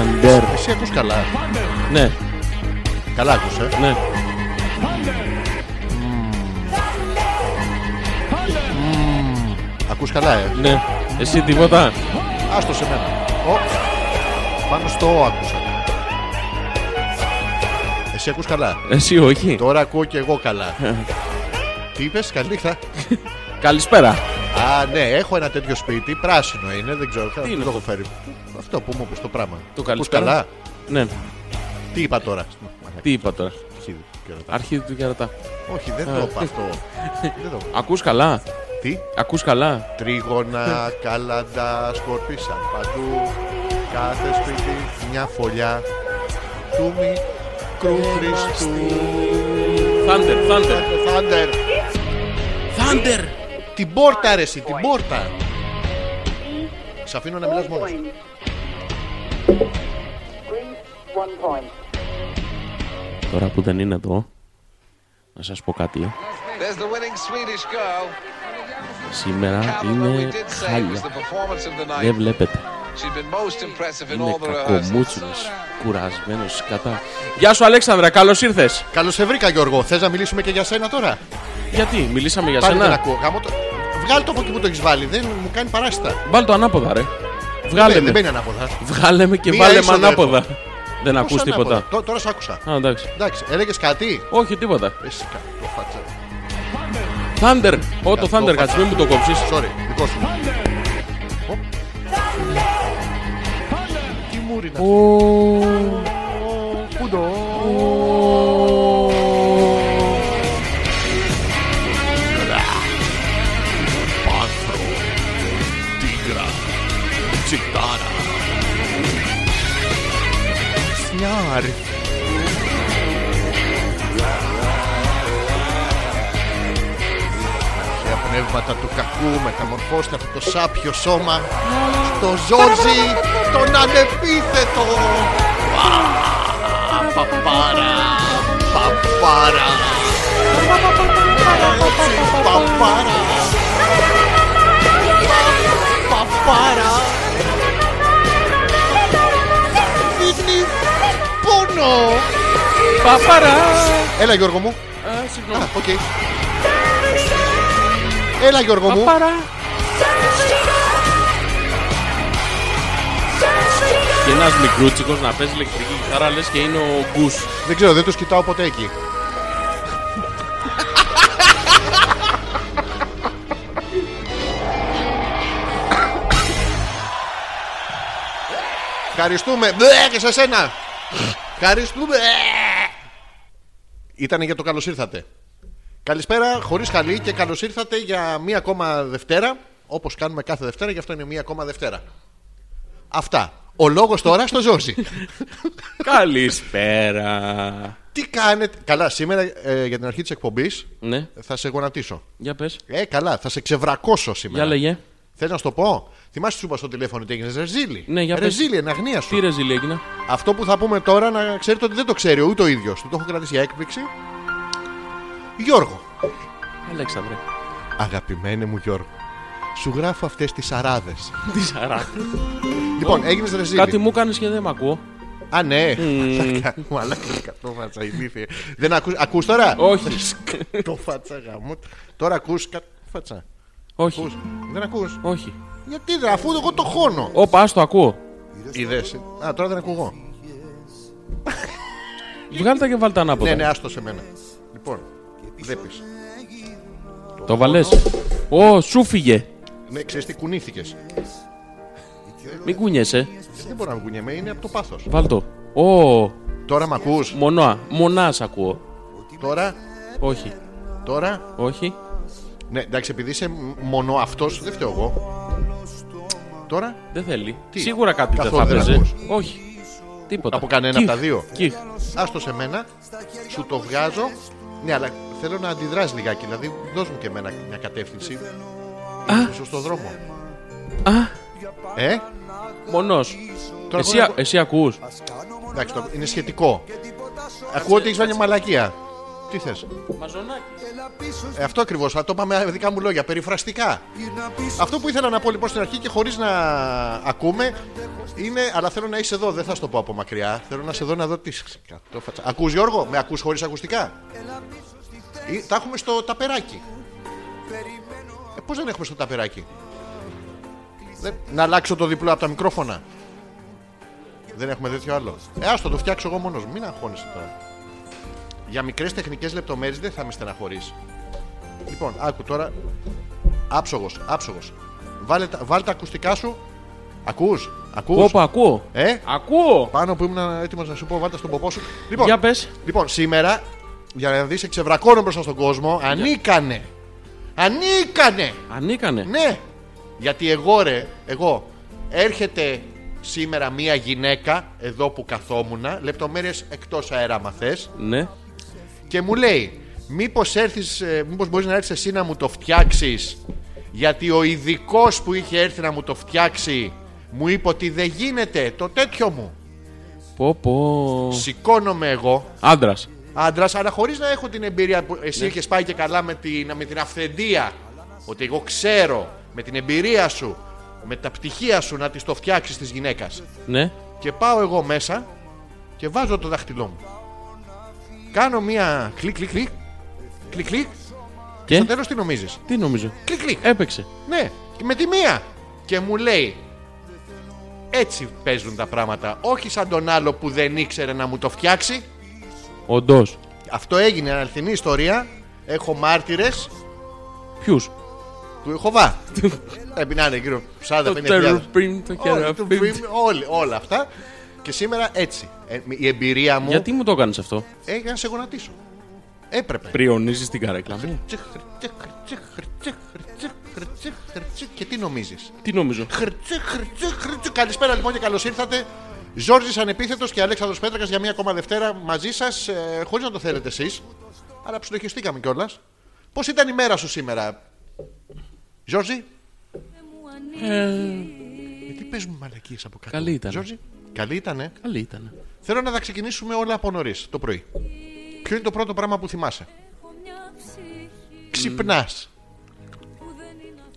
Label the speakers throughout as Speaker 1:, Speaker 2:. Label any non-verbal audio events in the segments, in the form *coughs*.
Speaker 1: Under.
Speaker 2: Εσύ ακούς καλά.
Speaker 1: Ναι,
Speaker 2: Καλά ακούς, ε.
Speaker 1: ναι.
Speaker 2: Ακούς καλά, ε.
Speaker 1: Ναι. Εσύ τίποτα.
Speaker 2: Άστο σε μένα. Ο. Πάνω στο «ο» άκουσα. Εσύ ακούς καλά.
Speaker 1: Εσύ όχι.
Speaker 2: Τώρα ακούω και εγώ καλά. Τι είπες, καλή νύχτα.
Speaker 1: Καλησπέρα.
Speaker 2: Α, ναι, έχω ένα τέτοιο σπίτι, πράσινο είναι, δεν ξέρω. Τι
Speaker 1: είναι
Speaker 2: το έχω φέρει. Αυτό που μου είπες το πράγμα.
Speaker 1: Το
Speaker 2: Ακούς
Speaker 1: καλησπέρα.
Speaker 2: καλά.
Speaker 1: Ναι,
Speaker 2: Τι είπα τώρα.
Speaker 1: τι είπα τώρα.
Speaker 2: Αρχίδι του κερατά.
Speaker 1: Αρχίδι του κερατά.
Speaker 2: Όχι, δεν το είπα αυτό. Δεν
Speaker 1: *laughs*
Speaker 2: το είπα.
Speaker 1: Ακούς καλά.
Speaker 2: Τι.
Speaker 1: Ακούς καλά.
Speaker 2: Τρίγωνα, κάλαντα, σκορπίσαν παντού. Κάθε σπίτι μια φωλιά του μικρού Χριστού.
Speaker 1: Thunder, Thunder.
Speaker 2: Θάντερ,
Speaker 1: Thunder.
Speaker 2: την πόρτα ρε εσύ, την πόρτα. Σ' αφήνω να μιλάς
Speaker 3: One
Speaker 2: μόνος.
Speaker 3: point. Greece, one point.
Speaker 1: Τώρα που δεν είναι εδώ, να σας πω κάτι.
Speaker 4: There's the winning Swedish goal.
Speaker 1: Σήμερα
Speaker 4: Calvin, we
Speaker 1: είναι
Speaker 4: did say, was the
Speaker 1: χάλια.
Speaker 4: performance of the
Speaker 1: Δεν
Speaker 4: night.
Speaker 1: βλέπετε.
Speaker 4: She's been most impressive in
Speaker 1: Είναι
Speaker 4: all the rehearsals.
Speaker 1: κακομούτσινος, κουρασμένος κατά. Γεια σου Αλέξανδρα, καλώς ήρθες.
Speaker 2: Καλώς σε βρήκα Γιώργο, θες να μιλήσουμε και για σένα τώρα.
Speaker 1: Γιατί, μιλήσαμε για
Speaker 2: Πάλι δεν
Speaker 1: σένα.
Speaker 2: ακούω. Γαμώ το- Βγάλ το από εκεί που το έχεις βάλει, δεν μου κάνει παράστα.
Speaker 1: Βάλ το ανάποδα ρε. Βγάλε
Speaker 2: Δεν
Speaker 1: με.
Speaker 2: μπαίνει ανάποδα.
Speaker 1: Βγάλε με και
Speaker 2: Μία
Speaker 1: βάλε με
Speaker 2: είσοδο
Speaker 1: ανάποδα. Δεν
Speaker 2: Πώς
Speaker 1: ακούς
Speaker 2: ανάποδα.
Speaker 1: τίποτα.
Speaker 2: Τω- Τώρα σ' άκουσα.
Speaker 1: Α, εντάξει.
Speaker 2: Εντάξει, έλεγες κάτι.
Speaker 1: Όχι, τίποτα.
Speaker 2: Εσύ κακό φάτσα.
Speaker 1: Thunder. Ω, το Thunder,
Speaker 2: φάτσα.
Speaker 1: κάτσε, μην μου το κόψεις.
Speaker 2: Sorry, δικό σου. Οπ. Τι μούρι να Πού το. Πάθρο. Τίγρα. Τσικτάρα. Σνιάρ. Για πνεύματα του κακού μεταμορφώστε αυτό το σάπιο σώμα στο Ζόρζι τον ανεπίθετο. Πα, Παπάρα, παπάρα, έτσι, παπάρα, Πα- παπάρα. Δείχνει πόνο.
Speaker 1: Παπαρά.
Speaker 2: Έλα Γιώργο μου.
Speaker 1: Α,
Speaker 2: Α,
Speaker 1: Συγγνώμη.
Speaker 2: οκ. Έλα Γιώργο μου.
Speaker 1: Παπαρά. Και ένας μικρούτσικος να παίζει ηλεκτρική κιθάρα λες και είναι ο Γκους.
Speaker 2: Δεν ξέρω, δεν τους κοιτάω ποτέ εκεί. Ευχαριστούμε. Μπλε και σε σένα. Ευχαριστούμε. Ήτανε για το καλώς ήρθατε. Καλησπέρα, χωρίς χαλή και καλώς ήρθατε για μία ακόμα Δευτέρα. Όπως κάνουμε κάθε Δευτέρα, γι' αυτό είναι μία ακόμα Δευτέρα. Αυτά. Ο λόγος τώρα στο Ζόρζι.
Speaker 1: Καλησπέρα.
Speaker 2: Τι κάνετε. Καλά, σήμερα ε, για την αρχή της εκπομπής
Speaker 1: Ναι,
Speaker 2: θα σε γονατίσω.
Speaker 1: για πες.
Speaker 2: Ε, καλά, θα σε ξεβρακώσω
Speaker 1: Για
Speaker 2: σήμερα.
Speaker 1: λέγε.
Speaker 2: Θες να σου το πω. Θυμάσαι σου είπα στο τηλέφωνο τι έγινε. Ρεζίλη.
Speaker 1: Ναι, για πες.
Speaker 2: Ρεζίλη, εν αγνία σου.
Speaker 1: Τι ρεζιλί έγινα.
Speaker 2: Αυτό που θα πούμε τώρα να ξέρετε ότι δεν το ξέρει ούτε ο ίδιος. Του το έχω κρατήσει για έκπληξη. Γιώργο.
Speaker 1: Αλέξανδρε.
Speaker 2: Αγαπημένε μου Γιώργο. Σου γράφω αυτές τις αράδες.
Speaker 1: Τις σαρά.
Speaker 2: λοιπόν, έγινες ρεζίλη.
Speaker 1: Κάτι μου κάνεις και δεν με ακούω.
Speaker 2: Α, ναι. Μαλάκα, κατώ φάτσα, ηλίθιε. Δεν ακούς, ακούς τώρα.
Speaker 1: Όχι.
Speaker 2: Το φάτσα γαμό. Τώρα ακούς κα- φάτσα.
Speaker 1: Όχι.
Speaker 2: Ακούς. Δεν ακούς.
Speaker 1: Όχι.
Speaker 2: Γιατί ρε, αφού εγώ το χώνω.
Speaker 1: Όπα, ας το ακούω.
Speaker 2: Είδες. Α, τώρα δεν ακούω εγώ.
Speaker 1: Βγάλ' τα και βάλ' τα
Speaker 2: Ναι,
Speaker 1: ανάποδα.
Speaker 2: ναι, άστο σε μένα. Λοιπόν, βλέπεις.
Speaker 1: Το βαλές. ναι. Ω, σου φύγε.
Speaker 2: Ναι, ξέρεις τι κουνήθηκες.
Speaker 1: Μην κουνιέσαι.
Speaker 2: Δεν μπορώ να κουνιέμαι, είναι από το πάθος.
Speaker 1: Βάλ' το. Ω,
Speaker 2: Τώρα με ακούς.
Speaker 1: μονά. Μονάς σ' ακούω.
Speaker 2: Τώρα,
Speaker 1: Όχι.
Speaker 2: τώρα,
Speaker 1: Όχι.
Speaker 2: Ναι, εντάξει, επειδή είσαι μόνο αυτός, δεν φταίω εγώ. Τώρα,
Speaker 1: Δεν θέλει.
Speaker 2: Τι?
Speaker 1: Σίγουρα κάτι δεν
Speaker 2: Καθόλου
Speaker 1: θα
Speaker 2: δεν
Speaker 1: παίζει.
Speaker 2: ακούς.
Speaker 1: Όχι. Τίποτα.
Speaker 2: Από κανένα
Speaker 1: Κιχ,
Speaker 2: από τα δύο.
Speaker 1: κιχ.
Speaker 2: άστο σε μένα, σου το βγάζω. Ναι, αλλά θέλω να αντιδράς λιγάκι. Δηλαδή, δώσ' μου και εμένα μια κατεύθυνση. Είμαι στον δρόμο. Α. Ε,
Speaker 1: Μονός.
Speaker 2: Τώρα
Speaker 1: Εσύ, ε,
Speaker 2: εγώ-
Speaker 1: εσύ ακούς.
Speaker 2: εντάξει, το- είναι σχετικό. Ακούω ότι έχεις βάλει μια μαλακία. Τι θες. Ε, αυτό ακριβώς. Το είπαμε με δικά μου λόγια. Περιφραστικά. Αυτό που ήθελα να πω λοιπόν στην αρχή και χωρίς να ακούμε είναι. Αλλά θέλω να είσαι εδώ. Δεν θα σου το πω από μακριά. Θέλω να είσαι εδώ να δω τι. κατόφατσα. Ακούς Γιώργο, με ακούς χωρίς ακουστικά. Ή, τα έχουμε στο ταπεράκι. Ε, Πώς δεν έχουμε στο ταπεράκι. Δεν- Να αλλάξω το διπλό από τα μικρόφωνα. Δεν έχουμε τέτοιο άλλο. Ε, άστο, το φτιάξω εγώ μόνος. Μην αγχώνεσαι τώρα. Για μικρές τεχνικές λεπτομέρειες δεν θα με στεναχωρήσει. Λοιπόν, άκου τώρα. Άψογος, άψογος. Βάλε, τα- βάλε τα ακουστικά σου. Ακούς, ακούς.
Speaker 1: Κόπο, ακούω.
Speaker 2: Ε?
Speaker 1: Ακούω.
Speaker 2: Πάνω που ήμουν έτοιμος να σου πω, βάλτε στον ποπό σου. Λοιπόν,
Speaker 1: Για πες.
Speaker 2: λοιπόν σήμερα, για να δεις, εξευρακώνω μπροστά στον κόσμο. Ανίκανε. Ανίκανε.
Speaker 1: Ανίκανε.
Speaker 2: Ναι. Γιατί εγώ ρε, εγώ έρχεται σήμερα μία γυναίκα εδώ που καθόμουνα, λεπτομέρειες εκτός αέρα άμα θες,
Speaker 1: Ναι.
Speaker 2: και μου λέει μήπως, έρθεις, ε, μήπως μπορείς να έρθεις εσύ να μου το φτιάξεις γιατί ο ειδικός που είχε έρθει να μου το φτιάξει μου είπε ότι δεν γίνεται το τέτοιο μου.
Speaker 1: Πω πω.
Speaker 2: Σηκώνομαι εγώ,
Speaker 1: Άντρας.
Speaker 2: άντρας, αλλά χωρίς να έχω την εμπειρία που εσύ ναι. είχες πάει και καλά με την, με την αυθεντία. Ότι εγώ ξέρω με την εμπειρία σου, με τα πτυχία σου να τη το φτιάξεις τη γυναίκας.
Speaker 1: Ναι.
Speaker 2: Και πάω εγώ μέσα και βάζω το δάχτυλό μου. Κάνω μία κλικ, κλικ, κλικ. Κλικ, κλικ.
Speaker 1: Και?
Speaker 2: Στο τέλος τι νομίζεις.
Speaker 1: Τι νομίζω.
Speaker 2: Κλικ, κλικ.
Speaker 1: Έπαιξε.
Speaker 2: Ναι, και με τη μία. Και μου λέει. Έτσι παίζουν τα πράγματα. Όχι σαν τον άλλο που δεν ήξερε να μου το φτιάξει.
Speaker 1: Όντως.
Speaker 2: Αυτό έγινε είναι αληθινή ιστορία. Έχω μάρτυρες
Speaker 1: Ποιους.
Speaker 2: του Ιεχωβά. Πρέπει να είναι γύρω
Speaker 1: Το
Speaker 2: 40-50 χιλιάδες.
Speaker 1: τερουπίν, το
Speaker 2: Όλοι,
Speaker 1: κεραφίν.
Speaker 2: του Dream, όλοι- Όλα αυτά. Και σήμερα έτσι. Ε, η εμπειρία μου
Speaker 1: Γιατί μου το έκανες αυτό.
Speaker 2: έγινε να σε γονατίσω. Έπρεπε.
Speaker 1: Πριονίζεις την καρέκλα μου.
Speaker 2: Τσιχρ, τσιχρ, τσιχρ, τσιχρ, τσιχρ, τσιχρ, τσιχρ. Και τι νομίζεις.
Speaker 1: Τι νομίζω.
Speaker 2: Καλησπέρα λοιπόν και καλώς ήρθατε. Ζόρζη Ανεπίθετος και Αλέξανδρος Πέτρακας για μία ακόμα Δευτέρα μαζί σας, χωρίς να το θέλετε εσείς. Αλλά ψιλοχιστήκαμε κιόλας. Πώς ήταν η μέρα σου σήμερα, Ζόρζη. Γιατί παίζουμε μαλακίες από κάτω.
Speaker 1: Καλή ήταν.
Speaker 2: Ζόρζη, καλή ήτανε.
Speaker 1: Καλή ήταν.
Speaker 2: Θέλω να τα ξεκινήσουμε όλα από νωρίς το πρωί. Ποιο είναι το πρώτο πράγμα που θυμάσαι. Ξυπνάς.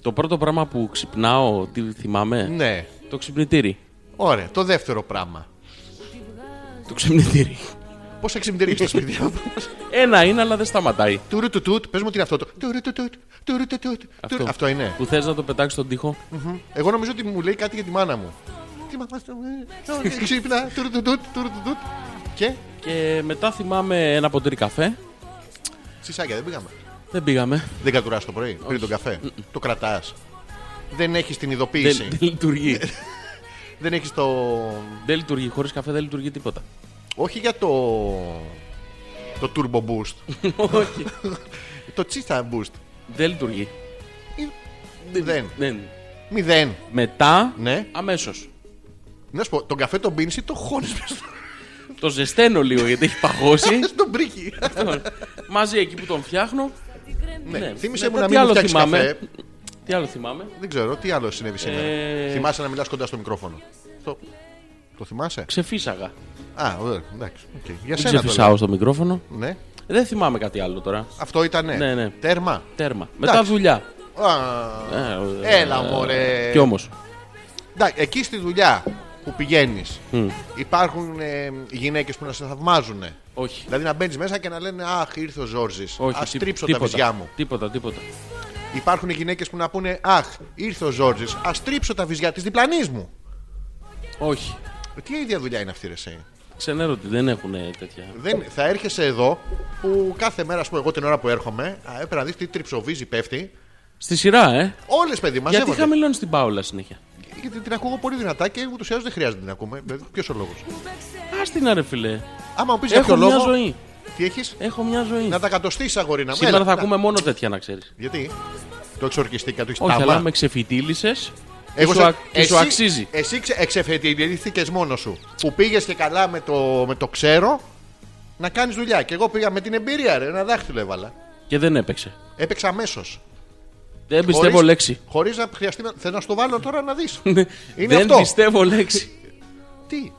Speaker 1: Το πρώτο πράγμα που ξυπνάω, τι θυμάμαι.
Speaker 2: Ναι.
Speaker 1: Το ξυπνητήρι.
Speaker 2: Ωραία. Το δεύτερο πράγμα.
Speaker 1: Το ξυπνητήρι.
Speaker 2: Πώς θα ξυπνηρίζει το σπίτι μου.
Speaker 1: *laughs* Ένα είναι, αλλά δεν σταματάει.
Speaker 2: Τουρου του τούτ. Πες μου τι είναι αυτό το. Τουρου του τούτ. Τουρου του τούτ. τουρου. Αυτό είναι.
Speaker 1: Που θες να το πετάξεις στον τοίχο.
Speaker 2: Εγώ νομίζω ότι μου λέει κάτι για τη μάνα μου. Τι μαμά σου. ε, ε, Ξύπνα. Τουρου του τούτ. Τουρου του τούτ. Και
Speaker 1: Και μετά θυμάμαι ένα ποτήρι καφέ.
Speaker 2: σισάκια δεν πήγαμε.
Speaker 1: Δεν πήγαμε.
Speaker 2: Δεν κατουράς το πρωί πριν τον καφέ. Το κρατάς. Δεν έχεις την
Speaker 1: Δεν,
Speaker 2: ειδοποίηση.
Speaker 1: δεν λειτουργεί.
Speaker 2: Δεν έχεις το.
Speaker 1: δεν λειτουργεί. Χωρίς καφέ δεν λειτουργεί τίποτα.
Speaker 2: Όχι για το. Το turbo boost.
Speaker 1: Όχι.
Speaker 2: *laughs* το τσίστα boost.
Speaker 1: Δεν λειτουργεί.
Speaker 2: Ή- Δεν.
Speaker 1: Δεν.
Speaker 2: Μηδέν.
Speaker 1: Μετά,
Speaker 2: Ναι.
Speaker 1: αμέσως.
Speaker 2: Να σου πω, τον καφέ τον πίνεις ή το χώνεις μέσα στο-
Speaker 1: Το ζεσταίνω λίγο γιατί έχει *laughs* παγώσει.
Speaker 2: στον πρίκι.
Speaker 1: Μαζί εκεί που τον φτιάχνω.
Speaker 2: ναι. Θύμησε μου
Speaker 1: Μετά
Speaker 2: να
Speaker 1: τι
Speaker 2: μην
Speaker 1: άλλο
Speaker 2: φτιάξεις
Speaker 1: θυμάμαι?
Speaker 2: καφέ.
Speaker 1: Τι άλλο θυμάμαι.
Speaker 2: Δεν ξέρω, τι άλλο συνέβη σήμερα.
Speaker 1: Ε.
Speaker 2: Θυμάσαι να μιλάς κοντά στο μικρόφωνο. Το, το θυμάσαι.
Speaker 1: Ξεφύσαγα.
Speaker 2: Α, ωραία, εντάξει. οκ. Για
Speaker 1: Δεν
Speaker 2: σένα το λέω.
Speaker 1: ξεφυσάω στο μικρόφωνο.
Speaker 2: Ναι.
Speaker 1: Δεν θυμάμαι κάτι άλλο τώρα.
Speaker 2: Αυτό ήτανε.
Speaker 1: Ναι, ναι.
Speaker 2: Τέρμα.
Speaker 1: Τέρμα. Μετά δουλειά.
Speaker 2: Α,
Speaker 1: Ε, ε,
Speaker 2: Έλα μωρέ.
Speaker 1: Κι όμως.
Speaker 2: Εντάξει, εκεί στη δουλειά που πηγαίνεις υπάρχουν ε, γυναίκες που να σε θαυμάζουν.
Speaker 1: Όχι.
Speaker 2: Δηλαδή να μπαίνεις μέσα και να λένε Αχ, ήρθε ο Ζόρζης.
Speaker 1: Όχι,
Speaker 2: Ας
Speaker 1: τί-
Speaker 2: τρίψω τα
Speaker 1: τίποτα.
Speaker 2: βυζιά μου.
Speaker 1: Τίποτα, τίποτα.
Speaker 2: Υπάρχουν γυναίκες που να πούνε Αχ, ήρθε ο Ζόρζης. Ας τρίψω τα βυζιά της διπλανής μου. Ε,
Speaker 1: Όχι.
Speaker 2: Τι ίδια δουλειά είναι αυτή, ρε εσύ.
Speaker 1: Ξενέρωτη δεν έχουν τέτοια.
Speaker 2: Δεν, θα έρχεσαι εδώ που κάθε μέρα, ας πούμε, εγώ την ώρα που έρχομαι, α, έπρεπε να δεις τι τριψοβίζει πέφτει.
Speaker 1: Στη σειρά, ε.
Speaker 2: Όλες παιδί μα
Speaker 1: Γιατί χαμηλώνεις την Πάολα συνέχεια.
Speaker 2: Γιατί την ακούω πολύ δυνατά και ούτως ή Ε, άλλως δεν χρειάζεται να την ακούμε. Δηλαδή, ποιος ο λόγος.
Speaker 1: Α την ρε φιλέ.
Speaker 2: Άμα μου πεις για
Speaker 1: Έχω
Speaker 2: ποιο
Speaker 1: μια
Speaker 2: λόγο.
Speaker 1: ζωή.
Speaker 2: Τι έχεις
Speaker 1: Έχω μια ζωή.
Speaker 2: Να τα κατοστήσεις αγόρι να
Speaker 1: Σήμερα θα ακούμε μόνο τέτοια να ξέρεις.
Speaker 2: Γιατί το εξορκιστήκα, το έχεις
Speaker 1: Όχι,
Speaker 2: τάμα.
Speaker 1: αλλά με ξεφυτίλησε.
Speaker 2: Εγώ
Speaker 1: σου,
Speaker 2: σε-
Speaker 1: α- και σου
Speaker 2: εσύ-
Speaker 1: αξίζει.
Speaker 2: Εσύ ξε- εξεφετηρήθηκες μόνος σου. Που πήγες και καλά με το, με το ξέρω να κάνεις δουλειά. Και εγώ πήγα με την εμπειρία, ρε. Ένα δάχτυλο έβαλα.
Speaker 1: Και δεν έπαιξε.
Speaker 2: Έπαιξα αμέσως.
Speaker 1: Δεν πιστεύω λέξη.
Speaker 2: Χωρίς να χρειαστεί. να- Θέλω να στο βάλω τώρα να δεις. Είναι
Speaker 1: δεν
Speaker 2: αυτό.
Speaker 1: πιστεύω λέξη.
Speaker 2: Τι.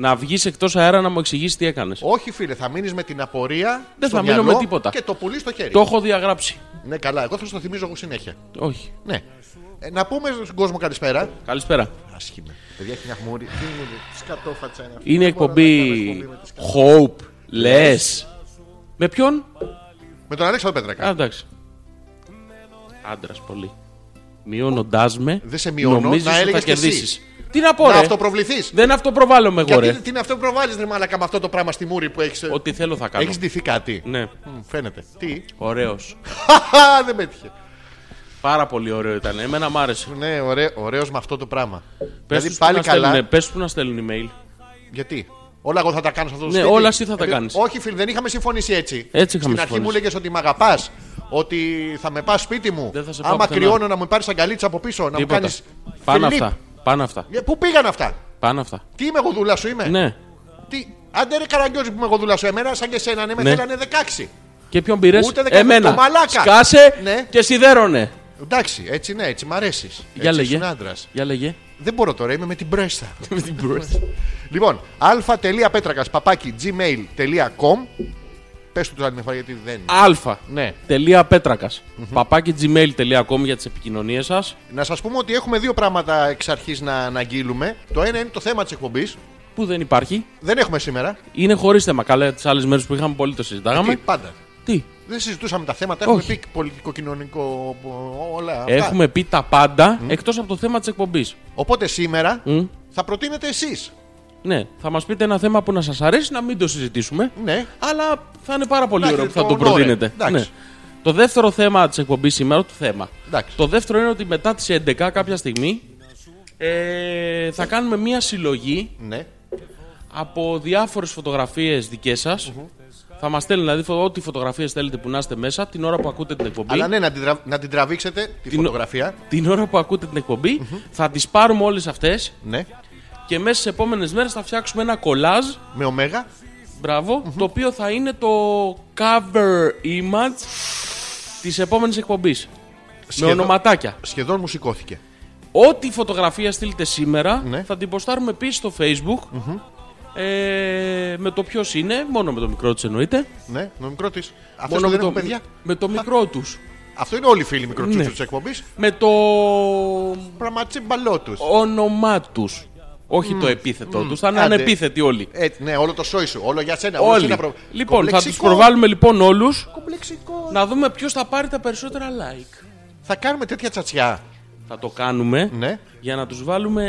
Speaker 1: να βγεις εκτός αέρα να μου εξηγήσεις τι έκανες.
Speaker 2: Όχι, φίλε, θα μείνεις με την απορία.
Speaker 1: Δεν
Speaker 2: στο
Speaker 1: θα μείνω
Speaker 2: μυαλό
Speaker 1: με τίποτα.
Speaker 2: Και το πουλί στο χέρι.
Speaker 1: Το έχω διαγράψει.
Speaker 2: Ναι, καλά. Εγώ θα σου το θυμίζω εγώ συνέχεια.
Speaker 1: Όχι.
Speaker 2: Ναι. Ε, να πούμε στον κόσμο καλησπέρα.
Speaker 1: Καλησπέρα.
Speaker 2: Άσχημα. Παιδιά έχει μια χμούρη. Τι είναι, τι σκατόφατσα είναι αυτή.
Speaker 1: Είναι η
Speaker 2: Δεν μπορώ να
Speaker 1: εκπομπή
Speaker 2: κάνω εκπομπή με τις κα-
Speaker 1: Hope. Λες. Με ποιον?
Speaker 2: Με τον Αλέξανδρο Πέτρακα.
Speaker 1: Α, εντάξει. Άντρας πολύ. Μειώνοντάς με.
Speaker 2: Δεν σε μειώνω,
Speaker 1: νομίζεις
Speaker 2: να
Speaker 1: ότι θα
Speaker 2: έλεγες κι εσύ.
Speaker 1: κερδίσεις. Τι να πω,
Speaker 2: να
Speaker 1: ρε.
Speaker 2: αυτοπροβληθείς.
Speaker 1: Δεν αυτοπροβάλλομαι εγώ,
Speaker 2: Γιατί
Speaker 1: ρε.
Speaker 2: τι είναι αυτό που προβάλλει, ρε Μάλακα, με αυτό το πράγμα στη μούρη που έχεις.
Speaker 1: Ό,τι θέλω θα κάνω.
Speaker 2: Έχεις ντυθεί κάτι.
Speaker 1: Ναι.
Speaker 2: Μ, Φαίνεται.
Speaker 1: *laughs*
Speaker 2: Τι. *laughs*
Speaker 1: Ωραίος.
Speaker 2: Χαχα, δεν πέτυχε.
Speaker 1: Πάρα πολύ ωραίο ήταν. Εμένα μ' άρεσε.
Speaker 2: Ναι, ωραίος με αυτό το πράγμα.
Speaker 1: Πες
Speaker 2: δηλαδή πάλι καλά.
Speaker 1: Πες τους να στέλνουν email.
Speaker 2: Γιατί. Όλα εγώ θα τα κάνω σε αυτό το
Speaker 1: Ναι,
Speaker 2: σπίτι.
Speaker 1: όλα εσύ θα τα
Speaker 2: Επειδή-
Speaker 1: κάνεις.
Speaker 2: Όχι, φίλε, δεν είχαμε συμφωνήσει έτσι.
Speaker 1: είχαμε
Speaker 2: Στην αρχή
Speaker 1: συμφωνήσει.
Speaker 2: μου λέγες ότι με αγαπάς, ότι θα με πας σπίτι μου.
Speaker 1: Δεν θα σε πάω
Speaker 2: Άμα
Speaker 1: πουθενά.
Speaker 2: κρυώνω να μου πάρεις αγκαλίτσα από πίσω, να μου
Speaker 1: Τίποτα.
Speaker 2: κάνεις.
Speaker 1: Πάνω αυτά. Πάνω αυτά.
Speaker 2: Πού πήγαν αυτά.
Speaker 1: Πάνω αυτά.
Speaker 2: Τι είμαι εγώ δουλά σου είμαι.
Speaker 1: Ναι.
Speaker 2: Τι... Άντε ρε καραγκιόζη που είμαι εγώ δουλά σου. Εμένα σαν και εσένα, ναι, με
Speaker 1: Ναι.
Speaker 2: θέλανε 16.
Speaker 1: Και ποιον πήρες.
Speaker 2: Ούτε δεν κάνω
Speaker 1: Εμένα.
Speaker 2: το μαλάκα.
Speaker 1: Σκάσε
Speaker 2: Ναι.
Speaker 1: και σιδέρωνε.
Speaker 2: Εντάξει, έτσι ναι, έτσι μ' αρέσεις.
Speaker 1: Για λέγε.
Speaker 2: Είσαι άντρας.
Speaker 1: Για λέγε.
Speaker 2: Δεν μπορώ τώρα, είμαι *laughs* με την πρέστα.
Speaker 1: Με την πρόσθεση.
Speaker 2: Λοιπόν, α.πέτρακα παπάκι gmail.com. Πες του το άλλη μια φορά γιατί δεν.
Speaker 1: Αλφα.
Speaker 2: Ναι.
Speaker 1: Τελεία πέτρακας. Παπάκι gmail.com για τις επικοινωνίες σας.
Speaker 2: Να σας πούμε ότι έχουμε δύο πράγματα εξ αρχής να αναγγείλουμε. Το ένα είναι το θέμα της εκπομπής.
Speaker 1: Που δεν υπάρχει.
Speaker 2: Δεν έχουμε σήμερα.
Speaker 1: Είναι χωρίς θέμα. Καλά, τις άλλες μέρες που είχαμε πολύ το συζητάγαμε.
Speaker 2: Τι, πάντα.
Speaker 1: Τι.
Speaker 2: Δεν συζητούσαμε τα θέματα. Έχουμε
Speaker 1: Όχι.
Speaker 2: πει πολιτικό, κοινωνικό, ο- όλα αυτά.
Speaker 1: Έχουμε πει τα πάντα εκτός από το θέμα της εκπομπής.
Speaker 2: Οπότε σήμερα
Speaker 1: Μμ.
Speaker 2: θα προτείνετε εσείς.
Speaker 1: Ναι, θα μας πείτε ένα θέμα που να σας αρέσει να μην το συζητήσουμε.
Speaker 2: Ναι.
Speaker 1: Αλλά θα είναι πάρα πολύ
Speaker 2: Εντάξει,
Speaker 1: ωραίο που θα
Speaker 2: το
Speaker 1: τον
Speaker 2: ωραίο,
Speaker 1: προτείνετε. Ναι.
Speaker 2: εντάξει.
Speaker 1: Το δεύτερο θέμα της εκπομπής σήμερα, το θέμα.
Speaker 2: Εντάξει.
Speaker 1: Το δεύτερο είναι ότι μετά τις 11 κάποια στιγμή ε, θα κάνουμε μία συλλογή
Speaker 2: Ναι.
Speaker 1: από διάφορες φωτογραφίες δικές σας. Θα μας στέλνει δηλαδή φω- ό,τι φωτογραφίες θέλετε που να είστε μέσα την ώρα που ακούτε την εκπομπή.
Speaker 2: Αλλά ναι, να την, τρα- να την τραβήξετε τη
Speaker 1: Την-
Speaker 2: φωτογραφία.
Speaker 1: Την ώρα που ακούτε την εκπομπη θα τις πάρουμε όλες αυτές
Speaker 2: Ναι.
Speaker 1: και μέσα στις επόμενες μέρες θα φτιάξουμε ένα κολάζ.
Speaker 2: Με ωμέγα.
Speaker 1: μπράβο, το οποίο θα είναι το cover image της επόμενης εκπομπής. Με
Speaker 2: Σχεδόν-
Speaker 1: ονοματάκια.
Speaker 2: Σχεδόν μου σηκώθηκε.
Speaker 1: Ό,τι φωτογραφία στείλετε σήμερα
Speaker 2: Ναι.
Speaker 1: θα την ποστάρουμε επίσης στο facebook. Ε, με το ποιος είναι, μόνο με το μικρό του εννοείται.
Speaker 2: Ναι, με το μικρό της. Αυτό
Speaker 1: Μόνο
Speaker 2: δεν
Speaker 1: με το,
Speaker 2: έχουν παιδιά.
Speaker 1: με το μικρό τους.
Speaker 2: Αυτό είναι όλοι οι φίλοι μικροτσούτσου
Speaker 1: Ναι.
Speaker 2: της εκπομπής.
Speaker 1: Με το
Speaker 2: Πραγματσί μπαλό του.
Speaker 1: όνομά τους. Όχι το επίθετό τους, του, θα είναι
Speaker 2: Άντε.
Speaker 1: ανεπίθετοι όλοι.
Speaker 2: Ε, ναι, όλο το σόι σου. Όλο για σένα. όλο
Speaker 1: Όλοι.
Speaker 2: σένα προ-
Speaker 1: Λοιπόν, θα τους
Speaker 2: Κομπλεξικό.
Speaker 1: προβάλλουμε λοιπόν όλους
Speaker 2: Κομπλεξικό.
Speaker 1: να δούμε ποιος θα πάρει τα περισσότερα like.
Speaker 2: Θα κάνουμε τέτοια τσατσιά.
Speaker 1: Θα το κάνουμε
Speaker 2: Ναι.
Speaker 1: για να τους βάλουμε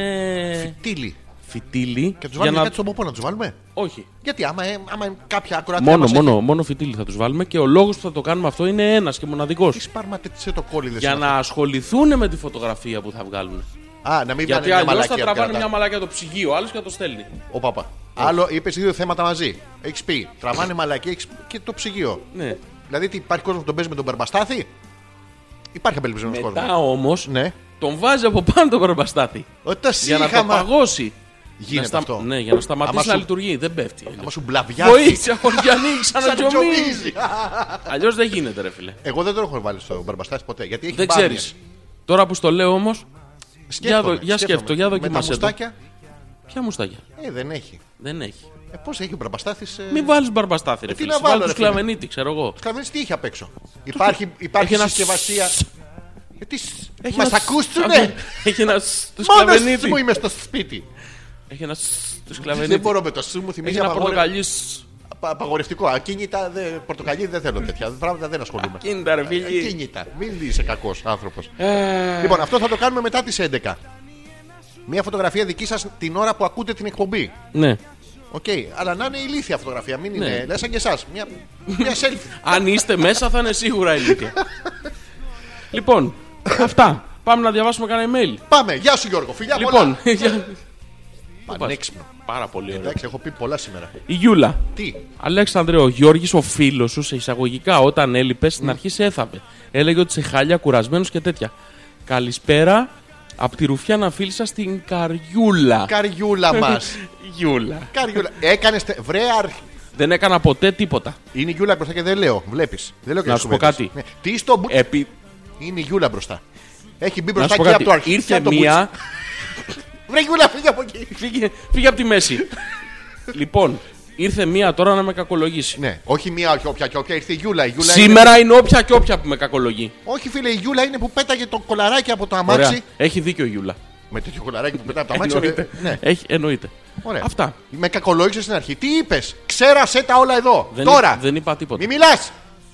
Speaker 2: Τίλι.
Speaker 1: φιτίλι.
Speaker 2: Και του
Speaker 1: Ε. για
Speaker 2: βάλουμε
Speaker 1: να...
Speaker 2: κάτι στον ποπό να τους βάλουμε.
Speaker 1: Όχι.
Speaker 2: Γιατί άμα, ε, άμα είναι κάποια ακροατήρια.
Speaker 1: Μόνο, μόνο, μόνο φιτίλι θα τους βάλουμε και ο λόγος που θα το κάνουμε αυτό είναι ένας και μοναδικός.
Speaker 2: Τις σπάρματε σε το κόλλι δεν
Speaker 1: Για
Speaker 2: είναι
Speaker 1: να ασχοληθούν με τη φωτογραφία που θα βγάλουν.
Speaker 2: αυτό. Α, να μην βγάλει
Speaker 1: Γιατί
Speaker 2: μια
Speaker 1: αλλιώς θα
Speaker 2: μαλακία. που
Speaker 1: τραβάνε Ε.
Speaker 2: κρατά.
Speaker 1: μια μαλακιά το ψυγείο, άλλος και θα το στέλνει.
Speaker 2: Ο παπά. Άλλο, είπες δύο θέματα μαζί. Έχεις πει. Τραβάνε μαλακία έχεις- και το ψυγείο.
Speaker 1: Ναι.
Speaker 2: Δηλαδή, τι, υπάρχει κόσμος που τον παίζει με τον περπαστάθη. Υπάρχει απελπισμένος κόσμο.
Speaker 1: Μετά όμως
Speaker 2: Ναι.
Speaker 1: τον βάζει από πάνω τον παρμπαστάθη.
Speaker 2: Όταν
Speaker 1: Για να το
Speaker 2: σύγχαμα.
Speaker 1: παγώσει.
Speaker 2: Γίνεται
Speaker 1: Να στα-
Speaker 2: αυτό.
Speaker 1: Ναι, για να σταματήσει
Speaker 2: Άμα
Speaker 1: να
Speaker 2: σου-
Speaker 1: λειτουργεί. Δεν πέφτει.
Speaker 2: Άμα σου μπλαβιάζει.
Speaker 1: Βοήθεια, χωριανή, ξανατζομίζει.
Speaker 2: Ξανατζομίζει.
Speaker 1: Αλλιώς δεν γίνεται, ρε φίλε.
Speaker 2: Εγώ δεν τον έχω βάλει στο μπαρμπαστάθι ποτέ. Γιατί έχει
Speaker 1: Δεν ξέρει.
Speaker 2: μπάμιες.
Speaker 1: Τώρα που στο λέω όμως,
Speaker 2: Σκέφτομαι,
Speaker 1: δο- για
Speaker 2: σκέφτομαι.
Speaker 1: σκέφτο, για
Speaker 2: Με
Speaker 1: δοκιμάσέ
Speaker 2: τα
Speaker 1: το.
Speaker 2: μουστάκια,
Speaker 1: ποια μουστάκια.
Speaker 2: ε, δεν έχει.
Speaker 1: Δεν έχει.
Speaker 2: Ε, πώς έχει ο Μπραμπαστάθης... Ε...
Speaker 1: Μην βάλεις μπαρμπαστάθη, ρε
Speaker 2: τι
Speaker 1: φίλε.
Speaker 2: να
Speaker 1: Σου βάλει
Speaker 2: βάλω,
Speaker 1: του
Speaker 2: ρε φίλε.
Speaker 1: κλαμενίτη, ξέρω εγώ.
Speaker 2: Καταλαβαίνεις τι έχει απ' έξω. Υπάρχει, υπάρχει
Speaker 1: ένα
Speaker 2: συσκευασία... Ε, τι... σ-
Speaker 1: Έχει
Speaker 2: Μας
Speaker 1: ένα σ-
Speaker 2: ακούστουνε!
Speaker 1: Έχει ένα σ- του
Speaker 2: Μόνος
Speaker 1: σκλαβενίτη.
Speaker 2: μου είμαι στο σπίτι.
Speaker 1: Έχει ένα σ- του
Speaker 2: Δεν
Speaker 1: σκλαβενίτη.
Speaker 2: μπορώ με το σου μου
Speaker 1: Έχει
Speaker 2: θυμίζει
Speaker 1: ένα
Speaker 2: απαγορε-
Speaker 1: πορτοκαλί. σ-
Speaker 2: απα- απαγορευτικό. Ακίνητα, δε... πορτοκαλί δεν θέλω τέτοια. Πράγματα δεν ασχολούμαι.
Speaker 1: Κίνητα, ρε φίλε.
Speaker 2: Ακίνητα. Μην είσαι κακός άνθρωπος.
Speaker 1: Ε.
Speaker 2: Λοιπόν, αυτό θα το κάνουμε μετά τις 11. Μια φωτογραφία δική σας την ώρα που ακούτε την εκπομπή.
Speaker 1: Ναι.
Speaker 2: Οκ, αλλά να είναι ηλίθια φωτογραφία. Μην
Speaker 1: Ναι.
Speaker 2: είναι. Λες σαν και εσάς. Μια,
Speaker 1: *laughs*
Speaker 2: μια selfie.
Speaker 1: Αν είστε μέσα θα είναι σίγουρα ηλικία. λοιπόν, αυτά. Πάμε να διαβάσουμε κανένα email.
Speaker 2: Πάμε. Γεια σου Γιώργο. Φιλιά πολλά.
Speaker 1: Λοιπόν, για-
Speaker 2: Πανέξυπνο.
Speaker 1: Πάρα πολύ ωραίο.
Speaker 2: Εντάξει, έχω πει πολλά σήμερα.
Speaker 1: Η Γιούλα.
Speaker 2: Τι,
Speaker 1: Αλέξανδρε, ο Γιώργης, ο φίλος σου, σε εισαγωγικά, όταν έλειπες, στην αρχή σε έθαβε. Έλεγε ότι σε χάλια, κουρασμένος και τέτοια. Καλησπέρα από τη Ρουφιάνα φίλη σα στην Καριούλα.
Speaker 2: καριούλα μας.
Speaker 1: *laughs* Γιούλα.
Speaker 2: καριούλα. Έκανες. τε- Βρε, αρχ-
Speaker 1: Δεν έκανα ποτέ τίποτα.
Speaker 2: Είναι η Γιούλα μπροστά και δεν λέω. Βλέπεις. Δεν λέω και
Speaker 1: Να
Speaker 2: τις
Speaker 1: σου πω
Speaker 2: κουβέντες.
Speaker 1: κάτι.
Speaker 2: Ναι. Τι στο μπου...
Speaker 1: Επί...
Speaker 2: Είναι η Γιούλα μπροστά. Έχει μπει
Speaker 1: Να
Speaker 2: μπροστά
Speaker 1: σου πω
Speaker 2: και από
Speaker 1: κάτι.
Speaker 2: το αρχή.
Speaker 1: Ήρθε
Speaker 2: από το μπουτσι.
Speaker 1: μία.
Speaker 2: Βρε, Γιούλα, φύγε από εκεί.
Speaker 1: Φύγε, φύγε από τη μέση. λοιπόν, ήρθε μία τώρα να με κακολογήσει.
Speaker 2: Ναι, όχι μία, όχι όποια και όποια. Ήρθε η Γιούλα. Η Γιούλα είναι-
Speaker 1: Σήμερα είναι όποια και όποια που με κακολογεί.
Speaker 2: Όχι, φίλε, η Γιούλα είναι που πέταγε το κολαράκι από το αμάξι.
Speaker 1: Ωραία. Έχει δίκιο η Γιούλα.
Speaker 2: Με τέτοιο κολαράκι που πετάει από το αμάξι.
Speaker 1: Εννοείται.
Speaker 2: ε, Ναι.
Speaker 1: Έχει, εννοείται.
Speaker 2: Ωραία.
Speaker 1: Αυτά.
Speaker 2: Με κακολόγησες στην αρχή. Τι είπες, ξέρασε τα όλα εδώ.
Speaker 1: Δεν
Speaker 2: Τώρα.
Speaker 1: είπα- δεν είπα τίποτα.
Speaker 2: Μη μιλάς.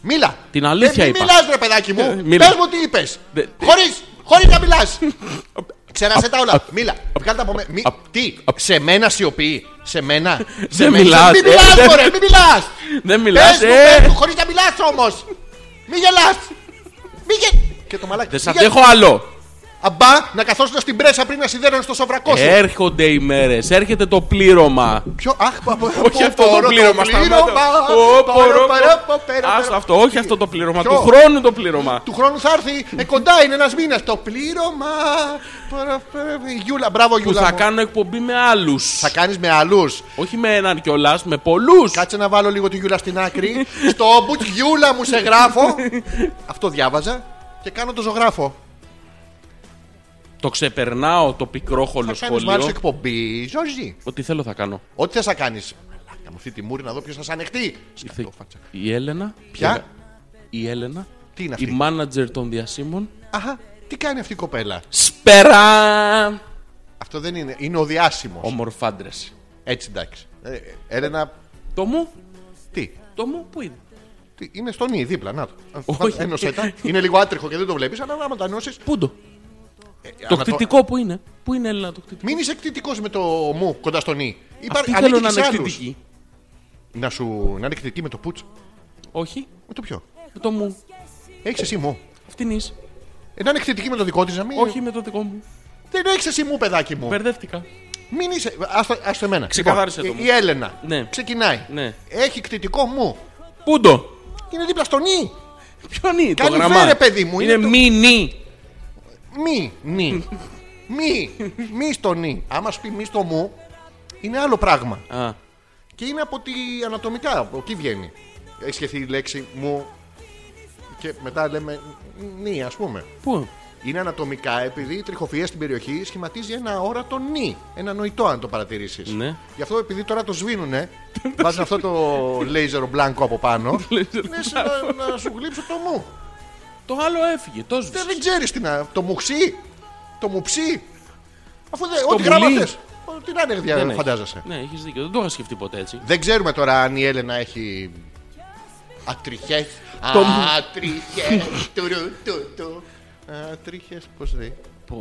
Speaker 2: Μίλα.
Speaker 1: Την αλήθεια
Speaker 2: ε, μη
Speaker 1: είπα.
Speaker 2: μιλάς, ρε παιδάκι μου.
Speaker 1: Μίλα.
Speaker 2: Πες μου τι είπες.
Speaker 1: Δε-
Speaker 2: Χωρίς χωρίς να μιλάς.
Speaker 1: *laughs*
Speaker 2: ξέρασε τα όλα. Μίλα. Βγάλε τα από μέ- μη- Τι, σε μένα σιωπή. Σε
Speaker 1: *laughs*
Speaker 2: μένα.
Speaker 1: Δεν
Speaker 2: μένα-
Speaker 1: μιλάς.
Speaker 2: Μη
Speaker 1: Ε,
Speaker 2: μιλάς,
Speaker 1: δεν-
Speaker 2: μωρέ, μη μιλάς.
Speaker 1: *laughs* Δεν μιλάς, ε.
Speaker 2: Πες μου, χωρίς να μιλάς όμως. Μη γελάς. Μη γε... Και το μαλάκι.
Speaker 1: Δεν σ'
Speaker 2: μη γε-
Speaker 1: αντέχω άλλο.
Speaker 2: Αμπά, να καθόσουν στην πρέσα πριν να σιδέρουν στο σοβρακό
Speaker 1: Ε.
Speaker 2: σου.
Speaker 1: Έρχονται οι μέρες, έρχεται το πλήρωμα.
Speaker 2: Ποιο, αχ, πα- πα-
Speaker 1: Όχι
Speaker 2: πα-
Speaker 1: αυτό
Speaker 2: πα-
Speaker 1: το πλήρωμα. σταμάτα.
Speaker 2: πλήρωμα,
Speaker 1: Ω,
Speaker 2: παρα-
Speaker 1: πορο, πορο.
Speaker 2: παρα- πα- πέρα-
Speaker 1: Άστο
Speaker 2: πέρα.
Speaker 1: αυτό, όχι αυτό το πλήρωμα.
Speaker 2: Ποιο?
Speaker 1: Του χρόνου το πλήρωμα.
Speaker 2: Του χρόνου θα έρθει, ε, κοντά είναι ένας μήνας. Το πλήρωμα. παρα- παρα- Η Γιούλα, μπράβο
Speaker 1: Που
Speaker 2: Γιούλα.
Speaker 1: θα
Speaker 2: μου.
Speaker 1: κάνω εκπομπή με άλλους.
Speaker 2: Θα κάνεις με αλλούς.
Speaker 1: Όχι με έναν κιόλας, με πολλούς.
Speaker 2: Κάτσε να βάλω λίγο τη Γιούλα στην άκρη. Στο μπουτ Γιούλα μου σε γράφω. Αυτό διάβαζα και κάνω το ζωγράφο.
Speaker 1: Το ξεπερνάω το πικρόχολο
Speaker 2: Θα κάνεις μάλιστα
Speaker 1: σχολείο.
Speaker 2: εκπομπή, Ζόρζι.
Speaker 1: Ό,τι θέλω θα κάνω.
Speaker 2: Ό,τι θες να κάνεις. Μαλάκα μου, αυτή τη μούρη να δω ποιος θα σε ανεχτεί.
Speaker 1: Ήρθε
Speaker 2: Σκατόφατσα.
Speaker 1: η Έλενα.
Speaker 2: Ποια?
Speaker 1: Η Έλενα.
Speaker 2: Τι είναι
Speaker 1: Η
Speaker 2: αυτή.
Speaker 1: μάνατζερ των διασύμων.
Speaker 2: Αχα, τι κάνει αυτή η κοπέλα.
Speaker 1: Σπερά!
Speaker 2: Αυτό δεν είναι. Είναι ο διάσημος.
Speaker 1: Ομορφάντρε.
Speaker 2: Έτσι εντάξει. Ε, Έλενα,
Speaker 1: Το μου,
Speaker 2: τι.
Speaker 1: το μου που είναι.
Speaker 2: τι, Είναι στον ή δίπλα, να το.
Speaker 1: Όχι.
Speaker 2: Ένωσε τα. Είναι λίγο άτριχο και δεν το βλέπεις, αλλά άμα τα νιώσει.
Speaker 1: Πού το. Το κτητικό που είναι. Πού είναι Έλενα το κτητικό.
Speaker 2: Μην είσαι εκτιτικό με το μου κοντά στον ή.
Speaker 1: Αυτή
Speaker 2: Υπάρχει
Speaker 1: θέλω να
Speaker 2: ανήκει
Speaker 1: είναι
Speaker 2: σε άλλους.
Speaker 1: εκτιτική.
Speaker 2: Να σου να είναι εκτιτική με το πουτ.
Speaker 1: Όχι,
Speaker 2: Με το ποιο.
Speaker 1: με το μου.
Speaker 2: Έχεις εσύ μου.
Speaker 1: Φτηνή.
Speaker 2: Ε, να είναι εκτιτική με το δικό της, να μην.
Speaker 1: Όχι με το δικό μου.
Speaker 2: Δεν έχεις εσύ μου, παιδάκι μου.
Speaker 1: Μπερδεύτηκα.
Speaker 2: Μην είσαι. Άστο, άστο εμένα.
Speaker 1: Ξεκαθάρισε
Speaker 2: Λοιπόν,
Speaker 1: το
Speaker 2: η-
Speaker 1: μου.
Speaker 2: Η Έλενα.
Speaker 1: Ναι.
Speaker 2: Ξεκινάει.
Speaker 1: Ναι.
Speaker 2: Έχει εκτιτικό μου.
Speaker 1: Πού το.
Speaker 2: Είναι δίπλα στον ή.
Speaker 1: Ποιο είναι το
Speaker 2: Κάνει
Speaker 1: γραμμά.
Speaker 2: φέρε, παιδί μου,
Speaker 1: Είναι
Speaker 2: είναι το-
Speaker 1: μινι.
Speaker 2: Μη,
Speaker 1: *laughs*
Speaker 2: νη. Μη, μη στο νη. Άμα σου πει μη στο μου, είναι άλλο πράγμα.
Speaker 1: Α,
Speaker 2: Και είναι από τη ανατομικά, από εκεί βγαίνει. Έχεις σκεφτεί η λέξη μου και μετά λέμε νη, ας πούμε.
Speaker 1: πού.
Speaker 2: Είναι ανατομικά επειδή η τριχοφυΐα στην περιοχή σχηματίζει ένα όρατο νη. Ένα νοητό, αν το παρατηρήσεις.
Speaker 1: Ναι.
Speaker 2: Γι' αυτό επειδή τώρα το
Speaker 1: *laughs*
Speaker 2: σβήνουνε, βάζουν αυτό το λέιζερο μπλάνκο από πάνω.
Speaker 1: *laughs*
Speaker 2: λες να, να σου γλύψω το μου.
Speaker 1: Το άλλο έφυγε. Το
Speaker 2: Δεν,
Speaker 1: σβήσε.
Speaker 2: δεν ξέρεις τι να. Το μουξί, το μουψί. Αφού δεν.
Speaker 1: Το
Speaker 2: Ό,τι γράμμα
Speaker 1: μουλί.
Speaker 2: θες. Ό, Τι να είναι,
Speaker 1: Δεν
Speaker 2: δια-
Speaker 1: έχει.
Speaker 2: φαντάζεσαι.
Speaker 1: Ναι, έχεις δίκιο. Δεν το είχα σκεφτεί ποτέ έτσι.
Speaker 2: Δεν ξέρουμε τώρα αν η Έλενα έχει. Ατριχές.
Speaker 1: Το μου.
Speaker 2: Ατριχές. Τουρου, του, του. Ατριχές. Πώς λέει.
Speaker 1: Πω.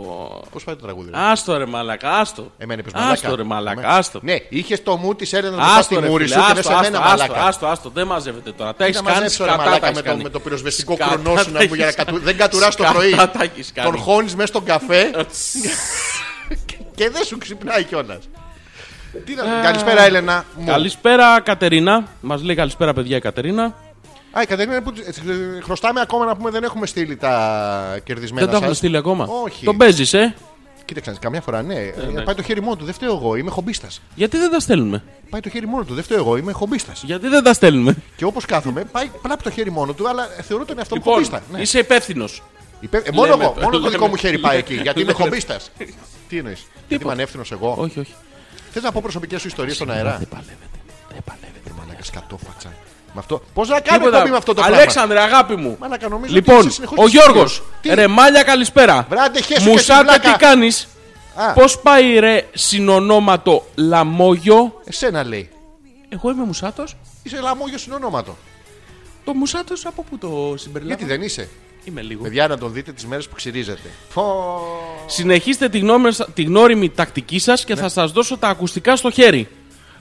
Speaker 2: Πώ πάει το τραγούδι. ρε.
Speaker 1: Άστο ρε μαλακά, άστο.
Speaker 2: Εμένα είπες μαλάκα.
Speaker 1: Άστο ρε
Speaker 2: Εμένα.
Speaker 1: μαλακά, άστο.
Speaker 2: Ναι, είχες το μου της Έλενα να
Speaker 1: Άστο
Speaker 2: στη
Speaker 1: ρε
Speaker 2: μούρη
Speaker 1: φίλε,
Speaker 2: σου και λες
Speaker 1: άστο, άστο,
Speaker 2: εμένα
Speaker 1: άστο,
Speaker 2: μαλάκα.
Speaker 1: άστο, άστο, δεν μαζεύεται τώρα. Τα
Speaker 2: Να
Speaker 1: έχεις κάνει
Speaker 2: μαζέψω ρε
Speaker 1: σκατά, τα
Speaker 2: μαλάκα
Speaker 1: έχεις
Speaker 2: με το,
Speaker 1: κάνει.
Speaker 2: με το πυροσβεστικό
Speaker 1: Σκατά
Speaker 2: κρονό
Speaker 1: τα
Speaker 2: σου να που για να
Speaker 1: έχεις
Speaker 2: κατου...
Speaker 1: κάνει.
Speaker 2: δεν κατουράς το
Speaker 1: Σκατά
Speaker 2: πρωί.
Speaker 1: τα έχεις
Speaker 2: Τον
Speaker 1: κάνει.
Speaker 2: χώνεις μέσα στον
Speaker 1: *laughs*
Speaker 2: καφέ και δεν σου ξυπνάει κιόλας. Τι να... Καλησπέρα Έλενα. μου.
Speaker 1: Καλησπέρα Κατερίνα. Μας λέει καλησπέρα παιδιά η Κατερίνα.
Speaker 2: Α, η Κατερίνα που της- ε, χρωστάμε ακόμα να πούμε δεν έχουμε στείλει τα κερδισμένα
Speaker 1: Δεν τα έχουμε
Speaker 2: σας.
Speaker 1: στείλει ακόμα.
Speaker 2: Όχι.
Speaker 1: Τον παίζεις, ε.
Speaker 2: Κοίταξε, καμιά φορά ναι. Ε, Πάει το χέρι μόνο του, δεν φταίω εγώ, είμαι χομπίστας.
Speaker 1: Γιατί δεν τα στέλνουμε.
Speaker 2: Πάει το χέρι μόνο του, δεν φταίω εγώ, είμαι χομπίστας.
Speaker 1: Γιατί δεν τα στέλνουμε.
Speaker 2: Και όπως κάθομαι, πάει πλάπ το χέρι μόνο του, αλλά θεωρώ τον εαυτό μου
Speaker 1: Λοιπόν,
Speaker 2: χομπίστα. Ναι.
Speaker 1: είσαι υπεύθυνος.
Speaker 2: Υπέ- ε, μόνο
Speaker 1: Λέμε
Speaker 2: εγώ,
Speaker 1: το,
Speaker 2: μόνο το
Speaker 1: λέμε,
Speaker 2: δικό μου χέρι πάει
Speaker 1: λέμε,
Speaker 2: εκεί, γιατί είμαι
Speaker 1: λέμε.
Speaker 2: χομπίστας. Τι εννοείς, Γιατί είμαι ανεύθυνος εγώ.
Speaker 1: Όχι, όχι.
Speaker 2: Θες να πω προσωπικές σου ιστορίες στον αερά.
Speaker 1: Δεν παλεύετε. Δεν παλεύετε.
Speaker 2: Μαλάκα σκατόφατσα. Με αυτό. Πώς να κάνω εκπομπή με αυτό το πράγμα.
Speaker 1: Αλέξανδρε, αγάπη μου.
Speaker 2: Μαλάκα, νομίζω ότι
Speaker 1: Λοιπόν,
Speaker 2: είσαι συνεχώς
Speaker 1: ο
Speaker 2: στο
Speaker 1: Γιώργο.
Speaker 2: στούντιο. Τι?
Speaker 1: Ρε Μάλια, καλησπέρα.
Speaker 2: Βρε, άντε, χέσου και στη
Speaker 1: Μουσάτα,
Speaker 2: βλάκα.
Speaker 1: τι κάνεις.
Speaker 2: Α.
Speaker 1: Πώς πάει ρε συνονόματο λαμόγιο.
Speaker 2: Εσένα λέει.
Speaker 1: Εγώ είμαι Μουσάτος.
Speaker 2: Είσαι λαμόγιο συνονόματο.
Speaker 1: Το Μουσάτος από πού το συμπεριλάβω.
Speaker 2: Γιατί δεν είσαι.
Speaker 1: Είμαι λίγο.
Speaker 2: Παιδιά, να τον δείτε τις μέρες που ξυρίζετε. Φω.
Speaker 1: Συνεχίστε τη, γνώμη, σας- τη γνώριμη τακτική σας
Speaker 2: Ναι.
Speaker 1: και θα σας δώσω τα ακουστικά στο χέρι.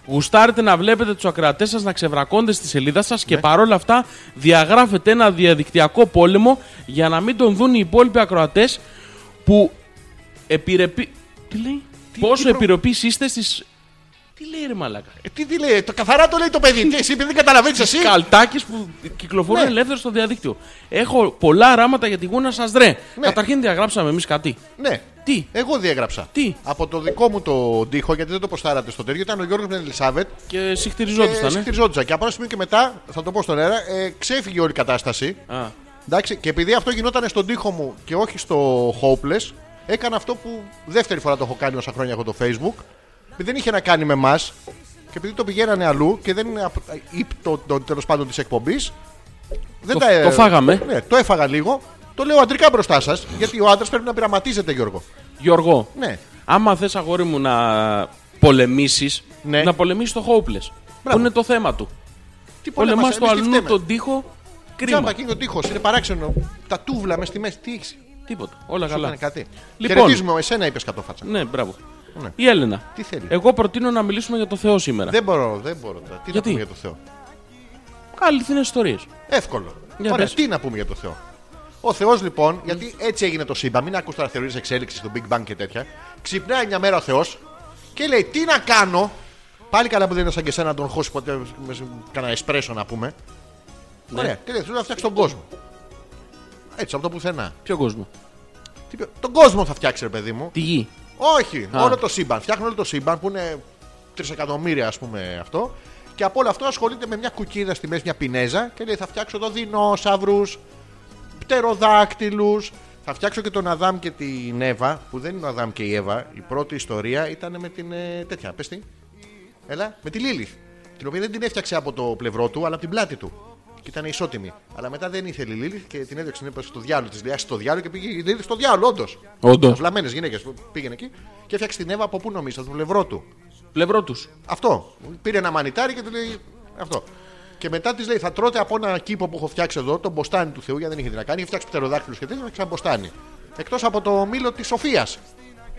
Speaker 1: Γουστάρετε να βλέπετε τους ακρατέ σας να ξεβρακώνται στη σελίδα σας
Speaker 2: Ναι.
Speaker 1: και παρόλα αυτά διαγράφετε ένα διαδικτυακό πόλεμο για να μην τον δουν οι υπόλοιποι ακροατές που επιρρεπεί. Τι λέει?
Speaker 2: Τι-
Speaker 1: Πόσο
Speaker 2: τι προ-
Speaker 1: επιρροπής είστε στις. Τι λέει ρε μαλάκα.
Speaker 2: Ε, Τι, τι λέει, το καθαρά το λέει το παιδί. Τι, εσύ επειδή δεν καταλαβαίνεις εσύ.
Speaker 1: Καλτάκε που κυκλοφορούν
Speaker 2: Ναι.
Speaker 1: ελεύθερα στο διαδίκτυο. Έχω πολλά ράματα για τη γούνα σας, ρε.
Speaker 2: Ναι.
Speaker 1: Καταρχήν διαγράψαμε εμείς κάτι.
Speaker 2: Ναι.
Speaker 1: Τι.
Speaker 2: Εγώ διέγραψα.
Speaker 1: Τι?
Speaker 2: Από το δικό μου το τοίχο, γιατί δεν το προστάρατε στο τέτοιο, ήταν ο Γιώργος με την Ελισάβετ.
Speaker 1: Και
Speaker 2: Και
Speaker 1: συχτηριζόντουσαν. Ε,
Speaker 2: συχτιριζόντουσαν. Και από ένα σημείο και μετά, θα το πω στον αέρα, ε, ξέφυγε όλη η κατάσταση.
Speaker 1: Α.
Speaker 2: Εντάξει, και επειδή αυτό γινόταν στον τοίχο μου και όχι στο Hopeless, έκανα αυτό που δεύτερη φορά το έχω κάνει όσα χρόνια έχω το Facebook. Επειδή δεν είχε να κάνει με εμάς και επειδή το πηγαίνανε αλλού και δεν είναι απ- ύπτο το τέλος πάντων της εκπομπής. Δεν
Speaker 1: Το- το φάγαμε.
Speaker 2: Ναι, το έφαγα λίγο. Το λέω αντρικά μπροστά σας, γιατί ο άντρας πρέπει να πειραματίζεται, Γιώργο.
Speaker 1: Γιώργο,
Speaker 2: Ναι.
Speaker 1: άμα θες αγόρι μου να πολεμήσεις,
Speaker 2: Ναι.
Speaker 1: να πολεμήσεις το Hopeless. Που είναι το θέμα του.
Speaker 2: Τι
Speaker 1: Πολεμάς
Speaker 2: πολεμάς,
Speaker 1: το
Speaker 2: εμείς τι
Speaker 1: αλλού
Speaker 2: φταίμε.
Speaker 1: τον τοίχο.
Speaker 2: Τζάμπα
Speaker 1: Κρίμα.
Speaker 2: εκείνο ο τείχο, είναι παράξενο. Τα τούβλα μες στη μέση, τι έχεις.
Speaker 1: Τίποτα. Όλα
Speaker 2: Σου έκανε
Speaker 1: καλά.
Speaker 2: κάτι.
Speaker 1: Λοιπόν.
Speaker 2: Χαιρετίζουμε, εσένα είπες κατόφατσα.
Speaker 1: Ναι, μπράβο.
Speaker 2: Ναι.
Speaker 1: Η Έλενα.
Speaker 2: Τι θέλει?
Speaker 1: Εγώ προτείνω να μιλήσουμε για το Θεό σήμερα.
Speaker 2: Δεν μπορώ, δεν μπορώ. τώρα. Τι να
Speaker 1: Γιατί?
Speaker 2: πούμε για το Θεό.
Speaker 1: Αληθινέ ιστορίες.
Speaker 2: Εύκολο.
Speaker 1: Για
Speaker 2: Ωραία,
Speaker 1: πες.
Speaker 2: τι να πούμε για το Θεό. Ο Θεός λοιπόν, γιατί έτσι έγινε το σύμπαν, μην ακούς τώρα θεωρίες εξέλιξης του Big Bang και τέτοια. Ξυπνάει μια μέρα ο Θεός και λέει: Τι να κάνω. Πάλι καλά που δεν είναι σαν και εσένα να τον χώσεις ποτέ μες σ- κανένα εσπρέσο να πούμε.
Speaker 1: Ναι.
Speaker 2: Ωραία, τι λέει, θέλω να φτιάξεις τον κόσμο. Έτσι, από το πουθενά.
Speaker 1: Ποιο κόσμο.
Speaker 2: Τι πει- Τον κόσμο θα φτιάξει, ρε παιδί μου.
Speaker 1: Τη γη.
Speaker 2: Όχι,
Speaker 1: Α.
Speaker 2: όλο το σύμπαν. Φτιάχνει όλο το σύμπαν που είναι τρισεκατομμύρια, ας πούμε αυτό. Και από όλο αυτό ασχολείται με μια κουκίδα στη μέση, μια πινέζα και λέει: Θα φτιάξω εδώ δεινόσαυρους, πτεροδάκτυλους. Θα φτιάξω και τον Αδάμ και την Εύα, που δεν είναι ο Αδάμ και η Εύα. Η πρώτη ιστορία ήταν με την. ε, τέτοια, πες τι. Έλα, με τη Λίλιθ. Την οποία δεν την έφτιαξε από το πλευρό του, αλλά από την πλάτη του. Και ήταν ισότιμη. Αλλά μετά δεν ήθελε η Λίλιθ και την έδιωξε. Την έπεσε στο διάλογο της. Λέει: «Ας στο διάλογο και πήγε η Λίλιθ στο διάλογο, όντως.
Speaker 1: Όντως.
Speaker 2: Βλαμμένες γυναίκες που πήγαινε εκεί και έφτιαξε την Εύα από πού νομίζεις, από το πλευρό του.
Speaker 1: Πλευρό τους.
Speaker 2: Αυτό. Πήρε ένα μανιτάρι και του λέει αυτό. Και μετά της λέει: Θα τρώτε από ένα κήπο που έχω φτιάξει εδώ, τον μποστάνι του Θεού, γιατί δεν είχε τι να κάνει. Είχε φτιάξει πτεροδάκτυλου και τέτοια, σαν μποστάνι. Εκτός από το μήλο της Σοφίας.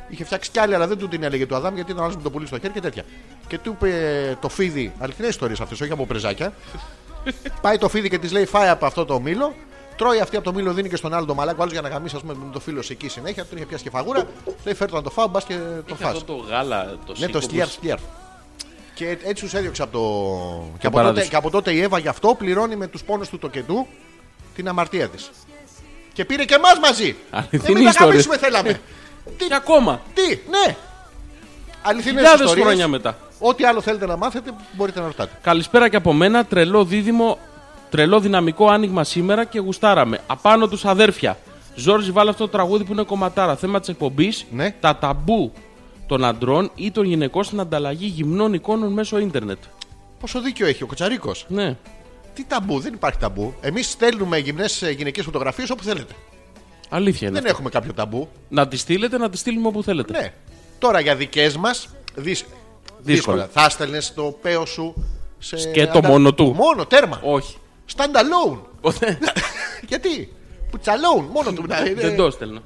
Speaker 2: Είχε φτιάξει κι άλλη, αλλά δεν του την έλεγε του Αδάμ, γιατί ήταν άλλος με το πουλί στο χέρι και τέτοια. Και του είπε το φίδι, αληθινές ιστορίες αυτές, όχι από πρεζάκια. Πάει το φίδι και της λέει: Φάει από αυτό το μήλο. Τρώει αυτή από το μήλο, δίνει και στον άλλο το μαλάκο. Άλλος για να γαμίσει, ας πούμε, με το φίλο σε εκεί συνέχεια. Τον είχε πιάσει και φαγούρα. Λέει: Φέρτο να το φάω, μπας και το
Speaker 1: Είχε
Speaker 2: φας.
Speaker 1: αυτό το γάλα, το
Speaker 2: Ναι,
Speaker 1: σίκο
Speaker 2: το
Speaker 1: που-
Speaker 2: Στιέρ Στιέρ. Και έτσι τους έδιωξε από το. Και από,
Speaker 1: παράδεισο.
Speaker 2: τότε, και από τότε η Εύα γι' αυτό πληρώνει με τους πόνους του τοκετού την αμαρτία της. Και πήρε και εμάς μαζί.
Speaker 1: Αληθινή
Speaker 2: Εμείς να
Speaker 1: ιστορία.
Speaker 2: γαμίσουμε
Speaker 1: *laughs*
Speaker 2: θέλαμε. τι,
Speaker 1: Και ακόμα.
Speaker 2: τι, ναι. Αληθινές
Speaker 1: Χιλιάδες χρόνια μετά.
Speaker 2: Ό,τι άλλο θέλετε να μάθετε, μπορείτε να ρωτάτε.
Speaker 1: Καλησπέρα και από μένα. Τρελό δίδυμο, τρελό δυναμικό άνοιγμα σήμερα και γουστάραμε. Απάνω τους αδέρφια. Ζόρζι, βάλε αυτό το τραγούδι που είναι κομματάρα. Θέμα της εκπομπής.
Speaker 2: Ναι.
Speaker 1: Τα ταμπού των αντρών ή των γυναικών στην ανταλλαγή γυμνών εικόνων μέσω ίντερνετ.
Speaker 2: Πόσο δίκιο έχει ο Κοτσαρίκος.
Speaker 1: Ναι.
Speaker 2: Τι ταμπού, δεν υπάρχει ταμπού. Εμείς στέλνουμε γυμνές γυναικές φωτογραφίες όπου θέλετε.
Speaker 1: Αλήθεια είναι.
Speaker 2: Δεν έχουμε κάποιο ταμπού.
Speaker 1: Να τη στείλετε, να τη στείλουμε όπου θέλετε.
Speaker 2: Ναι. Τώρα για δικές μας. Δύσκολα. Θα έστελνε το παίο σου. Σε
Speaker 1: Σκέτο μόνο του.
Speaker 2: Μόνο, τέρμα.
Speaker 1: Όχι.
Speaker 2: Stand alone.
Speaker 1: Ποτέ. *laughs*
Speaker 2: Γιατί. Puts alone, μόνο του. να Ναι, είναι-
Speaker 1: Ναι, Δεν το έστελνα.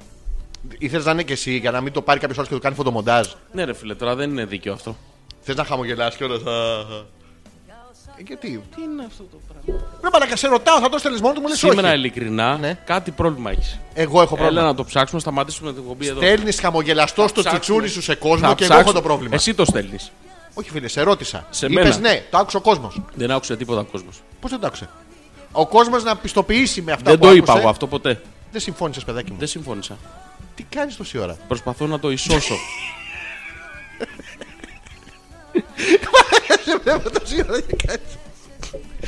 Speaker 2: Ήθελες να είναι και εσύ για να μην το πάρει κάποιος άλλος και το κάνει φωτομοντάζ.
Speaker 1: Ναι, ρε φίλε, τώρα δεν είναι δίκαιο αυτό.
Speaker 2: Θες να χαμογελάς κιόλας. Ε, Γιατί.
Speaker 1: Τι είναι αυτό το πράγμα.
Speaker 2: Πρέπει να σε ρωτάω, θα το στέλνεις μόνο του, μου λες όχι.
Speaker 1: Σήμερα, ειλικρινά,
Speaker 2: Ναι.
Speaker 1: κάτι πρόβλημα έχεις.
Speaker 2: Εγώ έχω
Speaker 1: Έλα
Speaker 2: πρόβλημα.
Speaker 1: να το ψάξουμε, σταματήσουμε την κομπή εδώ.
Speaker 2: Στέλνεις χαμογελαστό
Speaker 1: Θα
Speaker 2: στο
Speaker 1: ψάξουμε.
Speaker 2: τσιτσούνι σου σε
Speaker 1: Θα
Speaker 2: κόσμο και εγώ
Speaker 1: ψάξω-
Speaker 2: έχω το πρόβλημα.
Speaker 1: Εσύ το στέλνεις.
Speaker 2: Όχι φίλε, σε ρώτησα.
Speaker 1: Σε
Speaker 2: Είπες
Speaker 1: μένα.
Speaker 2: ναι, το άκουσε ο κόσμος.
Speaker 1: Δεν άκουσε τίποτα ο κόσμος.
Speaker 2: Πώς δεν το άκουσε. Ο κόσμος να πιστοποιήσει με αυτά
Speaker 1: Δεν
Speaker 2: που
Speaker 1: το είπα
Speaker 2: άκουσε.
Speaker 1: εγώ αυτό ποτέ.
Speaker 2: Δεν συμφώνησες, παιδάκι μου.
Speaker 1: Δεν συμφώνησα.
Speaker 2: Τι κάνεις τόση ώρα. *laughs*
Speaker 1: Προσπαθώ να το ισώσω.
Speaker 2: Σε βλέπω τόση ώρα και κάνεις.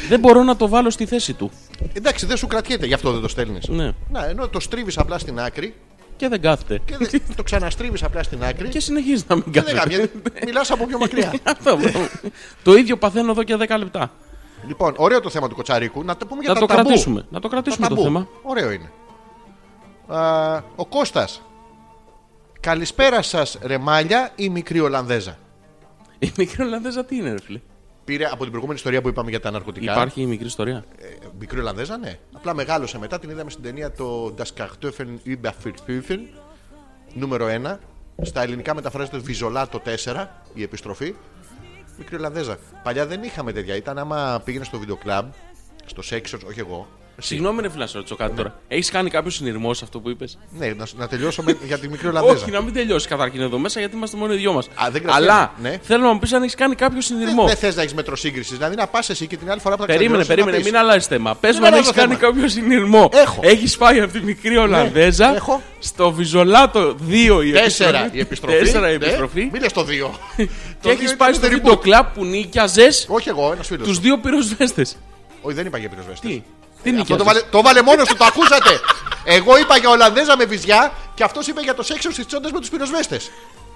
Speaker 1: δεν μπορώ να το βάλω στη θέση του.
Speaker 2: Εντάξει, δεν σου κρατιέται, γι' αυτό δεν το στέλνεις.
Speaker 1: Ναι.
Speaker 2: Να, ενώ το στρίβεις απλά στην άκρη
Speaker 1: Και δεν κάθεται.
Speaker 2: και
Speaker 1: *laughs*
Speaker 2: δεν- το ξαναστρίβει απλά στην άκρη.
Speaker 1: Και συνεχίζει να μην
Speaker 2: και δεν
Speaker 1: κάθεται.
Speaker 2: Μιλάς από πιο μακριά.
Speaker 1: *laughs* Αυτό, μπράβο. το ίδιο παθαίνω εδώ και 10 λεπτά.
Speaker 2: λοιπόν, ωραίο το θέμα του Κοτσαρίκου. Να το πούμε για
Speaker 1: Να
Speaker 2: τα
Speaker 1: το
Speaker 2: ταμπού.
Speaker 1: κρατήσουμε. Να το
Speaker 2: Τα
Speaker 1: κρατήσουμε το
Speaker 2: ταμπού.
Speaker 1: θέμα.
Speaker 2: Ωραίο είναι. Α, ο Κώστας Καλησπέρα σας ρε Μάλια, η μικρή Ολλανδέζα.
Speaker 1: Η μικρή Ολλανδέζα τι είναι, ρε φίλε.
Speaker 2: Πήρε από την προηγούμενη ιστορία που είπαμε για τα ναρκωτικά.
Speaker 1: Υπάρχει η μικρή ιστορία.
Speaker 2: Ε, Μικρή Ολλανδέζα, ναι. Απλά μεγάλωσε μετά, την είδαμε στην ταινία το Das Kartoffeln über Verfüfen, νούμερο 1. Στα ελληνικά μεταφράζεται Βιζολά το 4, η επιστροφή. Μικρή Ολλανδέζα. Παλιά δεν είχαμε τέτοια. Ήταν άμα πήγαινε στο βίντεο κλαμπ, στο σεξ, όχι εγώ.
Speaker 1: Συγγνώμη, ρε φίλε, να σε ρωτήσω κάτι τώρα. Έχεις κάνει κάποιο συνειρμό σε αυτό που είπες.
Speaker 2: Ναι, να, να τελειώσω με- για τη μικρή Ολλανδέζα.
Speaker 1: Όχι, να μην τελειώσει καταρχήν εδώ μέσα γιατί είμαστε μόνο οι δυο μας.
Speaker 2: Α, δεν κρατάει.
Speaker 1: Αλλά
Speaker 2: Ναι.
Speaker 1: θέλω να μου πεις αν έχεις κάνει κάποιο
Speaker 2: Δεν-
Speaker 1: συνειρμό.
Speaker 2: Δεν θες να έχεις μέτρο σύγκριση. Δηλαδή να πας εσύ και την άλλη φορά που θα
Speaker 1: Περίμενε,
Speaker 2: ξαντρώσεις να
Speaker 1: περίμενε,
Speaker 2: πεις.
Speaker 1: μην αλλάζεις θέμα. Πες μου αν
Speaker 2: αλλάζω
Speaker 1: έχεις
Speaker 2: θέμα.
Speaker 1: κάνει κάποιο συνειρμό.
Speaker 2: Έχω. Ναι,
Speaker 1: Έχει πάει από τη μικρή Ολλανδέζα
Speaker 2: έχω.
Speaker 1: στο Βιζολάτο 2 η
Speaker 2: Τέσσερα η επιστροφή.
Speaker 1: Τέσσερα η
Speaker 2: Ναι.
Speaker 1: επιστροφή.
Speaker 2: Μην λες το δύο.
Speaker 1: Και έχει πάει στο
Speaker 2: βίντεο
Speaker 1: βίντεο κλαπ που νίκιαζες
Speaker 2: Όχι εγώ, ένας φίλος.
Speaker 1: τους δύο πυροσβέστες.
Speaker 2: Όχι, δεν είπα για πυροσβέστες.
Speaker 1: Τι, τι
Speaker 2: Ε, Αυτό το
Speaker 1: νίκιαζε.
Speaker 2: βάλε, το βάλε μόνος του, το ακούσατε. Εγώ είπα για Ολλανδέζα με βυζιά και αυτός είπε για το σεξο στις τσόντες με τους πυροσβέστες.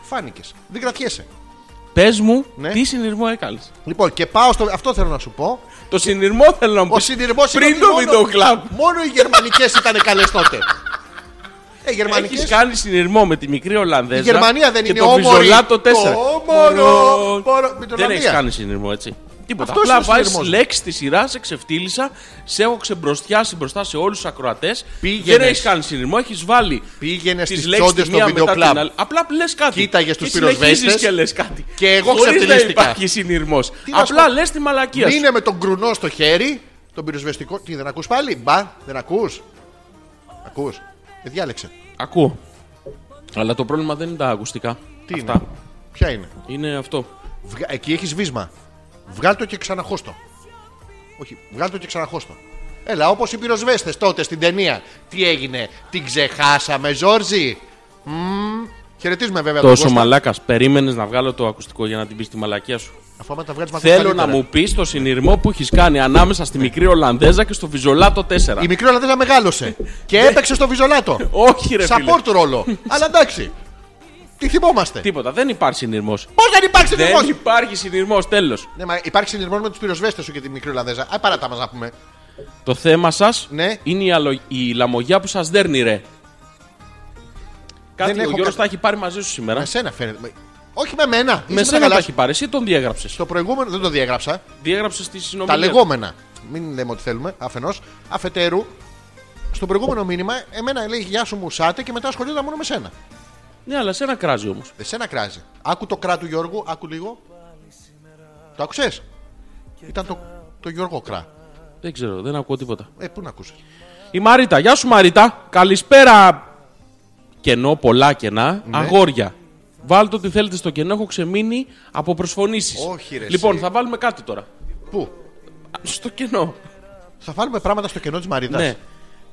Speaker 2: Φάνηκες. Δεν κρατιέσαι.
Speaker 1: Πες μου
Speaker 2: Ναι.
Speaker 1: τι συνειρμό έκανε.
Speaker 2: Λοιπόν, και πάω στο. Αυτό θέλω να σου πω.
Speaker 1: Το συνειρμό θέλω να μου
Speaker 2: Ο
Speaker 1: πεις.
Speaker 2: συνειρμός
Speaker 1: Πριν το βίντεο κλαμπ.
Speaker 2: Μόνο οι γερμανικές ήταν καλές τότε. Ε, γερμανικές.
Speaker 1: Έχεις κάνει συνειρμό με τη μικρή Ολλανδέζα.
Speaker 2: Η Γερμανία δεν
Speaker 1: και
Speaker 2: είναι
Speaker 1: το
Speaker 2: όμορφη.
Speaker 1: Βιζολάτο 4.
Speaker 2: Το όμορφο, πόρο- με την
Speaker 1: Δεν
Speaker 2: Ολλανδία.
Speaker 1: έχεις κάνει συνειρμό, έτσι. Τίποτα.
Speaker 2: Αυτός
Speaker 1: Απλά
Speaker 2: είναι ο
Speaker 1: πάει
Speaker 2: συνειρμός.
Speaker 1: λέξη τη σειρά, σε ξεφτύλισα, σε έχω ξεμπροστιάσει μπροστά σε όλους τους ακροατές.
Speaker 2: Πήγαινες.
Speaker 1: Δεν έχεις κάνει συνειρμό, έχεις βάλει.
Speaker 2: Πήγαινες
Speaker 1: τις
Speaker 2: στις
Speaker 1: λέξεις
Speaker 2: τσόντες
Speaker 1: τη
Speaker 2: στο
Speaker 1: μία
Speaker 2: βίντεο
Speaker 1: μετά την
Speaker 2: κλαμπ.
Speaker 1: άλλη. Απλά λες κάτι.
Speaker 2: Κοίταγες
Speaker 1: Και
Speaker 2: τους
Speaker 1: συνεχίζεις
Speaker 2: πυροσβέστες
Speaker 1: και λες κάτι.
Speaker 2: και εγώ
Speaker 1: Χωρίς
Speaker 2: ξεφτυλίστηκα.
Speaker 1: Δεν υπάρχει συνειρμός.
Speaker 2: να σου
Speaker 1: Απλά
Speaker 2: πω.
Speaker 1: λες τη μαλακία. σου.
Speaker 2: Μείνε με τον κρουνό στο χέρι, τον πυροσβεστικό. Τι δεν ακούς πάλι, μπα, δεν ακούς Ακούς, Ε, διάλεξε.
Speaker 1: Ακούω. Αλλά το πρόβλημα δεν είναι τα ακουστικά.
Speaker 2: Τι
Speaker 1: Αυτά.
Speaker 2: είναι, ποια είναι.
Speaker 1: Είναι αυτό.
Speaker 2: Βγα- Εκεί έχεις βίσμα. Βγάλ το και ξαναχώστο. Όχι, βγάλ το και ξαναχώστο. Έλα, όπως οι πυροσβέστες τότε στην ταινία. Τι έγινε, την ξεχάσαμε, Ζόρζι. Μμμ. Χαιρετίζουμε βέβαια τον
Speaker 1: Τόσο
Speaker 2: Κώστα.
Speaker 1: μαλάκας, περίμενες να βγάλω το ακουστικό για να την πεις τη μαλακία σου.
Speaker 2: Αφού άμα τα βγάζεις μαζί
Speaker 1: Θέλω
Speaker 2: καλύτερα.
Speaker 1: να μου πεις το συνειρμό που έχεις κάνει ανάμεσα στη μικρή Ολλανδέζα και στο Βιζολάτο 4.
Speaker 2: Η μικρή Ολλανδέζα μεγάλωσε και έπαιξε στο Βιζολάτο.
Speaker 1: Ναι. *laughs* Όχι, ρε φίλε.
Speaker 2: Support ρόλο. Αλλά εντάξει. Τι θυμόμαστε.
Speaker 1: Τίποτα, δεν υπάρχει συνειρμός.
Speaker 2: Πώς δεν υπάρχει συνειρμό.
Speaker 1: Δεν υπάρχει συνειρμός, τέλος.
Speaker 2: Ναι, μα υπάρχει συνειρμός με τους πυροσβέστες σου και τη μικρή Ολλανδέζα. Α, παρά τα μας να πούμε.
Speaker 1: Το θέμα σας
Speaker 2: Ναι.
Speaker 1: είναι η, αλο... η λαμογιά που σας δέρνει, ρε. Κάτι
Speaker 2: Δεν
Speaker 1: ο
Speaker 2: έχω
Speaker 1: Γιώργο
Speaker 2: κα-
Speaker 1: τα έχει πάρει μαζί σου σήμερα.
Speaker 2: Με σένα φαίνεται. Με- Όχι με μένα. Είσαι
Speaker 1: Με σένα τα
Speaker 2: τα καλά
Speaker 1: έχει πάρει, εσύ τον διέγραψες.
Speaker 2: σου. Το προηγούμενο δεν το διέγραψα.
Speaker 1: Διέγραψες τη συνομιλία.
Speaker 2: Τα λεγόμενα. Μην λέμε ότι θέλουμε. Αφενός. Αφετέρου. Στο προηγούμενο μήνυμα, εμένα λέει Γεια σου Μουσάτε και μετά ασχολιόταν μόνο με σένα.
Speaker 1: Ναι, αλλά σένα κράζει όμως.
Speaker 2: Εσένα κράζει. Άκου το κρά του Γιώργου, άκου λίγο. Το άκουσες. Ήταν το, το Γιώργο κρά.
Speaker 1: Δεν ξέρω, δεν ακούω τίποτα.
Speaker 2: Ε, πού να ακούσεις.
Speaker 1: Η Μαρίτα, γεια σου Μαρίτα. Καλησπέρα. Κενό, πολλά κενά.
Speaker 2: Ναι.
Speaker 1: Αγόρια. Βάλτε ό,τι θέλετε στο κενό, έχω ξεμείνει από προσφωνήσεις.
Speaker 2: Όχι, ρε,
Speaker 1: Λοιπόν,
Speaker 2: εσύ.
Speaker 1: θα βάλουμε κάτι τώρα.
Speaker 2: Πού.
Speaker 1: Α, Στο κενό.
Speaker 2: Θα βάλουμε πράγματα στο κενό της Μαρίδα.
Speaker 1: Ναι.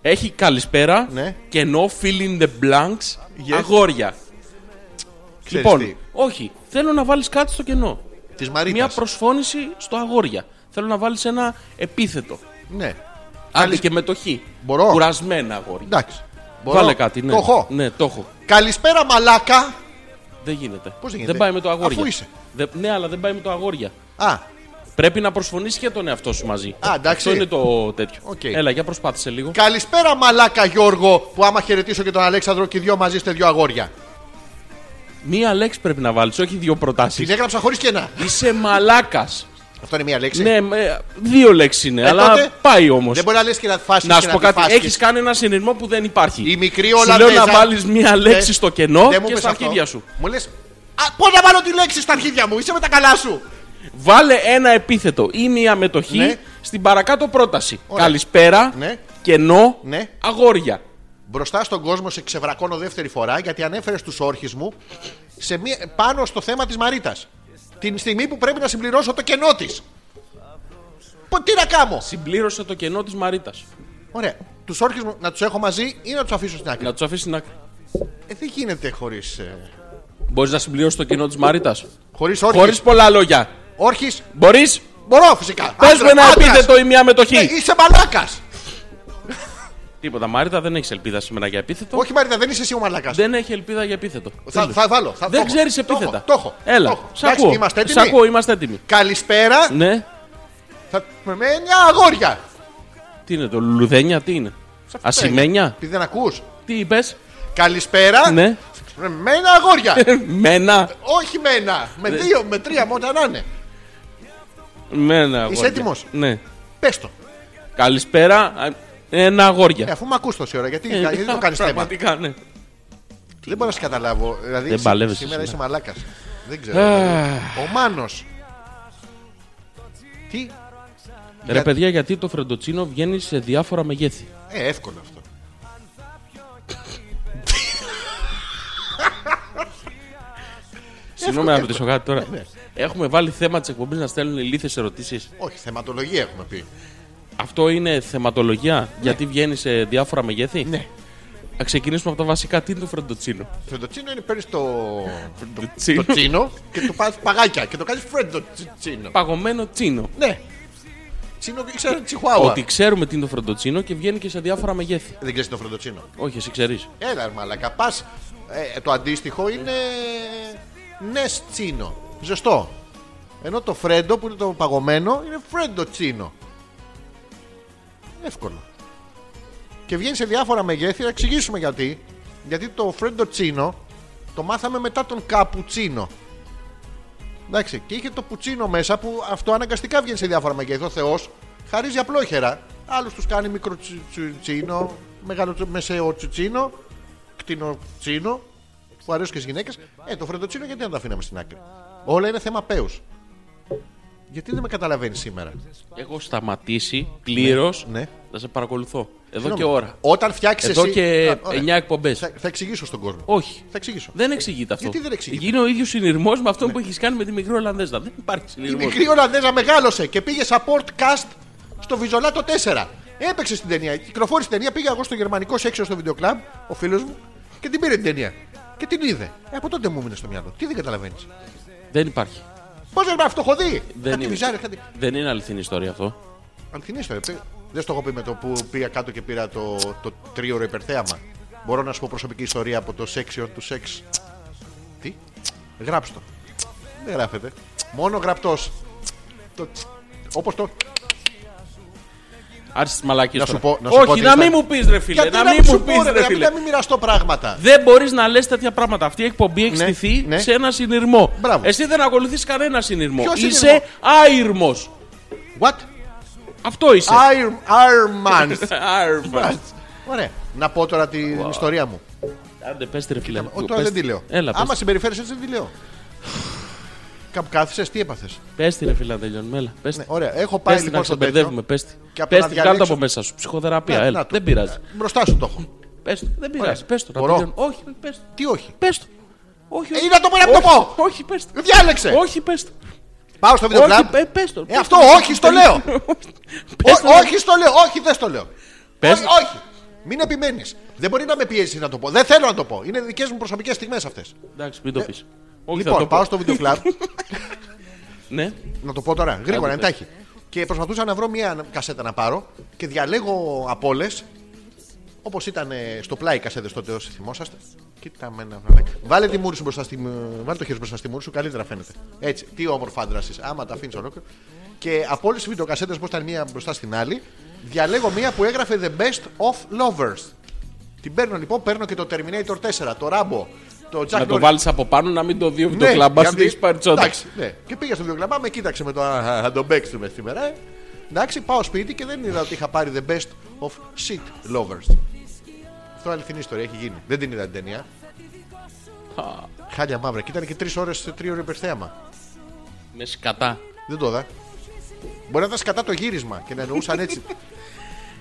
Speaker 1: Έχει καλησπέρα.
Speaker 2: Ναι.
Speaker 1: Κενό, fill in the blanks.
Speaker 2: Yes.
Speaker 1: Αγόρια.
Speaker 2: Ξέρεις
Speaker 1: λοιπόν,
Speaker 2: τι.
Speaker 1: όχι. Θέλω να βάλεις κάτι στο κενό.
Speaker 2: Της Μαρίδα.
Speaker 1: Μια προσφώνηση στο αγόρια. Θέλω να βάλεις ένα επίθετο.
Speaker 2: Ναι.
Speaker 1: Άντε και μετοχή.
Speaker 2: Μπορώ.
Speaker 1: Κουρασμένα αγόρια.
Speaker 2: Εντάξει. Μπορώ.
Speaker 1: Βάλε κάτι, ναι.
Speaker 2: Το έχω.
Speaker 1: Ναι, το έχω.
Speaker 2: Καλησπέρα, μαλάκα.
Speaker 1: Δεν γίνεται.
Speaker 2: Πώς δεν γίνεται?
Speaker 1: πάει με το αγόρια.
Speaker 2: Αφού είσαι.
Speaker 1: Δε- ναι, αλλά δεν πάει με το αγόρια.
Speaker 2: Α,
Speaker 1: Πρέπει να προσφωνήσει και τον εαυτό σου μαζί.
Speaker 2: Α, εντάξει.
Speaker 1: Αυτό είναι το τέτοιο.
Speaker 2: Οκ.
Speaker 1: Έλα, για προσπάθησε λίγο.
Speaker 2: καλησπέρα, μαλάκα Γιώργο. Που άμα χαιρετήσω και τον Αλέξανδρο και οι δυο μαζί είστε δυο αγόρια.
Speaker 1: Μία λέξη πρέπει να βάλεις, όχι δύο προτάσεις.
Speaker 2: Την έγραψα χωρίς κενά.
Speaker 1: Είσαι μαλάκας.
Speaker 2: Αυτό είναι μία λέξη.
Speaker 1: ναι, με- δύο λέξεις είναι,
Speaker 2: Ε,
Speaker 1: αλλά
Speaker 2: τότε
Speaker 1: πάει όμως.
Speaker 2: Δεν μπορεί να λες και να φάσεις.
Speaker 1: Να σου πω κάτι, έχεις κάνει ένα συνειρμό που δεν υπάρχει.
Speaker 2: Η μικρή
Speaker 1: Σου λέω να
Speaker 2: Ολλανδέζα-
Speaker 1: βάλεις μία λέξη
Speaker 2: Ναι.
Speaker 1: στο κενό
Speaker 2: Δεν μου
Speaker 1: και
Speaker 2: πες
Speaker 1: στα
Speaker 2: αυτό.
Speaker 1: αρχίδια σου.
Speaker 2: Μου λες. Πώ να βάλω τη λέξη στα αρχίδια μου, είσαι με τα καλά σου.
Speaker 1: Βάλε ένα επίθετο ή μία μετοχή
Speaker 2: Ναι.
Speaker 1: στην παρακάτω πρόταση.
Speaker 2: Ωραία.
Speaker 1: Καλησπέρα,
Speaker 2: Ναι.
Speaker 1: κενό,
Speaker 2: Ναι.
Speaker 1: αγόρια.
Speaker 2: Μπροστά στον κόσμο σε ξεβρακώνω δεύτερη φορά γιατί ανέφερες τους όρχες μου σε μία, πάνω στο θέμα της Μαρίτας. Την στιγμή που πρέπει να συμπληρώσω το κενό της. Τι να κάνω.
Speaker 1: Συμπλήρωσε το κενό της Μαρίτας.
Speaker 2: Ωραία. Τους όρχες μου να τους έχω μαζί ή να τους αφήσω στην άκρη.
Speaker 1: Να τους αφήσει στην άκρη.
Speaker 2: Ε, δεν γίνεται χωρίς. Ε,
Speaker 1: Μπορείς να συμπληρώσεις το κενό της Μαρίτας.
Speaker 2: χωρίς
Speaker 1: Χωρίς πολλά λόγια.
Speaker 2: Όρχης.
Speaker 1: Μπορείς.
Speaker 2: Μπορώ φυσικά.
Speaker 1: Πες
Speaker 2: Άντρα-
Speaker 1: μου ένα
Speaker 2: άντρας.
Speaker 1: επίθετο ή μια μετοχή.
Speaker 2: Ε, είσαι μαλάκας.
Speaker 1: Τίποτα. Μαρίτα δεν έχεις ελπίδα σήμερα για επίθετο.
Speaker 2: Όχι Μαρίτα, δεν είσαι εσύ ο μαλάκας.
Speaker 1: Δεν έχει ελπίδα για επίθετο.
Speaker 2: Θα,
Speaker 1: Τέλος.
Speaker 2: θα βάλω. Θα,
Speaker 1: δεν
Speaker 2: το έχω.
Speaker 1: ξέρεις
Speaker 2: Το έχω,
Speaker 1: επίθετα.
Speaker 2: Το έχω. το
Speaker 1: Έλα.
Speaker 2: έχω.
Speaker 1: Σ'
Speaker 2: Εντάξει,
Speaker 1: ακούω.
Speaker 2: Είμαστε
Speaker 1: Σ'
Speaker 2: έτοιμοι.
Speaker 1: ακούω, είμαστε έτοιμοι.
Speaker 2: Καλησπέρα.
Speaker 1: Ναι.
Speaker 2: Θα... Με με μια αγόρια.
Speaker 1: Τι είναι το λουλουδένια, τι είναι. Ασημένια.
Speaker 2: Επειδή δεν ακούς.
Speaker 1: Τι είπες.
Speaker 2: Καλησπέρα.
Speaker 1: Ναι. *laughs*
Speaker 2: Με με ένα αγόρια.
Speaker 1: Μένα.
Speaker 2: Όχι με ένα. Με
Speaker 1: Ναι.
Speaker 2: δύο, με τρία, με όταν να είναι.
Speaker 1: Μένα. αγόρια.
Speaker 2: έτοιμος?
Speaker 1: Ναι.
Speaker 2: Πες το.
Speaker 1: Καλησπέρα. α, Ένα
Speaker 2: Ε,
Speaker 1: αγόρια.
Speaker 2: αφού με ακούς τόση ώρα, γιατί,
Speaker 1: Ε,
Speaker 2: γιατί το κάνεις θέμα.
Speaker 1: *laughs* Πραγματικά, ναι.
Speaker 2: Δεν μπορώ να σε καταλάβω. Δηλαδή,
Speaker 1: Δεν ναι.
Speaker 2: σή-
Speaker 1: παλεύεσαι
Speaker 2: σήμερα
Speaker 1: σήμερα.
Speaker 2: είσαι μαλάκα.
Speaker 1: Ε.
Speaker 2: Δεν ξέρω. Ο Μάνος. Τι.
Speaker 1: Ρε παιδιά, γιατί το φρεντοτσίνο βγαίνει σε διάφορα μεγέθη.
Speaker 2: Ε, εύκολο αυτό.
Speaker 1: Συγγνώμη να ρωτήσω κάτι τώρα.
Speaker 2: Ναι.
Speaker 1: Έχουμε βάλει θέμα της εκπομπής να στέλνουν ηλίθιε ερωτήσεις.
Speaker 2: Όχι, θεματολογία έχουμε πει.
Speaker 1: Αυτό είναι θεματολογία, γιατί βγαίνει σε διάφορα μεγέθη.
Speaker 2: Ναι.
Speaker 1: Α ξεκινήσουμε από τα βασικά. Τι είναι το φρεντοτσίνο.
Speaker 2: Φρεντοτσίνο είναι παίρνεις το...
Speaker 1: Φρεντοτσίνο.
Speaker 2: το τσίνο και του πας παγάκια και το κάνεις φρεντοτσίνο.
Speaker 1: *laughs* Παγωμένο τσίνο.
Speaker 2: Ναι. Τσίνο και ξέρω τσιχουάουα.
Speaker 1: Ότι ξέρουμε τι είναι το φρεντοτσίνο και βγαίνει και σε διάφορα μεγέθη.
Speaker 2: Δεν ξέρεις το φρεντοτσίνο.
Speaker 1: Όχι, εσύ ξέρεις.
Speaker 2: Έλα, ρε μαλακά. Πας. Ε, το αντίστοιχο είναι. Νεστσίνο. Ζεστό. Ενώ το φρέντο που είναι το παγωμένο είναι φρεντοτσίνο. Εύκολο. Και βγαίνει σε διάφορα μεγέθη, να εξηγήσουμε γιατί. Γιατί το φρεντοτσίνο το μάθαμε μετά τον καπουτσίνο. Εντάξει, και είχε το πουτσίνο μέσα που αυτό αναγκαστικά βγαίνει σε διάφορα μεγέθη. Ο Θεός χαρίζει απλόχερα. Άλλους τους κάνει μικρό τσι- τσι- τσίνο, μεγάλο τσι- μεσαίο τσίνο, κτίνο τσίνο, που αρέσουν και στις γυναίκες. Ε, το φρεντοτσίνο γιατί δεν το αφήναμε στην άκρη. Όλα είναι θέμα παίου. Γιατί δεν με καταλαβαίνεις σήμερα.
Speaker 1: Έχω σταματήσει πλήρως
Speaker 2: Ναι.
Speaker 1: να σε παρακολουθώ. Εδώ και
Speaker 2: Συγγνώμη.
Speaker 1: ώρα.
Speaker 2: Όταν φτιάξεις.
Speaker 1: Εδώ και 9
Speaker 2: εννιά
Speaker 1: εκπομπές.
Speaker 2: Θα, θα εξηγήσω στον κόσμο.
Speaker 1: Όχι.
Speaker 2: Θα εξηγήσω.
Speaker 1: Δεν εξηγείται αυτό.
Speaker 2: Γιατί δεν εξηγείται?
Speaker 1: Είναι ο ίδιος συνειρμός με αυτό που έχεις κάνει με τη μικρή Ολλανδέζα. Δεν υπάρχει
Speaker 2: Η
Speaker 1: συνειρμός.
Speaker 2: μικρή Ολλανδέζα μεγάλωσε και πήγε support cast στο Βιζολάτο 4. Έπαιξε στην ταινία. Κυκλοφόρησε την ταινία. Πήγα εγώ στο γερμανικό σεξιο στο βίντεο κλαμπ, ο φίλος μου, και την πήρε την ταινία. Και την είδε. Ε, από τότε μου έμεινε στο μυαλό. Τι δεν καταλαβαίνεις.
Speaker 1: Δεν υπάρχει.
Speaker 2: Πώς δεν με αυτοχοδεί.
Speaker 1: Δεν
Speaker 2: Κάτι
Speaker 1: είναι.
Speaker 2: βυζάρι, κάτι.
Speaker 1: Δεν είναι αληθινή ιστορία αυτό.
Speaker 2: Αληθινή το έπαι. Δεν στο έχω πει με το που πήγα κάτω και πήρα το, το τρίωρο υπερθέαμα. Μπορώ να σου πω προσωπική ιστορία από το σεξιο του σεξ. Τι. Γράψτε το. Δεν γράφεται. Μόνο γραπτός. Όπως το.
Speaker 1: Άρχισε τις μαλακίε.
Speaker 2: Να σου πω- να σου πω
Speaker 1: Όχι,
Speaker 2: ότι
Speaker 1: να μην
Speaker 2: ήταν-
Speaker 1: μου πεις ρε φίλε.
Speaker 2: Γιατί
Speaker 1: Να μην μου
Speaker 2: σου
Speaker 1: πει
Speaker 2: πω, ρε,
Speaker 1: ρε
Speaker 2: γιατί
Speaker 1: φίλε.
Speaker 2: να μην μοιραστώ πράγματα.
Speaker 1: Δεν μπορείς να λες τέτοια πράγματα. Αυτή η εκπομπή έχει
Speaker 2: Ναι,
Speaker 1: στηθεί
Speaker 2: ναι.
Speaker 1: σε ένα συνειρμό.
Speaker 2: Μπράβο.
Speaker 1: Εσύ δεν ακολουθείς κανένα συνειρμό.
Speaker 2: Ποιο συνειρμό?
Speaker 1: Είσαι άειρμο.
Speaker 2: What?
Speaker 1: Αυτό είσαι.
Speaker 2: Iron, Iron Man.
Speaker 1: Άειρμο.
Speaker 2: *laughs* Ωραία. Να πω τώρα την ιστορία μου.
Speaker 1: Άντε, πες ρε φίλε.
Speaker 2: Ο,
Speaker 1: Ε,
Speaker 2: τώρα
Speaker 1: Πες
Speaker 2: δεν
Speaker 1: τη.
Speaker 2: τη λέω.
Speaker 1: Έλα,
Speaker 2: Άμα
Speaker 1: πες τη.
Speaker 2: συμπεριφέρεσαι έτσι δεν τη λέω. Κάπου κάθισες, τι έπαθες.
Speaker 1: πες τη ρε φίλε να τελειώνουμε. Έλα, πες τη.
Speaker 2: Ναι, Ωραία. Έχω
Speaker 1: Πες
Speaker 2: πάει
Speaker 1: τη να
Speaker 2: λοιπόν στον τέτοιο.
Speaker 1: ξεμπερδεύουμε. Πες τη.
Speaker 2: Και από
Speaker 1: Πες
Speaker 2: να
Speaker 1: τη, κάτω
Speaker 2: διαλέξω-
Speaker 1: από μέσα σου.
Speaker 2: Να,
Speaker 1: Ψυχοθεραπεία.
Speaker 2: να
Speaker 1: Έλα,
Speaker 2: το.
Speaker 1: δεν πειράζει.
Speaker 2: Μπροστά σου το έχω.
Speaker 1: Πες το, δεν πειράζει. Πες το. να
Speaker 2: Μπορώ.
Speaker 1: τελειώνω. Όχι, πες το.
Speaker 2: Τι όχι.
Speaker 1: Πες το. Όχι,
Speaker 2: Ε,
Speaker 1: όχι.
Speaker 2: είναι να το πω, να το
Speaker 1: Όχι,
Speaker 2: πω.
Speaker 1: Όχι, πες το.
Speaker 2: Διάλεξε.
Speaker 1: Όχι, πες το.
Speaker 2: Πάω στο βίντεο
Speaker 1: Όχι,
Speaker 2: κλαμπ.
Speaker 1: ε, πες το. πες
Speaker 2: αυτό
Speaker 1: το.
Speaker 2: όχι, στο λέω.
Speaker 1: *laughs* Πες το.
Speaker 2: Ό- Όχι, στο λέω. Όχι, δεν στο λέω.
Speaker 1: Πες.
Speaker 2: Όχι, όχι. Μην επιμένεις. Δεν μπορεί να με πιέζει να το πω. Δεν θέλω να το πω. Είναι δικές μου προσωπικές στιγμές αυτές.
Speaker 1: Εντάξει, μην το πεις. Όχι, θα το
Speaker 2: Ε, Λοιπόν,
Speaker 1: πω.
Speaker 2: πάω
Speaker 1: *laughs*
Speaker 2: στο βίντεο κλαμπ.
Speaker 1: Ναι.
Speaker 2: Να το πω τώρα, γρήγορα,
Speaker 1: Άντε, πες.
Speaker 2: εντάχει. Και προσπαθούσα να βρω μία κασέτα να πάρω και διαλέγω από όλες. Όπως ήταν ε, στο πλάι οι κασέτες τότε, όσοι θυμόσαστε. Κοίτα με ένα βραδάκι. Βάλε, τη μούρη σου μπροστά στη, μ- βάλε το χέρι σου μπροστά στη μούρη σου, καλύτερα φαίνεται. Έτσι, τι όμορφο άντρα είσαι. Άμα τα αφήνεις ολόκληρο. Και από όλες τις βιντεοκασέτες που ήταν μία μπροστά στην άλλη, διαλέγω μία που έγραφε The Best of Lovers. Την παίρνω λοιπόν, παίρνω και το Terminator 4, το Rambo, το Jack
Speaker 1: Να το
Speaker 2: Norris.
Speaker 1: βάλεις από πάνω να μην το δει το κλαμπά σου.
Speaker 2: Ναι, γιατί-
Speaker 1: Έχεις πάρει τσότα.
Speaker 2: Εντάξει, ναι. Και πήγα στο βιοκλαμπά, με κοίταξε με το «Α, α, να τον παίξουμε σήμερα. ε». Εντάξει, πάω σπίτι και δεν είδα ότι είχα πάρει The Best of Shit Lovers. Αυτό αληθινή ιστορία έχει γίνει. Δεν την είδα την ταινία. Χάλια μαύρα. Και ήταν και τρεις ώρες σε τρία ώρα υπερθέαμα.
Speaker 1: Με σκατά.
Speaker 2: Δεν το είδα. Μπορεί να ήταν κατά το γύρισμα και να εννοούσαν
Speaker 1: *laughs*
Speaker 2: έτσι.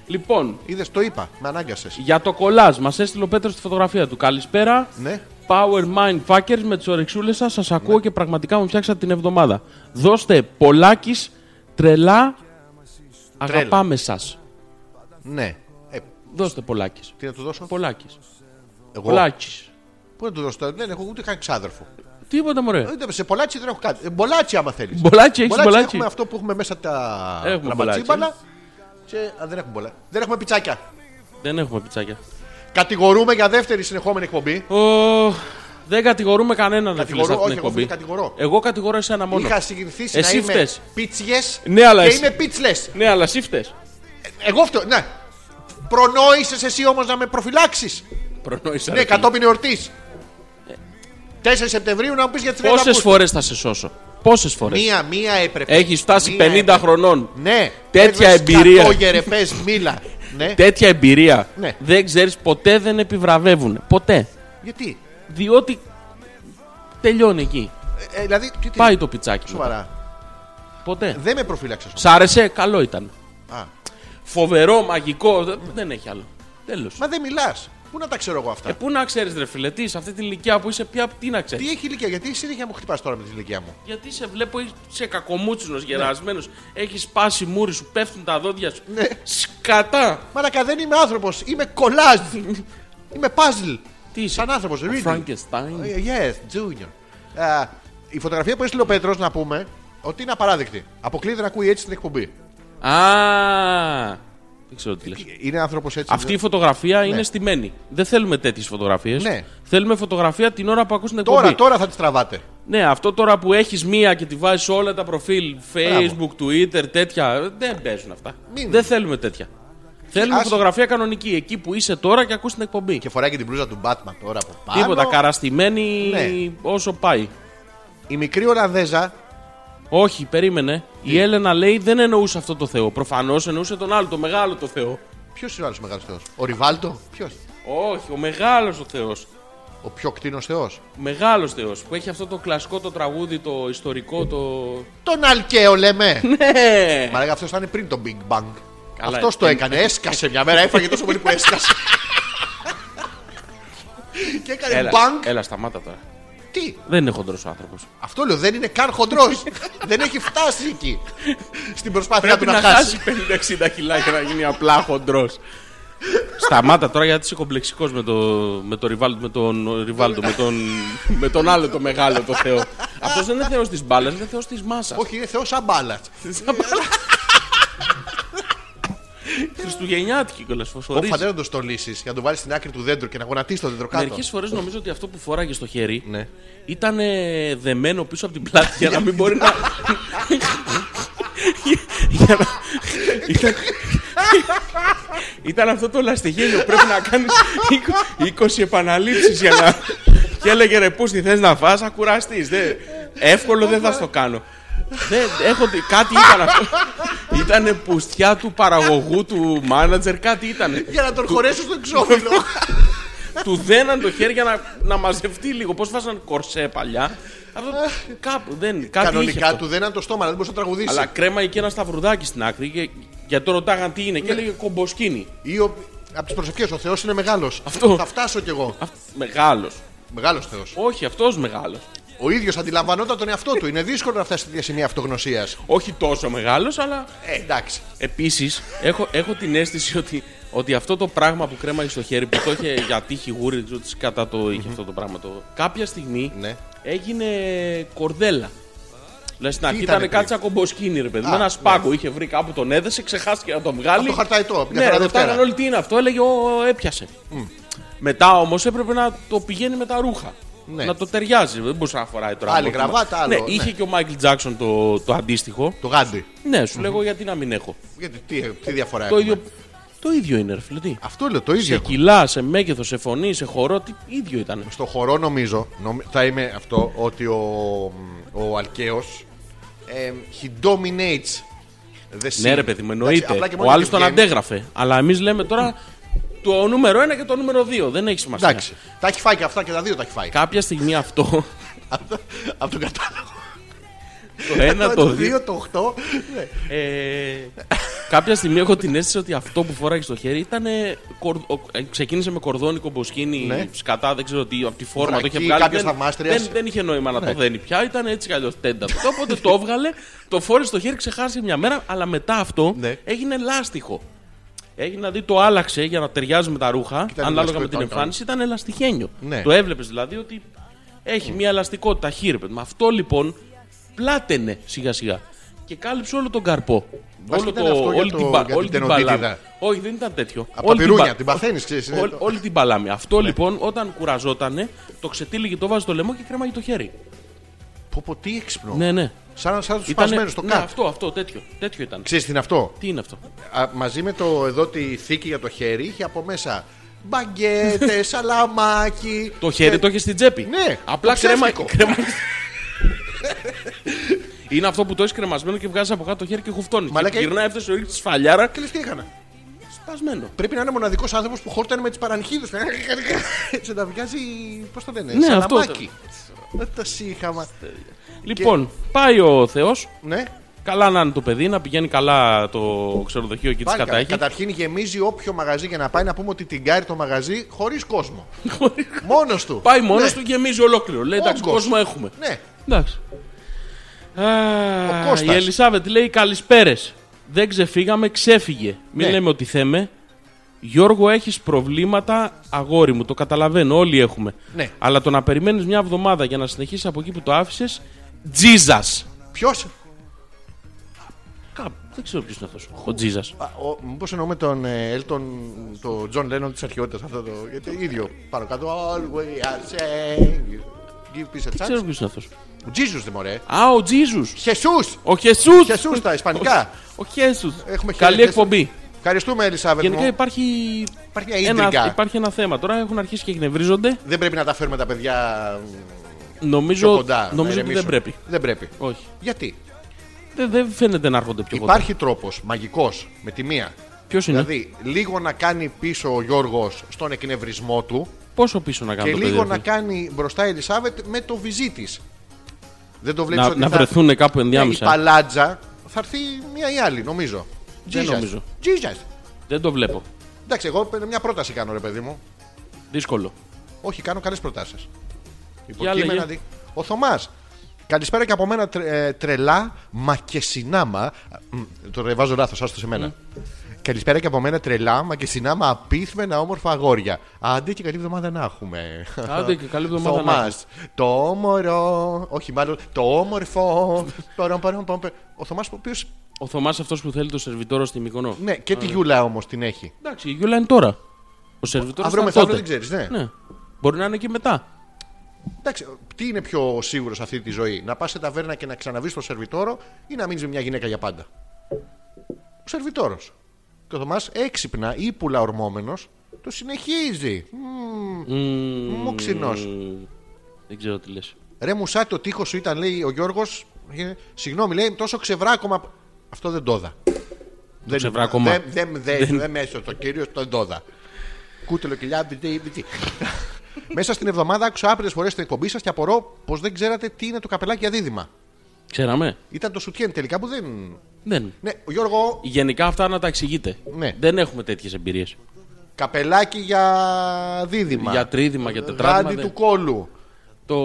Speaker 1: Λοιπόν,
Speaker 2: Είδες, το είπα, με ανάγκασες.
Speaker 1: για το κολάζ, μας έστειλε ο Πέτρος τη φωτογραφία του. Καλησπέρα.
Speaker 2: Ναι.
Speaker 1: Power Mind Fuckers με τις ορεξούλε σας. Σας ακούω και πραγματικά μου φτιάξατε την εβδομάδα. Δώστε πολλάκι τρελά. Αγαπάμε σας.
Speaker 2: Ναι. Ε,
Speaker 1: Δώστε πολλάκι.
Speaker 2: τι να του δώσω.
Speaker 1: Πολλάκι.
Speaker 2: Εγώ.
Speaker 1: Πολλάκι.
Speaker 2: Πού να του δώσω. τώρα, Δεν έχω ούτε καν ξάδερφο.
Speaker 1: Τίποτα μωρέ.
Speaker 2: Ε, δεν- Σε πολλάτσι δεν έχω κάτι. Ε, Μπολάτσι, άμα θέλεις.
Speaker 1: Μπολάτσι, έχεις μπολάτσι.
Speaker 2: Έχουμε αυτό που έχουμε μέσα τα
Speaker 1: Έχουμε
Speaker 2: λαμπατσίμπαλα. Και, α, δεν έχουμε πολλά. Δεν έχουμε πιτσάκια.
Speaker 1: Δεν έχουμε πιτσάκια.
Speaker 2: Κατηγορούμε για δεύτερη συνεχόμενη εκπομπή.
Speaker 1: Ω, δεν κατηγορούμε κανέναν να
Speaker 2: Κατηγορώ,
Speaker 1: φίλε σε αυτήν την
Speaker 2: όχι, εγώ
Speaker 1: εκπομπή.
Speaker 2: δεν κατηγορώ.
Speaker 1: Εγώ κατηγορώ εσένα μόνο.
Speaker 2: Είχα συγκινηθείς να
Speaker 1: Εσύ
Speaker 2: είμαι
Speaker 1: φταίς.
Speaker 2: πίτσιες
Speaker 1: Ναι, αλλά
Speaker 2: και
Speaker 1: εσύ-
Speaker 2: είμαι πίτσλες.
Speaker 1: Ναι, αλλά εσύ φταίει.
Speaker 2: Εγώ αυτό, ναι. Προνόησες εσύ όμως να με προφυλάξεις.
Speaker 1: Προνόησα.
Speaker 2: Ναι, κατόπιν εορτής. 4 Σεπτεμβρίου να μου πεις για τις
Speaker 1: Πόσες φορές θα σε σώσω. Πόσες φορές.
Speaker 2: Μία, μία έπρεπε.
Speaker 1: Έχεις φτάσει
Speaker 2: Μία
Speaker 1: 50
Speaker 2: έπρεπε.
Speaker 1: χρονών.
Speaker 2: Ναι.
Speaker 1: Τέτοια
Speaker 2: Έβρες
Speaker 1: εμπειρία.
Speaker 2: κατόγερε, πες,
Speaker 1: *laughs*
Speaker 2: μίλα. Ναι.
Speaker 1: Τέτοια εμπειρία
Speaker 2: Ναι.
Speaker 1: δεν ξέρεις ποτέ δεν επιβραβεύουν. Ποτέ.
Speaker 2: Γιατί.
Speaker 1: Διότι τελειώνει εκεί.
Speaker 2: Ε, δηλαδή, τι, τι,
Speaker 1: Πάει το πιτσάκι.
Speaker 2: Σοβαρά.
Speaker 1: Ποτέ.
Speaker 2: Δεν με προφύλαξες.
Speaker 1: Σ' άρεσε, καλό ήταν.
Speaker 2: Α,
Speaker 1: Φοβερό, μαγικό, δε- δεν έχει άλλο. Τέλος.
Speaker 2: μα δεν μιλάς. Πού να τα ξέρω εγώ αυτά.
Speaker 1: Ε, πού να ξέρεις, ρε φίλε, τι, σε αυτή την ηλικία που είσαι πια, τι να ξέρεις.
Speaker 2: Τι έχει ηλικία, γιατί συνέχεια μου χτυπάς τώρα με την ηλικία μου.
Speaker 1: Γιατί σε βλέπω, είσαι κακομούτσινος,
Speaker 2: Ναι.
Speaker 1: γερασμένος, έχεις σπάσει μούρι σου, πέφτουν τα δόντια σου.
Speaker 2: Ναι.
Speaker 1: Σκατά!
Speaker 2: Μαρακα δεν είμαι άνθρωπος, είμαι κολάζ. είμαι puzzle.
Speaker 1: Τι είσαι,
Speaker 2: Σαν άνθρωπος, really.
Speaker 1: Frankenstein.
Speaker 2: Ε, Yes, junior. Ε, η φωτογραφία που έστειλε ο Πέτρος να πούμε ότι είναι απαράδεκτη. Αποκλείεται να ακούει έτσι την εκπομπή.
Speaker 1: Α, δεν ξέρω τι λες.
Speaker 2: Είναι άνθρωπος έτσι.
Speaker 1: Αυτή η φωτογραφία είναι στημένη. Δεν θέλουμε τέτοιες φωτογραφίες.
Speaker 2: Ναι.
Speaker 1: Θέλουμε φωτογραφία την ώρα που ακούς την εκπομπή.
Speaker 2: Τώρα, τώρα θα τι τραβάτε.
Speaker 1: Ναι, αυτό τώρα που έχεις μία και τη βάζεις σε όλα τα προφίλ, Facebook, Twitter, τέτοια. ε, Δεν παίζουν αυτά.
Speaker 2: Μην.
Speaker 1: Δεν θέλουμε τέτοια. Θέλουμε
Speaker 2: άσε.
Speaker 1: φωτογραφία κανονική, εκεί που είσαι τώρα και ακούς την εκπομπή.
Speaker 2: Και φοράει και την μπλούζα του Batman τώρα από πάνω.
Speaker 1: Τίποτα, καραστημένη
Speaker 2: Ναι.
Speaker 1: όσο πάει.
Speaker 2: Η μικρή Ολλανδέζα
Speaker 1: Όχι, περίμενε. Η Έλενα λέει δεν εννοούσε αυτό το Θεό. Προφανώς εννοούσε τον άλλο, το μεγάλο το Θεό.
Speaker 2: Ποιος είναι ο άλλος μεγάλος θεός, Ο Ριβάλτο, ποιος.
Speaker 1: Όχι, ο μεγάλος ο Θεός.
Speaker 2: Ο πιο κτίνος θεός.
Speaker 1: Μεγάλος Θεός που έχει αυτό το κλασικό το τραγούδι, το ιστορικό, το.
Speaker 2: Τον Αλκαίο λέμε.
Speaker 1: Ναι!
Speaker 2: Μα λέγα αυτός ήταν πριν το Big Bang.
Speaker 1: Καλά,
Speaker 2: Αυτός το
Speaker 1: ε,
Speaker 2: έκανε, έσκασε μια μέρα, έφαγε τόσο πολύ που έσκασε. και έκανε
Speaker 1: Έλα, Ε-
Speaker 2: μπανκ.
Speaker 1: έλα, σταμάτα τώρα.
Speaker 2: Τι,
Speaker 1: Δεν είναι χοντρός άνθρωπος.
Speaker 2: αυτό λέω, δεν είναι καν χοντρός. δεν έχει φτάσει εκεί. Στην προσπάθειά του
Speaker 1: Πρέπει
Speaker 2: να,
Speaker 1: να
Speaker 2: χάσει.
Speaker 1: χάσει 50-60 κιλά για να γίνει απλά χοντρός. Σταμάτα τώρα γιατί είσαι κομπλεξικός με, το, με, το Ριβάλ- με τον Ριβάλτο, με τον, με τον άλλο το μεγάλο το Θεό. Αυτός δεν είναι Θεός της μπάλας, είναι Θεός της μάσας.
Speaker 2: Όχι, είναι θεός σαν μπάλας.
Speaker 1: Χριστουγεννιάτικη κιόλας
Speaker 2: Ο
Speaker 1: φωσφορίζει.
Speaker 2: φαντέρα να το στολίσεις για να το βάλεις στην άκρη του δέντρου και να γονατίσει το
Speaker 1: Ναι,
Speaker 2: δέντρο κάτω.
Speaker 1: Μερικές φορές νομίζω ότι αυτό που φοράγε στο χέρι
Speaker 2: Ναι.
Speaker 1: ήταν ε, δεμένο πίσω από την πλάτη για να μην μπορεί να. για να... ήταν... ήταν αυτό το λαστιχέλιο. Πρέπει να κάνεις 20 επαναλήψεις για να. και έλεγε ρε πού τι θες να φας, ακουραστείς. Εύκολο δεν θα στο κάνω. Δεν, έχω, τι- κάτι ήταν αυτό. Ήτανε πουστιά του παραγωγού, του μάνατζερ, κάτι ήτανε
Speaker 2: Για να τον χωρέσω στο
Speaker 1: *laughs*
Speaker 2: εξώφυλλο.
Speaker 1: του δέναν το χέρι για να, να μαζευτεί λίγο. Πώς βάζαν κορσέ παλιά. Αυτό κάπου δεν. Κάτι είχε
Speaker 2: Ε, Κανονικά
Speaker 1: αυτό.
Speaker 2: του δέναν το στόμα, αλλά δεν μπορούσε να τραγουδήσει.
Speaker 1: Αλλά κρέμα και ένα σταυρουδάκι στην άκρη και, γιατί το ρωτάγαν τι είναι
Speaker 2: Ναι.
Speaker 1: και έλεγε κομποσκίνη.
Speaker 2: Ή ο... από τις προσευχές, ο Θεός είναι μεγάλος.
Speaker 1: Αυτό.
Speaker 2: Θα φτάσω κι εγώ.
Speaker 1: Μεγάλος.
Speaker 2: Μεγάλος Θεός.
Speaker 1: Όχι, αυτός μεγάλος.
Speaker 2: Ο ίδιος αντιλαμβανόταν τον εαυτό του. Είναι δύσκολο να φτάσει σε σημεία αυτογνωσίας.
Speaker 1: Όχι τόσο μεγάλος, αλλά.
Speaker 2: Ε, εντάξει.
Speaker 1: Επίσης, έχω, έχω την αίσθηση ότι, ότι αυτό το πράγμα που κρέμαγε στο χέρι που το είχε για τύχη γούρι, δεν ξέρω τι κατά το είχε αυτό το πράγμα. Το... Κάποια στιγμή
Speaker 2: Ναι.
Speaker 1: έγινε κορδέλα. Δηλαδή στην αρχή
Speaker 2: ήτανε
Speaker 1: ήταν
Speaker 2: πριν?
Speaker 1: κάτι σαν κομποσκίνη, ρε παιδί.
Speaker 2: Α, ναι.
Speaker 1: με ένα σπάκο είχε βρει κάπου, τον έδεσε, ξεχάστηκε να τον βγάλει.
Speaker 2: Αυτό χαρταετό, μια
Speaker 1: Ναι,
Speaker 2: χαρά
Speaker 1: ρωτάγαν
Speaker 2: Δευτέρα.
Speaker 1: όλοι τι είναι αυτό, έλεγε Ω, έπιασε. Μετά όμως έπρεπε να το πηγαίνει με τα ρούχα.
Speaker 2: Ναι.
Speaker 1: Να το ταιριάζει. Δεν μπορούσε να φοράει τώρα.
Speaker 2: Άλλη
Speaker 1: μόκιμα.
Speaker 2: γραβάτα, άλλο,
Speaker 1: Ναι, είχε
Speaker 2: ναι.
Speaker 1: και ο Μάικλ Τζάξον το, το αντίστοιχο.
Speaker 2: Το γάντι.
Speaker 1: Ναι, σου λέγω γιατί να μην έχω.
Speaker 2: Γιατί τι, τι διαφορά
Speaker 1: Το
Speaker 2: έχουμε.
Speaker 1: ίδιο, το ίδιο είναι, ρε φίλε. τι.
Speaker 2: Αυτό λέω το ίδιο.
Speaker 1: Σε κιλά, σε μέγεθος, σε φωνή, σε χορό, τι ίδιο ήταν.
Speaker 2: Στο χορό νομίζω, νομι- θα είμαι αυτό, ότι ο, ο Αλκαίος ε, he dominates the scene.
Speaker 1: Ναι, ρε παιδί μου,
Speaker 2: Εντάξει, απλά
Speaker 1: εννοείται.
Speaker 2: και μόνο
Speaker 1: Ο άλλο τον
Speaker 2: βγαίνει.
Speaker 1: αντέγραφε. Αλλά εμείς λέμε τώρα το νούμερο 1 και το νούμερο 2. Δεν έχει σημασία.
Speaker 2: Εντάξει. Τα έχει φάει και αυτά και τα δύο τα έχει φάει.
Speaker 1: Κάποια στιγμή αυτό.
Speaker 2: Από τον κατάλογο.
Speaker 1: το 1, το 2.
Speaker 2: δύο, *laughs* το 8. Ναι.
Speaker 1: Ε, κάποια στιγμή έχω την αίσθηση ότι αυτό που φοράγε στο χέρι ήταν. ε, ξεκίνησε με κορδόνι, κομποσκίνη,
Speaker 2: Ναι.
Speaker 1: σκατά, δεν ξέρω τι, από τη φόρμα
Speaker 2: Βρακί,
Speaker 1: το είχε βγάλει.
Speaker 2: κάποιος
Speaker 1: Δεν,
Speaker 2: θαυμάστριας. Ναι.
Speaker 1: δεν, δεν είχε νόημα να το δένει πια, ήταν έτσι κι αλλιώς τέντα. αυτό, οπότε το έβγαλε, το φόρησε στο χέρι, ξεχάσε μια μέρα, αλλά μετά αυτό
Speaker 2: Ναι.
Speaker 1: έγινε λάστιχο. Έγινε δηλαδή το άλλαξε για να ταιριάζει με τα ρούχα,
Speaker 2: Ήταν
Speaker 1: ανάλογα
Speaker 2: ελαστικό,
Speaker 1: με την
Speaker 2: ήταν
Speaker 1: εμφάνιση, ήταν ελαστιχένιο.
Speaker 2: Ναι.
Speaker 1: Το έβλεπες δηλαδή ότι έχει μια ελαστικότητα χείρπετ. Με αυτό λοιπόν πλάτενε σιγά σιγά και κάλυψε όλο τον καρπό.
Speaker 2: Βασικά
Speaker 1: όλο
Speaker 2: ήταν αυτό για
Speaker 1: όλη
Speaker 2: το-
Speaker 1: την, πα-
Speaker 2: για
Speaker 1: όλη
Speaker 2: την
Speaker 1: την παλάμη.
Speaker 2: τενοντίτιδα.
Speaker 1: Όχι, δεν ήταν τέτοιο.
Speaker 2: Από τα πυρούνια,
Speaker 1: πα-
Speaker 2: την Ναι. παθαίνεις, ξέρεις, είναι
Speaker 1: Όλη,
Speaker 2: το-
Speaker 1: όλη την παλάμη. Αυτό λοιπόν όταν κουραζότανε, το ξετύλιγε, το βάζει στο λαιμό και κρέμαγε το χέρι.
Speaker 2: Πω πω τι έξυπνο.
Speaker 1: Ναι, ναι.
Speaker 2: Σαν, σαν τους
Speaker 1: Ήτανε-
Speaker 2: σπασμένους στο
Speaker 1: ναι,
Speaker 2: κάτω.
Speaker 1: αυτό, αυτό, τέτοιο. Τέτοιο ήταν.
Speaker 2: Ξέρεις τι είναι αυτό.
Speaker 1: Τι είναι αυτό.
Speaker 2: Α, μαζί με το εδώ τη θήκη για το χέρι είχε από μέσα
Speaker 1: *laughs*
Speaker 2: μπαγκέτες, σαλαμάκι.
Speaker 1: Το χέρι
Speaker 2: Ε,
Speaker 1: το είχε στην τσέπη.
Speaker 2: ναι,
Speaker 1: Απλά
Speaker 2: το
Speaker 1: κρέμα.
Speaker 2: ψεύτικο.
Speaker 1: κρέμα... είναι αυτό που το έχεις κρεμασμένο και βγάζεις από κάτω το χέρι και χουφτώνεις.
Speaker 2: Μαλάκα,
Speaker 1: Και γυρνάει έφτασε ο ρίχτη σφαλιάρα.
Speaker 2: Και λες τι έκανα.
Speaker 1: Σπασμένο.
Speaker 2: Πρέπει να είναι μοναδικός άνθρωπος που χόρτανε με τις *laughs* παρανχίδες. Έτσι να βγάζει. Πώς το λένε,
Speaker 1: Ναι,
Speaker 2: σαλαμάκι. Δεν τα σύγχαμα.
Speaker 1: Λοιπόν, πάει ο Θεός
Speaker 2: Ναι,
Speaker 1: Καλά να είναι το παιδί, να πηγαίνει καλά το ξενοδοχείο εκεί τη
Speaker 2: Πάλι, κα-
Speaker 1: Κατάχη.
Speaker 2: καταρχήν γεμίζει όποιο μαγαζί για να πάει να πούμε ότι την κάρει το μαγαζί χωρίς
Speaker 1: *laughs*
Speaker 2: κόσμο. Μόνος του.
Speaker 1: *laughs* Πάει μόνος
Speaker 2: Ναι.
Speaker 1: του και γεμίζει ολόκληρο. Λέει εντάξει,
Speaker 2: Όγκος.
Speaker 1: κόσμο έχουμε.
Speaker 2: Ναι.
Speaker 1: Εντάξει. Α,
Speaker 2: Κώστας.
Speaker 1: η Ελισάβετ λέει καλησπέρες. Δεν ξεφύγαμε, ξέφυγε. Μην
Speaker 2: Ναι.
Speaker 1: λέμε ότι θέμε. Γιώργο, έχεις προβλήματα, αγόρι μου. Το καταλαβαίνω, όλοι έχουμε.
Speaker 2: Ναι.
Speaker 1: Αλλά το να περιμένεις μια εβδομάδα για να συνεχίσεις από εκεί που το άφησες, τζίζα.
Speaker 2: Ποιο.
Speaker 1: Δεν ξέρω ποιος είναι αυτός. Ο τζίζα.
Speaker 2: Μήπω εννοούμε τον ε, Elton, τον Τζον Lennon της αρχαιότητας αυτό το. Γιατί ίδιο. Πάνω κάτω. All we are saying. Give peace a
Speaker 1: Δεν ξέρω
Speaker 2: chance.
Speaker 1: ποιος είναι αυτός.
Speaker 2: Jesus δεν μωρέ.
Speaker 1: Α, ο Τζίζου.
Speaker 2: Χεσούς.
Speaker 1: Ο Χεσού.
Speaker 2: Χεσούς στα ισπανικά.
Speaker 1: Ο Χέσου.
Speaker 2: Έχουμε
Speaker 1: Καλή
Speaker 2: χαιρετές.
Speaker 1: εκπομπή.
Speaker 2: Ευχαριστούμε, Ελισάβετ.
Speaker 1: Γενικά
Speaker 2: μου.
Speaker 1: υπάρχει,
Speaker 2: Υπάρχει
Speaker 1: ένα,
Speaker 2: μια ίντριγκα.
Speaker 1: υπάρχει ένα θέμα. Τώρα έχουν αρχίσει και εκνευρίζονται.
Speaker 2: Δεν πρέπει να τα φέρουμε τα παιδιά πιο
Speaker 1: Νομίζω,
Speaker 2: κοντά. να
Speaker 1: νομίζω ότι δεν
Speaker 2: ηρεμήσουν.
Speaker 1: πρέπει.
Speaker 2: Δεν πρέπει.
Speaker 1: Όχι.
Speaker 2: Γιατί
Speaker 1: Δεν, δεν φαίνεται να έρχονται πιο κοντά.
Speaker 2: υπάρχει τρόπος μαγικός με τη μία.
Speaker 1: Ποιος είναι,
Speaker 2: Δηλαδή, λίγο να κάνει πίσω ο Γιώργος στον εκνευρισμό του
Speaker 1: πόσο πίσω να κάνουν
Speaker 2: και
Speaker 1: το
Speaker 2: λίγο
Speaker 1: παιδί,
Speaker 2: να
Speaker 1: ρε
Speaker 2: κάνει μπροστά η Ελισάβετ με το βυζί της. Δεν το
Speaker 1: φίλε.
Speaker 2: βλέπεις
Speaker 1: να,
Speaker 2: ότι
Speaker 1: να
Speaker 2: θα...
Speaker 1: βρεθούν κάπου
Speaker 2: Ναι, η
Speaker 1: ενδιάμεσα.
Speaker 2: παλάτζα θα έρθει μία ή άλλη, νομίζω.
Speaker 1: Δεν
Speaker 2: Jesus.
Speaker 1: νομίζω.
Speaker 2: Jesus.
Speaker 1: Δεν το βλέπω.
Speaker 2: Εντάξει, εγώ μια πρόταση κάνω, ρε παιδί μου.
Speaker 1: Δύσκολο.
Speaker 2: Όχι, κάνω καλές προτάσεις.
Speaker 1: λέγε.
Speaker 2: Υποκείμενα. δι- Ο Θωμάς. Καλησπέρα και από μένα τρε- ε, τρελά μακεσινάμα. Μ, Το ρεβάζω λάθος, άστο σε
Speaker 1: Ναι.
Speaker 2: μένα. Καλησπέρα και από μένα τρελά μακεσινάμα απίθμενα όμορφα αγόρια. Άντε και καλή εβδομάδα να έχουμε.
Speaker 1: Άντε και καλή εβδομάδα να
Speaker 2: Θωμάς, το όμορο. Όχι, μάλλον το
Speaker 1: *laughs*
Speaker 2: όμορφο. Παραμ, παραμ, παραμ, παραμ. Ο Θωμάς, ο οποίος.
Speaker 1: Ο Θωμάς αυτός που θέλει το σερβιτόρο στη Μικονό.
Speaker 2: Ναι, και τη Γιούλα όμως την έχει.
Speaker 1: Εντάξει, η Γιούλα είναι τώρα. Ο σερβιτόρος
Speaker 2: Αύριο
Speaker 1: είναι
Speaker 2: μεθαύριο
Speaker 1: τότε.
Speaker 2: δεν ξέρεις, ναι.
Speaker 1: Ναι. Μπορεί να είναι και μετά.
Speaker 2: Εντάξει, τι είναι πιο σίγουρος σε αυτή τη ζωή, Να πας σε ταβέρνα και να ξαναβείς στο σερβιτόρο ή να μείνεις με μια γυναίκα για πάντα. Ο σερβιτόρος. Και ο Θωμάς έξυπνα, ύπουλα ορμόμενο, το συνεχίζει. Μου ξινός.
Speaker 1: Μμμ, Δεν ξέρω τι λες.
Speaker 2: Ρε μουσάτι, ο τείχος σου ήταν, λέει ο Γιώργος. Συγγνώμη, λέει τόσο ξεβράκωμα. Αυτό δεν το είδα. Δεν
Speaker 1: ξεβράκωμα.
Speaker 2: Δεν δεν δεν- δεν μέσω το κύριος, το δεν το είδα. Κούτελο κοιλιά, μπιτζι, μπιτζι. Μέσα στην εβδομάδα άκουσα άπειρες φορές την εκπομπή σας και απορώ πως δεν ξέρατε τι είναι το καπελάκι για δίδυμα.
Speaker 1: Ξέραμε.
Speaker 2: Ήταν το σουτιέν τελικά που δεν.
Speaker 1: Δεν.
Speaker 2: Ναι, ο Γιώργο,
Speaker 1: Γενικά αυτά να τα εξηγείτε.
Speaker 2: Ναι.
Speaker 1: Δεν έχουμε τέτοιες εμπειρίες.
Speaker 2: καπελάκι για δίδυμα.
Speaker 1: Για ναι. τρίδημα, για τετράδημα.
Speaker 2: Γάντι
Speaker 1: δεν-
Speaker 2: του κόλου.
Speaker 1: Το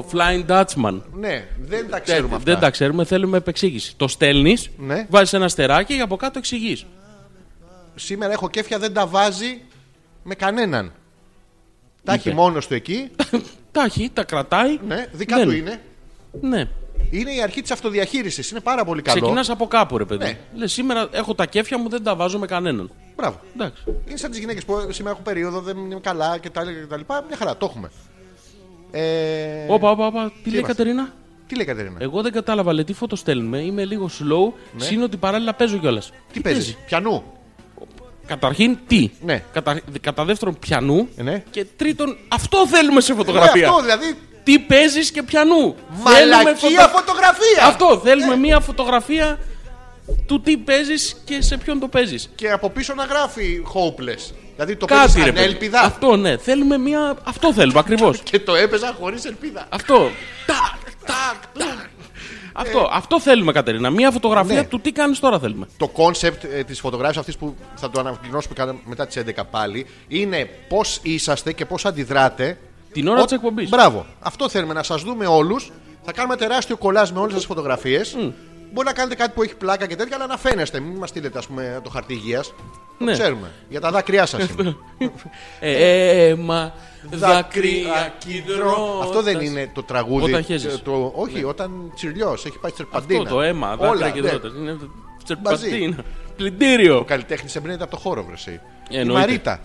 Speaker 1: Flying Dutchman.
Speaker 2: Ναι, δεν τα ξέρουμε αυτά.
Speaker 1: Δεν τα ξέρουμε, θέλουμε επεξήγηση. Το στέλνεις,
Speaker 2: Ναι.
Speaker 1: βάζεις ένα στεράκι και από κάτω
Speaker 2: *laughs*
Speaker 1: εξηγείς.
Speaker 2: Σήμερα έχω κέφια, δεν τα βάζει με κανέναν. Τα
Speaker 1: Είπε.
Speaker 2: έχει μόνος του εκεί.
Speaker 1: τα έχει, τα κρατάει.
Speaker 2: Ναι, δικά
Speaker 1: Δεν.
Speaker 2: του είναι.
Speaker 1: Ναι.
Speaker 2: Είναι η αρχή της αυτοδιαχείρισης. Είναι πάρα πολύ καλό.
Speaker 1: Ξεκινάς από κάπου, ρε παιδί.
Speaker 2: Ναι.
Speaker 1: Λες σήμερα έχω τα κέφια μου, δεν τα βάζω με κανέναν.
Speaker 2: Μπράβο.
Speaker 1: Εντάξει.
Speaker 2: Είναι σαν τις γυναίκες που σήμερα έχουν περίοδο, δεν είναι καλά κτλ. Μια χαρά, το έχουμε. Ε,
Speaker 1: Όπα, όπα, όπα. Τι λέει η
Speaker 2: είμαστε.
Speaker 1: Κατερίνα.
Speaker 2: Τι λέει η Κατερίνα.
Speaker 1: Εγώ δεν κατάλαβα, λέει τι φωτο στέλνουμε. Είμαι λίγο slow, ναι. συν ότι παράλληλα παίζω κιόλας.
Speaker 2: τι παίζει. Πιανού.
Speaker 1: Καταρχήν τι.
Speaker 2: Ναι.
Speaker 1: Κατα... κατά δεύτερον πιανού.
Speaker 2: Ε, ναι.
Speaker 1: Και τρίτον, αυτό θέλουμε σε
Speaker 2: Ναι,
Speaker 1: φωτογραφία.
Speaker 2: αυτό δηλαδή.
Speaker 1: Τι παίζεις και πιανού. Θέλουμε
Speaker 2: Μαλακία
Speaker 1: φωτο-
Speaker 2: φωτογραφία.
Speaker 1: Ε, Αυτό θέλουμε μια φωτογραφία του τι παίζεις και σε ποιον το παίζεις.
Speaker 2: Και από πίσω να γράφει hopeless. Δηλαδή το
Speaker 1: Κάτι
Speaker 2: παίζεις
Speaker 1: ρε παιδί.
Speaker 2: ανέλπιδα.
Speaker 1: Αυτό ναι. Θέλουμε μια. Αυτό θέλουμε ακριβώς.
Speaker 2: Και το έπαιζα χωρίς ελπίδα.
Speaker 1: Αυτό. Αυτό, αυτό θέλουμε, Κατερίνα. Μια φωτογραφία
Speaker 2: Ε. Ναι.
Speaker 1: του τι κάνεις τώρα θέλουμε.
Speaker 2: Το κόνσεπτ ε, της φωτογράφησης αυτής που θα το ανακοινώσουμε κάνα- μετά τις 11 πάλι είναι πώς είσαστε και πώς αντιδράτε.
Speaker 1: Την ώρα
Speaker 2: Ο-
Speaker 1: της εκπομπής.
Speaker 2: Μπράβο. Αυτό θέλουμε να σας δούμε όλους. Θα κάνουμε τεράστιο κολλάζ με όλες τις φωτογραφίες. Μπορεί να κάνετε κάτι που έχει πλάκα και τέτοια, αλλά να φαίνεστε. Μην μας στείλετε, ας πούμε, το χαρτί υγείας.
Speaker 1: Ναι.
Speaker 2: Το ξέρουμε. Για τα
Speaker 1: *laughs*
Speaker 2: δάκρυά σας.
Speaker 1: Ε, Αίμα,
Speaker 2: Δάκρυα,
Speaker 1: δάκρυα, κεντρό.
Speaker 2: Αυτό δεν είναι το τραγούδι.
Speaker 1: Όταν χέζεις. Ναι.
Speaker 2: Ε, το- όχι, όταν τσιρλιό έχει πάει τσερπαντίνα.
Speaker 1: Αυτό το αίμα,
Speaker 2: Όλα,
Speaker 1: δάκρυα,
Speaker 2: ναι.
Speaker 1: κεντρό. Είναι τσερπατίνα. Πλυντήριο.
Speaker 2: Ο καλλιτέχνης εμπνέεται από το χώρο, βρεσί. Η
Speaker 1: Εννοείται.
Speaker 2: Μαρίτα.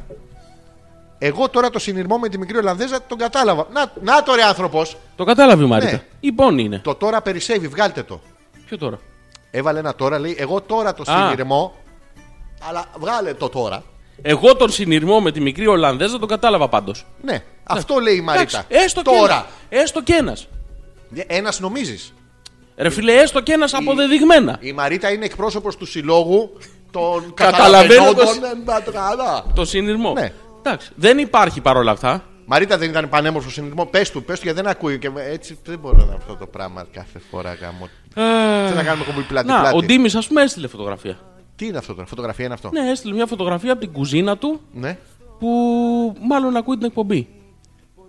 Speaker 2: Εγώ τώρα το συνειρμό με τη μικρή Ολλανδέζα τον κατάλαβα. Να, να το ρε άνθρωπος.
Speaker 1: Το κατάλαβε η Μαρίτα.
Speaker 2: Ναι.
Speaker 1: Λοιπόν είναι.
Speaker 2: Το τώρα περισσεύει, βγάλτε το.
Speaker 1: Ποιο τώρα.
Speaker 2: Έβαλε ένα τώρα, λέει. Εγώ τώρα το
Speaker 1: Α.
Speaker 2: συνειρμό. Αλλά βγάλε το τώρα.
Speaker 1: Εγώ τον συνειρμό με τη μικρή Ολλανδέζα τον κατάλαβα πάντως.
Speaker 2: Ναι, αυτό λέει η Μαρίτα.
Speaker 1: Εντάξει, Έστω
Speaker 2: τώρα. Ναι,
Speaker 1: Και ένας, έστω και ένας.
Speaker 2: Ένας νομίζεις.
Speaker 1: Ρε φίλε, έστω και ένας αποδεδειγμένα.
Speaker 2: Η Μαρίτα είναι εκπρόσωπος του συλλόγου των
Speaker 1: Καταλαβαίνω το
Speaker 2: καταλαβαίνοντων.
Speaker 1: Το συνειρμό.
Speaker 2: Ναι.
Speaker 1: Εντάξει, δεν υπάρχει παρόλα αυτά.
Speaker 2: Μαρίτα δεν ήταν πανέμορφο συνειδημό. Πες του, πες του γιατί δεν ακούει. Και έτσι δεν μπορώ να αυτό το πράγμα κάθε φορά γάμο. Τι να κάνουμε κομπή πλάτη.
Speaker 1: Ε, Να,
Speaker 2: πλάτη.
Speaker 1: ο Ντίμης, ας πούμε, έστειλε φωτογραφία.
Speaker 2: Τι είναι αυτό τώρα, φωτογραφία είναι αυτό.
Speaker 1: Ναι, έστειλε μια φωτογραφία από την κουζίνα του
Speaker 2: Ναι.
Speaker 1: που μάλλον ακούει την εκπομπή.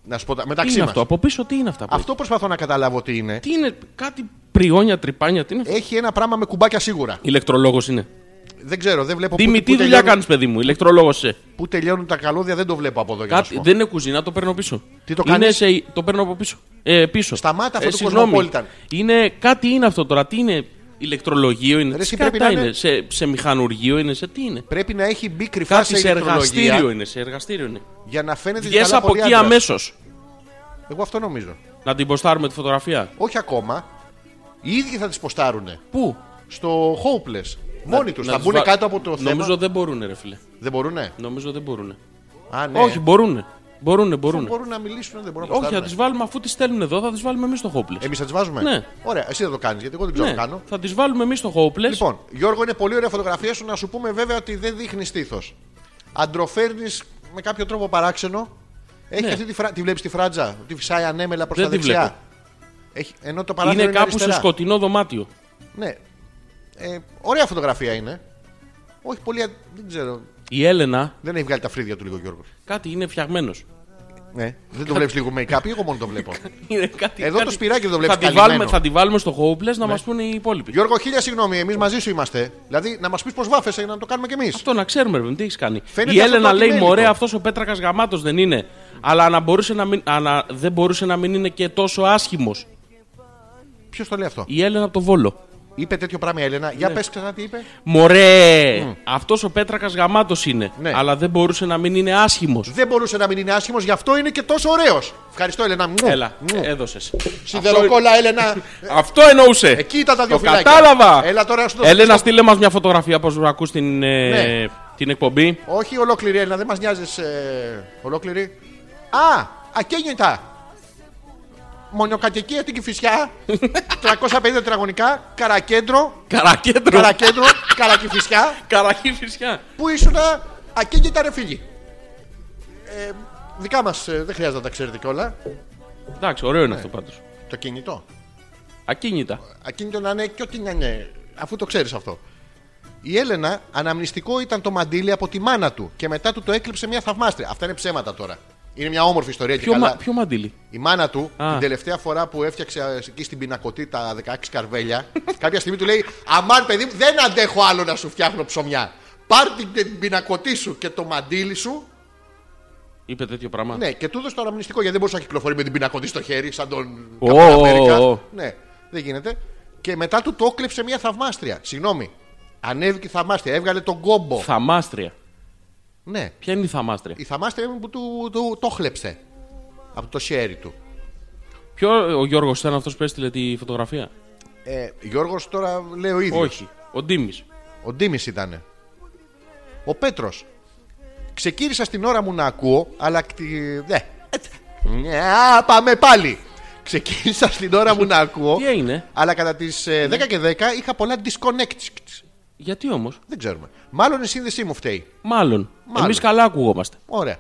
Speaker 2: Να σου πω τα-
Speaker 1: Τι
Speaker 2: μεταξύ
Speaker 1: είναι
Speaker 2: μας.
Speaker 1: αυτό, από πίσω τι είναι αυτά. που έχει?
Speaker 2: Αυτό προσπαθώ να καταλάβω τι είναι.
Speaker 1: Τι είναι, κάτι πριόνια, τρυπάνια, τι είναι αυτό.
Speaker 2: Έχει ένα πράγμα με κουμπάκια σίγουρα.
Speaker 1: Ηλεκτρολόγος είναι.
Speaker 2: Δεν ξέρω, δεν βλέπω.
Speaker 1: Ντίμη, τι
Speaker 2: πού- πού
Speaker 1: δουλειά
Speaker 2: τελειώνουν-
Speaker 1: κάνεις, παιδί μου, ηλεκτρολόγος είσαι.
Speaker 2: Πού τελειώνουν τα καλώδια δεν το βλέπω από εδώ για να σου
Speaker 1: Κάτι,
Speaker 2: πω.
Speaker 1: δεν είναι κουζίνα, το παίρνω πίσω.
Speaker 2: Τι το
Speaker 1: Είναι
Speaker 2: κάνεις?
Speaker 1: σε- το παίρνω από πίσω. Ε, πίσω.
Speaker 2: Σταμάτα αυτό το
Speaker 1: συγγνώμη.
Speaker 2: Cosmopolitan.
Speaker 1: Είναι κάτι είναι αυτό τώρα. Τι είναι ηλεκτρολογείο, είναι.
Speaker 2: Ρε,
Speaker 1: τι
Speaker 2: εσύ
Speaker 1: κατά
Speaker 2: πρέπει να
Speaker 1: είναι.
Speaker 2: είναι-
Speaker 1: Σε, σε μηχανουργείο είναι, σε τι είναι.
Speaker 2: Πρέπει να έχει μπει κρυφά
Speaker 1: Κάτι σε
Speaker 2: ηλεκτρολογία
Speaker 1: εργαστήριο είναι. Σε εργαστήριο είναι.
Speaker 2: Για να φαίνεται και
Speaker 1: Βγες
Speaker 2: καλά
Speaker 1: από
Speaker 2: πολύ
Speaker 1: εκεί
Speaker 2: άντρας.
Speaker 1: αμέσως.
Speaker 2: Εγώ αυτό νομίζω.
Speaker 1: Να την ποστάρουμε τη φωτογραφία.
Speaker 2: Όχι ακόμα. Οι ίδιοι θα τις ποστάρουνε.
Speaker 1: Πού?
Speaker 2: Στο Hopeless. Μόνοι τους.
Speaker 1: Να
Speaker 2: Θα
Speaker 1: τους
Speaker 2: μπουν
Speaker 1: βα-
Speaker 2: κάτω από το θέμα.
Speaker 1: Νομίζω δεν μπορούν, ρε φίλε.
Speaker 2: Δεν μπορούνε.
Speaker 1: Νομίζω δεν μπορούν.
Speaker 2: Α, ναι.
Speaker 1: Όχι, μπορούν. Μπορούν, μπορούν.
Speaker 2: Δεν μπορούν να μιλήσουν, δεν μπορούν να
Speaker 1: Όχι, θα
Speaker 2: ποστάρουνε.
Speaker 1: τις βάλουμε αφού τις στέλνουν εδώ, θα τις βάλουμε εμείς στο Hopeless.
Speaker 2: Εμείς θα τις βάζουμε.
Speaker 1: Ναι.
Speaker 2: Ωραία, εσύ δεν το κάνεις γιατί εγώ δεν ξέρω
Speaker 1: ναι,
Speaker 2: να κάνω.
Speaker 1: θα τις βάλουμε εμείς στο Hopeless.
Speaker 2: Λοιπόν, Γιώργο, είναι πολύ ωραία φωτογραφία σου να σου πούμε βέβαια ότι δεν δείχνεις τύθο. Αντροφέρνεις με κάποιο τρόπο παράξενο. Έχει
Speaker 1: Ναι.
Speaker 2: αυτή τη, φρά... τη βλέπεις τη φράτζα, τη φυσάει ανέμελα προς
Speaker 1: Δεν
Speaker 2: τα
Speaker 1: τη
Speaker 2: δεξιά.
Speaker 1: βλέπω.
Speaker 2: Έχει... Ενώ το
Speaker 1: είναι
Speaker 2: παράθυρο είναι,
Speaker 1: κάπου
Speaker 2: αριστερά.
Speaker 1: σε σκοτεινό δωμάτιο.
Speaker 2: Ναι. Ε, ωραία φωτογραφία είναι. Όχι πολύ. α- Δεν ξέρω.
Speaker 1: Η Έλενα
Speaker 2: Δεν έχει βγάλει τα φρύδια του λίγο Γιώργος.
Speaker 1: κάτι είναι φτιαγμένος.
Speaker 2: Ναι. Δεν το βλέπεις λίγο make-up ή εγώ μόνο το
Speaker 1: *laughs*
Speaker 2: βλέπω.
Speaker 1: Είναι κάτι,
Speaker 2: Εδώ το σπυράκι δεν το βλέπεις
Speaker 1: θα τη,
Speaker 2: καλυμμένο. Ναι.
Speaker 1: βάλουμε, θα τη βάλουμε στο Hopeless να μας μας πούνε οι υπόλοιποι.
Speaker 2: Γιώργο, χίλια συγγνώμη, εμείς μαζί σου είμαστε. Δηλαδή να μας πεις πώς βάφεσαι να το κάνουμε κι εμείς.
Speaker 1: Αυτό να ξέρουμε, ρε παιδί μου, τι έχεις κάνει.
Speaker 2: Φαίνεται
Speaker 1: η
Speaker 2: αυτό
Speaker 1: Έλενα
Speaker 2: το
Speaker 1: λέει:
Speaker 2: ατιμέλικο.
Speaker 1: Μωρέ, αυτός ο πέτρακας γαμάτος δεν είναι. Αλλά να μπορούσε να μην, ανα- δεν μπορούσε να μην είναι και τόσο άσχημος.
Speaker 2: Ποιος το λέει αυτό.
Speaker 1: Η Ναι. Έλενα από το Βόλο.
Speaker 2: Είπε τέτοιο πράγμα η Έλενα. Για πες ξανά τι είπε.
Speaker 1: Μωρέ, αυτός ο πέτρακας γαμάτος είναι.
Speaker 2: Ναι.
Speaker 1: Αλλά δεν μπορούσε να μην είναι άσχημος.
Speaker 2: Δεν μπορούσε να μην είναι άσχημος, γι' αυτό είναι και τόσο ωραίος. Ευχαριστώ, Έλενα. Μου.
Speaker 1: Έλα, Ε,
Speaker 2: Μου.
Speaker 1: έδωσε.
Speaker 2: Σιδεροκόλα,
Speaker 1: *laughs*
Speaker 2: Έλενα.
Speaker 1: Αυτό εννοούσε.
Speaker 2: Εκεί ήταν τα δύο
Speaker 1: το
Speaker 2: φυλάκια.
Speaker 1: κατάλαβα.
Speaker 2: Έλα τώρα να σου το
Speaker 1: Έλενα, στείλε μας μια φωτογραφία πώ ακούς την, ε,
Speaker 2: Ναι.
Speaker 1: την εκπομπή.
Speaker 2: Όχι ολόκληρη Έλενα, δεν μας νοιάζεις. Ε, ολόκληρη. Α, ακίνητα. Μονοκατοικία στην Κυφυσιά.
Speaker 1: *laughs*
Speaker 2: 350 τετραγωνικά. Καρακέντρο.
Speaker 1: Καρακέντρο.
Speaker 2: Καρακέντρο. Καρακυφυσιά.
Speaker 1: Καραχή φυσιά.
Speaker 2: Πού ήσουν ακίνητα ρε φίλοι. Ε, δικά μας δεν χρειάζεται να τα ξέρετε κιόλα.
Speaker 1: Εντάξει, ωραίο
Speaker 2: Ναι.
Speaker 1: είναι αυτό πάντως.
Speaker 2: Το κινητό.
Speaker 1: Ακίνητα.
Speaker 2: Ακίνητο να είναι και ό,τι να είναι, αφού το ξέρεις αυτό. Η Έλενα αναμνηστικό ήταν το μαντίλι από τη μάνα του και μετά του το έκλειψε μια θαυμάστρια. Αυτά είναι ψέματα τώρα. Είναι μια όμορφη ιστορία και
Speaker 1: Ποιο,
Speaker 2: καλά.
Speaker 1: μα, ποιο μαντίλι.
Speaker 2: Η μάνα του,
Speaker 1: Α.
Speaker 2: την τελευταία φορά που έφτιαξε ε, εκεί στην πινακωτή τα 16 καρβέλια, *laughs* κάποια στιγμή του λέει: Αμάν, παιδί μου, δεν αντέχω άλλο να σου φτιάχνω ψωμιά. Πάρ την- την πινακωτή σου και το μαντίλι σου.
Speaker 1: Είπε τέτοιο πράγμα.
Speaker 2: Ναι, και του έδωσε το αναμνηστικό γιατί δεν μπορούσε να κυκλοφορεί με την πινακωτή στο χέρι, σαν τον
Speaker 1: Ω,
Speaker 2: Καπτάν
Speaker 1: ω, ω,
Speaker 2: Αμέρικα.
Speaker 1: ω.
Speaker 2: Ναι, δεν γίνεται. Και μετά του το έκλεψε μια θαυμάστρια. Συγγνώμη. Ανέβηκε η θαυμάστρια, έβγαλε τον κόμπο.
Speaker 1: Θαμάστρια.
Speaker 2: Ναι,
Speaker 1: Ποια είναι η θαμάστρια.
Speaker 2: η θαυμάστρια είναι που του, του- το χλέψε. Από το χέρι του.
Speaker 1: Ποιο, ο Γιώργος ήταν αυτός που έστειλε τη φωτογραφία.
Speaker 2: Ε, Γιώργος τώρα λέει ο ίδιος.
Speaker 1: Όχι. Ο Ντίμης.
Speaker 2: Ο Ντίμης ήταν. Ο Πέτρος. Ξεκίνησα στην ώρα μου να ακούω, αλλά. κτι- Δε. Ναι, α, πάμε πάλι. Ξεκίνησα στην ώρα μου να ακούω.
Speaker 1: *laughs* Τι έγινε?
Speaker 2: Αλλά κατά τις
Speaker 1: Ναι.
Speaker 2: 10 και 10 είχα πολλά disconnects.
Speaker 1: Γιατί όμως.
Speaker 2: Δεν ξέρουμε. Μάλλον η σύνδεσή μου φταίει.
Speaker 1: Μάλλον.
Speaker 2: Μάλλον.
Speaker 1: Εμείς καλά ακουγόμαστε.
Speaker 2: Ωραία.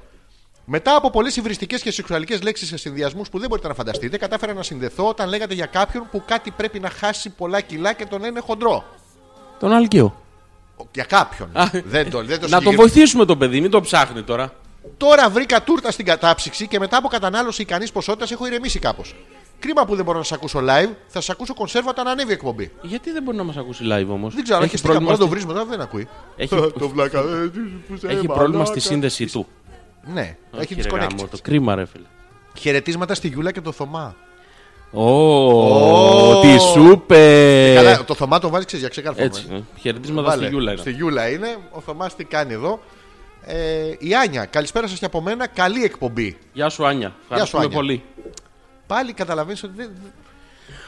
Speaker 2: Μετά από πολλές υβριστικές και σεξουαλικές λέξεις σε συνδυασμούς που δεν μπορείτε να φανταστείτε, κατάφερα να συνδεθώ όταν λέγατε για κάποιον που κάτι πρέπει να χάσει πολλά κιλά και τον είναι χοντρό.
Speaker 1: Τον Αλκαίο.
Speaker 2: Ο- Για κάποιον.
Speaker 1: Α.
Speaker 2: δεν το, δεν
Speaker 1: *laughs* Να το
Speaker 2: το συγκεκρι-
Speaker 1: βοηθήσουμε το παιδί, μην το ψάχνει τώρα.
Speaker 2: Τώρα βρήκα τούρτα στην κατάψυξη και μετά από κατανάλωση ικανής ποσότητας έχω ηρεμήσει κάπως. Κρίμα που δεν μπορώ να σας ακούσω live, θα σας ακούσω κονσέρβα όταν ανέβει η εκπομπή.
Speaker 1: Γιατί δεν μπορεί να μας ακούσει live όμως.
Speaker 2: Δεν ξέρω, έχει
Speaker 1: πρόβλημα,
Speaker 2: πρόβλημα. να το
Speaker 1: στη...
Speaker 2: βρίσκουμε, τώρα δεν ακούει.
Speaker 1: Έχει-
Speaker 2: Ε, το βλάκα. ε, τι που σε
Speaker 1: έχει
Speaker 2: μαλάκα.
Speaker 1: πρόβλημα στη σύνδεση του.
Speaker 2: Ναι, έχει
Speaker 1: Όχι, ρε γάμο,
Speaker 2: disconnect.
Speaker 1: Το κρίμα, ρε φίλε.
Speaker 2: Χαιρετίσματα στη Γιούλα και το Θωμά.
Speaker 1: Ω,
Speaker 2: Ω. Ε,
Speaker 1: τι σούπε!
Speaker 2: Καλά, το Θωμά το βάζει ξέρεις, για ξεκάρφωμα.
Speaker 1: Έτσι.
Speaker 2: ε.
Speaker 1: ε. Χαιρετίσματα
Speaker 2: Βάλε.
Speaker 1: στη Γιούλα.
Speaker 2: Στη
Speaker 1: είναι.
Speaker 2: Γιούλα είναι. Ο Θωμάς τι κάνει εδώ. Ε, η Άνια, καλησπέρα σας και από μένα. Καλή εκπομπή.
Speaker 1: Γεια σου, Άνια. Ευχαριστούμε
Speaker 2: Άνια.
Speaker 1: πολύ.
Speaker 2: Πάλι καταλαβαίνεις ότι δεν. δεν-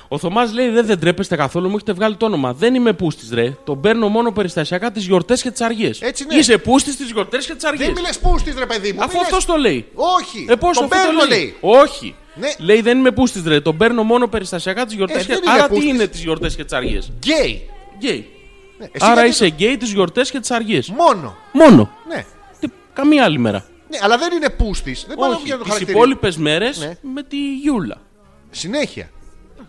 Speaker 1: Ο Θωμάς λέει: Δεν δεν τρέπεστε καθόλου, μου έχετε βγάλει το όνομα. Δεν είμαι πούστης, ρε. Τον παίρνω μόνο περιστασιακά τις γιορτές και τις αργίες.
Speaker 2: Έτσι είναι.
Speaker 1: Είσαι πούστης τι γιορτές και τις αργίες.
Speaker 2: Δεν μιλες πούστης, ρε παιδί μου.
Speaker 1: Αφού
Speaker 2: μιλες-
Speaker 1: αυτός το λέει.
Speaker 2: Όχι.
Speaker 1: Ε, πώς,
Speaker 2: τον
Speaker 1: αφού
Speaker 2: παίρνω,
Speaker 1: το λέει. Όχι.
Speaker 2: Ναι.
Speaker 1: Λέει: Δεν είμαι πούστης, ρε. Τον παίρνω μόνο περιστασιακά τις γιορτές
Speaker 2: Ε,
Speaker 1: και
Speaker 2: δεν είναι
Speaker 1: Άρα τι
Speaker 2: πούστης.
Speaker 1: είναι τις γιορτές και τις αργίες.
Speaker 2: Γκέι.
Speaker 1: Γκέι.
Speaker 2: Ναι, εσύ
Speaker 1: Άρα
Speaker 2: γιατί
Speaker 1: είσαι γκέι τις γιορτές και τις αργίες.
Speaker 2: το- Μόνο.
Speaker 1: Μόνο.
Speaker 2: Ναι.
Speaker 1: Τι- Καμία άλλη μέρα.
Speaker 2: Ναι, αλλά δεν είναι πούστης. Δεν πάμε για
Speaker 1: Όχι,
Speaker 2: Ε, το
Speaker 1: τις
Speaker 2: χαρακτήριο.
Speaker 1: υπόλοιπες μέρες
Speaker 2: Ναι.
Speaker 1: με τη Γιούλα.
Speaker 2: Συνέχεια.
Speaker 1: Τι-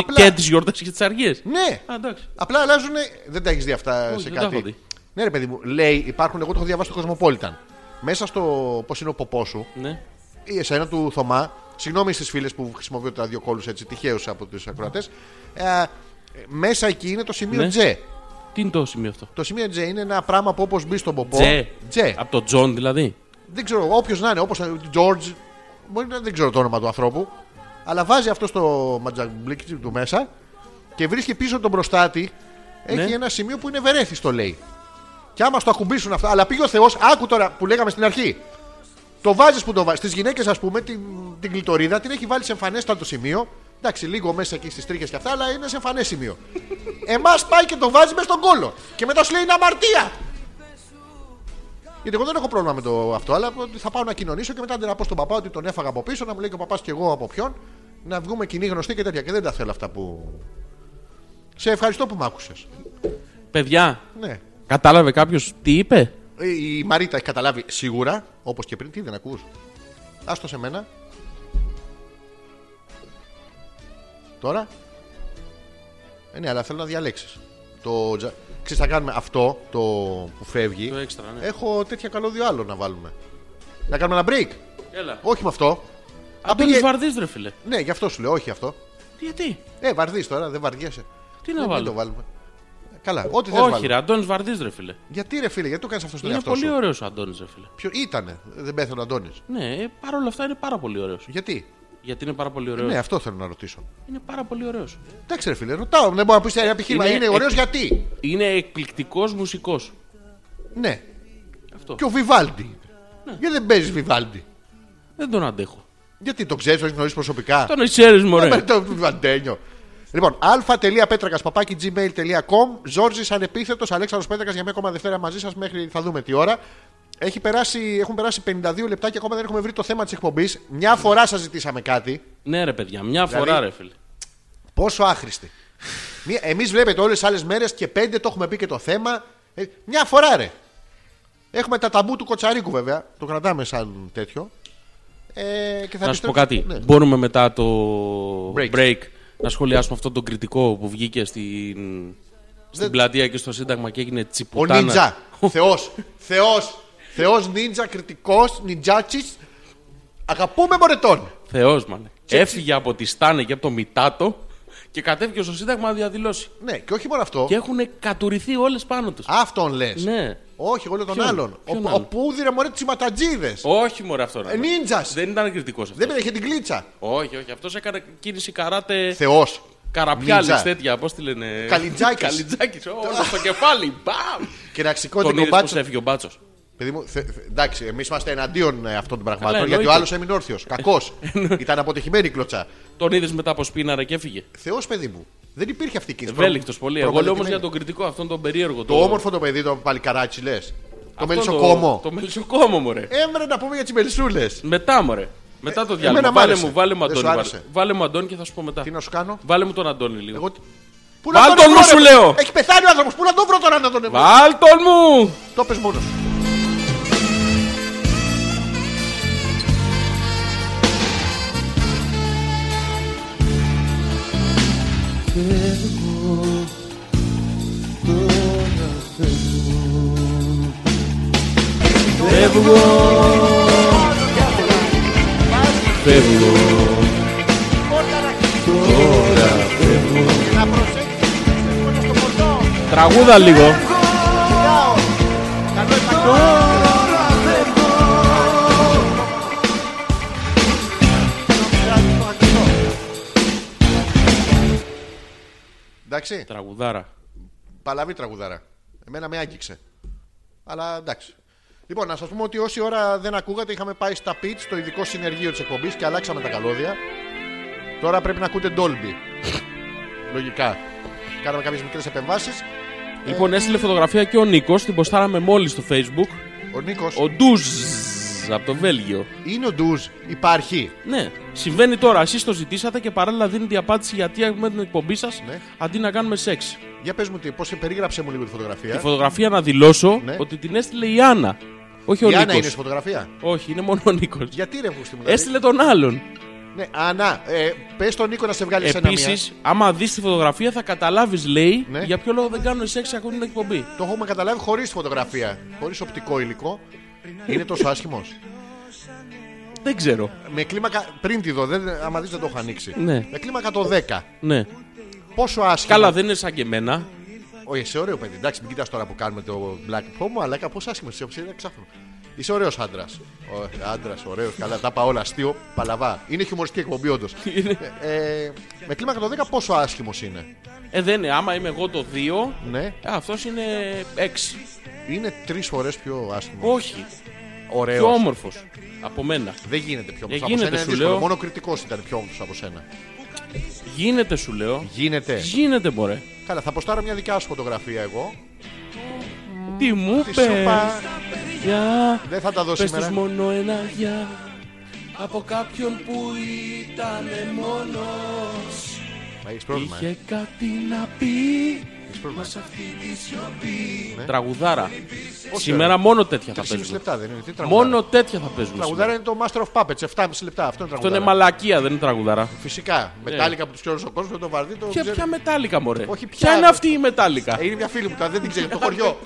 Speaker 2: Απλά-
Speaker 1: Και τις γιορτές και τις αργίες.
Speaker 2: Ναι.
Speaker 1: Α, εντάξει.
Speaker 2: Απλά αλλάζουν. Δεν τα έχεις δει αυτά
Speaker 1: Όχι,
Speaker 2: σε
Speaker 1: δεν τα έχω
Speaker 2: κάτι.
Speaker 1: δει.
Speaker 2: Ναι, ρε παιδί μου, λέει, υπάρχουν. Εγώ το έχω διαβάσει στο Cosmopolitan. Μέσα στο πώς είναι ο ποπός σου,
Speaker 1: Ναι.
Speaker 2: ή εσένα του Θωμά, συγγνώμη στις φίλες που χρησιμοποιώ τα δύο κόλου έτσι τυχαίου από τους ακροατές. Ε, μέσα εκεί είναι το σημείο
Speaker 1: Ναι.
Speaker 2: J.
Speaker 1: Τι είναι το σημείο αυτό.
Speaker 2: Το σημείο J είναι ένα πράγμα που όπως μπει στον ποπό.
Speaker 1: Τζε.
Speaker 2: J.
Speaker 1: Από τον Τζον δηλαδή.
Speaker 2: Δεν ξέρω, όποιος να είναι, όπως George, μπορεί να δεν ξέρω το όνομα του ανθρώπου, αλλά βάζει αυτό στο ματζαμπλίκι του μέσα και βρίσκει πίσω τον μπροστάτη. Έχει
Speaker 1: Ναι.
Speaker 2: ένα σημείο που είναι βερέθι, το λέει. Και άμα στο ακουμπήσουν αυτά, αλλά πήγε ο Θεός, άκου τώρα που λέγαμε στην αρχή. Το βάζεις που το βάζει. Στις γυναίκες, ας πούμε, την, την κλειτορίδα την έχει βάλει σε εμφανέστατο σημείο. Εντάξει, λίγο μέσα εκεί στις τρίχες και αυτά, αλλά είναι σε εμφανές σημείο. Εμάς πάει και το βάζει μέσα στον κόλο. Και μετά σου λέει είναι αμαρτία. Γιατί εγώ δεν έχω πρόβλημα με το αυτό, αλλά ότι θα πάω να κοινωνήσω και μετά να πω στον παπά ότι τον έφαγα από πίσω, να μου λέει και ο παπάς και εγώ από ποιον, να βγούμε κοινή γνωστή και τέτοια. Και δεν τα θέλω αυτά που. Σε ευχαριστώ που μ' άκουσες.
Speaker 1: Παιδιά,
Speaker 2: Ναι.
Speaker 1: κατάλαβε κάποιος τι είπε.
Speaker 2: Ε, Η Μαρίτα έχει καταλάβει σίγουρα, όπως και πριν, τι δεν ακούς. Άστο σε μένα. Τώρα. Ε, ναι, αλλά θέλω να διαλέξεις. Το... τζα- Ξέρεις, θα κάνουμε αυτό το που φεύγει.
Speaker 1: Το έξτρα, ναι.
Speaker 2: Έχω τέτοια καλώδιο άλλο να βάλουμε. Να κάνουμε ένα break.
Speaker 1: Έλα.
Speaker 2: Όχι με αυτό.
Speaker 1: Αντώνης
Speaker 2: πήγε-
Speaker 1: Βαρδής ρε φίλε.
Speaker 2: Ναι, γι' αυτό σου λέω, όχι αυτό.
Speaker 1: Τι, Γιατί.
Speaker 2: Ε, βαρδί τώρα, δεν βαριέσαι.
Speaker 1: Τι
Speaker 2: Δεν
Speaker 1: να
Speaker 2: το
Speaker 1: βάλω.
Speaker 2: βάλουμε. Καλά, ό,τι θες
Speaker 1: Όχι
Speaker 2: βάλουμε.
Speaker 1: ρε, Αντώνης Βαρδής ρε φίλε.
Speaker 2: Γιατί ρε φίλε, γιατί το κάνεις αυτό στον
Speaker 1: Είναι
Speaker 2: εαυτό
Speaker 1: πολύ
Speaker 2: Ναι, σου.
Speaker 1: ωραίος ο Αντώνης ρε φίλε.
Speaker 2: Ποιο ήτανε, δεν πέθανε ο Αντώνης.
Speaker 1: Ναι, ε, παρόλα αυτά είναι πάρα πολύ ωραίος.
Speaker 2: Γιατί.
Speaker 1: Γιατί είναι πάρα πολύ
Speaker 2: Ναι,
Speaker 1: ωραίος.
Speaker 2: αυτό θέλω να ρωτήσω.
Speaker 1: Είναι πάρα πολύ ωραίος.
Speaker 2: Εντάξει, ρε φίλε, ρωτάω. Δεν μπορώ να πεις ένα επιχείρημα. Είναι,
Speaker 1: Ε, Είναι
Speaker 2: ωραίος
Speaker 1: εκ-
Speaker 2: γιατί.
Speaker 1: Είναι εκπληκτικός μουσικός. ε.
Speaker 2: Ναι.
Speaker 1: Αυτό.
Speaker 2: Και ο Βιβάλντι.
Speaker 1: Ναι.
Speaker 2: Γιατί δεν παίζεις Βιβάλντι.
Speaker 1: Δεν τον αντέχω.
Speaker 2: Γιατί το ξέρει, το έχει γνωρίσει προσωπικά.
Speaker 1: Τον ξέρεις
Speaker 2: *laughs*
Speaker 1: μωρέ.
Speaker 2: Ε, Το Βιβαντένιο. Λοιπόν, α.πέτρακα παπάκι gmail.com Ζόρζης ανεπίθετος Αλέξανδρος Πέτρακας για μια ακόμα Δευτέρα μαζί σας μέχρι θα δούμε τι ώρα. Έχει περάσει, έχουν περάσει 52 λεπτά και ακόμα δεν έχουμε βρει το θέμα της εκπομπής. Μια φορά σας ζητήσαμε κάτι.
Speaker 1: Ναι ρε παιδιά, μια
Speaker 2: Δηλαδή,
Speaker 1: φορά ρε φίλε.
Speaker 2: Πόσο άχρηστη. Εμείς βλέπετε όλες τις άλλες μέρες και πέντε το έχουμε πει και το θέμα. Ε, μια φορά ρε. Έχουμε τα ταμπού του Κοτσαρίκου βέβαια. Το κρατάμε σαν τέτοιο. Ε, και θα
Speaker 1: Να σου πω
Speaker 2: επιστρέψουμε.
Speaker 1: κάτι.
Speaker 2: Ναι.
Speaker 1: Μπορούμε μετά το
Speaker 2: Break.
Speaker 1: break. να σχολιάσουμε αυτόν τον κριτικό που βγήκε στην, στην
Speaker 2: Δεν-
Speaker 1: πλατεία και στο Σύνταγμα και έγινε
Speaker 2: Ο
Speaker 1: τσιπουτάνα. *laughs*
Speaker 2: Νίντζα. Θεός. Θεός. Θεός Νίντζα, κριτικός, Νιτζάτσι. Αγαπούμε μωρετών.
Speaker 1: Θεός μανε. Έφυγε από τη Στάνε και από το Μητάτο και κατέβηκε στο Σύνταγμα να διαδηλώσει.
Speaker 2: Ναι, και όχι μόνο αυτό.
Speaker 1: Και έχουν κατουρηθεί όλες πάνω τους.
Speaker 2: Αυτόν λες.
Speaker 1: Ναι.
Speaker 2: Όχι, εγώ λέω τον
Speaker 1: Ποιον-
Speaker 2: άλλον. Ο,
Speaker 1: ποιον
Speaker 2: ο,
Speaker 1: άλλον?
Speaker 2: Πούδηρε μωρέ τσιματατζίδε.
Speaker 1: Όχι μωρέ αυτό. ρε.
Speaker 2: Ε, νίντζας.
Speaker 1: Δεν ήταν κριτικός αυτός.
Speaker 2: Δεν πέτυχε την κλίτσα.
Speaker 1: Όχι, όχι. Αυτός έκανε κίνηση καράτε...
Speaker 2: Θεός.
Speaker 1: Καραπιάλες
Speaker 2: Νίντζα.
Speaker 1: τέτοια, πώς τη λένε.
Speaker 2: Καλιτζάκης.
Speaker 1: Καλιτζάκης, ό, όλο στο κεφάλι. Μπαμ!
Speaker 2: Κυραξικό
Speaker 1: Τον
Speaker 2: την
Speaker 1: είδες
Speaker 2: κομπάτσα.
Speaker 1: πώς έφυγε ο Μπάτσος.
Speaker 2: Παιδί μου, θε- θε- εντάξει, εμείς είμαστε εναντίον ε, αυτών των πραγμάτων. γιατί ο
Speaker 1: εννοείται.
Speaker 2: άλλος έμεινε όρθιος. Κακός.
Speaker 1: *laughs*
Speaker 2: Ήταν αποτυχημένη η κλωτσά.
Speaker 1: Τον είδες μετά από σπίναρα και έφυγε.
Speaker 2: Θεός, παιδί μου. Δεν υπήρχε αυτή η κίνηση.
Speaker 1: Ευέλικτος πολύ. Εγώ λέω όμως για
Speaker 2: Προβολετημένη.
Speaker 1: τον κριτικό, αυτόν τον περίεργο.
Speaker 2: Το όμορφο το παιδί, το παλικαράκι λες. Το
Speaker 1: αυτόν
Speaker 2: μελισσοκόμο.
Speaker 1: Το μελισσοκόμο, μωρέ.
Speaker 2: Έμρε να πούμε για τις μελισσούλες.
Speaker 1: Μετά, μωρέ. Μετά το
Speaker 2: Ε, εμένα
Speaker 1: διάλειμμα.
Speaker 2: μ'
Speaker 1: Βάλε
Speaker 2: άρεσε.
Speaker 1: μου, βάλε μου
Speaker 2: Δεν σου
Speaker 1: Αντώνη.
Speaker 2: άρεσε.
Speaker 1: Βάλε, βάλε μου Αντώνη και θα σου πω μετά.
Speaker 2: Τι να σου κάνω.
Speaker 1: Βάλε μου τον Αντώνη λίγο.
Speaker 2: Εγώ... Πού
Speaker 1: Βάλ'
Speaker 2: τον
Speaker 1: τον
Speaker 2: βρω,
Speaker 1: μου,
Speaker 2: ρε,
Speaker 1: σου
Speaker 2: παιδί.
Speaker 1: λέω.
Speaker 2: Έχει πεθάνει ο άνθρωπος. Πού να τον βρω τώρα να τον βρω.
Speaker 1: Βάλ τον μου!
Speaker 2: Το πες μόνος.
Speaker 1: Τραγούδα λίγο.
Speaker 2: Εντάξει,
Speaker 1: Τραγουδάρα.
Speaker 2: παλαβή τραγουδάρα. Εμένα με άγγιξε. Αλλά εντάξει. Λοιπόν, να σας πούμε ότι όση ώρα δεν ακούγατε, είχαμε πάει στα pitch, το ειδικό συνεργείο της εκπομπής και αλλάξαμε τα καλώδια. Τώρα πρέπει να ακούτε Dolby. Λογικά. Κάναμε κάποιες μικρές επεμβάσεις.
Speaker 1: Λοιπόν, έστειλε φωτογραφία και ο Νίκος. Την ποστάραμε μόλις στο Facebook.
Speaker 2: Ο Νίκος.
Speaker 1: Ο Ντουζ από το Βέλγιο.
Speaker 2: Είναι ο Ντουζ, υπάρχει.
Speaker 1: Ναι, συμβαίνει τώρα. Εσείς το ζητήσατε και παράλληλα δίνετε απάντηση γιατί έχουμε την εκπομπή σας
Speaker 2: Ναι. Ε.
Speaker 1: αντί να κάνουμε σεξ.
Speaker 2: Για πες μου, τι- πώς περίγραψε μου λίγο τη φωτογραφία.
Speaker 1: Τη φωτογραφία να δηλώσω
Speaker 2: Ναι.
Speaker 1: ότι την έστειλε η Άννα. Όχι
Speaker 2: Η
Speaker 1: ο
Speaker 2: Άννα είναι στη
Speaker 1: Νίκο.
Speaker 2: φωτογραφία.
Speaker 1: Όχι, είναι μόνο ο Νίκος.
Speaker 2: Γιατί ρε Βούστη μου δηλαδή.
Speaker 1: Έστειλε τον άλλον.
Speaker 2: Ναι, Άννα, ε, πες τον Νίκο να σε βγάλει σε ένα μία.
Speaker 1: Επίση, άμα δεις τη φωτογραφία, θα καταλάβεις, λέει,
Speaker 2: Ναι.
Speaker 1: για ποιο λόγο δεν κάνουν σεξ ακόμη την εκπομπή.
Speaker 2: Το έχουμε καταλάβει χωρίς φωτογραφία. Χωρίς οπτικό υλικό. Είναι τόσο άσχημος.
Speaker 1: Δεν ξέρω.
Speaker 2: Με κλίμακα. Πριν τη δω, δεν, άμα δεις δεν το έχω ανοίξει.
Speaker 1: Ναι.
Speaker 2: Με κλίμακα το 10.
Speaker 1: Ναι.
Speaker 2: Πόσο άσχημο.
Speaker 1: Καλά, δεν είναι σαν και εμένα.
Speaker 2: Όχι, είσαι ωραίο παιδί. Εντάξει, μην κοιτάς τώρα που κάνουμε το black promo, αλλά κάπως άσχημο. Σε ψήφισα ξάφνου. Είσαι ωραίος άντρας. Άντρας, ωραίος, καλά. Τα είπα όλα. Αστείο, παλαβά. Είναι χιουμοριστική εκπομπή, όντως.
Speaker 1: *laughs* Είναι-
Speaker 2: Ε, ε, με κλίμακα το 10 πόσο άσχημος είναι.
Speaker 1: Ε, δεν είναι. Άμα είμαι εγώ το 2,
Speaker 2: Ναι,
Speaker 1: αυτός είναι 6.
Speaker 2: είναι τρεις φορές πιο άσχημος.
Speaker 1: Όχι. Πιο
Speaker 2: Ωραίο.
Speaker 1: όμορφος. Από μένα.
Speaker 2: Δεν γίνεται πιο όμορφο.
Speaker 1: Δεν
Speaker 2: από
Speaker 1: γίνεται,
Speaker 2: σένα, είναι
Speaker 1: σου
Speaker 2: δύσκολο.
Speaker 1: λέω.
Speaker 2: Μόνο κριτικός ήταν πιο όμορφος από σένα.
Speaker 1: Γίνεται, σου λέω.
Speaker 2: Γίνεται.
Speaker 1: Γίνεται, μωρέ.
Speaker 2: Καλά, θα ποστάρω μια δικιά σου φωτογραφία εγώ.
Speaker 1: Τι μου
Speaker 2: Τη σου
Speaker 1: πες
Speaker 2: είπα,
Speaker 1: Για...
Speaker 2: δεν θα τα δω
Speaker 1: Πες τους
Speaker 2: σήμερα.
Speaker 1: μόνο ένα για Από κάποιον που ήταν μόνος
Speaker 2: Μα έχεις πρόβλημα. ε.
Speaker 1: Είχε κάτι να πει
Speaker 2: Έχεις πρόβλημα. Ναι.
Speaker 1: Τραγουδάρα
Speaker 2: Πόση
Speaker 1: Σήμερα
Speaker 2: ώρα?
Speaker 1: μόνο τέτοια θα
Speaker 2: 3,5
Speaker 1: παίζουμε
Speaker 2: λεπτά δεν είναι. Τι τραγουδάρα.
Speaker 1: Μόνο τέτοια θα παίζουμε
Speaker 2: Τραγουδάρα
Speaker 1: σήμερα.
Speaker 2: είναι το Master of Puppets, 7,5 λεπτά. Αυτό είναι
Speaker 1: Αυτό
Speaker 2: τραγουδάρα.
Speaker 1: είναι μαλακία δεν είναι τραγουδάρα
Speaker 2: Φυσικά. Μετάλλικα που τους ξέρεις ο κόσμος, το βαρδί το.
Speaker 1: Ποια,
Speaker 2: ξέρεις.
Speaker 1: ποια μετάλλικα μωρέ
Speaker 2: Όχι, ποια-
Speaker 1: είναι αυτή η μετάλλικα
Speaker 2: Ε, Είναι μια φίλη μου, τα- δεν την ξέρεις, από
Speaker 1: Ε,
Speaker 2: το χωριό.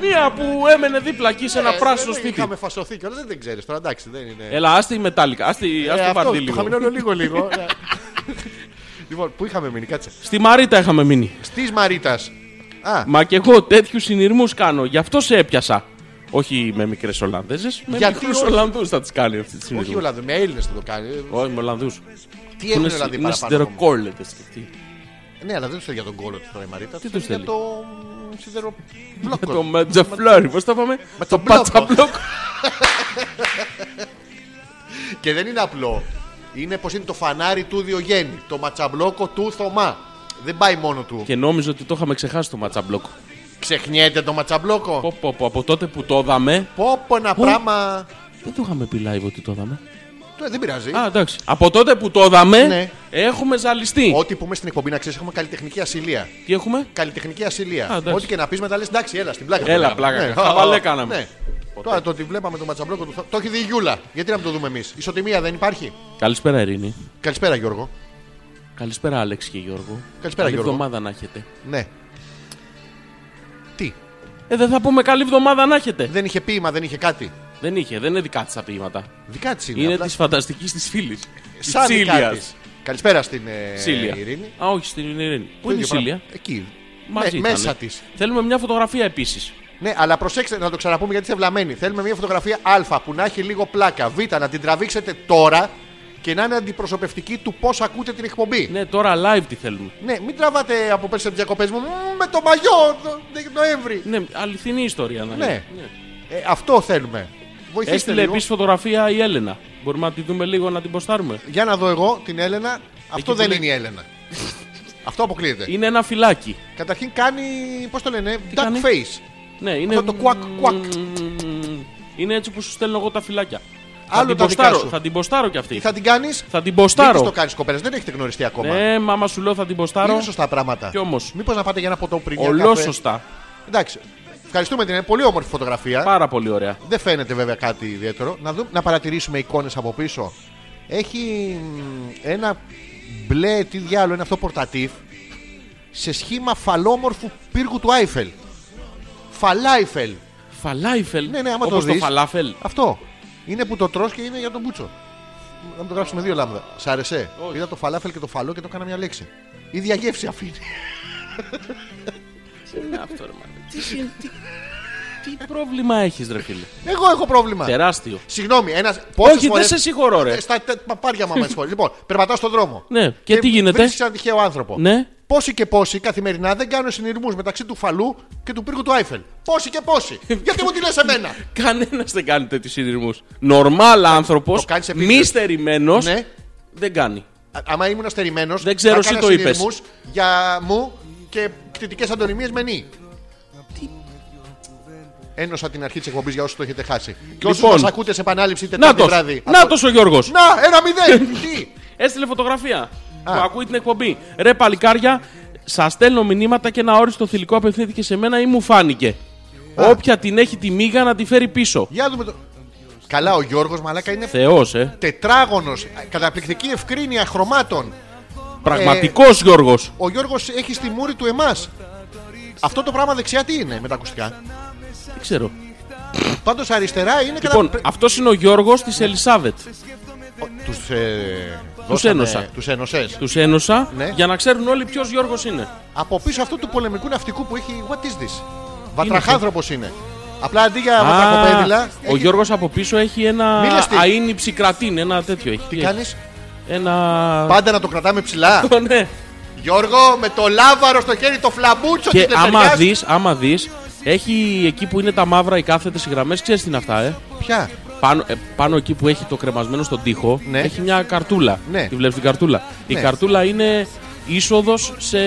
Speaker 1: Μία που έμενε δίπλα εκεί σε ένα
Speaker 2: Ε,
Speaker 1: πράσινο
Speaker 2: δεν
Speaker 1: σπίτι
Speaker 2: Είχαμε φασωθεί κιόλας, δεν την ξέρεις τώρα, εντάξει, δεν είναι.
Speaker 1: Έλα άστε η μετάλλικα Άστε η-
Speaker 2: Ε,
Speaker 1: άστε το
Speaker 2: αυτό,
Speaker 1: βαρδί
Speaker 2: Το
Speaker 1: λίγο
Speaker 2: χαμηλώνω λίγο,
Speaker 1: *laughs*
Speaker 2: λίγο. Ε. Λοιπόν, πού είχαμε μείνει, κάτσε.
Speaker 1: Στη Μαρίτα είχαμε μείνει
Speaker 2: Τη Μαρίτας. Α,
Speaker 1: Μα και εγώ τέτοιους συνειρμούς κάνω. Γι' αυτό σε έπιασα. Όχι με μικρές Ολλανδέζες. Με
Speaker 2: Γιατί
Speaker 1: μικρούς
Speaker 2: όχι?
Speaker 1: Ολλανδούς θα τις κάνει αυτή τη
Speaker 2: όχι
Speaker 1: συνειρμούς.
Speaker 2: Ολλανδοί, με Έλληνες θα το κάνει.
Speaker 1: Όχι, με Ολλανδούς.
Speaker 2: Τι έχουν δηλαδή
Speaker 1: είναι
Speaker 2: παραπάνω. ακόμα.
Speaker 1: σιδεροκόλλητε και αυτοί.
Speaker 2: Ναι, αλλά δεν τους θέλει για τον κόλλο τους τώρα η Μαρίτα.
Speaker 1: Τι
Speaker 2: τους
Speaker 1: τους
Speaker 2: θέλει. Για το μ, σιδεροπλόκο.
Speaker 1: Το ματζαφλάρι, πώς τα πάμε. Το
Speaker 2: Ματσαμπλόκο.
Speaker 1: πατσαμπλόκο.
Speaker 2: Και δεν είναι απλό. Είναι πως είναι το φανάρι του Διογέννη. Το ματσαμπλόκο του Θωμά. Δεν πάει μόνο του.
Speaker 1: Και νόμιζα ότι το είχαμε ξεχάσει το ματσαμπλόκο.
Speaker 2: Ξεχνιέται το ματσαμπλόκο.
Speaker 1: Πω, πω, πω, από τότε που το είδαμε.
Speaker 2: Πω πω ένα
Speaker 1: Πού?
Speaker 2: πράγμα.
Speaker 1: Δεν το είχαμε πει live ότι το είδαμε.
Speaker 2: Το- ε, Δεν πειράζει.
Speaker 1: Α, εντάξει. Από τότε που το είδαμε,
Speaker 2: Ναι.
Speaker 1: έχουμε ζαλιστεί.
Speaker 2: Ό,τι πούμε στην εκπομπή να ξέρεις, έχουμε καλλιτεχνική ασυλία.
Speaker 1: Τι έχουμε.
Speaker 2: Καλλιτεχνική
Speaker 1: Α,
Speaker 2: ασυλία.
Speaker 1: εντάξει.
Speaker 2: Ό,τι και να πεις μετά λες, εντάξει, έλα στην πλάκα.
Speaker 1: Έλα,
Speaker 2: κάναμε.
Speaker 1: πλάκα.
Speaker 2: Ναι.
Speaker 1: Χαβαλέ κάναμε.
Speaker 2: Ναι. Τώρα το ότι βλέπαμε το ματσαμπλόκο του Θω- Το έχει δει η Γιούλα. Γιατί να μην το δούμε εμείς. Ισοτιμία δεν υπάρχει.
Speaker 1: Καλησπέρα, Ειρήνη.
Speaker 2: Καλησπέρα Γιώργο.
Speaker 1: Καλησπέρα, Άλεξ και Γιώργο.
Speaker 2: Καλησπέρα,
Speaker 1: Καλή
Speaker 2: Γιώργο.
Speaker 1: εβδομάδα να έχετε.
Speaker 2: Ναι. Τι.
Speaker 1: Ε, δεν θα πούμε καλή εβδομάδα να έχετε.
Speaker 2: Δεν είχε ποίημα, δεν είχε κάτι.
Speaker 1: Δεν είχε, δεν είναι δικά της τα ποίηματα.
Speaker 2: Δικά της είναι.
Speaker 1: Είναι
Speaker 2: Ε, απλά Ε,
Speaker 1: της φανταστικής της φίλης.
Speaker 2: σαν δικά της. Καλησπέρα στην ε,
Speaker 1: Σίλια.
Speaker 2: Ειρήνη.
Speaker 1: Α, όχι στην Ειρήνη. Πού
Speaker 2: Το
Speaker 1: είναι η
Speaker 2: ίδιο πράγμα.
Speaker 1: Σίλια.
Speaker 2: Εκεί.
Speaker 1: Μαζί
Speaker 2: Με-
Speaker 1: ήτανε.
Speaker 2: μέσα της.
Speaker 1: Θέλουμε μια φωτογραφία επίσης.
Speaker 2: Ναι, αλλά προσέξτε να το ξαναπούμε γιατί είστε βλαμμένοι. Θέλουμε μια φωτογραφία Α που να έχει λίγο πλάκα. Β να την τραβήξετε τώρα και να είναι αντιπροσωπευτική του πώς ακούτε την εκπομπή. Ναι.
Speaker 1: Ναι, τώρα live τι θέλουμε.
Speaker 2: μην τραβάτε από πέρσι από τις διακοπές μου «Μμμ, με το μαγιό το- το Νοέμβρη.
Speaker 1: Ναι, αληθινή ιστορία να
Speaker 2: Ναι.
Speaker 1: είναι.
Speaker 2: Ε, αυτό θέλουμε. Βοηθήστε
Speaker 1: Έστειλε
Speaker 2: λίγο.
Speaker 1: επίσης φωτογραφία η Έλενα. Μπορούμε να τη δούμε λίγο να την ποστάρουμε.
Speaker 2: Για να δω εγώ την Έλενα. Αυτό
Speaker 1: που
Speaker 2: δεν
Speaker 1: λέει-
Speaker 2: είναι η Έλενα. αυτό αποκλείεται.
Speaker 1: Είναι ένα φυλάκι.
Speaker 2: Καταρχήν κάνει, πώς το λένε, duck
Speaker 1: κάνει?
Speaker 2: face.
Speaker 1: Ναι, είναι.
Speaker 2: Αυτό το κουακ, κουακ.
Speaker 1: Είναι έτσι που σου στέλνω εγώ τα φυλάκια.
Speaker 2: Άλλο
Speaker 1: θα, την
Speaker 2: τα δικά
Speaker 1: ποστάρω,
Speaker 2: σου.
Speaker 1: θα την ποστάρω κι
Speaker 2: Τι
Speaker 1: αυτή. Θα,
Speaker 2: θα την κάνεις,
Speaker 1: την
Speaker 2: δεν της το
Speaker 1: ποστάρω.
Speaker 2: κάνει κοπέλα, δεν έχετε γνωριστεί ακόμα.
Speaker 1: Ναι, μάμα σου λέω θα την
Speaker 2: Δεν
Speaker 1: ποστάρω.
Speaker 2: είναι σωστά πράγματα.
Speaker 1: Κι όμως.
Speaker 2: Μήπως να πάτε για ένα ποτό πριν.
Speaker 1: Ολό σωστά.
Speaker 2: Εντάξει. Ευχαριστούμε την. Είναι πολύ όμορφη φωτογραφία.
Speaker 1: Πάρα πολύ ωραία.
Speaker 2: Δεν φαίνεται βέβαια κάτι ιδιαίτερο. Να, δούμε, να παρατηρήσουμε εικόνες από πίσω. Έχει μ, ένα μπλε, τι διάλογο είναι αυτό, πορτατίφ. Σε σχήμα φαλόμορφου πύργου του Άιφελ. Φαλάιφελ.
Speaker 1: Φαλάιφελ.
Speaker 2: Ναι, ναι, άμα
Speaker 1: όπως
Speaker 2: το δεις.
Speaker 1: φαλάφελ.
Speaker 2: Αυτό. Είναι που το τρώ και είναι για τον Μπούτσο. Να το γράψουμε δύο λάμδα. Σ' άρεσε.
Speaker 1: Όχι.
Speaker 2: Είδα το φαλάφελ και το φαλό και το έκανα μια λέξη. Η διαγεύση αφήνει. *laughs*
Speaker 1: Τι είναι Ναι, αυτό, ρε μάνα. Τι, τι, τι πρόβλημα έχεις ρε φίλε.
Speaker 2: Εγώ έχω πρόβλημα.
Speaker 1: Τεράστιο.
Speaker 2: Συγγνώμη, ένας.
Speaker 1: Όχι, δεν σε συγχωρώ, ρε.
Speaker 2: Στα τε- παπάρια μου, αμέσω. λοιπόν, περπατά στον δρόμο.
Speaker 1: Ναι, και τι γίνεται?
Speaker 2: Βρίσκεις έναν τυχαίο άνθρωπο.
Speaker 1: Ναι.
Speaker 2: Πόσοι και πόσοι καθημερινά δεν κάνουν συνειρμούς μεταξύ του φαλού και του πύργου του Άιφελ. Πόσοι και
Speaker 1: *laughs*
Speaker 2: πόσοι. Γιατί μου τη λες εμένα.
Speaker 1: Κανένας δεν κάνει τέτοιους συνειρμούς. Νορμάλ άνθρωπος,
Speaker 2: το κάνεις επίτηδες.
Speaker 1: μη στερημένος,
Speaker 2: Ναι.
Speaker 1: δεν κάνει.
Speaker 2: Α- Άμα ήμουν στερημένος,
Speaker 1: Δεν ξέρω, εσύ το είπες.
Speaker 2: για μου και κτητικέ αντωνυμίες με νη. Ένωσα την αρχή της εκπομπής για όσους το έχετε χάσει. Και όσους
Speaker 1: Λοιπόν.
Speaker 2: μας ακούτε σε επανάληψη Τετάρτη
Speaker 1: Νάτος,
Speaker 2: βράδυ.
Speaker 1: Νάτος
Speaker 2: Αυτό-
Speaker 1: ο Γιώργος.
Speaker 2: Να, ένα μηδέν. Τι.
Speaker 1: Έστειλε φωτογραφία που ακούει την εκπομπή. Ρε παλικάρια, σας στέλνω μηνύματα και ένα όριστο θηλυκό απευθύνθηκε σε μένα ή μου φάνηκε. Όποια την έχει τη μίγα να τη φέρει πίσω.
Speaker 2: Για δούμε το. Καλά, ο Γιώργος Μαλάκα είναι
Speaker 1: Θεός, ε.
Speaker 2: τετράγωνος. Καταπληκτική ευκρίνεια χρωμάτων.
Speaker 1: Πραγματικός Γιώργος.
Speaker 2: Ο Γιώργος έχει στη μούρη του εμάς. Αυτό το πράγμα δεξιά τι είναι με τα ακουστικά.
Speaker 1: Δεν ξέρω.
Speaker 2: Πάντως αριστερά είναι
Speaker 1: Λοιπόν,
Speaker 2: κατα...
Speaker 1: αυτός είναι ο Γιώργος της Ελισάβετ.
Speaker 2: Τους, ε,
Speaker 1: Τους
Speaker 2: δώσανε-
Speaker 1: ένωσα.
Speaker 2: Τους ένωσες.
Speaker 1: Τους ένωσα
Speaker 2: Ναι.
Speaker 1: για να ξέρουν όλοι ποιος Γιώργος είναι.
Speaker 2: Από πίσω αυτού του πολεμικού ναυτικού που έχει. What is this? Βατραχάνθρωπος είναι. Απλά αντί για βατραχοπέδιλα.
Speaker 1: ο Γιώργος από πίσω έχει ένα
Speaker 2: Μίλες τι.
Speaker 1: αΐνι ψικρατίν, ένα τέτοιο έχει.
Speaker 2: Τι κάνεις,
Speaker 1: Ένα...
Speaker 2: Πάντα να το κρατάμε
Speaker 1: *laughs*
Speaker 2: ψηλά. *laughs*
Speaker 1: ναι.
Speaker 2: Γιώργο, με το λάβαρο στο χέρι, το φλαμπούτσο
Speaker 1: Και
Speaker 2: της
Speaker 1: άμα
Speaker 2: λεπεριάς.
Speaker 1: δεις, άμα δεις, έχει εκεί που είναι τα μαύρα οι κάθετες οι γραμμές, ξέρεις τι είναι αυτά, ε.
Speaker 2: Ποια.
Speaker 1: Πάνω, ε, πάνω εκεί που έχει το κρεμασμένο στον τοίχο
Speaker 2: Ναι.
Speaker 1: έχει μια καρτούλα.
Speaker 2: Ναι.
Speaker 1: Τη βλέπεις την καρτούλα.
Speaker 2: Ναι.
Speaker 1: Η καρτούλα είναι είσοδος σε...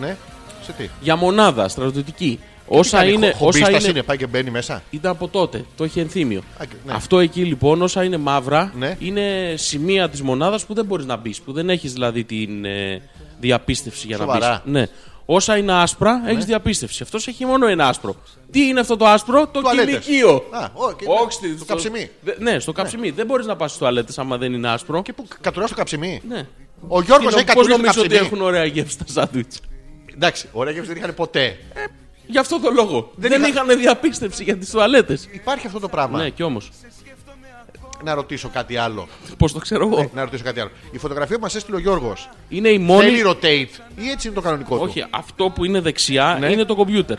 Speaker 2: Ναι, σε τι.
Speaker 1: για μονάδα στρατιωτική. Όσα
Speaker 2: Κάνει
Speaker 1: είναι.
Speaker 2: χο-
Speaker 1: Όσα
Speaker 2: χομπίστας
Speaker 1: είναι,
Speaker 2: είναι, πάει και μπαίνει μέσα.
Speaker 1: Ήταν από τότε, το έχει ενθύμιο.
Speaker 2: Α, και- ναι.
Speaker 1: Αυτό εκεί λοιπόν, όσα είναι μαύρα,
Speaker 2: Ναι.
Speaker 1: είναι σημεία της μονάδας που δεν μπορείς να μπεις, που δεν έχεις δηλαδή την ε, διαπίστευση για να
Speaker 2: Σοβαρά.
Speaker 1: μπει.
Speaker 2: Ναι.
Speaker 1: Ναι. Όσα είναι άσπρα, έχεις έχει διαπίστευση. Αυτός έχει μόνο ένα άσπρο. Τι είναι αυτό το άσπρο, το
Speaker 2: Τουαλέτες.
Speaker 1: κηλικείο.
Speaker 2: Α, ω, και-
Speaker 1: Όξτι,
Speaker 2: στο καψιμί.
Speaker 1: Δε- ναι, στο καψιμί. Δεν μπορείς να πας στις τουαλέτες άμα δεν είναι άσπρο.
Speaker 2: Και πού κατουράς το καψιμί.
Speaker 1: Ναι.
Speaker 2: Ο Γιώργος
Speaker 1: Πώ
Speaker 2: έχει κατουρίσει το
Speaker 1: νομίζω ότι
Speaker 2: καψιμί.
Speaker 1: έχουν ωραία γεύση τα σάντουιτς.
Speaker 2: Εντάξει, ωραία γεύση δεν είχαν ποτέ.
Speaker 1: Γι' αυτό το λόγο. Δεν,
Speaker 2: είχα-
Speaker 1: είχαν διαπίστευση για τις τουαλέτες.
Speaker 2: Υπάρχει αυτό το πράγμα.
Speaker 1: Ναι, κι όμως.
Speaker 2: Να ρωτήσω κάτι άλλο. Ναι,
Speaker 1: Πώς το ξέρω εγώ.
Speaker 2: Να ρωτήσω κάτι άλλο. Η φωτογραφία που μας έστειλε ο Γιώργος.
Speaker 1: Είναι η
Speaker 2: Θέλει
Speaker 1: μόνη.
Speaker 2: rotate ή έτσι είναι το κανονικό του.
Speaker 1: Όχι, αυτό που είναι δεξιά είναι το κομπιούτερ.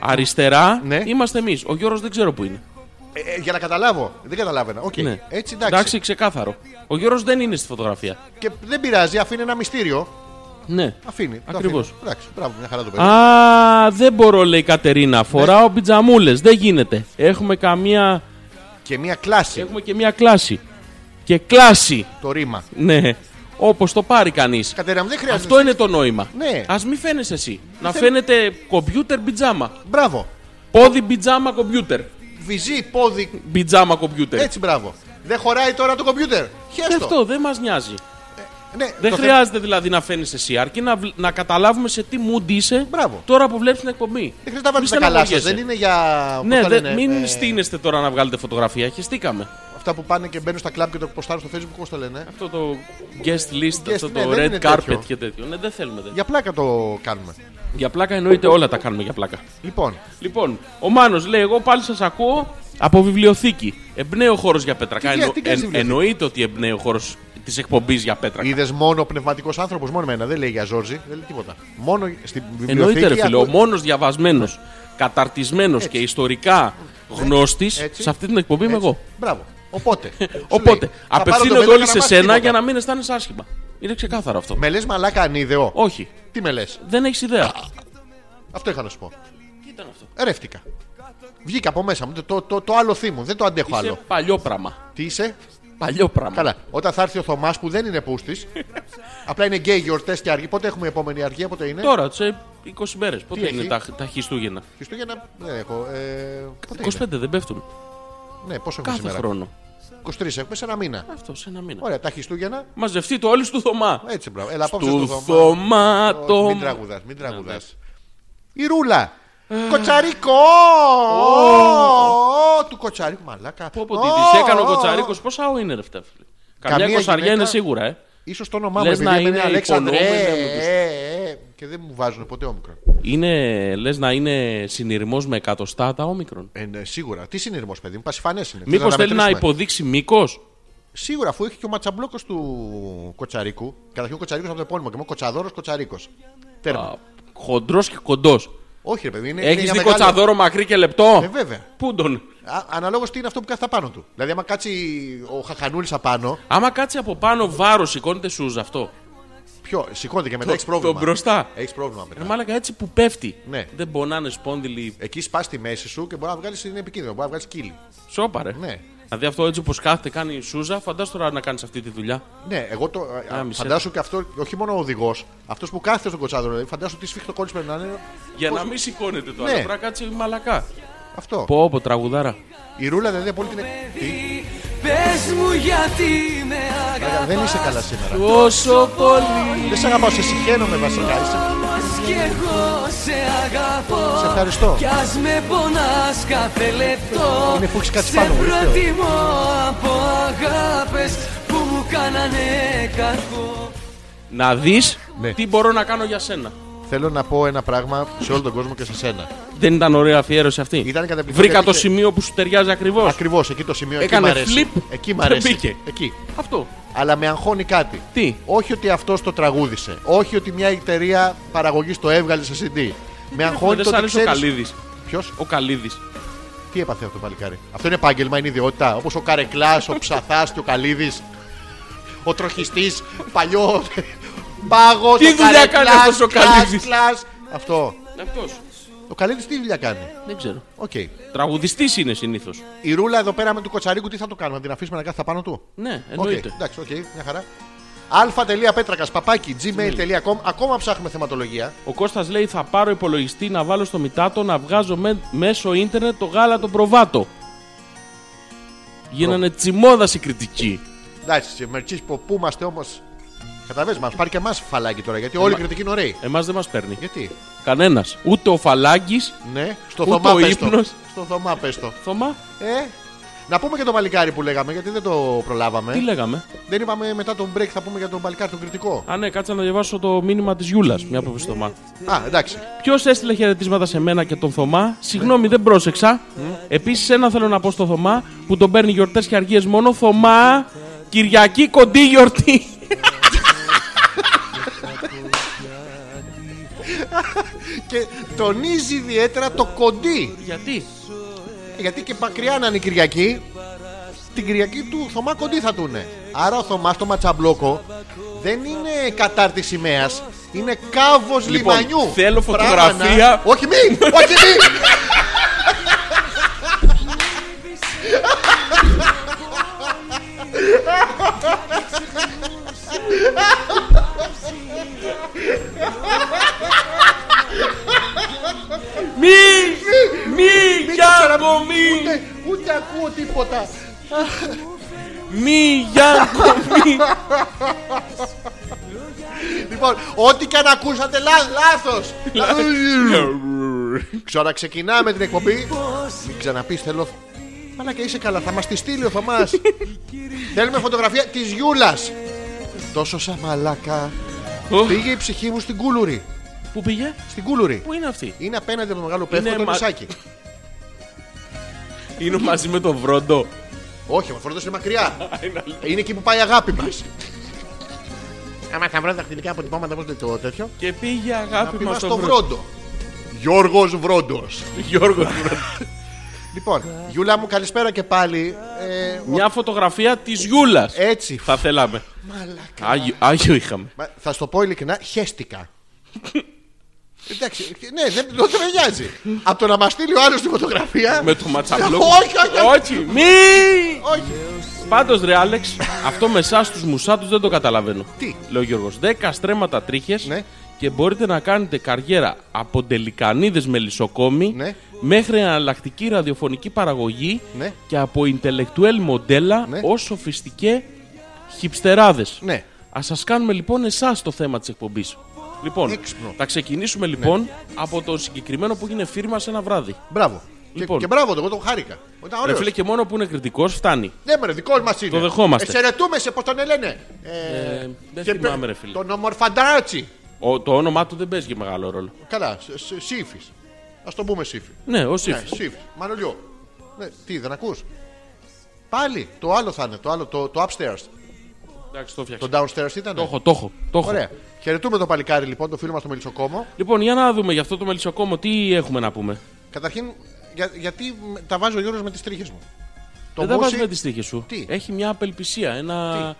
Speaker 1: Αριστερά
Speaker 2: Ναι.
Speaker 1: είμαστε εμείς. Ο Γιώργος δεν ξέρω που είναι.
Speaker 2: Ε, ε, για να καταλάβω. Δεν καταλάβαινα. Οκ.
Speaker 1: Ναι.
Speaker 2: Έτσι εντάξει.
Speaker 1: Εντάξει, ξεκάθαρο. Ο Γιώργος δεν είναι στη φωτογραφία.
Speaker 2: Και δεν πειράζει, αφήνει ένα μυστήριο.
Speaker 1: Ναι.
Speaker 2: Αφήνει. το
Speaker 1: Ακριβώς.
Speaker 2: αφήνει. Εντάξει, μπράβο, μια χαρά το παιδί.
Speaker 1: Α, δεν μπορώ, λέει η
Speaker 2: Ναι.
Speaker 1: Κατερίνα. Φοράω πιτζαμούλες. Δεν γίνεται. Έχουμε, καμία...
Speaker 2: Και μια κλάση
Speaker 1: Έχουμε και μία κλάση. Και κλάση.
Speaker 2: το ρήμα.
Speaker 1: Ναι. Όπως το πάρει κανείς.
Speaker 2: Κατέρα μου, δεν χρειάζεται.
Speaker 1: Αυτό είναι το νόημα.
Speaker 2: Ναι.
Speaker 1: Ας μη φαίνεσαι εσύ. Να φαίνεται κομπιούτερ πιτζάμα.
Speaker 2: Μπράβο.
Speaker 1: Πόδι πιτζάμα κομπιούτερ.
Speaker 2: Βυζί, πόδι.
Speaker 1: Πιτζάμα κομπιούτερ.
Speaker 2: Έτσι, μπράβο. Δεν χωράει τώρα το κομπιούτερ.
Speaker 1: Και
Speaker 2: Χέστο.
Speaker 1: Ναι. αυτό δεν μας νοιάζει.
Speaker 2: Ναι,
Speaker 1: Δεν
Speaker 2: το θε-
Speaker 1: χρειάζεται δηλαδή να φαίνει εσύ, αρκεί να, βλ- να καταλάβουμε σε τι mood είσαι
Speaker 2: Μπράβο.
Speaker 1: τώρα που βλέπεις την εκπομπή.
Speaker 2: Δεν χρειάζεται να βάλετε τα
Speaker 1: Μη
Speaker 2: καλά σας.
Speaker 1: στεναχωριέσαι.
Speaker 2: Δεν είναι για. πώς
Speaker 1: Ναι,
Speaker 2: τα
Speaker 1: δε-
Speaker 2: λένε,
Speaker 1: μην
Speaker 2: ε,
Speaker 1: στείνεστε τώρα να βγάλετε φωτογραφία. Χεστήκαμε.
Speaker 2: Αυτά που πάνε και μπαίνουν στα κλαμπ και το ποστάρουν στο facebook, πώς τα λένε. ε?
Speaker 1: Αυτό το guest list,
Speaker 2: Guest,
Speaker 1: αυτό
Speaker 2: ναι,
Speaker 1: το
Speaker 2: δεν
Speaker 1: red
Speaker 2: είναι
Speaker 1: carpet
Speaker 2: τέτοιο.
Speaker 1: και τέτοιο. Ναι, δεν θέλουμε. τέτοιο.
Speaker 2: Για πλάκα το κάνουμε.
Speaker 1: Για πλάκα εννοείται όλα τα κάνουμε για πλάκα.
Speaker 2: Λοιπόν,
Speaker 1: Λοιπόν, ο Μάνος λέει: Εγώ πάλι σας ακούω από βιβλιοθήκη. Εμπνέω χώρος για πέτρακα.
Speaker 2: Τι-
Speaker 1: Εννο-
Speaker 2: τι κάνεις
Speaker 1: εν-
Speaker 2: βιβλιοθήκη?
Speaker 1: εννοείται ότι εμπνέω χώρος της εκπομπής για πέτρακα.
Speaker 2: είδες μόνο πνευματικός άνθρωπος, μόνο εμένα. Δεν λέει για Ζόρζι, δεν λέει τίποτα. Μόνο στην βιβλιοθήκη.
Speaker 1: Εννοείται, ρε φίλε.
Speaker 2: ακού-
Speaker 1: Ο μόνος διαβασμένος, καταρτισμένος και ιστορικά γνώστης
Speaker 2: Έτσι.
Speaker 1: σε αυτή την εκπομπή είμαι
Speaker 2: Έτσι.
Speaker 1: εγώ.
Speaker 2: Μπράβο.
Speaker 1: *laughs*
Speaker 2: Οπότε. σου
Speaker 1: Οπότε,
Speaker 2: λέει, θα πάρω το
Speaker 1: απευθύνονται
Speaker 2: παιδί
Speaker 1: όλοι
Speaker 2: να
Speaker 1: σε
Speaker 2: μάθει
Speaker 1: σένα
Speaker 2: τίποτα.
Speaker 1: για να μην αισθάνεσαι άσχημα. Είναι ξεκάθαρο αυτό.
Speaker 2: Με λες μαλάκα ανίδεο.
Speaker 1: Όχι.
Speaker 2: Τι με λες.
Speaker 1: Δεν έχεις ιδέα.
Speaker 2: Αυτό είχα να σου πω.
Speaker 1: Τι ήταν αυτό.
Speaker 2: Ρεύτηκα. Βγήκα από μέσα μου. Το, το, το, το άλλο θύμου. Δεν το αντέχω
Speaker 1: Είσαι
Speaker 2: άλλο.
Speaker 1: παλιό πράγμα.
Speaker 2: Τι είσαι.
Speaker 1: Παλιό πράγμα.
Speaker 2: Καλά. Όταν θα έρθει ο Θωμάς που δεν είναι
Speaker 1: *laughs*
Speaker 2: πούστης. απλά είναι γκέι γιορτές και αργή. Πότε έχουμε η επόμενη αργή, πότε είναι.
Speaker 1: Τώρα, σε 20 μέρες. Πότε
Speaker 2: έχει?
Speaker 1: είναι τα, τα Χριστούγεννα.
Speaker 2: Χριστούγεννα δεν έχω. Ε, πότε
Speaker 1: 25
Speaker 2: είναι.
Speaker 1: δεν πέφτουν.
Speaker 2: Ναι, πόσο έχουμε
Speaker 1: Κάθε
Speaker 2: σήμερα.
Speaker 1: χρόνο.
Speaker 2: 23 έχουμε σε ένα μήνα.
Speaker 1: Αυτό σε ένα μήνα.
Speaker 2: Ωραία, Ε, τα Χριστούγεννα.
Speaker 1: Μαζευτεί το όλοι στο Θωμά.
Speaker 2: Έτσι, μπράβο. Έλα, απόψε
Speaker 1: Του
Speaker 2: στο Θωμά.
Speaker 1: Θωμά το.
Speaker 2: Μην τραγουδάς, μην τραγουδάς. Η ρούλα.
Speaker 1: Ε.
Speaker 2: Κοτσαρίκο! Ω, Του κοτσαρίκου, μαλάκα.
Speaker 1: Πω, πω,
Speaker 2: Ω,
Speaker 1: τι της έκανε ο
Speaker 2: ω,
Speaker 1: Κοτσαρίκο. Πόσα ο είναι ρε φτέφη. Καμιά
Speaker 2: Καμία
Speaker 1: κοσαριά
Speaker 2: γυναίκα-
Speaker 1: είναι σίγουρα, ε.
Speaker 2: Ίσως το όνομά μου
Speaker 1: Λες να
Speaker 2: επειδή είναι
Speaker 1: είναι
Speaker 2: Αλέξανδρε.
Speaker 1: υπονόμενα με
Speaker 2: ε,
Speaker 1: τους-
Speaker 2: ε, ε, Και δεν μου βάζουν ποτέ όμικρον.
Speaker 1: Είναι, λες να είναι συνειρμός με εκατοστά τα όμικρον.
Speaker 2: Ε, ναι, σίγουρα. Τι συνειρμός, παιδί μου, πασιφανές είναι. Θες
Speaker 1: Μήπω
Speaker 2: τα
Speaker 1: θέλει να
Speaker 2: μετρήσουμε.
Speaker 1: υποδείξει μήκος.
Speaker 2: Σίγουρα, αφού έχει και ο ματσαμπλόκος του Κοτσαρίκου. Καταρχήν ο Κοτσαρίκος από το επώνυμο και μου Κοτσαδόρος Κοτσαρίκος. Τέρμα.
Speaker 1: Χοντρός και κοντός.
Speaker 2: Όχι, ρε παιδί, είναι. είναι
Speaker 1: Έχεις
Speaker 2: για
Speaker 1: δει
Speaker 2: μεγάλο-
Speaker 1: κοτσαδόρο μακρύ και λεπτό.
Speaker 2: Ε, βέβαια.
Speaker 1: Πού τον.
Speaker 2: Αναλόγως τι είναι αυτό που κάθεται απάνω του. Δηλαδή, άμα κάτσει ο Χαχανούλης απάνω,
Speaker 1: Άμα κάτσει από πάνω βάρος, σηκώνεται σούζα αυτό.
Speaker 2: πιο σηκώνεται και μετά
Speaker 1: Το-
Speaker 2: έχεις πρόβλημα.
Speaker 1: το μπροστά.
Speaker 2: Έχεις πρόβλημα
Speaker 1: Ρε
Speaker 2: μετά.
Speaker 1: μάλακα έτσι που πέφτει.
Speaker 2: Ναι.
Speaker 1: Δεν πονάνε σπόνδυλοι.
Speaker 2: Εκεί σπάς τη μέση σου και μπορεί να βγάλεις είναι επικίνδυνο, μπορεί να βγάλεις κύλι.
Speaker 1: Σόπα, ρε.
Speaker 2: Ναι.
Speaker 1: Δηλαδή αυτό έτσι όπως κάθεται κάνει η σούζα, φαντάσου τώρα να κάνεις αυτή τη δουλειά.
Speaker 2: Ναι, εγώ το. α,
Speaker 1: μισές.
Speaker 2: φαντάσου και αυτό, όχι μόνο ο οδηγός, αυτός που κάθεται στον κοτσάδρο, δηλαδή, φαντάσου τι σφίχτο κόλλης περνάνε.
Speaker 1: Για να μην σηκώνεται το
Speaker 2: Ναι.
Speaker 1: άλλο. Πρέπει να κάτσει μαλακά.
Speaker 2: Αυτό.
Speaker 1: Πω, πω, τραγουδάρα.
Speaker 2: Η ρούλα δηλαδή από όλη την. εκ- Τι?
Speaker 5: Πες μου γιατί με
Speaker 2: Μαλάκα,
Speaker 5: αγαπάς
Speaker 2: Δεν είσαι καλά σήμερα.
Speaker 1: Όσο πολύ.
Speaker 2: Δεν σε αγαπάω, σε συχαίνομαι βασικά. Είσαι-
Speaker 5: Όμως κι εγώ σε αγαπώ
Speaker 2: Σε ευχαριστώ.
Speaker 5: Κι ας με πονάς κάθε λεπτό
Speaker 2: Είναι που έχεις κάτι
Speaker 5: Σε
Speaker 2: πάνω μου, ήρθε.
Speaker 5: προτιμώ από αγάπες που μου κάνανε κακό
Speaker 1: Να δεις
Speaker 2: Ναι.
Speaker 1: τι μπορώ να κάνω για σένα.
Speaker 2: Θέλω να πω ένα πράγμα σε όλο τον κόσμο και σε σένα.
Speaker 1: Δεν ήταν ωραία αφιέρωση αυτή.
Speaker 2: Ήταν καταπληκτική.
Speaker 1: Βρήκα το
Speaker 2: Είχε-
Speaker 1: σημείο που σου ταιριάζει ακριβώς.
Speaker 2: Ακριβώς εκεί το σημείο.
Speaker 1: Έκανε
Speaker 2: εκεί μ' αρέσει.
Speaker 1: flip,
Speaker 2: Εκεί μ'
Speaker 1: δεν
Speaker 2: αρέσει.
Speaker 1: μπήκε.
Speaker 2: Εκεί.
Speaker 1: Αυτό.
Speaker 2: Αλλά με αγχώνει κάτι.
Speaker 1: Τι?
Speaker 2: Όχι ότι αυτός το τραγούδισε. Όχι ότι μια εταιρεία παραγωγής το έβγαλε σε CD. Με αγχώνει
Speaker 1: Δεν
Speaker 2: το
Speaker 1: σ'
Speaker 2: ότι
Speaker 1: αρέσει ο
Speaker 2: ξέρεις.
Speaker 1: Καλίδης.
Speaker 2: Ποιος,
Speaker 1: Ο Καλίδης.
Speaker 2: τι έπαθε αυτό το παλικάρι. Αυτό είναι επάγγελμα, είναι ιδιότητα. Όπως ο Καρεκλάς, ο Ψαθάς και ο Καλίδη. Ο τροχιστής, παλιός. Πάγο,
Speaker 1: Τι
Speaker 2: το
Speaker 1: δουλειά κάνει
Speaker 2: Καρεκλάς,
Speaker 1: αυτός ο
Speaker 2: κλάς,
Speaker 1: Καλίδης?
Speaker 2: κλάς. Αυτό.
Speaker 1: Ναι, Αυτός.
Speaker 2: Ο Καλίδη τι δουλειά κάνει.
Speaker 1: Δεν ξέρω.
Speaker 2: Οκ.
Speaker 1: Τραγουδιστής είναι συνήθως.
Speaker 2: Η ρούλα εδώ πέρα με του κοτσαρίκου τι θα το κάνουμε, να την αφήσουμε να κάθεται πάνω του.
Speaker 1: Ναι,
Speaker 2: Οκ,
Speaker 1: εννοείται.
Speaker 2: εντάξει, οκ, μια χαρά. αλφα.πέτρακα παπάκι gmail.com Ακόμα ψάχνουμε θεματολογία.
Speaker 1: Ο Κώστας λέει θα πάρω υπολογιστή να βάλω στο μητάτο να βγάζω με- μέσω ίντερνετ το γάλα τον προβάτο. Γίνανε τσιμόδας η κριτική.
Speaker 2: Εντάξει, μερικοί που πού είμαστε όμως. Καταλαβαίνεις, μας πάρει και εμάς φαλάκι τώρα γιατί όλη η κριτική είναι ωραία.
Speaker 1: Εμάς δεν μας παίρνει.
Speaker 2: Γιατί,
Speaker 1: Κανένας. Ούτε ο Φαλάγκης.
Speaker 2: ναι, στο
Speaker 1: Ούτε
Speaker 2: θωμά
Speaker 1: ο
Speaker 2: πες το.
Speaker 1: ύπνος.
Speaker 2: Στο θωμά πες το.
Speaker 1: Θωμά,
Speaker 2: Ε, να πούμε και το παλικάρι που λέγαμε γιατί δεν το
Speaker 1: τι
Speaker 2: προλάβαμε.
Speaker 1: λέγαμε.
Speaker 2: Δεν είπαμε μετά τον break θα πούμε για τον παλικάρι τον κριτικό.
Speaker 1: Α, ναι, κάτσα να διαβάσω το μήνυμα της Γιούλας. Μια που είπες Θωμά.
Speaker 2: Α, εντάξει.
Speaker 1: Ποιος έστειλε χαιρετίσματα σε μένα και τον Θωμά. Συγγνώμη, δεν πρόσεξα. Επίσης, ένα θέλω να πω στο Θωμά που τον παίρνει γιορτές και αργίες μόνο. Θωμά, Κυριακή κοντή γιορτή.
Speaker 2: Και τονίζει ιδιαίτερα το κοντί.
Speaker 1: Γιατί?
Speaker 2: Γιατί και μακριά να είναι η Κυριακή, την Κυριακή του Θωμά κοντή θα του είναι. Άρα ο Θωμάς στο ματσαμπλόκο δεν είναι κατάρτη σημαία, είναι κάβος
Speaker 1: Λοιπόν,
Speaker 2: λιμανιού.
Speaker 1: θέλω
Speaker 2: Πράγμα να-
Speaker 1: φωτογραφία.
Speaker 2: Όχι μη! Όχι μη!
Speaker 1: Μη! Μη, Γιάνκο, μη!
Speaker 2: Ούτε- Ούτε ακούω τίποτα.
Speaker 1: Μη, Γιάνκο, μη!
Speaker 2: Λοιπόν, ό,τι και αν ακούσατε, λάθο!
Speaker 1: Ναι.
Speaker 2: Ξαναξεκινάμε την εκπομπή. Μην ξαναπείς, θέλω. Μαλά και είσαι καλά, θα μας τη στείλει ο Θωμάς. Θέλουμε φωτογραφία της Γιούλας. Τόσο σαν μαλάκα.
Speaker 1: Ω,
Speaker 2: Πήγε η ψυχή μου στην κούλουρη.
Speaker 1: *laughs* Πού πήγε?
Speaker 2: Στην κούλουρη.
Speaker 1: Πού είναι αυτή?
Speaker 2: Είναι απέναντι από το μεγάλο πέφτο
Speaker 1: Είναι
Speaker 2: το
Speaker 1: μα-
Speaker 2: νησάκι.
Speaker 1: Είναι μαζί με τον Βρόντο.
Speaker 2: Όχι, ο φροντό είναι
Speaker 1: *laughs*
Speaker 2: μακριά. είναι εκεί που πάει η αγάπη μας. Άμα θα βρω δαχτυλικά αποτυπώματα, πώς λέει το τέτοιο.
Speaker 1: Και πήγε
Speaker 2: Να
Speaker 1: αγάπη
Speaker 2: πει
Speaker 1: μα
Speaker 2: στο
Speaker 1: τον Βρόντο.
Speaker 2: βρόντο. Γιώργος Βρόντος.
Speaker 1: Γιώργος Βρόντος.
Speaker 2: Λοιπόν, Γιούλα μου, καλησπέρα και πάλι. Ε,
Speaker 1: Μια φωτογραφία της Γιούλας.
Speaker 2: έτσι.
Speaker 1: Θα θέλαμε. Άγιο- Άγιο είχαμε.
Speaker 2: Μα, θα σου το πω ειλικρινά, χέστηκα. Εντάξει, ναι, δεν, τότε δεν νοιάζει. Από το να μας στείλει ο άλλος τη φωτογραφία.
Speaker 1: Με το ματσαμπλόκο.
Speaker 2: *laughs* Όχι, όχι, όχι.
Speaker 1: Όχι, μη!
Speaker 2: όχι.
Speaker 1: Πάντως, ρε Άλεξ, αυτό με εσάς τους μουσάτους δεν το καταλαβαίνω.
Speaker 2: Τι?
Speaker 1: Λέω Γιώργο. 10 στρέμματα τρίχες
Speaker 2: Ναι.
Speaker 1: και μπορείτε να κάνετε καριέρα από τελικανίδες με λισοκόμη
Speaker 2: Ναι.
Speaker 1: μέχρι εναλλακτική ραδιοφωνική παραγωγή
Speaker 2: Ναι.
Speaker 1: και από intellectual μοντέλα
Speaker 2: Ναι.
Speaker 1: ως σοφιστικέ χυψτεράδε.
Speaker 2: Ναι.
Speaker 1: Ας σας κάνουμε λοιπόν εσάς το θέμα της εκπομπής. Λοιπόν,
Speaker 2: Έξυπνο. Ναι.
Speaker 1: θα ξεκινήσουμε λοιπόν από το συγκεκριμένο που έγινε φίρμα σε ένα βράδυ.
Speaker 2: Μπράβο.
Speaker 1: Λοιπόν.
Speaker 2: Και, και μπράβο, το, εγώ τον χάρηκα. Ήταν
Speaker 1: Ρε
Speaker 2: ωραίος.
Speaker 1: φίλε, και μόνο που είναι κριτικός φτάνει.
Speaker 2: Ναι, μωρέ, δικός μας είναι.
Speaker 1: Το δεχόμαστε.
Speaker 2: Ε, σε ρετούμε, σε πώς τον λένε.
Speaker 1: Ε, δεν
Speaker 2: και
Speaker 1: θυμάμαι,
Speaker 2: πε-
Speaker 1: ρε φίλε.
Speaker 2: Τον ομορφαντάτσι.
Speaker 1: Ο, το όνομά του δεν παίζει και μεγάλο ρόλο.
Speaker 2: Καλά, σύφης. Ας το πούμε σύφη.
Speaker 1: Ναι, ο
Speaker 2: Ναι,
Speaker 1: Σύφης.
Speaker 2: σύφη. Μανολιό. Ναι, τι, δεν ακούς. Πάλι το άλλο θα είναι, το άλλο, το, το upstairs.
Speaker 1: Εντάξει, το φτιάξα.
Speaker 2: Το downstairs ήταν.
Speaker 1: Το έχω, το έχω. Το έχω.
Speaker 2: Ωραία. Χαιρετούμε το παλικάρι λοιπόν, το φίλο μας το Μελισσοκόμο.
Speaker 1: Λοιπόν, για να δούμε για αυτό το μελισσοκόμο τι έχουμε να πούμε.
Speaker 2: Καταρχήν, για- γιατί μ- τα βάζει ο Γιώργος με τις τρίχες μου. Το
Speaker 1: Ε, δεν τα βάζει
Speaker 2: μουσι-
Speaker 1: με τις τύχε σου.
Speaker 2: Τι?
Speaker 1: Έχει μια απελπισία. Ένα.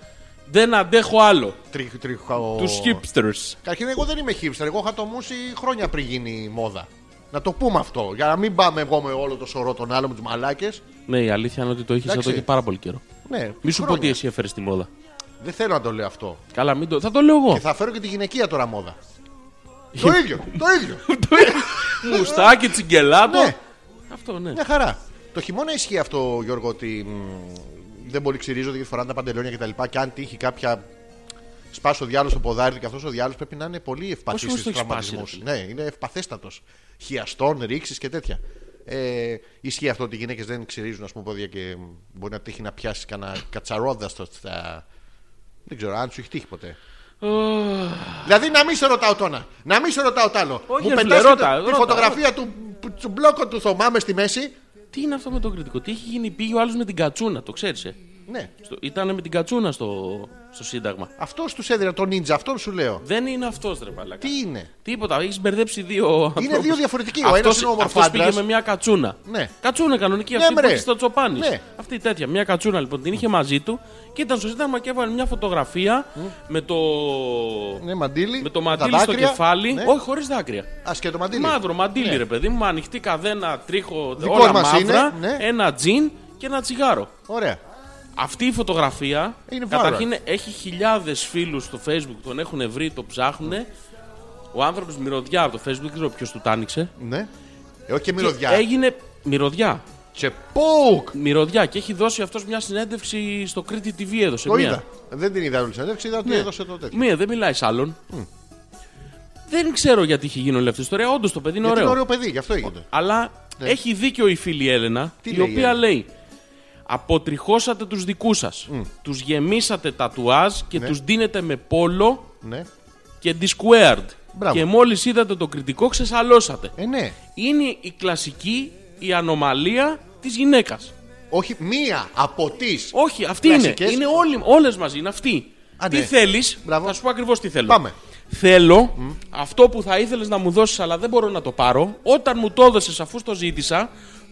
Speaker 1: Δεν αντέχω άλλο.
Speaker 2: τρι- τριχο-
Speaker 1: Τους hipsters.
Speaker 2: Καταρχήν, εγώ δεν είμαι hipster. Εγώ είχα το μουσι χρόνια πριν γίνει η μόδα. Να το πούμε αυτό. Για να μην πάμε εγώ με όλο το σωρό των άλλων με τους μαλάκες.
Speaker 1: Ναι, η αλήθεια είναι ότι το έχεις εδώ
Speaker 2: Εντάξει.
Speaker 1: και πάρα πολύ καιρό.
Speaker 2: Ναι,
Speaker 1: Μη σου πω
Speaker 2: χρόνια.
Speaker 1: ότι εσύ έφερες τη μόδα.
Speaker 2: Δεν θέλω να το λέω αυτό.
Speaker 1: Καλά, μην το. Θα το λέω εγώ.
Speaker 2: Και θα φέρω και τη γυναικεία τώρα μόδα. το ίδιο. Το ίδιο.
Speaker 1: *laughs* Μουστάκι, τσιγκελάτο.
Speaker 2: ναι,
Speaker 1: Αυτό, ναι.
Speaker 2: μια χαρά. Το χειμώνα ισχύει αυτό, Γιώργο, ότι μ, δεν πολύ ξυρίζονται γιατί φοράνε τα παντελόνια κτλ. Και, αν τύχει κάποια σπάσει ο διάλογο το ποδάρι και αυτός ο διάλογο πρέπει να είναι πολύ ευπαθή
Speaker 1: Πόσο
Speaker 2: στου
Speaker 1: το έχει σπάσει,
Speaker 2: τραυματισμού.
Speaker 1: ρε
Speaker 2: Ναι, είναι ευπαθέστατος. Χιαστών, ρήξεις και τέτοια. Ε, ισχύει αυτό ότι οι γυναίκες δεν ξυρίζουν ας πούμε, πόδια και μπορεί να τύχει να πιάσεις κανένα κατσαρόδα στο. στα- Δεν ξέρω αν σου έχει τύχει ποτέ. δηλαδή να μην σε ρωτάω τώρα, να μην σε ρωτάω τ' άλλο.
Speaker 1: Όχι,
Speaker 2: Μου
Speaker 1: ρε
Speaker 2: πετάς
Speaker 1: φίλε,
Speaker 2: τη-
Speaker 1: ρώτα,
Speaker 2: τη
Speaker 1: ρώτα.
Speaker 2: φωτογραφία του, του μπλόκο του Θωμά μες στη μέση.
Speaker 1: Τι είναι αυτό με τον κριτικό, τι έχει γίνει, πήγε ο άλλος με την κατσούνα, το ξέρεις. Ε.
Speaker 2: Ναι,
Speaker 1: Ήταν με την κατσούνα στο, στο Σύνταγμα.
Speaker 2: αυτός τους έδινε τον νίντζα, αυτόν σου λέω.
Speaker 1: Δεν είναι αυτός, ρε Μαλάκα.
Speaker 2: Τι είναι.
Speaker 1: Τίποτα, έχεις μπερδέψει δύο ανθρώπου.
Speaker 2: δύο διαφορετικοί. Ο ένας είναι ο
Speaker 1: Αυτός πήγε
Speaker 2: ομορφάντρας.
Speaker 1: με μια κατσούνα.
Speaker 2: Ναι.
Speaker 1: Κατσούνα κανονική
Speaker 2: Ναι,
Speaker 1: αυτή που
Speaker 2: μωρέ.
Speaker 1: έχεις στο τσοπάνι.
Speaker 2: Ναι.
Speaker 1: Αυτή η τέτοια. Μια κατσούνα λοιπόν την είχε μαζί του και ήταν στο Σύνταγμα και έβαλε μια φωτογραφία με το.
Speaker 2: Ναι, μαντίλι.
Speaker 1: Με το
Speaker 2: τα
Speaker 1: μαντίλι στο
Speaker 2: δάκρυα.
Speaker 1: κεφάλι.
Speaker 2: Ναι.
Speaker 1: Όχι, χωρίς δάκρυα.
Speaker 2: Ας και το μαντίλι.
Speaker 1: Μαύρο μαντίλι,
Speaker 2: Ναι.
Speaker 1: ρε παιδί μου, με ανοιχτή καδένα, τρίχο,
Speaker 2: Δικό
Speaker 1: όλα
Speaker 2: μας
Speaker 1: μαύρα,
Speaker 2: είναι, ναι.
Speaker 1: ένα τζιν και ένα τσιγάρο.
Speaker 2: Ωραία.
Speaker 1: Αυτή η φωτογραφία
Speaker 2: Είναι βάρβαρο.
Speaker 1: καταρχήν έχει χιλιάδες φίλους στο Facebook, τον έχουν βρει, το ψάχνουν. Ο άνθρωπος μυρωδιά από το Facebook, δεν ξέρω ποιος του τα άνοιξε.
Speaker 2: Ναι. Ε, όχι και
Speaker 1: Και
Speaker 2: μυρωδιά.
Speaker 1: Έγινε μυρωδιά.
Speaker 2: Τσεπόουκ.
Speaker 1: Μυρωδιά και έχει δώσει αυτός μια συνέντευξη στο Κρήτη TV έδωσε.
Speaker 2: Το
Speaker 1: μια.
Speaker 2: είδα. Δεν την είδα όλη τη συνέντευξη,
Speaker 1: Ναι.
Speaker 2: είδα ότι έδωσε το τέτοιο.
Speaker 1: Μία, δεν μιλάει σ' άλλον. Δεν ξέρω γιατί έχει γίνει όλη αυτή η ιστορία. Όντως το παιδί είναι
Speaker 2: Γιατί
Speaker 1: ωραίο.
Speaker 2: είναι ωραίο παιδί, γι' αυτό έγινε.
Speaker 1: Αλλά
Speaker 2: Ναι.
Speaker 1: έχει δίκιο η φίλη Έλενα,
Speaker 2: Τι
Speaker 1: η
Speaker 2: λέει η
Speaker 1: οποία
Speaker 2: Έλενα?
Speaker 1: λέει αποτριχώσατε τους δικούς σας, τους γεμίσατε τατουάζ και
Speaker 2: Ναι.
Speaker 1: τους δίνετε με πόλο
Speaker 2: Ναι.
Speaker 1: και disquared.
Speaker 2: Μπράβο.
Speaker 1: Και μόλις είδατε τον κριτικό ξεσαλώσατε.
Speaker 2: Ε, ναι.
Speaker 1: Είναι η κλασική, η ανομαλία της γυναίκας.
Speaker 2: Όχι, μία από τις.
Speaker 1: Όχι, αυτή
Speaker 2: Κλασικές.
Speaker 1: είναι. Είναι όλοι, όλες μαζί, είναι αυτή.
Speaker 2: Α,
Speaker 1: τι
Speaker 2: ναι.
Speaker 1: θέλεις,
Speaker 2: Μπράβο.
Speaker 1: θα σου πω ακριβώς τι θέλω.
Speaker 2: Πάμε.
Speaker 1: Θέλω αυτό που θα ήθελες να μου δώσεις αλλά δεν μπορώ να το πάρω, όταν μου το έδωσες αφού το ζήτησα,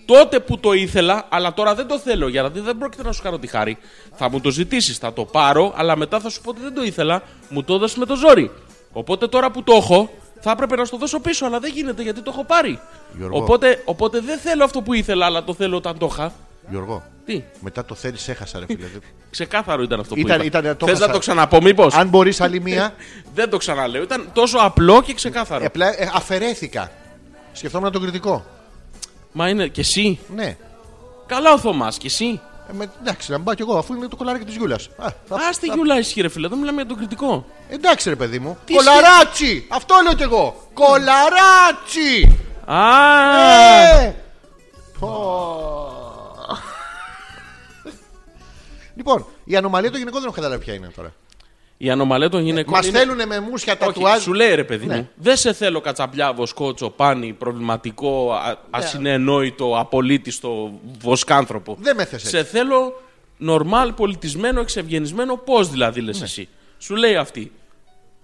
Speaker 1: τότε που το ήθελα, αλλά τώρα δεν το θέλω, γιατί δεν πρόκειται να σου κάνω τη χάρη. Θα μου το ζητήσεις, θα το πάρω, αλλά μετά θα σου πω ότι δεν το ήθελα, μου το έδωσες με το ζόρι. Οπότε τώρα που το έχω, θα έπρεπε να σου το δώσω πίσω, αλλά δεν γίνεται γιατί το έχω πάρει.
Speaker 2: Γιώργο.
Speaker 1: Οπότε, οπότε δεν θέλω αυτό που ήθελα, αλλά το θέλω όταν το είχα.
Speaker 2: Γιώργο.
Speaker 1: Τι.
Speaker 2: Μετά το θέλεις, έχασα, ρε φίλε.
Speaker 1: Ξεκάθαρο ήταν αυτό
Speaker 2: Ήταν-
Speaker 1: που είπα.
Speaker 2: ήταν- το
Speaker 1: Θες
Speaker 2: χάσα.
Speaker 1: να το ξαναπώ μήπως.
Speaker 2: Αν μπορείς άλλη μία,
Speaker 1: Δεν το ξαναλέω. Ήταν τόσο απλό και ξεκάθαρο.
Speaker 2: ε, απλά, ε, αφαιρέθηκα. Σκεφτόμουν τον κριτικό.
Speaker 1: Μα είναι και εσύ.
Speaker 2: Ναι.
Speaker 1: Καλά ο Θωμάς και εσύ.
Speaker 2: Ε, με, εντάξει, να μην πάω κι εγώ, αφού είναι το κολάρι της Γιούλας.
Speaker 1: Α τη γιουλά ισχύει ρε φίλε, δεν μιλάμε για τον κριτικό.
Speaker 2: Εντάξει, ρε παιδί μου.
Speaker 1: Τι
Speaker 2: Κολαράτσι! Αυτό λέω κι εγώ. Κολαράτσι!
Speaker 1: Α,
Speaker 2: Ε! Πω. Λοιπόν, η ανομαλία των γυναικών δεν έχω καταλάβει ποια είναι τώρα.
Speaker 1: η ανομαλία των γυναικών.
Speaker 2: Μας
Speaker 1: Λοιπόν, είναι-
Speaker 2: θέλουν με μουσια
Speaker 1: Όχι,
Speaker 2: τατουάζ.
Speaker 1: σου λέει ρε παιδί
Speaker 2: Ναι.
Speaker 1: μου, δεν σε θέλω κατσαπλιά, βοσκότσο, πάνι, προβληματικό,
Speaker 2: Ναι.
Speaker 1: α, ασυνενόητο, απολύτιστο, βοσκάνθρωπο.
Speaker 2: Δεν με θες
Speaker 1: Σε
Speaker 2: έτσι.
Speaker 1: θέλω νορμάλ, πολιτισμένο, εξευγενισμένο, πώς δηλαδή
Speaker 2: Ναι.
Speaker 1: λε εσύ. Σου λέει αυτή.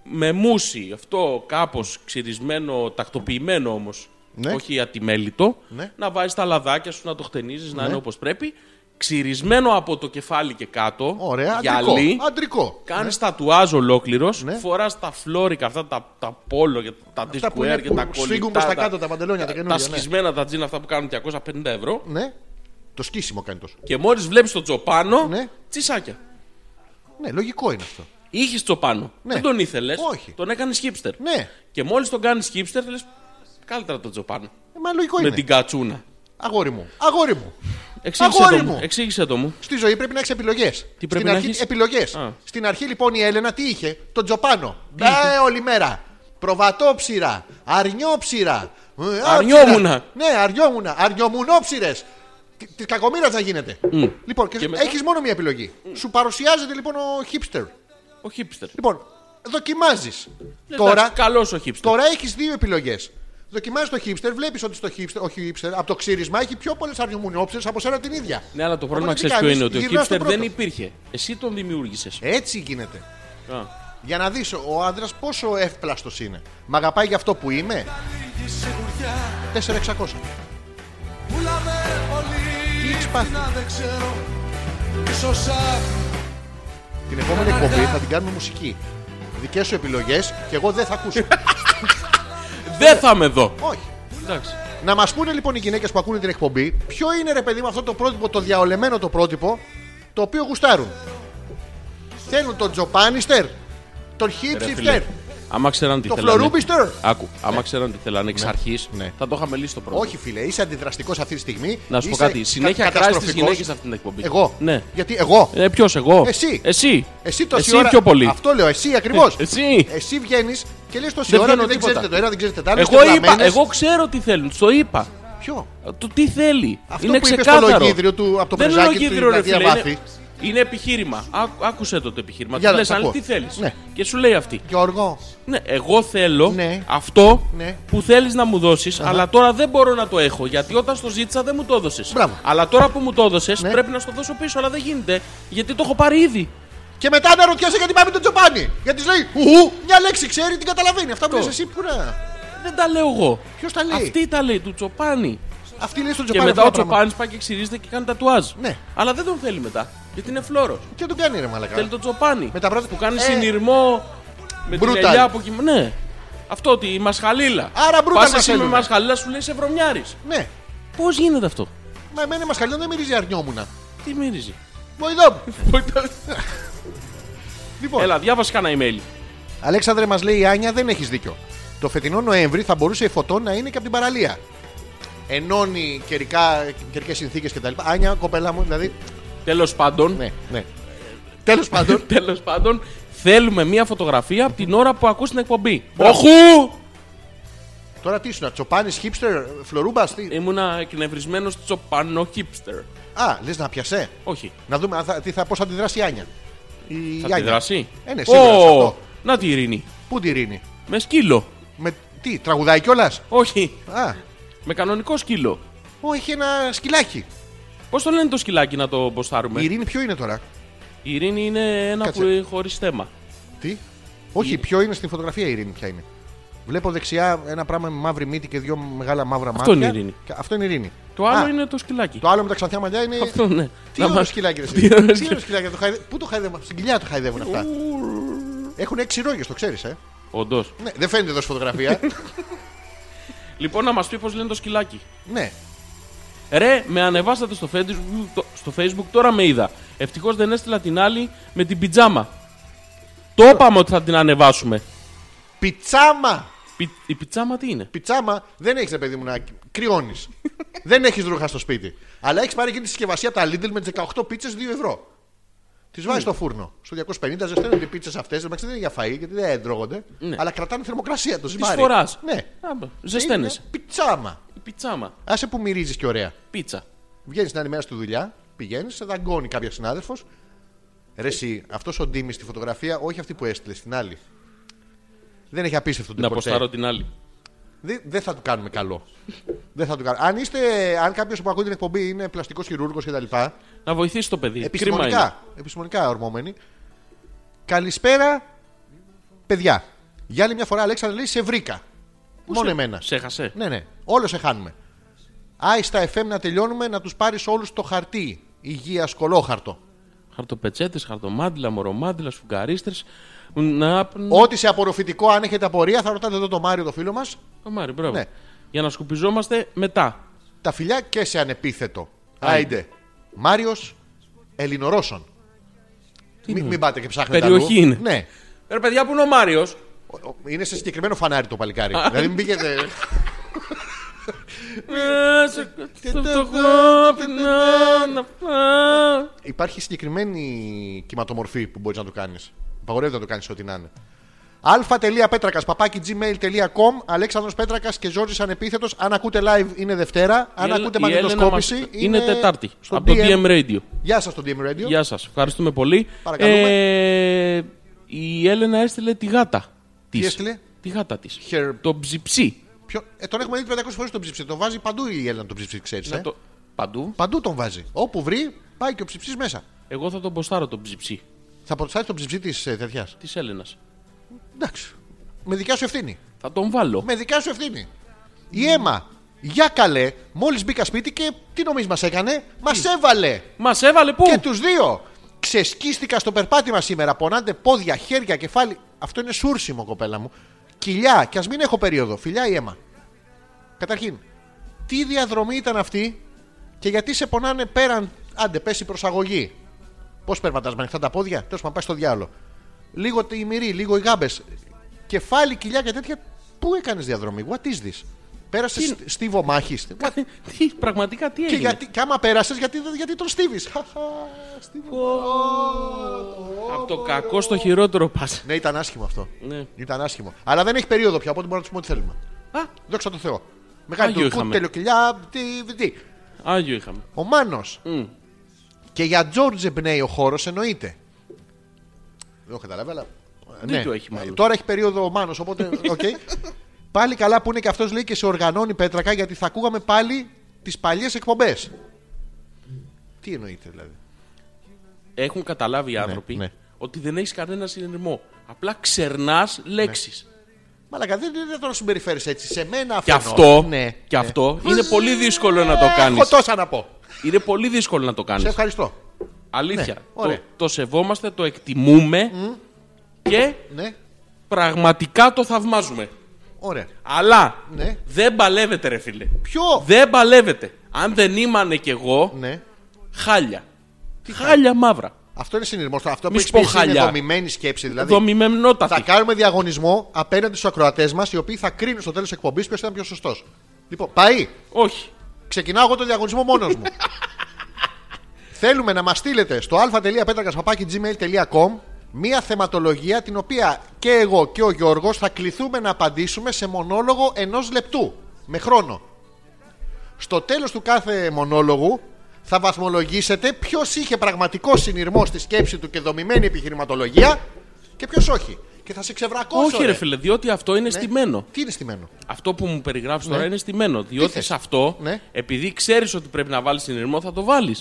Speaker 1: Με μουσι, αυτό κάπως ξυρισμένο, τακτοποιημένο όμως.
Speaker 2: Ναι.
Speaker 1: Όχι ατιμέλητο.
Speaker 2: Ναι.
Speaker 1: Να βάζεις τα λαδάκια σου, να το χτενίζεις, να είναι όπως πρέπει. Ξυρισμένο από το κεφάλι και κάτω.
Speaker 2: Ωραία, αντρικό.
Speaker 1: γυαλί.
Speaker 2: Αντρικό.
Speaker 1: Κάνεις τατουάζ ολόκληρος,
Speaker 2: Ναι.
Speaker 1: φοράς φορά τα φλόρικα, αυτά τα, τα πόλο και τα disc
Speaker 2: Αυτά που είναι
Speaker 1: wear και
Speaker 2: που
Speaker 1: τα
Speaker 2: σφίγγουν
Speaker 1: κολλητά.
Speaker 2: προς τα κάτω τα παντελόνια,
Speaker 1: τα,
Speaker 2: τα καινούργια, ναι.
Speaker 1: σκισμένα τα τζιν αυτά που κάνουν 250 ευρώ.
Speaker 2: Ναι. Το σκίσιμο κάνει τόσο.
Speaker 1: Και μόλις βλέπεις το τσοπάνο,
Speaker 2: Ναι.
Speaker 1: τσισάκια.
Speaker 2: Ναι, λογικό είναι αυτό.
Speaker 1: Είχες τσοπάνο.
Speaker 2: Ναι.
Speaker 1: Δεν τον ήθελες.
Speaker 2: Όχι.
Speaker 1: Τον έκανες χίπστερ.
Speaker 2: Ναι.
Speaker 1: Και μόλις τον κάνεις χίπστερ, λες καλύτερα τον τσοπάνο.
Speaker 2: Ε, Μα λογικό
Speaker 1: Με
Speaker 2: είναι.
Speaker 1: την κατσούνα.
Speaker 2: Αγόρι μου. Αγόρι μου.
Speaker 1: Εξήγησε
Speaker 2: Αγόρι
Speaker 1: το μου.
Speaker 2: μου.
Speaker 1: Εξήγησε το μου.
Speaker 2: Στη ζωή πρέπει να έχει επιλογές.
Speaker 1: πρέπει
Speaker 2: Στην
Speaker 1: να
Speaker 2: αρχή,
Speaker 1: έχεις?
Speaker 2: επιλογές.
Speaker 1: Α.
Speaker 2: Στην αρχή λοιπόν η Έλενα τι είχε, τον Τζοπάνο. Ε, όλη μέρα. Προβατόψυρα, αρνιόψυρα. ε, άψυρα.
Speaker 1: Αρνιόμουνα.
Speaker 2: Ναι, αρνιόμουνα. Αρνιομουνόψυρε. Τη κακομήρα θα γίνεται. Λοιπόν, και,
Speaker 1: Και μετά?
Speaker 2: έχεις μόνο μία επιλογή. Σου παρουσιάζεται λοιπόν ο χίπστερ.
Speaker 1: Ο χίπστερ.
Speaker 2: Λοιπόν, δοκιμάζεις. Τώρα,
Speaker 1: Καλός ο χίπστερ.
Speaker 2: τώρα έχεις δύο επιλογές. Δοκιμάζει το χίπστερ, βλέπεις ότι στο hipster, ο hipster από το ξύρισμα έχει πιο πολλές αρνιομουνόψυρε από σένα την ίδια.
Speaker 1: Ναι, αλλά το πρόβλημα
Speaker 2: Οπότε τι
Speaker 1: ξέρεις ποιο
Speaker 2: κάνεις,
Speaker 1: είναι ότι ο
Speaker 2: γυρνάς στον
Speaker 1: χίπστερ δεν
Speaker 2: πρώτο. Ε,
Speaker 1: υπήρχε. Εσύ τον δημιούργησες.
Speaker 2: Έτσι γίνεται. Για να δεις ο άντρας πόσο εύπλαστος είναι. Μ' αγαπάει για αυτό που είμαι. 4.600.
Speaker 5: Πουλάμε
Speaker 2: Τι έχεις
Speaker 5: όλοι
Speaker 2: πάθει?
Speaker 5: να δεν ξέρω Ίσως απ'
Speaker 2: Την επόμενη εκπομπή θα την κάνουμε μουσική. Δικές σου επιλογές και εγώ δεν θα
Speaker 1: *laughs*
Speaker 2: ακούσω.
Speaker 1: Δεν θα με δω.
Speaker 2: Όχι.
Speaker 1: Εντάξει.
Speaker 2: Να μας πούνε λοιπόν οι γυναίκες που ακούνε την εκπομπή, ποιο είναι ρε παιδί μου αυτό το πρότυπο, το διαολεμένο το πρότυπο, το οποίο γουστάρουν. Θέλουν τον Τζοπάνιστερ, τον
Speaker 1: φίλε.
Speaker 2: Χίψιφτερ,
Speaker 1: Άμα ξέραν τι
Speaker 2: Το
Speaker 1: θέλανε.
Speaker 2: φλωρούμπιστερ.
Speaker 1: Άκου, άμα ξέραν τι θέλανε εξ αρχής,
Speaker 2: Ναι.
Speaker 1: θα το είχαμε λύσει το πρόβλημα.
Speaker 2: Όχι, φίλε, είσαι αντιδραστικός αυτή τη στιγμή.
Speaker 1: Να σου πω
Speaker 2: Είσαι
Speaker 1: κάτι. Συνέχεια
Speaker 2: κα-
Speaker 1: κράζεις τις
Speaker 2: καταστροφικός.
Speaker 1: γυναίκες αυτή την εκπομπή.
Speaker 2: Εγώ.
Speaker 1: Ναι.
Speaker 2: Γιατί εγώ.
Speaker 1: Ε, Ποιος, εγώ.
Speaker 2: Εσύ.
Speaker 1: Εσύ.
Speaker 2: Εσύ τόση
Speaker 1: Εσύ
Speaker 2: ώρα. Ε,
Speaker 1: πιο πολύ.
Speaker 2: Αυτό λέω, εσύ ακριβώς.
Speaker 1: Εσύ.
Speaker 2: Εσύ βγαίνεις και λες τόση
Speaker 1: Δεν
Speaker 2: ώρα
Speaker 1: βγαίνω
Speaker 2: ότι δεν
Speaker 1: τίποτα.
Speaker 2: ξέρετε το ένα, δεν ξέρετε το άλλο. είστε
Speaker 1: Εγώ είπα,
Speaker 2: βλαμμένες.
Speaker 1: εγώ ξέρω τι θέλουν. Το είπα.
Speaker 2: Ποιο.
Speaker 1: Το τι θέλει.
Speaker 2: Αυτό
Speaker 1: είναι
Speaker 2: που είπες στο
Speaker 1: ξεκάθαρο.
Speaker 2: λογίδριο του από το
Speaker 1: Δεν είναι
Speaker 2: πεζάκι του
Speaker 1: λογίδριο, ρε
Speaker 2: Ιγνατία
Speaker 1: φίλε.
Speaker 2: Βάθη.
Speaker 1: Είναι, είναι επιχείρημα. Άκου, άκουσε το το επιχείρημα.
Speaker 2: Για
Speaker 1: Του
Speaker 2: να
Speaker 1: λες,
Speaker 2: τα
Speaker 1: αν
Speaker 2: ακούω.
Speaker 1: τι θέλεις.
Speaker 2: Ναι.
Speaker 1: Και σου λέει αυτή.
Speaker 2: Γιώργο.
Speaker 1: Ναι, εγώ θέλω
Speaker 2: Ναι.
Speaker 1: αυτό
Speaker 2: Ναι.
Speaker 1: που θέλεις να μου δώσεις, αλλά τώρα δεν μπορώ να το έχω. Γιατί όταν στο ζήτησα δεν μου το έδωσες.
Speaker 2: Μπράβο.
Speaker 1: Αλλά τώρα που μου το έδωσες
Speaker 2: Ναι.
Speaker 1: πρέπει να στο δώσω πίσω, αλλά δεν γίνεται. Γιατί το έχω πάρει ήδη.
Speaker 2: Και μετά να ρωτιάσαι γιατί πάμε τον Τζοπάνι. Γιατί σου λέει Ου, μια λέξη ξέρει, την καταλαβαίνει. Αυτά που λες εσύ που να.
Speaker 1: Δεν τα λέω εγώ.
Speaker 2: Ποιος τα λέει.
Speaker 1: Αυτή τα λέει του Τσοπάνη.
Speaker 2: Αυτή λέει στον
Speaker 1: Και
Speaker 2: Τζοπάνι.
Speaker 1: μετά
Speaker 2: αυτά
Speaker 1: ο
Speaker 2: τα πράγματα.
Speaker 1: Τσοπάνη πάει και ξυρίζεται και κάνει τατουάζ.
Speaker 2: Ναι.
Speaker 1: Αλλά δεν τον θέλει μετά. Γιατί είναι φλόρο.
Speaker 2: Τι τον κάνει ρε μαλακά.
Speaker 1: Θέλει τον Τσοπάνη.
Speaker 2: Με τα πράγματα
Speaker 1: που κάνει
Speaker 2: Ε.
Speaker 1: συνειρμό με την
Speaker 2: Brutal.
Speaker 1: ελιά από εκεί. Ναι. Αυτό ότι η μασχαλίλα.
Speaker 2: Άρα brutal
Speaker 1: Πας
Speaker 2: μας
Speaker 1: εσύ με
Speaker 2: θέλουνε.
Speaker 1: μασχαλίλας σου λέει σε βρωμιάρη.
Speaker 2: Ναι.
Speaker 1: Πώς γίνεται αυτό.
Speaker 2: Μα εμένα μα δεν μυρίζει αρνιόμουνα.
Speaker 1: Τι μύριζε.
Speaker 2: Βοηθό.
Speaker 1: Ε,
Speaker 2: Λοιπόν,
Speaker 1: Έλα, διάβασε κανένα email.
Speaker 2: Αλέξανδρε, μας λέει η Άνια, δεν έχεις δίκιο. Το φετινό Νοέμβρη θα μπορούσε η φωτό να είναι και από την παραλία. Ενώνει καιρικές συνθήκες κτλ. Άνια, κοπέλα μου, δηλαδή.
Speaker 1: Τέλος πάντων.
Speaker 2: Ναι, ναι. Τέλος
Speaker 1: *laughs*
Speaker 2: πάντων.
Speaker 1: Τέλος πάντων, θέλουμε μία φωτογραφία από την ώρα που ακούς την εκπομπή. Οχού!
Speaker 2: Τώρα τι ήσουν, τσοπάνι, χίπστερ, φλωρούμπας, τι.
Speaker 1: Ήμουνα εκνευρισμένος τσοπανό hipster.
Speaker 2: Α, λες να πιασέ.
Speaker 1: Όχι.
Speaker 2: Να δούμε αν θα, τι θα, πώς θα αντιδράσει η Άνια. Η
Speaker 1: Θα
Speaker 2: Άνια.
Speaker 1: τη δράσει.
Speaker 2: Ε, ναι, σίγουρα, σε αυτό.
Speaker 1: Να τη ειρήνη.
Speaker 2: Πού τη ρίνει.
Speaker 1: Με σκύλο.
Speaker 2: Με τι, τραγουδάει κιόλας.
Speaker 1: Όχι.
Speaker 2: Α,
Speaker 1: Με κανονικό σκύλο.
Speaker 2: Ω, έχει ένα σκυλάκι.
Speaker 1: Πώς το λένε το σκυλάκι να το μποστάρουμε.
Speaker 2: Η Ειρήνη ποιο είναι τώρα.
Speaker 1: Η ειρήνη είναι ένα
Speaker 2: Κάτσε.
Speaker 1: που έχει χωρίς θέμα.
Speaker 2: Τι. Όχι, ποιο είναι στην φωτογραφία η Ειρήνη, ποια είναι. Βλέπω δεξιά ένα πράγμα με μαύρη μύτη και δύο μεγάλα μαύρα
Speaker 1: Αυτό
Speaker 2: μάτια.
Speaker 1: είναι η Ειρήνη.
Speaker 2: Και Αυτό είναι η Ειρήνη.
Speaker 1: Το άλλο
Speaker 2: Α,
Speaker 1: είναι το σκυλάκι.
Speaker 2: Το άλλο με τα ξανθιά μαλλιά είναι.
Speaker 1: Αυτό ναι.
Speaker 2: Τι
Speaker 1: Να
Speaker 2: ωραίο
Speaker 1: μας-
Speaker 2: σκυλάκι, ρε, εσύ.
Speaker 1: *laughs* Τι
Speaker 2: Τι
Speaker 1: ωραίο
Speaker 2: ωραίο
Speaker 1: σκυλάκι.
Speaker 2: σκυλάκι. το χαϊδε- Πού το χαϊδεύουν, στην κοιλιά το χαϊδεύουν αυτά. Έχουν έξι ρόγες, το ξέρεις, ε.
Speaker 1: Όντως.
Speaker 2: Ναι, δεν φαίνεται εδώ
Speaker 1: *laughs*
Speaker 2: στη φωτογραφία.
Speaker 1: Λοιπόν, να μας πει πώς λένε το σκυλάκι.
Speaker 2: ναι.
Speaker 1: Ρε, με ανεβάσατε στο facebook, το- στο facebook τώρα με είδα. Ευτυχώς δεν έστειλα την άλλη με την πιτζάμα. Το είπαμε ότι θα την ανεβάσουμε.
Speaker 2: Πιτσάμα!
Speaker 1: Πι- η πιτζάμα τι είναι.
Speaker 2: Πιτσάμα δεν έχεις, παιδί μου, να κρυώνεις.
Speaker 1: *laughs*
Speaker 2: δεν έχεις ρούχα στο σπίτι. Αλλά έχεις πάρει εκείνη τη συσκευασία από τα Lidl με τις 18 πίτσε 2 ευρώ. Τις βάζεις
Speaker 1: Ναι.
Speaker 2: στο φούρνο. Στο 250 ζεσταίνονται οι πίτσες αυτές. Δεν είναι για φαΐ γιατί δεν τρώγονται.
Speaker 1: Ναι.
Speaker 2: Αλλά κρατάνε θερμοκρασία το
Speaker 1: Της
Speaker 2: ζυμάρι.
Speaker 1: φοράς.
Speaker 2: Ναι.
Speaker 1: Ζεσταίνεσαι.
Speaker 2: Είναι Πιτσάμα.
Speaker 1: Η πιτζάμα.
Speaker 2: Άσε που μυρίζεις και ωραία.
Speaker 1: Πίτσα.
Speaker 2: Βγαίνεις την άλλη μέρα στη δουλειά, πηγαίνεις, σε δαγκώνει κάποια συνάδελφος. Ρε, εσύ, αυτός ο Ντίμης στη φωτογραφία, όχι αυτή που έστειλες, την άλλη. Δεν έχει απίστευτο
Speaker 1: Να
Speaker 2: τίποτα.
Speaker 1: αποστάρω την άλλη.
Speaker 2: Δεν δεν θα του κάνουμε καλό. δεν θα του κάνουμε. Αν, είστε, αν κάποιος που ακούει την εκπομπή είναι πλαστικός χειρούργος κτλ.
Speaker 1: Να βοηθήσει το παιδί. Κρίμα είναι.
Speaker 2: Επιστημονικά, επιστημονικά ορμόμενοι. Καλησπέρα, παιδιά. Για άλλη μια φορά, Αλέξανδρε, λέει σε βρήκα. Μόνο
Speaker 1: σε-
Speaker 2: εμένα.
Speaker 1: Σε έχασε.
Speaker 2: Ναι, ναι. Όλο σε χάνουμε. Άι στα FM να τελειώνουμε να τους πάρεις όλους το χαρτί. Υγεία, σκολόχαρτο.
Speaker 1: Χαρτοπετσέτες, χαρτομάντιλα, μορομάντιλα, σφουγγαρίστρες. Να.
Speaker 2: Ό,τι σε απορροφητικό, αν έχετε απορία, θα ρωτάτε εδώ το Μάριο, το φίλο μας.
Speaker 1: Ο Μάρη, μπράβο.
Speaker 2: Ναι.
Speaker 1: Για να σκουπιζόμαστε μετά.
Speaker 2: Τα φιλιά και σε ανεπίθετο. Άιντε. Μάριος Ελληνορώσων. Μη- Μην πάτε και ψάχνετε. αλλού.
Speaker 1: Περιοχή είναι.
Speaker 2: Ναι.
Speaker 1: Ρε παιδιά, που είναι ο Μάριος.
Speaker 2: Ο- ο- Είναι σε συγκεκριμένο φανάρι το παλικάρι. δηλαδή μην πήγετε. Ε, Υπάρχει συγκεκριμένη κυματομορφή που μπορείς να το κάνεις. Απαγορεύεται να το κάνεις ό,τι να είναι. αλφα.πέτρακα παπάκι gmail.com Αλέξανδρος Πέτρακας και Ζόρζης Ανεπίθετος Αν ακούτε live είναι Δευτέρα. Αν
Speaker 1: Η Έλε-
Speaker 2: ακούτε
Speaker 1: η Έλενα
Speaker 2: μαγνητοσκόπηση.
Speaker 1: μας- Είναι Τετάρτη.
Speaker 2: στο
Speaker 1: Από το DM Radio.
Speaker 2: Γεια σας το DM Radio.
Speaker 1: Γεια σας. Ευχαριστούμε πολύ.
Speaker 2: Παρακαλούμε.
Speaker 1: Ε, η Έλενα έστειλε τη γάτα τη.
Speaker 2: έστειλε?
Speaker 1: Τη γάτα της.
Speaker 2: Her-
Speaker 1: Το ψιψί.
Speaker 2: Ποιο- Ε, τον έχουμε δει 500 φορές τον ψήψη. Τον βάζει παντού η Έλληνα τον ψήψη, ξέρεις.
Speaker 1: Να Ναι, το- Παντού.
Speaker 2: Παντού τον βάζει. Όπου βρει, πάει και ο ψήψη μέσα.
Speaker 1: Εγώ θα τον ποστάρω το ψιψί
Speaker 2: Θα προστάσει τον ψήψη τη τέτοια.
Speaker 1: τη Έλενα.
Speaker 2: Εντάξει. Με δικιά σου ευθύνη.
Speaker 1: Θα τον βάλω.
Speaker 2: Με δικιά σου ευθύνη. Η αίμα. Για καλέ, μόλις μπήκα σπίτι και τι νομίζεις μας έκανε, μας έβαλε
Speaker 1: Μας έβαλε πού.
Speaker 2: και τους δύο. Ξεσκίστηκα στο περπάτημα σήμερα. Πονάτε πόδια, χέρια, κεφάλι. Αυτό είναι σούρσιμο, κοπέλα μου. Κοιλιά, και ας μην έχω περίοδο. Φιλιά η αίμα. Καταρχήν, τι διαδρομή ήταν αυτή και γιατί σε πονάνε πέραν. Άντε, πες η προσαγωγή. Πώς περπατάς με ανοιχτά τα πόδια, τέλος πάντων, πας στο διάλογο. Λίγο η μυρί, λίγο οι γάμπες. κεφάλι, κοιλιά και τέτοια. Πού έκανες διαδρομή, what is this. Πέρασε
Speaker 1: Τι-
Speaker 2: στίβο μάχης.
Speaker 1: *laughs* τι, πραγματικά τι
Speaker 2: Και,
Speaker 1: έγινε.
Speaker 2: γιατί, και άμα πέρασες, γιατί, δεν- γιατί τον στίβεις.
Speaker 1: Από το κακό στο χειρότερο πας.
Speaker 2: ναι, ήταν άσχημο αυτό.
Speaker 1: Ναι.
Speaker 2: Ήταν άσχημο. Αλλά δεν έχει περίοδο πια, οπότε μπορούμε να του πούμε ό,τι θέλουμε.
Speaker 1: Α,
Speaker 2: Δόξα τω Θεώ. Μεγάλη
Speaker 1: Άγιο
Speaker 2: του
Speaker 1: είχαμε.
Speaker 2: τελειοκυλιά. Τι, τι.
Speaker 1: Άγιο είχαμε.
Speaker 2: Ο Μάνος.
Speaker 1: Μμ.
Speaker 2: Και για Τζόρτζ εμπνέει ο χώρος, εννοείται. Δεν το καταλάβει, αλλά.
Speaker 1: το έχει μάλλον.
Speaker 2: Ε, Τώρα έχει περίοδο ο Μάνος,
Speaker 1: *laughs*
Speaker 2: οπότε. οκ. Πάλι καλά που είναι και αυτός λέει και σε οργανώνει πέτρακα γιατί θα ακούγαμε πάλι τις παλιές εκπομπές. Τι εννοείται δηλαδή.
Speaker 1: Έχουν καταλάβει οι άνθρωποι
Speaker 2: ναι.
Speaker 1: ότι δεν έχεις κανένα συνειρμό. Απλά ξερνάς λέξεις.
Speaker 2: Ναι. Μαλακα, δεν είναι τώρα να συμπεριφέρεις έτσι. Σε μένα
Speaker 1: Και
Speaker 2: αφενός.
Speaker 1: αυτό,
Speaker 2: Ναι.
Speaker 1: και αυτό είναι πολύ δύσκολο να το
Speaker 2: Ε,
Speaker 1: κάνεις.
Speaker 2: Έχω τόσα να πω.
Speaker 1: Είναι πολύ δύσκολο να το κάνεις.
Speaker 2: Σε ευχαριστώ.
Speaker 1: Αλήθεια.
Speaker 2: Ναι,
Speaker 1: το,
Speaker 2: ωραία.
Speaker 1: το σεβόμαστε, το εκτιμούμε και
Speaker 2: Ναι,
Speaker 1: πραγματικά το θαυμάζουμε.
Speaker 2: ωραία.
Speaker 1: Αλλά
Speaker 2: Ναι.
Speaker 1: δεν παλεύεται, ρε φίλε.
Speaker 2: Ποιο?
Speaker 1: Δεν παλεύεται. Αν δεν ήμανε κι εγώ,
Speaker 2: Ναι.
Speaker 1: χάλια. χάλια μαύρα.
Speaker 2: Αυτό είναι συνειρμό. Αυτό που
Speaker 1: Μη
Speaker 2: έχεις
Speaker 1: σου πω
Speaker 2: πει εσύ είναι
Speaker 1: χαλιά.
Speaker 2: δομημένη σκέψη. Δηλαδή,
Speaker 1: Δομημενότατη.
Speaker 2: Θα κάνουμε διαγωνισμό απέναντι στους ακροατές μας, οι οποίοι θα κρίνουν στο τέλος εκπομπής ποιος ήταν πιο σωστός. Λοιπόν, πάει.
Speaker 1: Όχι.
Speaker 2: Ξεκινάω εγώ το διαγωνισμό μόνος
Speaker 1: *laughs*
Speaker 2: μου. Θέλουμε να μας στείλετε στο α.πέτρακα.gmail.com μία θεματολογία την οποία και εγώ και ο Γιώργος θα κληθούμε να απαντήσουμε σε μονόλογο ενός λεπτού. Με χρόνο. Στο τέλος του κάθε μονόλογου θα βαθμολογήσετε ποιος είχε πραγματικό συνειρμό στη σκέψη του και δομημένη επιχειρηματολογία και ποιος όχι. Και θα σε ξεβρακώσω.
Speaker 1: Όχι, ρε φίλε, διότι αυτό είναι
Speaker 2: Ναι.
Speaker 1: στημένο.
Speaker 2: Τι είναι στημένο.
Speaker 1: Αυτό που μου περιγράφει τώρα είναι στημένο. Διότι
Speaker 2: Ναι. θες?
Speaker 1: σε αυτό,
Speaker 2: Ναι.
Speaker 1: επειδή ξέρεις ότι πρέπει να βάλεις συνειρμό, θα το βάλεις.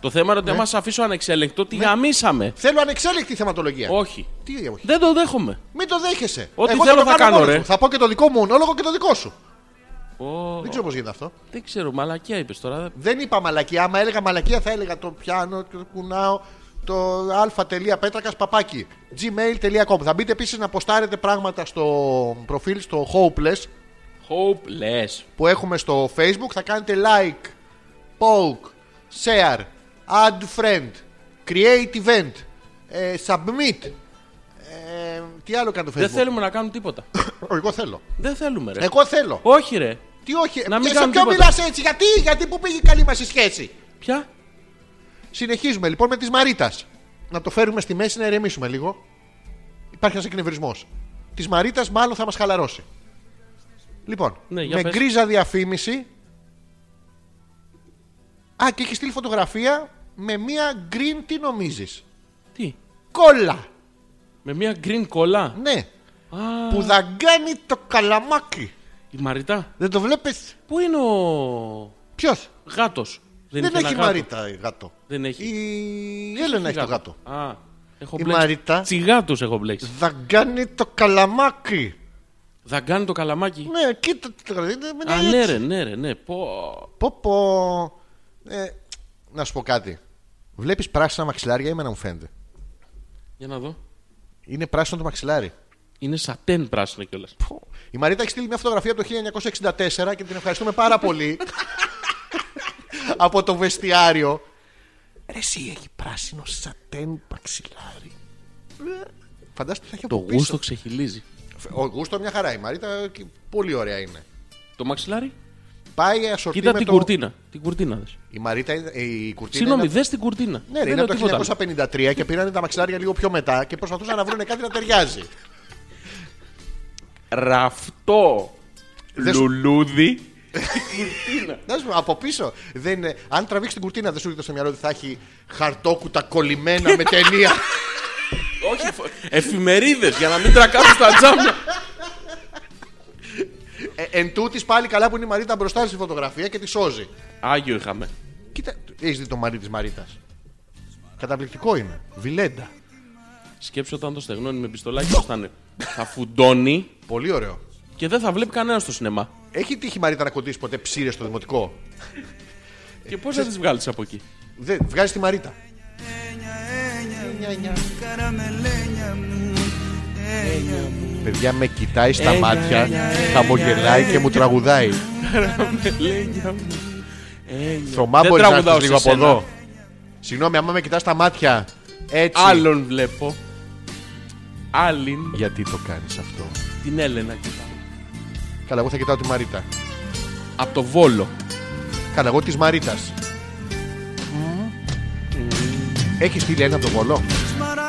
Speaker 1: Το θέμα είναι ότι
Speaker 2: Ναι.
Speaker 1: άμα σε αφήσω ανεξέλεγκτο, τη γαμίσαμε.
Speaker 2: Θέλω ανεξέλεκτη θεματολογία.
Speaker 1: Όχι.
Speaker 2: Τι όχι.
Speaker 1: Δεν το δέχομαι.
Speaker 2: Μην το δέχεσαι.
Speaker 1: Ό,τι
Speaker 2: Εγώ
Speaker 1: θέλω
Speaker 2: το
Speaker 1: θα κάνω,
Speaker 2: μόνος
Speaker 1: ρε.
Speaker 2: μου. Θα πω και το δικό μου μονόλογο και το δικό σου.
Speaker 1: Ω,
Speaker 2: Δεν ξέρω πώς γίνεται αυτό.
Speaker 1: Δεν ξέρω, μαλακιά είπες τώρα.
Speaker 2: Δεν είπα μαλακία. Άμα έλεγα μαλακία θα έλεγα το πιάνω, το κουνάω. Το α.πέτρακα παπάκι gmail.com. Θα μπείτε επίσης να αποστάρετε πράγματα στο προφίλ, στο Hopeless
Speaker 1: Hopeless.
Speaker 2: που έχουμε στο Facebook. Θα κάνετε like, poke, share, add friend, create event, ε, submit. Ε, τι άλλο κάνει το Facebook.
Speaker 1: Δεν θέλουμε να κάνουμε
Speaker 2: *coughs*
Speaker 1: τίποτα.
Speaker 2: Εγώ θέλω.
Speaker 1: Δεν θέλουμε, ρε.
Speaker 2: Εγώ θέλω.
Speaker 1: Όχι, ρε.
Speaker 2: Τι όχι,
Speaker 1: Να μην
Speaker 2: σε
Speaker 1: κάνουν
Speaker 2: ποιο
Speaker 1: τίποτα.
Speaker 2: μιλάς έτσι, γιατί, γιατί που πήγε η καλή μας η σχέση.
Speaker 1: Ποια?
Speaker 2: Συνεχίζουμε λοιπόν με τη Μαρίτας. Να το φέρουμε στη μέση να ηρεμήσουμε λίγο. Υπάρχει ένας εκνευρισμός. Τη Μαρίτας μάλλον θα μας χαλαρώσει. Λοιπόν,
Speaker 1: Ναι, για
Speaker 2: με
Speaker 1: πες.
Speaker 2: γκρίζα διαφήμιση. Α, και έχει στείλει φωτογραφία με μία green, τι νομίζεις.
Speaker 1: Τι.
Speaker 2: Κόλλα.
Speaker 1: Με μια green κολλά.
Speaker 2: Ναι. Που δαγκάνει το καλαμάκι.
Speaker 1: Η Μαριτά.
Speaker 2: Δεν το βλέπεις.
Speaker 1: Πού είναι ο
Speaker 2: Ποιος.
Speaker 1: γάτος.
Speaker 2: Δεν,
Speaker 1: είχε ένα
Speaker 2: έχει
Speaker 1: γάτο.
Speaker 2: Μαρίτα γάτο.
Speaker 1: Δεν έχει.
Speaker 2: Η Έλενα έχει το γάτο.
Speaker 1: Α, έχω
Speaker 2: Η
Speaker 1: μπλέξει.
Speaker 2: Μαρίτα.
Speaker 1: Τσιγάτους έχω μπλέξει.
Speaker 2: Δαγκάνει το καλαμάκι.
Speaker 1: Δαγκάνει το καλαμάκι.
Speaker 2: Ναι, κοίτα το καλαμάκι.
Speaker 1: Α, ναι, ρε, ναι, ρε, ναι. Πω.
Speaker 2: Πω, πω. Ε, να σου πω κάτι. Βλέπεις πράσινα μαξιλάρια, εμένα μου φαίνεται.
Speaker 1: Για να δω.
Speaker 2: Είναι πράσινο το μαξιλάρι.
Speaker 1: Είναι σατέν πράσινο κιόλας.
Speaker 2: Πω. Η Μαρίτα έχει στείλει μια φωτογραφία το 1964 και την ευχαριστούμε πάρα *laughs* πολύ. από το βεστιάριο. Ρε, εσύ έχει πράσινο σατέν μαξιλάρι. Ε, Φαντάζομαι τι θα έχει
Speaker 1: Το
Speaker 2: από πίσω.
Speaker 1: γούστο ξεχυλίζει.
Speaker 2: Ο γούστο μια χαρά η Μαρίτα. και Πολύ ωραία είναι.
Speaker 1: Το μαξιλάρι.
Speaker 2: Πάει ασορτή
Speaker 1: Κοίτα
Speaker 2: με
Speaker 1: την
Speaker 2: το...
Speaker 1: κουρτίνα. Την κουρτίνα δες.
Speaker 2: Η Μαρίτα, είναι- ε, η κουρτίνα.
Speaker 1: Συγγνώμη,
Speaker 2: είναι...
Speaker 1: δες την κουρτίνα.
Speaker 2: Ναι, ρε,
Speaker 1: Δεν
Speaker 2: είναι
Speaker 1: λέω
Speaker 2: από
Speaker 1: τίποτα άλλο.
Speaker 2: το 1953 και πήραν τα μαξιλάρια λίγο πιο μετά και προσπαθούσαν να βρουν κάτι να ταιριάζει.
Speaker 1: Ραφτό
Speaker 2: Ε, Δες-
Speaker 1: λουλούδι.
Speaker 2: Να σου πω, από πίσω. Δεν είναι... Αν τραβήξει την κουρτίνα, δεν σου έρχεται στο μυαλό ότι θα έχει χαρτόκουτα κολλημένα με
Speaker 1: *laughs*
Speaker 2: ταινία.
Speaker 1: Όχι, εφημερίδες για να μην τρακάσουν τα τζάμια.
Speaker 2: ε, εν τούτης πάλι καλά που είναι η Μαρίτα μπροστά στη φωτογραφία και τη σώζει.
Speaker 1: Άγιο είχαμε.
Speaker 2: Κοίτα, έχεις δει το μαρί της Μαρίτας. Καταπληκτικό είναι. Βιλέντα.
Speaker 1: Σκέψω όταν το στεγνώνει με πιστολάκι πώς θα είναι. θα φουντώνει
Speaker 2: Πολύ ωραίο.
Speaker 1: και δεν θα βλέπει κανένα στο σινεμά.
Speaker 2: Έχει τύχει η Μαρίτα να κοντήσει ποτέ ψήρε στο δημοτικό.
Speaker 1: Και πώς
Speaker 2: Ε,
Speaker 1: θα τις βγάλεις από εκεί.
Speaker 2: Δεν, βγάζει τη Μαρίτα. Παιδιά με κοιτάει στα μάτια, χαμογελάει και μου τραγουδάει. Θωμά
Speaker 1: Δεν
Speaker 2: μπορείς να
Speaker 1: τραγουδάω
Speaker 2: έρθεις λίγο
Speaker 1: σε
Speaker 2: από
Speaker 1: σένα.
Speaker 2: εδώ. Συγγνώμη, άμα με κοιτάς στα μάτια. Έτσι.
Speaker 1: Άλλον βλέπω. Άλλην.
Speaker 2: Γιατί το κάνεις αυτό.
Speaker 1: Την Έλενα κοιτάω.
Speaker 2: Καλά, εγώ θα κοιτάω τη Μαρίτα.
Speaker 1: Από το Βόλο.
Speaker 2: Καλά, εγώ της Μαρίτας. Έχεις στείλει ένα από τον Βολό.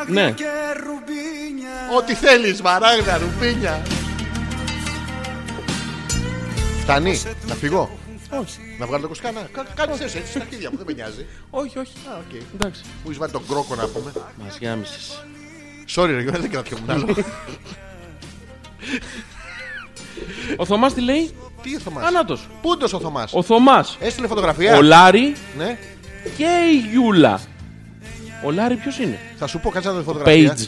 Speaker 1: Ναι.
Speaker 5: και ρουμπίνια
Speaker 2: Ό,τι θέλεις, μαράγδα, ρουπίνια. Φτάνει, να φύγω. Να βγάλω το κουσκάνα. Κάνει εσύ, έτσι, στα αρχίδια μου, δεν με νοιάζει.
Speaker 1: Όχι, όχι.
Speaker 2: Α, οκ.
Speaker 1: Εντάξει.
Speaker 2: Μου έχεις βάλει τον κρόκο να πούμε.
Speaker 1: Μας γάμισες.
Speaker 2: Sorry, ρε, Γιώργο, δεν κρατιόμουν
Speaker 1: *laughs*
Speaker 2: άλλο.
Speaker 1: Ο Θωμάς τι λέει.
Speaker 2: Τι ο Θωμάς.
Speaker 1: Ανάτο.
Speaker 2: Πούντο ο Θωμάς.
Speaker 1: Ο Θωμάς.
Speaker 2: Έστειλε
Speaker 1: Ο
Speaker 2: φωτογραφία.
Speaker 1: Λάρι
Speaker 2: Ναι,
Speaker 1: και η Γιούλα. Ο Λάρι ποιος είναι.
Speaker 2: θα σου πω κάτσε να δω τη φωτογραφία.
Speaker 1: Page.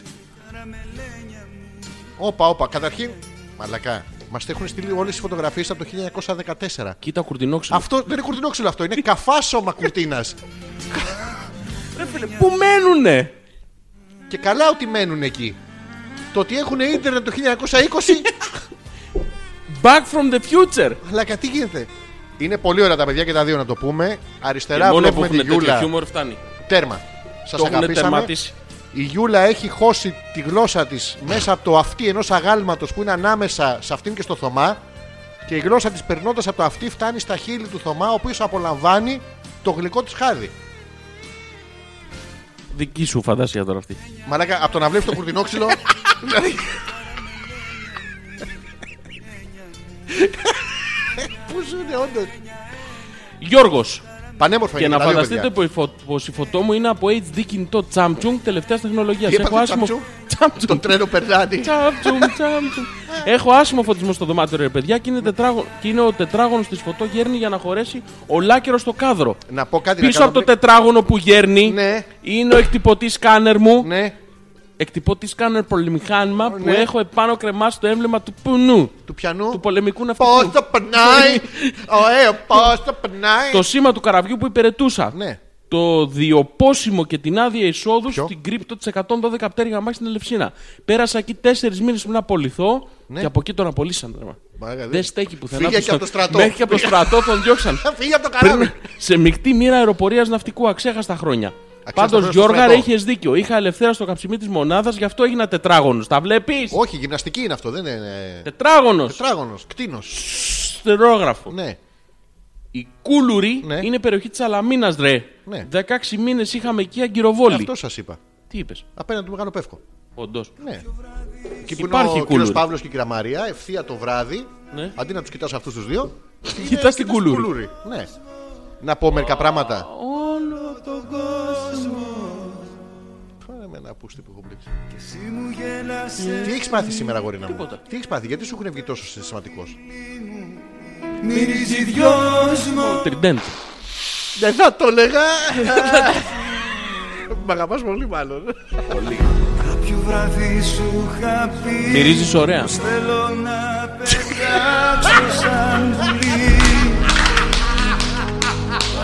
Speaker 2: Όπα, όπα. Καταρχήν, μαλακά. Μας έχουν στείλει όλες τις φωτογραφίες από το 1914.
Speaker 1: Κοίτα κουρτινόξυλο.
Speaker 2: Αυτό δεν είναι κουρτινόξυλο αυτό, είναι καφάσωμα κουρτίνας.
Speaker 1: Ρε φίλε, πού μένουνε.
Speaker 2: Και καλά ότι μένουν εκεί. Το ότι έχουν ίντερνετ το 1920,
Speaker 1: *laughs* Back from the future.
Speaker 2: αλλά κα- τι γίνεται. Είναι πολύ ωραία τα παιδιά και τα δύο να το πούμε. Αριστερά
Speaker 1: Και μόνο που
Speaker 2: βλέπουμε Ε, τη
Speaker 1: έχουν τέτοιο
Speaker 2: Γιούλα.
Speaker 1: χιούμορ φτάνει.
Speaker 2: Τέρμα. Σας
Speaker 1: Το έχουν
Speaker 2: αγαπήσαμε.
Speaker 1: τερματίσει.
Speaker 2: Η Γιούλα έχει χώσει τη γλώσσα της μέσα από το αυτί ενός αγάλματος που είναι ανάμεσα σε αυτήν και στο Θωμά. Και η γλώσσα της περνώντας από το αυτί φτάνει στα χείλη του Θωμά, ο οποίος απολαμβάνει το γλυκό της χάδι.
Speaker 1: Δική σου φαντασία τώρα αυτή.
Speaker 2: Μαλάκα, από το να βλέπεις το κουρτινόξυλο. δηλαδή... Πού ζουνε, όντως.
Speaker 1: Γιώργος.
Speaker 2: Πανέμορφα
Speaker 1: Και
Speaker 2: είναι.
Speaker 1: να
Speaker 2: τα δύο
Speaker 1: φανταστείτε
Speaker 2: παιδιά.
Speaker 1: πω η φω- πως η φωτό μου είναι από HD κινητό Τσαμτσουνγκ τελευταία τεχνολογίας.
Speaker 2: Τι
Speaker 1: Έχω
Speaker 2: έπαθε,
Speaker 1: άσχημο.
Speaker 2: Τσαμτσουνγκ? Το
Speaker 1: Τσαμτσουνγκ.
Speaker 2: τρένο περνάει.
Speaker 1: Τσαμτσουμ, τσαμτσουμ. Έχω άσχημο φωτισμό στο δωμάτιο, ρε παιδιά, και είναι, τετράγων, και είναι ο τετράγωνος της φωτό γέρνει για να χωρέσει ολάκερο στο κάδρο.
Speaker 2: Να πω κάτι να
Speaker 1: Πίσω
Speaker 2: κάνω
Speaker 1: από το
Speaker 2: πριν.
Speaker 1: τετράγωνο που γέρνει
Speaker 2: Ναι.
Speaker 1: είναι ο εκτυπωτής σκάνερ μου.
Speaker 2: Ναι,
Speaker 1: Εκτυπωτή σκάνερ πολεμηχάνημα που
Speaker 2: Ναι.
Speaker 1: έχω επάνω κρεμά στο έμβλημα του πουνού.
Speaker 2: του πιανού.
Speaker 1: Του πολεμικού
Speaker 2: Πώ
Speaker 1: ναυτικού.
Speaker 2: το
Speaker 1: *laughs*
Speaker 2: περνάει. Ωραίο, πώς το περνάει.
Speaker 1: Το σήμα του καραβιού που υπηρετούσα.
Speaker 2: Ναι.
Speaker 1: Το διοπόσιμο και την άδεια εισόδου
Speaker 2: Ποιο?
Speaker 1: στην κρύπτο της 112 πτέρυγα μάχης στην Ελευσίνα. Πέρασα εκεί τέσσερις μήνες που να απολυθώ
Speaker 2: Ναι.
Speaker 1: και από εκεί τον απολύσαν. τρέμα.
Speaker 2: Μάγα,
Speaker 1: Δεν
Speaker 2: δεν-
Speaker 1: στέκει πουθενά.
Speaker 2: Φύγε
Speaker 1: τους
Speaker 2: και από
Speaker 1: τον-
Speaker 2: το στρατό.
Speaker 1: Μέχρι και από το στρατό τον
Speaker 2: *laughs*
Speaker 1: διώξαν.
Speaker 2: Θα φύγει από το
Speaker 1: Πριν,
Speaker 2: καράβι.
Speaker 1: σε μεικτή μοίρα αεροπορίας ναυτικού, αξέχαστα χρόνια.
Speaker 2: Αξέχαστα
Speaker 1: Πάντω,
Speaker 2: χρόνια στο
Speaker 1: Γιώργα,
Speaker 2: στρατό.
Speaker 1: είχε δίκιο. Είχα ελευθέρα στο καψιμί της μονάδας, γι' αυτό έγινα τετράγωνος. Τα βλέπεις.
Speaker 2: Όχι, γυμναστική είναι αυτό, δεν είναι.
Speaker 1: Τετράγωνος.
Speaker 2: Τετράγωνος, κτίνος.
Speaker 1: Στερόγραφο.
Speaker 2: Ναι.
Speaker 1: Η Κούλουρη
Speaker 2: Ναι.
Speaker 1: είναι περιοχή της Αλαμίνας, ρε.
Speaker 2: Ναι.
Speaker 1: 16 μήνες είχαμε εκεί αγκυροβόλη.
Speaker 2: Αυτό σας είπα.
Speaker 1: Τι είπες,
Speaker 2: Απέναντι του μεγάλο πεύκο.
Speaker 1: Όντως.
Speaker 2: Ναι. Και που
Speaker 1: Υπάρχει
Speaker 2: είναι ο
Speaker 1: κούλουρη.
Speaker 2: κύριος Παύλος και η κυρία Μαρία ευθεία το βράδυ,
Speaker 1: Ναι.
Speaker 2: αντί να τους κοιτάς αυτούς τους δύο, είναι-
Speaker 1: την κούλουρη.
Speaker 2: Ναι. Να πω μερικά πράγματα.
Speaker 1: Όλο τον κόσμο.
Speaker 2: Πάρε με ένα πούστη που έχω μπλέξει.
Speaker 5: Εσύ μου γέλασες
Speaker 2: Τι έχεις πάθει σήμερα, γορίνα μου.
Speaker 1: Τίποτα.
Speaker 2: Τι έχεις πάθει, γιατί σου έχουν βγει τόσος συναισθηματικός.
Speaker 5: Μυρίζει δυος μου
Speaker 1: Τριντέντ.
Speaker 2: Δεν Ναι, θα το
Speaker 1: *laughs*
Speaker 2: λέγα. Μ' αγαπάς πολύ μάλλον.
Speaker 5: Κάποιο βράδυ σου είχα πει
Speaker 1: Μυρίζεις ωραία.
Speaker 5: πως Θέλω να πετάξω σαν βουλή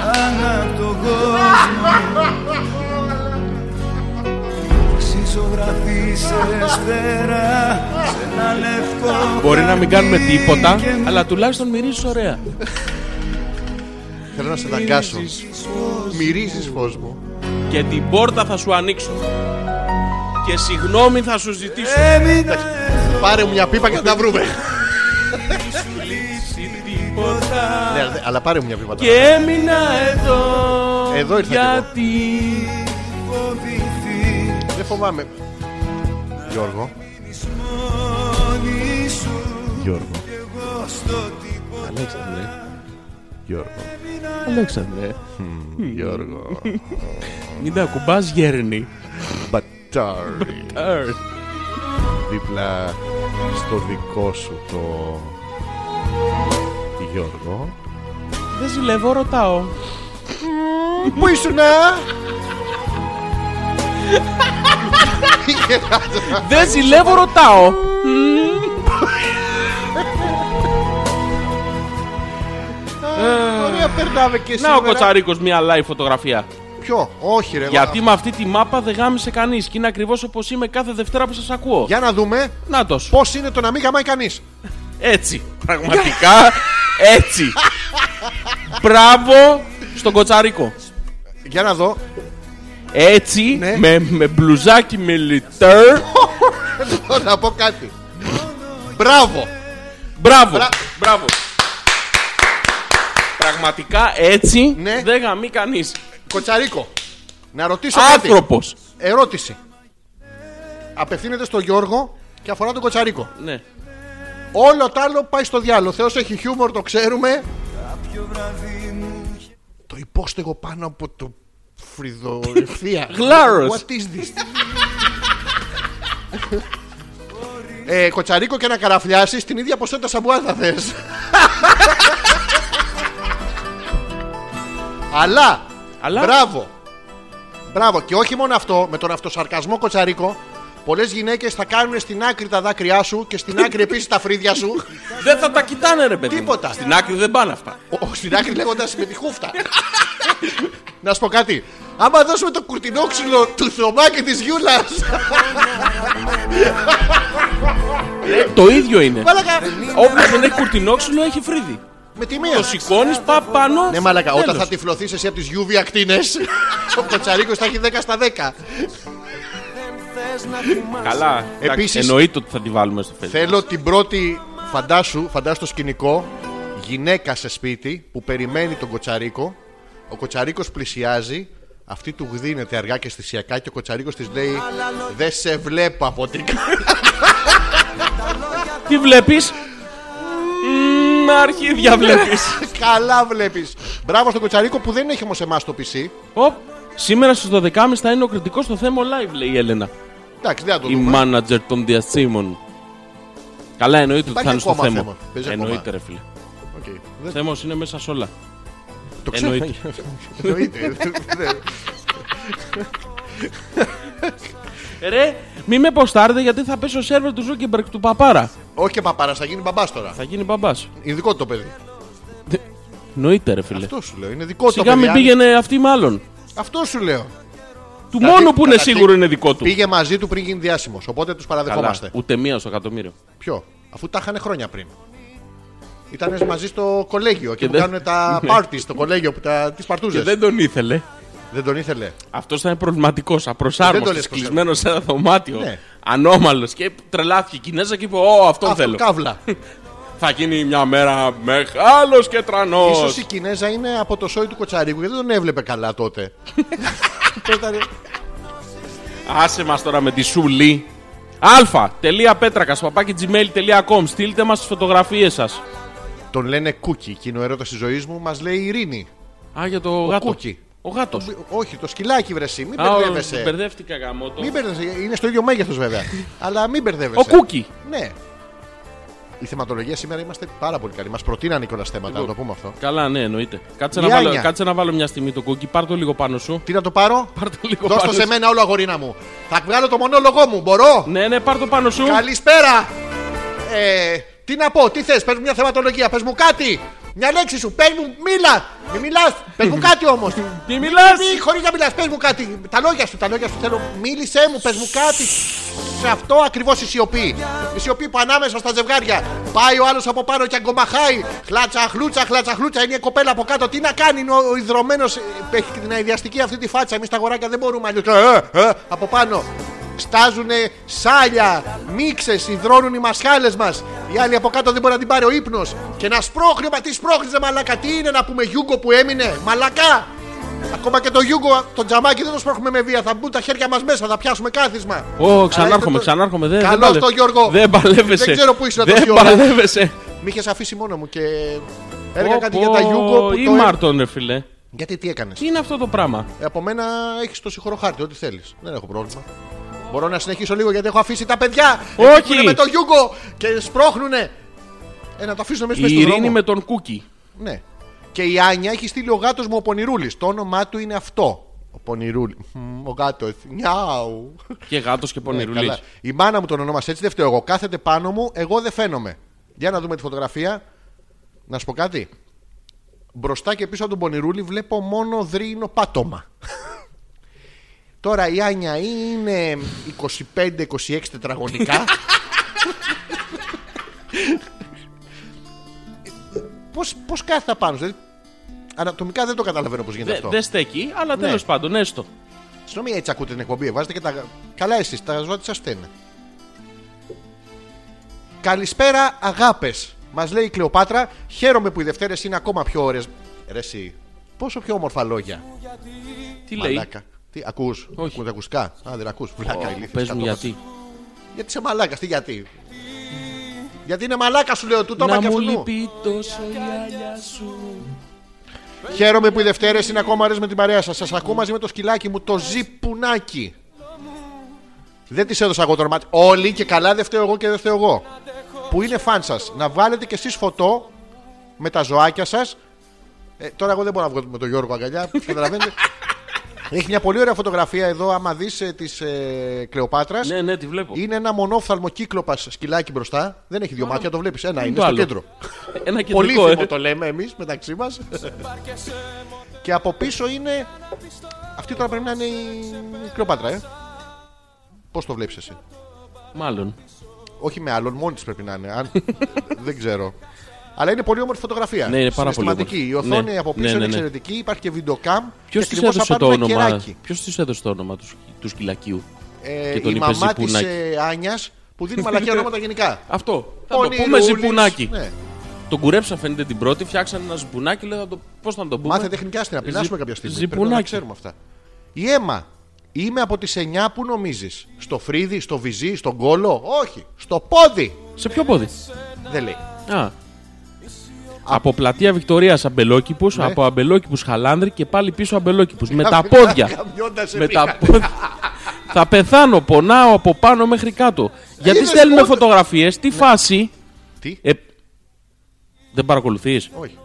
Speaker 5: Πάνω απ' τον κόσμο Ξισογραφίσες φτερά σε ένα λευκό
Speaker 1: Μπορεί να μην κάνουμε
Speaker 5: χαρτί
Speaker 1: τίποτα,
Speaker 5: και
Speaker 1: αλλά τουλάχιστον μυρίζεις ωραία.
Speaker 2: Θέλω να σε δαγκάσω. Μυρίζεις φως μου.
Speaker 1: Και την πόρτα θα σου ανοίξω. Και συγγνώμη θα σου ζητήσω.
Speaker 5: Έμεινα εδώ
Speaker 2: Πάρε μου μια πίπα και θα τα βρούμε.
Speaker 5: τίποτα
Speaker 2: Ναι, αλλά πάρε μου μια πίπα.
Speaker 1: Και έμεινα εδώ.
Speaker 2: Εδώ ήρθα κι εγώ.
Speaker 1: Γιατί.
Speaker 5: Φοβηθεί
Speaker 2: Δεν φοβάμαι. Γιώργο.
Speaker 5: μόνη σου
Speaker 2: Γιώργο.
Speaker 5: Εγώ στο τίποτα
Speaker 1: Αλέξανδρε.
Speaker 2: Γιώργο.
Speaker 1: Αλέξανδρε.
Speaker 2: Γιώργο.
Speaker 1: Μην τα ακουμπάς γέρνη.
Speaker 2: Μπατάρι.
Speaker 1: Earth.
Speaker 2: δίπλα στο δικό σου το Γιώργο.
Speaker 1: Δεν ζηλεύω, ρωτάω.
Speaker 2: Πού ήσουνα!
Speaker 1: Δεν ζηλεύω, ρωτάω.
Speaker 2: Ωραία, περνάμε και σήμερα.
Speaker 1: Να ο Κοτσαρίκος μια live φωτογραφία.
Speaker 2: Ποιο, όχι ρε.
Speaker 1: Γιατί
Speaker 2: α-
Speaker 1: με αυτή τη μάπα δεν γάμισε κανείς και είναι ακριβώς όπως είμαι κάθε Δευτέρα που σας ακούω.
Speaker 2: Για να δούμε
Speaker 1: Νάτο.
Speaker 2: πώς είναι το να μην γαμάει κανείς.
Speaker 1: Έτσι.
Speaker 2: *laughs*
Speaker 1: Πραγματικά έτσι. Μπράβο στον Κοτσαρίκο.
Speaker 2: Για να *laughs* δω.
Speaker 1: Έτσι,
Speaker 2: Ναι.
Speaker 1: με, με μπλουζάκι μιλιτέρ.
Speaker 2: να πω κάτι. Μπράβο!
Speaker 1: Μπράβο.
Speaker 2: Μπρα-
Speaker 1: Μπράβο. Πραγματικά έτσι
Speaker 2: Ναι.
Speaker 1: δεν γαμεί κανείς.
Speaker 2: Κοτσαρίκο, να ρωτήσω κάτι.
Speaker 1: Άνθρωπος.
Speaker 2: Ερώτηση. Απευθύνεται στο Γιώργο και αφορά τον Κοτσαρίκο.
Speaker 1: Ναι.
Speaker 2: Όλο το άλλο πάει στο διάλογο. Θεός έχει χιούμορ, το ξέρουμε. Το υπόστεγο πάνω από το φρυδορυφία.
Speaker 1: Γλάρος.
Speaker 2: What is this? ε, κοτσαρίκο και να καραφλιάσεις την ίδια ποσότητα σαμπουάν θα θες. Αλλά,
Speaker 1: Αλλά.
Speaker 2: μπράβο. Μπράβο. Και όχι μόνο αυτό, με τον αυτοσαρκασμό κοτσαρίκο, πολλές γυναίκες θα κάνουν στην άκρη τα δάκρυά σου και στην άκρη επίσης τα φρύδια σου.
Speaker 1: Δεν θα τα κοιτάνε ρε παιδί. μου.
Speaker 2: Τίποτα.
Speaker 1: Στην άκρη δεν πάνε αυτά.
Speaker 2: Ο- ο- Στην άκρη λέγοντας με τη χούφτα. Να σου πω κάτι. Άμα δώσουμε το κουρτινόξυλο του Θωμά και της Γιούλας.
Speaker 1: Το ίδιο είναι.
Speaker 2: Μάλακα.
Speaker 1: Όποιος δεν έχει κουρτινόξυλο έχει φρύδι.
Speaker 2: Με τη μία.
Speaker 1: Το σηκώνεις πά πάνω.
Speaker 2: Ναι, μάλακα. Όταν
Speaker 1: τέλος.
Speaker 2: θα τυφλωθείς εσύ από τις UV ακτίνες, ο Κοτσαρίκος θα έχει 10 στα 10.
Speaker 1: Καλά. εντάξει,
Speaker 2: Επίσης-
Speaker 1: Εννοείται ότι θα τη βάλουμε στο facebook.
Speaker 2: Θέλω την πρώτη. Φαντάσου, φαντάσου το σκηνικό. Γυναίκα σε σπίτι που περιμένει τον Κοτσαρίκο. Ο Κοτσαρίκος πλησιάζει. Αυτή του γδίνεται αργά και αισθησιακά και ο Κοτσαρίκος της λέει: Δεν σε βλέπω από την
Speaker 1: Τι βλέπεις. Αρχίδια βλέπεις.
Speaker 2: *laughs* Καλά βλέπεις. Μπράβο στον Κοτσαρίκο που δεν έχει όμως εμάς το PC.
Speaker 1: Σήμερα στις 12.30 θα είναι ο κριτικός στο θέμα live, λέει η Έλενα.
Speaker 2: Εντάξει, δεν θα το
Speaker 1: Η
Speaker 2: δούμε.
Speaker 1: manager των διασύμων. Καλά, εννοείται ότι
Speaker 2: Υπάρχει
Speaker 1: θα είναι στο
Speaker 2: ακόμα
Speaker 1: θέμα.
Speaker 2: θέμα. Παίζει ακόμα.
Speaker 1: Εννοείται, ρε φίλε.
Speaker 2: Οκ. Δεν
Speaker 1: Θέμος είναι μέσα σε όλα.
Speaker 2: το ξέρω.
Speaker 1: εννοείται.
Speaker 2: Εννοείται. *laughs* Δεν-
Speaker 1: Ρε, μη με ποστάρετε γιατί θα πέσει ο σερβερ του Ζούκεμπερκ του παπάρα.
Speaker 2: Όχι και παπάρα, θα γίνει μπαμπάς τώρα.
Speaker 1: Θα γίνει μπαμπάς.
Speaker 2: Είναι δικό του το παιδί.
Speaker 1: Εννοείται, ρε φίλε.
Speaker 2: Αυτό σου λέω. Είναι δικό του το
Speaker 1: Σιγά
Speaker 2: παιδί.
Speaker 1: μην
Speaker 2: Άν-
Speaker 1: πήγαινε αυτή μάλλον.
Speaker 2: Αυτό σου λέω.
Speaker 1: Του
Speaker 2: Δηλαδή,
Speaker 1: μόνο που είναι
Speaker 2: καταρχήν,
Speaker 1: σίγουρο είναι δικό του.
Speaker 2: Πήγε μαζί του πριν γίνει διάσημος. Οπότε τους
Speaker 1: Καλά,
Speaker 2: παραδεχόμαστε.
Speaker 1: ούτε μία στο εκατομμύριο.
Speaker 2: Ποιο. Αφού τα είχαν χρόνια πριν. Ήταν μαζί στο κολέγιο και,
Speaker 1: Και
Speaker 2: που
Speaker 1: δεν- Ναι.
Speaker 2: κάνουν
Speaker 1: *laughs*
Speaker 2: τα πάρτι στο κολέγιο που τα... τις
Speaker 1: Και
Speaker 2: παρτούζες.
Speaker 1: δεν τον ήθελε.
Speaker 2: δεν τον ήθελε.
Speaker 1: Αυτός ήταν προβληματικός.
Speaker 2: Δεν το λες
Speaker 1: Απροσάρμοστο, κλεισμένος σε ένα δωμάτιο.
Speaker 2: Ναι.
Speaker 1: Ανώμαλος και τρελάθηκε η Κινέζα και είπε: Ω, αυτόν
Speaker 2: Αυτό
Speaker 1: θέλω.
Speaker 2: Καύλα.
Speaker 1: Θα γίνει μια μέρα μεγάλος και τρανός.
Speaker 2: Ίσως η Κινέζα είναι από το σόι του Κοτσαρίκου γιατί δεν τον έβλεπε καλά τότε. Πέτανε.
Speaker 1: Άσε μας τώρα με τη σουλή. αλφα.πέτρακα παπάκι gmail.com Στείλτε μας τις φωτογραφίες σας.
Speaker 2: Τον λένε Κούκι. Εκείνο ο έρωτας της ζωής μου μας λέει Ειρήνη.
Speaker 1: Α, για το γάτο.
Speaker 2: Κούκι.
Speaker 1: Ο γάτος.
Speaker 2: Όχι, το σκυλάκι βρεσί. Μην
Speaker 1: Α, ο-
Speaker 2: μπερδεύεσαι.
Speaker 1: Μπερδεύτηκα γαμό το.
Speaker 2: Μην μπερδεύεσαι. Είναι στο ίδιο μέγεθος
Speaker 1: *laughs*
Speaker 2: βέβαια. Αλλά μην μπερδεύεσαι.
Speaker 1: Ο Κούκι.
Speaker 2: Ναι. Η θεματολογία σήμερα είμαστε πάρα πολύ καλοί. Μας προτείνανε κιόλα θέματα, να το πούμε αυτό.
Speaker 1: Καλά, ναι, εννοείται. Κάτσε να,
Speaker 2: Λιάνια.
Speaker 1: βάλω, κάτσε να βάλω μια στιγμή το κούκι. Πάρ το λίγο πάνω σου.
Speaker 2: Τι να το πάρω,
Speaker 1: Πάρ το λίγο
Speaker 2: δώσ' το
Speaker 1: πάνω
Speaker 2: σε
Speaker 1: σου.
Speaker 2: μένα όλο αγορίνα μου. Θα βγάλω το μονόλογο μου, μπορώ.
Speaker 1: Ναι, ναι, πάρ το πάνω σου.
Speaker 2: Καλησπέρα. Ε, τι να πω, τι θες, πες μου μια θεματολογία, πες μου κάτι. Μια λέξη σου, πες μου, μίλας. Μη μιλάς, πες μου κάτι όμως.
Speaker 1: Τι μιλάς?
Speaker 2: Μη χωρίς να μιλάς, πες μου κάτι. Τα λόγια σου, τα λόγια σου θέλω. Μίλησέ μου, πες μου κάτι. Σε αυτό ακριβώς η σιωπή. Η σιωπή που ανάμεσα στα ζευγάρια. Πάει ο άλλος από πάνω και αγκομαχάει. Χλάτσα, χλούτσα, χλάτσα, χλούτσα. Είναι η κοπέλα από κάτω. Τι να κάνει, είναι ο ο ιδρωμένος. ε, Έχει την αειδιαστική αυτή τη φάτσα. Εμείς τα αγοράκια δεν μπορούμε αλλιώς. Ε, ε, από πάνω. Στάζουνε σάλια, μίξες, υδρώνουν οι μασχάλες μας. Οι άλλοι από κάτω δεν μπορεί να την πάρει ο ύπνος. Και να σπρώχνει, μα τι σπρώχνει, μαλακά. Τι είναι να πούμε, Γιούγκο που έμεινε, μαλακά. Ακόμα και το Γιούγκο, το τζαμάκι δεν το σπρώχνουμε με βία. Θα μπουν τα χέρια μας μέσα, θα πιάσουμε κάθισμα.
Speaker 1: Ω, ξανάρχομαι,
Speaker 2: Αλλά είστε το-
Speaker 1: ξανάρχομαι. Δεν,
Speaker 2: Καλώς
Speaker 1: δεν παλεύω.
Speaker 2: το, Γιώργο.
Speaker 1: Δεν παλεύεσαι.
Speaker 2: Δεν ξέρω πού ήσουν
Speaker 1: Δεν
Speaker 2: τόση ώρα.
Speaker 1: παλεύεσαι.
Speaker 2: Μ' είχε αφήσει μόνο μου και έλεγα
Speaker 1: Πω,
Speaker 2: κάτι
Speaker 1: πω,
Speaker 2: για τα Γιούγκο που
Speaker 1: ή
Speaker 2: το. έ-
Speaker 1: Μάρτον, ρε φίλε.
Speaker 2: Γιατί τι έκανες.
Speaker 1: Τι είναι αυτό το πράγμα.
Speaker 2: Από μένα έχεις το συγχωροχάρτη, ό,τι θέλεις. Δεν έχω πρόβλημα. Μπορώ να συνεχίσω λίγο γιατί έχω αφήσει τα παιδιά.
Speaker 1: Όχι.
Speaker 2: Εκεί που είναι με το Γιούγκο και σπρώχνουνε. Ε, να το αφήσω μέσα
Speaker 1: Η
Speaker 2: στον
Speaker 1: Ειρήνη
Speaker 2: δρόμο.
Speaker 1: με τον Κούκι.
Speaker 2: Ναι. Και η Άνια έχει στείλει ο γάτος μου ο Πονηρούλης. Το όνομά του είναι αυτό. Ο Πονηρούλη. Μμμ, Ο γάτος. Νιάου.
Speaker 1: Και γάτος και
Speaker 2: Ναι,
Speaker 1: πονηρουλή.
Speaker 2: καλά. Η μάνα μου τον ονόμασε έτσι, δεν φταίω εγώ. Κάθεται πάνω μου, εγώ δεν φαίνομαι. Για να δούμε τη φωτογραφία. Να σου πω κάτι. Μπροστά και πίσω από τον Πονηρούλη βλέπω μόνο δρύνο πάτωμα. *laughs* Τώρα η Άνια είναι 25-26 τετραγωνικά. πώς, πώς κάθεται πάνω, σου, δηλαδή, Ανατομικά δεν το καταλαβαίνω πώς γίνεται
Speaker 1: Δε-
Speaker 2: αυτό. Ναι.
Speaker 1: Δεν στέκει, αλλά τέλος πάντων, έστω.
Speaker 2: Συγγνώμη, έτσι ακούτε την εκπομπή. Βάζετε και τα. Καλά, εσείς τα ζώα τι σα φταίνε. Καλησπέρα, αγάπες. Μας λέει η Κλεοπάτρα, χαίρομαι που οι Δευτέρες είναι ακόμα πιο ωραίες. Ρε, εσύ, πόσο πιο όμορφα λόγια.
Speaker 1: Τι λέει.
Speaker 2: Μαλάκα. Τι, ακούς,
Speaker 1: Όχι.
Speaker 2: ακούς τα ακουστικά. Α, δεν ακούς. Βλάκα, ηλίθιος,
Speaker 1: Πες μου
Speaker 2: κατόχας.
Speaker 1: γιατί.
Speaker 2: Γιατί είσαι μαλάκας, τι γιατί. Γιατί είναι μαλάκα σου λέω, του το είπα
Speaker 1: Να
Speaker 2: και
Speaker 1: μου
Speaker 2: αυτού.
Speaker 1: λυπεί τόσο η αγκαλιά σου.
Speaker 2: Χαίρομαι που οι Δευτέρες είναι ακόμα ωραίε με την παρέα σας. Σας ακούω μαζί με το σκυλάκι μου, το ζιπουνάκι. Δεν τη έδωσα εγώ το όνομα. της. Όλοι και καλά δεν φταίω εγώ και δεν φταίω εγώ. Που είναι φαν σας. Να βάλετε κι εσείς φωτό με τα ζωάκια σας. Ε, τώρα εγώ δεν μπορώ να βγω με τον Γιώργο αγκαλιά.
Speaker 1: *laughs*
Speaker 2: Καταλαβαίνετε. Έχει μια πολύ ωραία φωτογραφία εδώ, άμα δεις ε, της ε, Κλεοπάτρας.
Speaker 1: Ναι, ναι, τη βλέπω.
Speaker 2: Είναι ένα μονόφθαλμο κύκλοπας σκυλάκι μπροστά. Δεν έχει δύο μάτια, το βλέπεις. Ένα είναι
Speaker 1: το
Speaker 2: στο
Speaker 1: άλλο.
Speaker 2: κέντρο.
Speaker 1: *laughs* Ένα κεντρικό,
Speaker 2: Πολύθυμο
Speaker 1: ε.
Speaker 2: το λέμε εμείς μεταξύ μας. και από πίσω είναι. Αυτή τώρα πρέπει να είναι η Κλεοπάτρα, ε. Πώς το βλέπεις εσύ.
Speaker 1: Μάλλον.
Speaker 2: Όχι με άλλον, μόνη της πρέπει να είναι.
Speaker 1: *laughs*
Speaker 2: Αν... Δεν ξέρω. Αλλά είναι πολύ όμορφη φωτογραφία.
Speaker 1: Ναι, είναι πάρα πολύ
Speaker 2: Συναισθηματική. Η
Speaker 1: όμορφη.
Speaker 2: οθόνη
Speaker 1: Ναι.
Speaker 2: από πίσω
Speaker 1: Ναι, ναι,
Speaker 2: είναι
Speaker 1: ναι.
Speaker 2: εξαιρετική. Υπάρχει και βιντεοκάμ.
Speaker 1: Ποιο
Speaker 2: και
Speaker 1: τη
Speaker 2: ακριβώς θα
Speaker 1: έδωσε το
Speaker 2: πάρουμε
Speaker 1: όνομα.
Speaker 2: κεράκι.
Speaker 1: Ποιος της έδωσε το όνομα του, σκυ- του σκυλακίου.
Speaker 2: Ε,
Speaker 1: και τον
Speaker 2: η
Speaker 1: είπε
Speaker 2: μαμά τη
Speaker 1: Ζιπουνάκι.
Speaker 2: ε, Άνιας που
Speaker 1: *laughs*
Speaker 2: δίνει μαλακιά ονόματα γενικά.
Speaker 1: Αυτό. Θα το
Speaker 2: Πονηρούλης.
Speaker 1: πούμε ζυπουνάκι.
Speaker 2: Ναι.
Speaker 1: Τον κουρέψα φαίνεται την πρώτη, φτιάξανε ένα ζυπουνάκι, λέω πώς θα το πούμε.
Speaker 2: Μάθε τεχνικά στην απειλάσουμε
Speaker 1: Ζυ-
Speaker 2: κάποια στιγμή.
Speaker 1: ζυπουνάκι.
Speaker 2: Πρέπει να τα ξέρουμε αυτά. Η αίμα. Είμαι από τις 9 που νομίζεις. Στο φρύδι, στο βυζί, στον κόλο. Όχι. Στο πόδι.
Speaker 1: Σε ποιο πόδι.
Speaker 2: Δεν λέει.
Speaker 1: Α. Από πλατεία Βικτωρία Αμπελόκηπους,
Speaker 2: Ναι.
Speaker 1: από Αμπελόκηπους Χαλάνδρη και πάλι πίσω
Speaker 2: *laughs*
Speaker 1: Αμπελόκηπους. Με τα πόδια.
Speaker 2: Γαμιώντας
Speaker 1: Με τα
Speaker 2: επίχα.
Speaker 1: πόδια. Θα πεθάνω, πονάω από πάνω μέχρι κάτω. Γιατί
Speaker 2: είναι
Speaker 1: στέλνουμε
Speaker 2: σπορ.
Speaker 1: φωτογραφίες, τι
Speaker 2: Ναι.
Speaker 1: φάση.
Speaker 2: Τι.
Speaker 1: Ε, δεν παρακολουθείς.
Speaker 2: Όχι.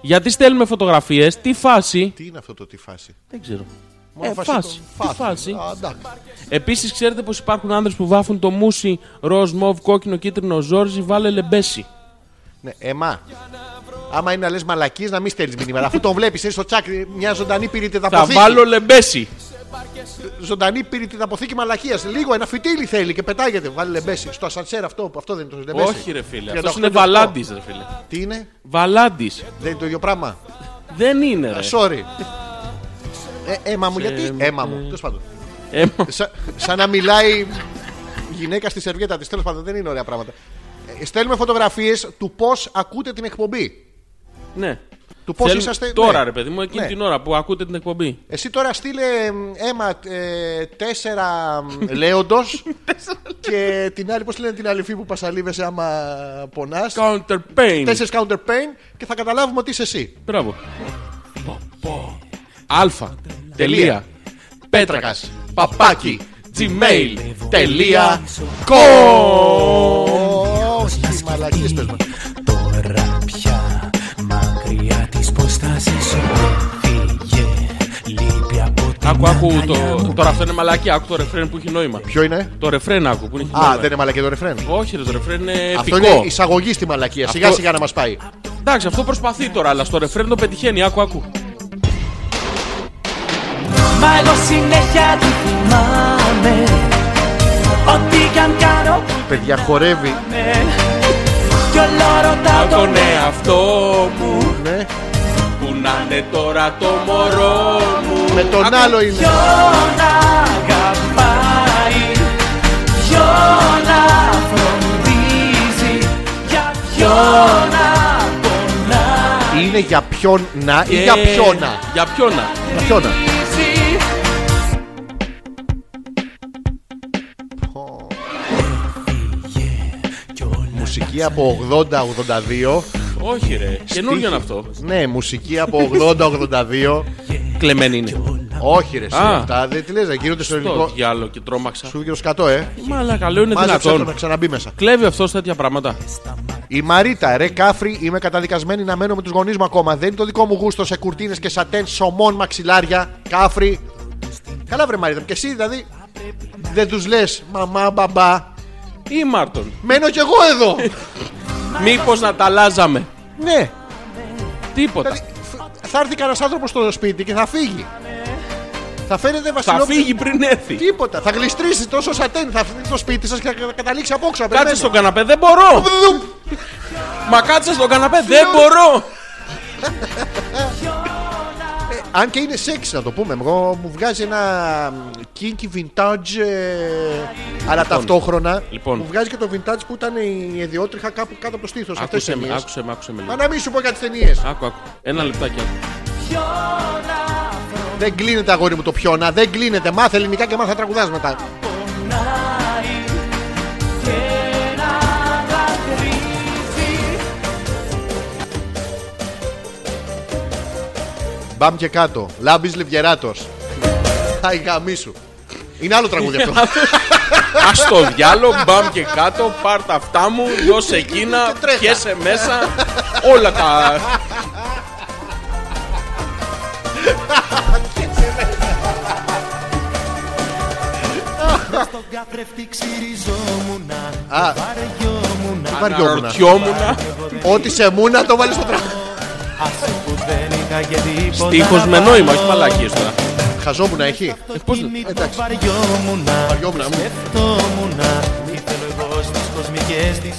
Speaker 1: Γιατί στέλνουμε φωτογραφίες, τι φάση.
Speaker 2: Τι είναι αυτό το τι φάση.
Speaker 1: Δεν ξέρω.
Speaker 2: Μόνο
Speaker 1: Ε, φάση.
Speaker 2: φασικό.
Speaker 1: Τι φάση.
Speaker 2: Α, εντάξει.
Speaker 1: Επίσης, ξέρετε πως υπάρχουν άνδρες που βάφουν το μουσι ροζ, μοβ, κόκκινο, κίτρινο, ζόρζι, βάλε λεμπέση.
Speaker 2: Ναι, εμά. Άμα είναι να λες μαλακίες, να μην στέλνεις μηνύματα. Αφού το βλέπεις, είσαι στο τσάκρι μια ζωντανή πυρήτη
Speaker 1: Θα
Speaker 2: αποθήκη.
Speaker 1: βάλω λεμπέση.
Speaker 2: Ζωντανή πυρήτη αποθήκη μαλακίας. Λίγο ένα φυτίλι θέλει και πετάγεται. Βάλει λεμπέση. Στο ασανσέρ αυτό που αυτό δεν είναι το λεμπέση.
Speaker 1: Όχι, ρε φίλε. Αυτός
Speaker 2: 38,
Speaker 1: είναι βαλάντης, ρε φίλε.
Speaker 2: Τι είναι,
Speaker 1: Βαλάντης.
Speaker 2: δεν είναι το ίδιο πράγμα.
Speaker 1: Δεν είναι, ρε.
Speaker 2: Sorry. Ε, αίμα μου, γιατί.
Speaker 1: ε,
Speaker 2: Αίμα μου, τέλος πάντων.
Speaker 1: Ε,
Speaker 2: Σα- σαν να μιλάει γυναίκα στη σερβιέτα της. Τέλος πάντων, δεν είναι ωραία πράγματα. Ε, στέλνουμε φωτογραφίες του πώς ακούτε την εκπομπή.
Speaker 1: ναι.
Speaker 2: Του πώς
Speaker 1: Θέλουμε-
Speaker 2: είσαστε.
Speaker 1: Τώρα,
Speaker 2: ναι.
Speaker 1: ρε παιδί μου, εκείνη
Speaker 2: Ναι.
Speaker 1: την ώρα που ακούτε την εκπομπή.
Speaker 2: Εσύ τώρα στείλε εμ, αίμα ε, τέσσερα λέοντο
Speaker 1: *laughs*
Speaker 2: και την άλλη, πώς λένε την αληφή που πασαλίβεσαι άμα πονάς.
Speaker 1: Counter pain.
Speaker 2: Τέσσερις counter pain και θα καταλάβουμε ότι είσαι εσύ.
Speaker 1: Μπράβο. Αλφα. Τελεία. Πέτρακας. Παπάκι. Gmail. Τελεία.
Speaker 2: Όχι, μαλακίες πες μας.
Speaker 6: Τώρα πια μακριά της πως θα ζήσω Φύγε, λείπει από την
Speaker 1: Άκου, άκου
Speaker 6: αγκαλιά
Speaker 1: το.
Speaker 6: μου.
Speaker 1: Τώρα αυτό είναι μαλακή. Άκου το ρεφρέν που έχει νόημα.
Speaker 2: Ποιο είναι?
Speaker 1: Το ρεφρέν άκου που είναι.
Speaker 2: Α, δεν είναι μαλακία το ρεφρέν.
Speaker 1: Όχι, ρε, το ρεφρέν είναι
Speaker 2: Αυτό
Speaker 1: επικό.
Speaker 2: είναι εισαγωγή στη μαλακία. Σιγά σιγά να μας πάει.
Speaker 1: Εντάξει, αυτό προσπαθεί τώρα, αλλά στο ρεφρέν το πετυχαίνει. Άκου, άκου.
Speaker 7: Μα εγώ συνέχεια τη θυμάμαι Ό,τι κι αν κάνω που
Speaker 2: Παιδιά χορεύει.
Speaker 7: με Κι όλο ρωτάω
Speaker 1: Τον
Speaker 7: τον εαυτό
Speaker 1: εαυτό μου
Speaker 2: Ναι.
Speaker 1: που να είναι τώρα το μωρό μου.
Speaker 2: Με τον άλλο είναι.
Speaker 7: Ποιον αγαπάει Ποιον αφροντίζει Για ποιον απονάει
Speaker 2: Είναι για ποιον να ή
Speaker 1: Και-
Speaker 2: για ποιόνα.
Speaker 1: Ε, Για ποιόνα.
Speaker 2: Για ποιόνα. Μουσική από 80-82.
Speaker 1: Όχι, ρε. Καινούριο είναι αυτό.
Speaker 2: Ναι, μουσική από 80-82.
Speaker 1: Κλεμμένη είναι.
Speaker 2: Όχι, ρε, εσύ,
Speaker 1: Α.
Speaker 2: αυτά δεν τη λες, δεν γίνονται στο
Speaker 1: Το
Speaker 2: ελληνικό.
Speaker 1: διάλογο και τρόμαξα.
Speaker 2: Σου βγήκε το σκατό, ε.
Speaker 1: Μάλα, καλό είναι
Speaker 2: Μάζεψε το να
Speaker 1: δυνατόν.
Speaker 2: ξαναμπεί μέσα.
Speaker 1: Κλέβει αυτός τέτοια πράγματα.
Speaker 2: Η Μαρίτα, ρε Κάφρι, είμαι καταδικασμένη να μένω με τους γονείς μου ακόμα. Δεν είναι το δικό μου γούστο σε κουρτίνες και σατέν σωμών μαξιλάρια. Κάφρι. Καλά, βρε Μαρίτα, και εσύ δηλαδή δεν τους λες μαμά, μπαμπά.
Speaker 1: Ή Μάρτον.
Speaker 2: Μένω κι εγώ
Speaker 1: *laughs*
Speaker 2: εδώ.
Speaker 1: Μήπως να τα αλλάζαμε.
Speaker 2: ναι,
Speaker 1: Τίποτα.
Speaker 2: δηλαδή φ- θα έρθει κανένας άνθρωπος στο σπίτι και θα φύγει. θα φαίνεται
Speaker 1: Ναι. Θα
Speaker 2: βασιλόπουλο.
Speaker 1: φύγει πριν έρθει.
Speaker 2: Τίποτα. Θα γλιστρήσει τόσο σατέν. Θα φύγει το σπίτι σας και θα καταλήξει απόξω.
Speaker 1: Κάτσε
Speaker 2: απεμένω.
Speaker 1: στον καναπέ, δεν μπορώ.
Speaker 2: Βδουμ.
Speaker 1: Μα κάτσε στον καναπέ, δεν μπορώ.
Speaker 2: Αν και είναι σεξ να το πούμε, εγώ μου βγάζει ένα kinky vintage, ε, αλλά ταυτόχρονα
Speaker 1: Λοιπόν.
Speaker 2: μου βγάζει και το vintage που ήταν η ιδιότριχα κάπου κάτω από το στήθος. Αυτές τι
Speaker 1: Άκουσε με,
Speaker 2: ταινίες.
Speaker 1: άκουσε με, άκουσε με
Speaker 2: Μα
Speaker 1: λίγο.
Speaker 2: να μην σου πω κάτι ταινίες.
Speaker 1: Άκου, άκου. Ένα λεπτάκι. άκου.
Speaker 2: Δεν κλείνεται αγόρι μου το πιόνα, δεν κλείνεται. Μάθε ελληνικά και μάθε να τραγουδάς μετά. Μπαμ και κάτω. Λάμπης Λιβγεράτος. Θα η γαμίσου. Είναι άλλο τραγούδι
Speaker 1: *laughs*
Speaker 2: αυτό.
Speaker 1: Ας το διάλο, μπαμ και κάτω, πάρ τα αυτά μου, δώσε εκείνα,
Speaker 2: Και τρέχα.
Speaker 1: πιέσε μέσα, όλα τα...
Speaker 5: Στον καθρέφτη ξυριζόμουνα,
Speaker 2: Α,
Speaker 5: βαριόμουνα
Speaker 2: βαριόμουνα.
Speaker 1: Αναρωτιόμουνα,
Speaker 2: Ό,τι σε μούνα το βάλεις στο τραγούδι.
Speaker 5: Ας που δεν είχα και τίποτα
Speaker 1: τείχος με
Speaker 5: να
Speaker 1: νόημα,
Speaker 5: πάρω.
Speaker 1: όχι μαλακίες τώρα.
Speaker 2: Χαζόμουνα
Speaker 1: Ε,
Speaker 2: έχει.
Speaker 5: Στο
Speaker 1: πώς-
Speaker 5: κινητό
Speaker 2: εντάξει.
Speaker 5: βαριόμουνα,
Speaker 2: Βαριόμουνα, μ.
Speaker 1: ε.
Speaker 5: σκεφτόμουνα Ήθελα εγώ στις κοσμικές της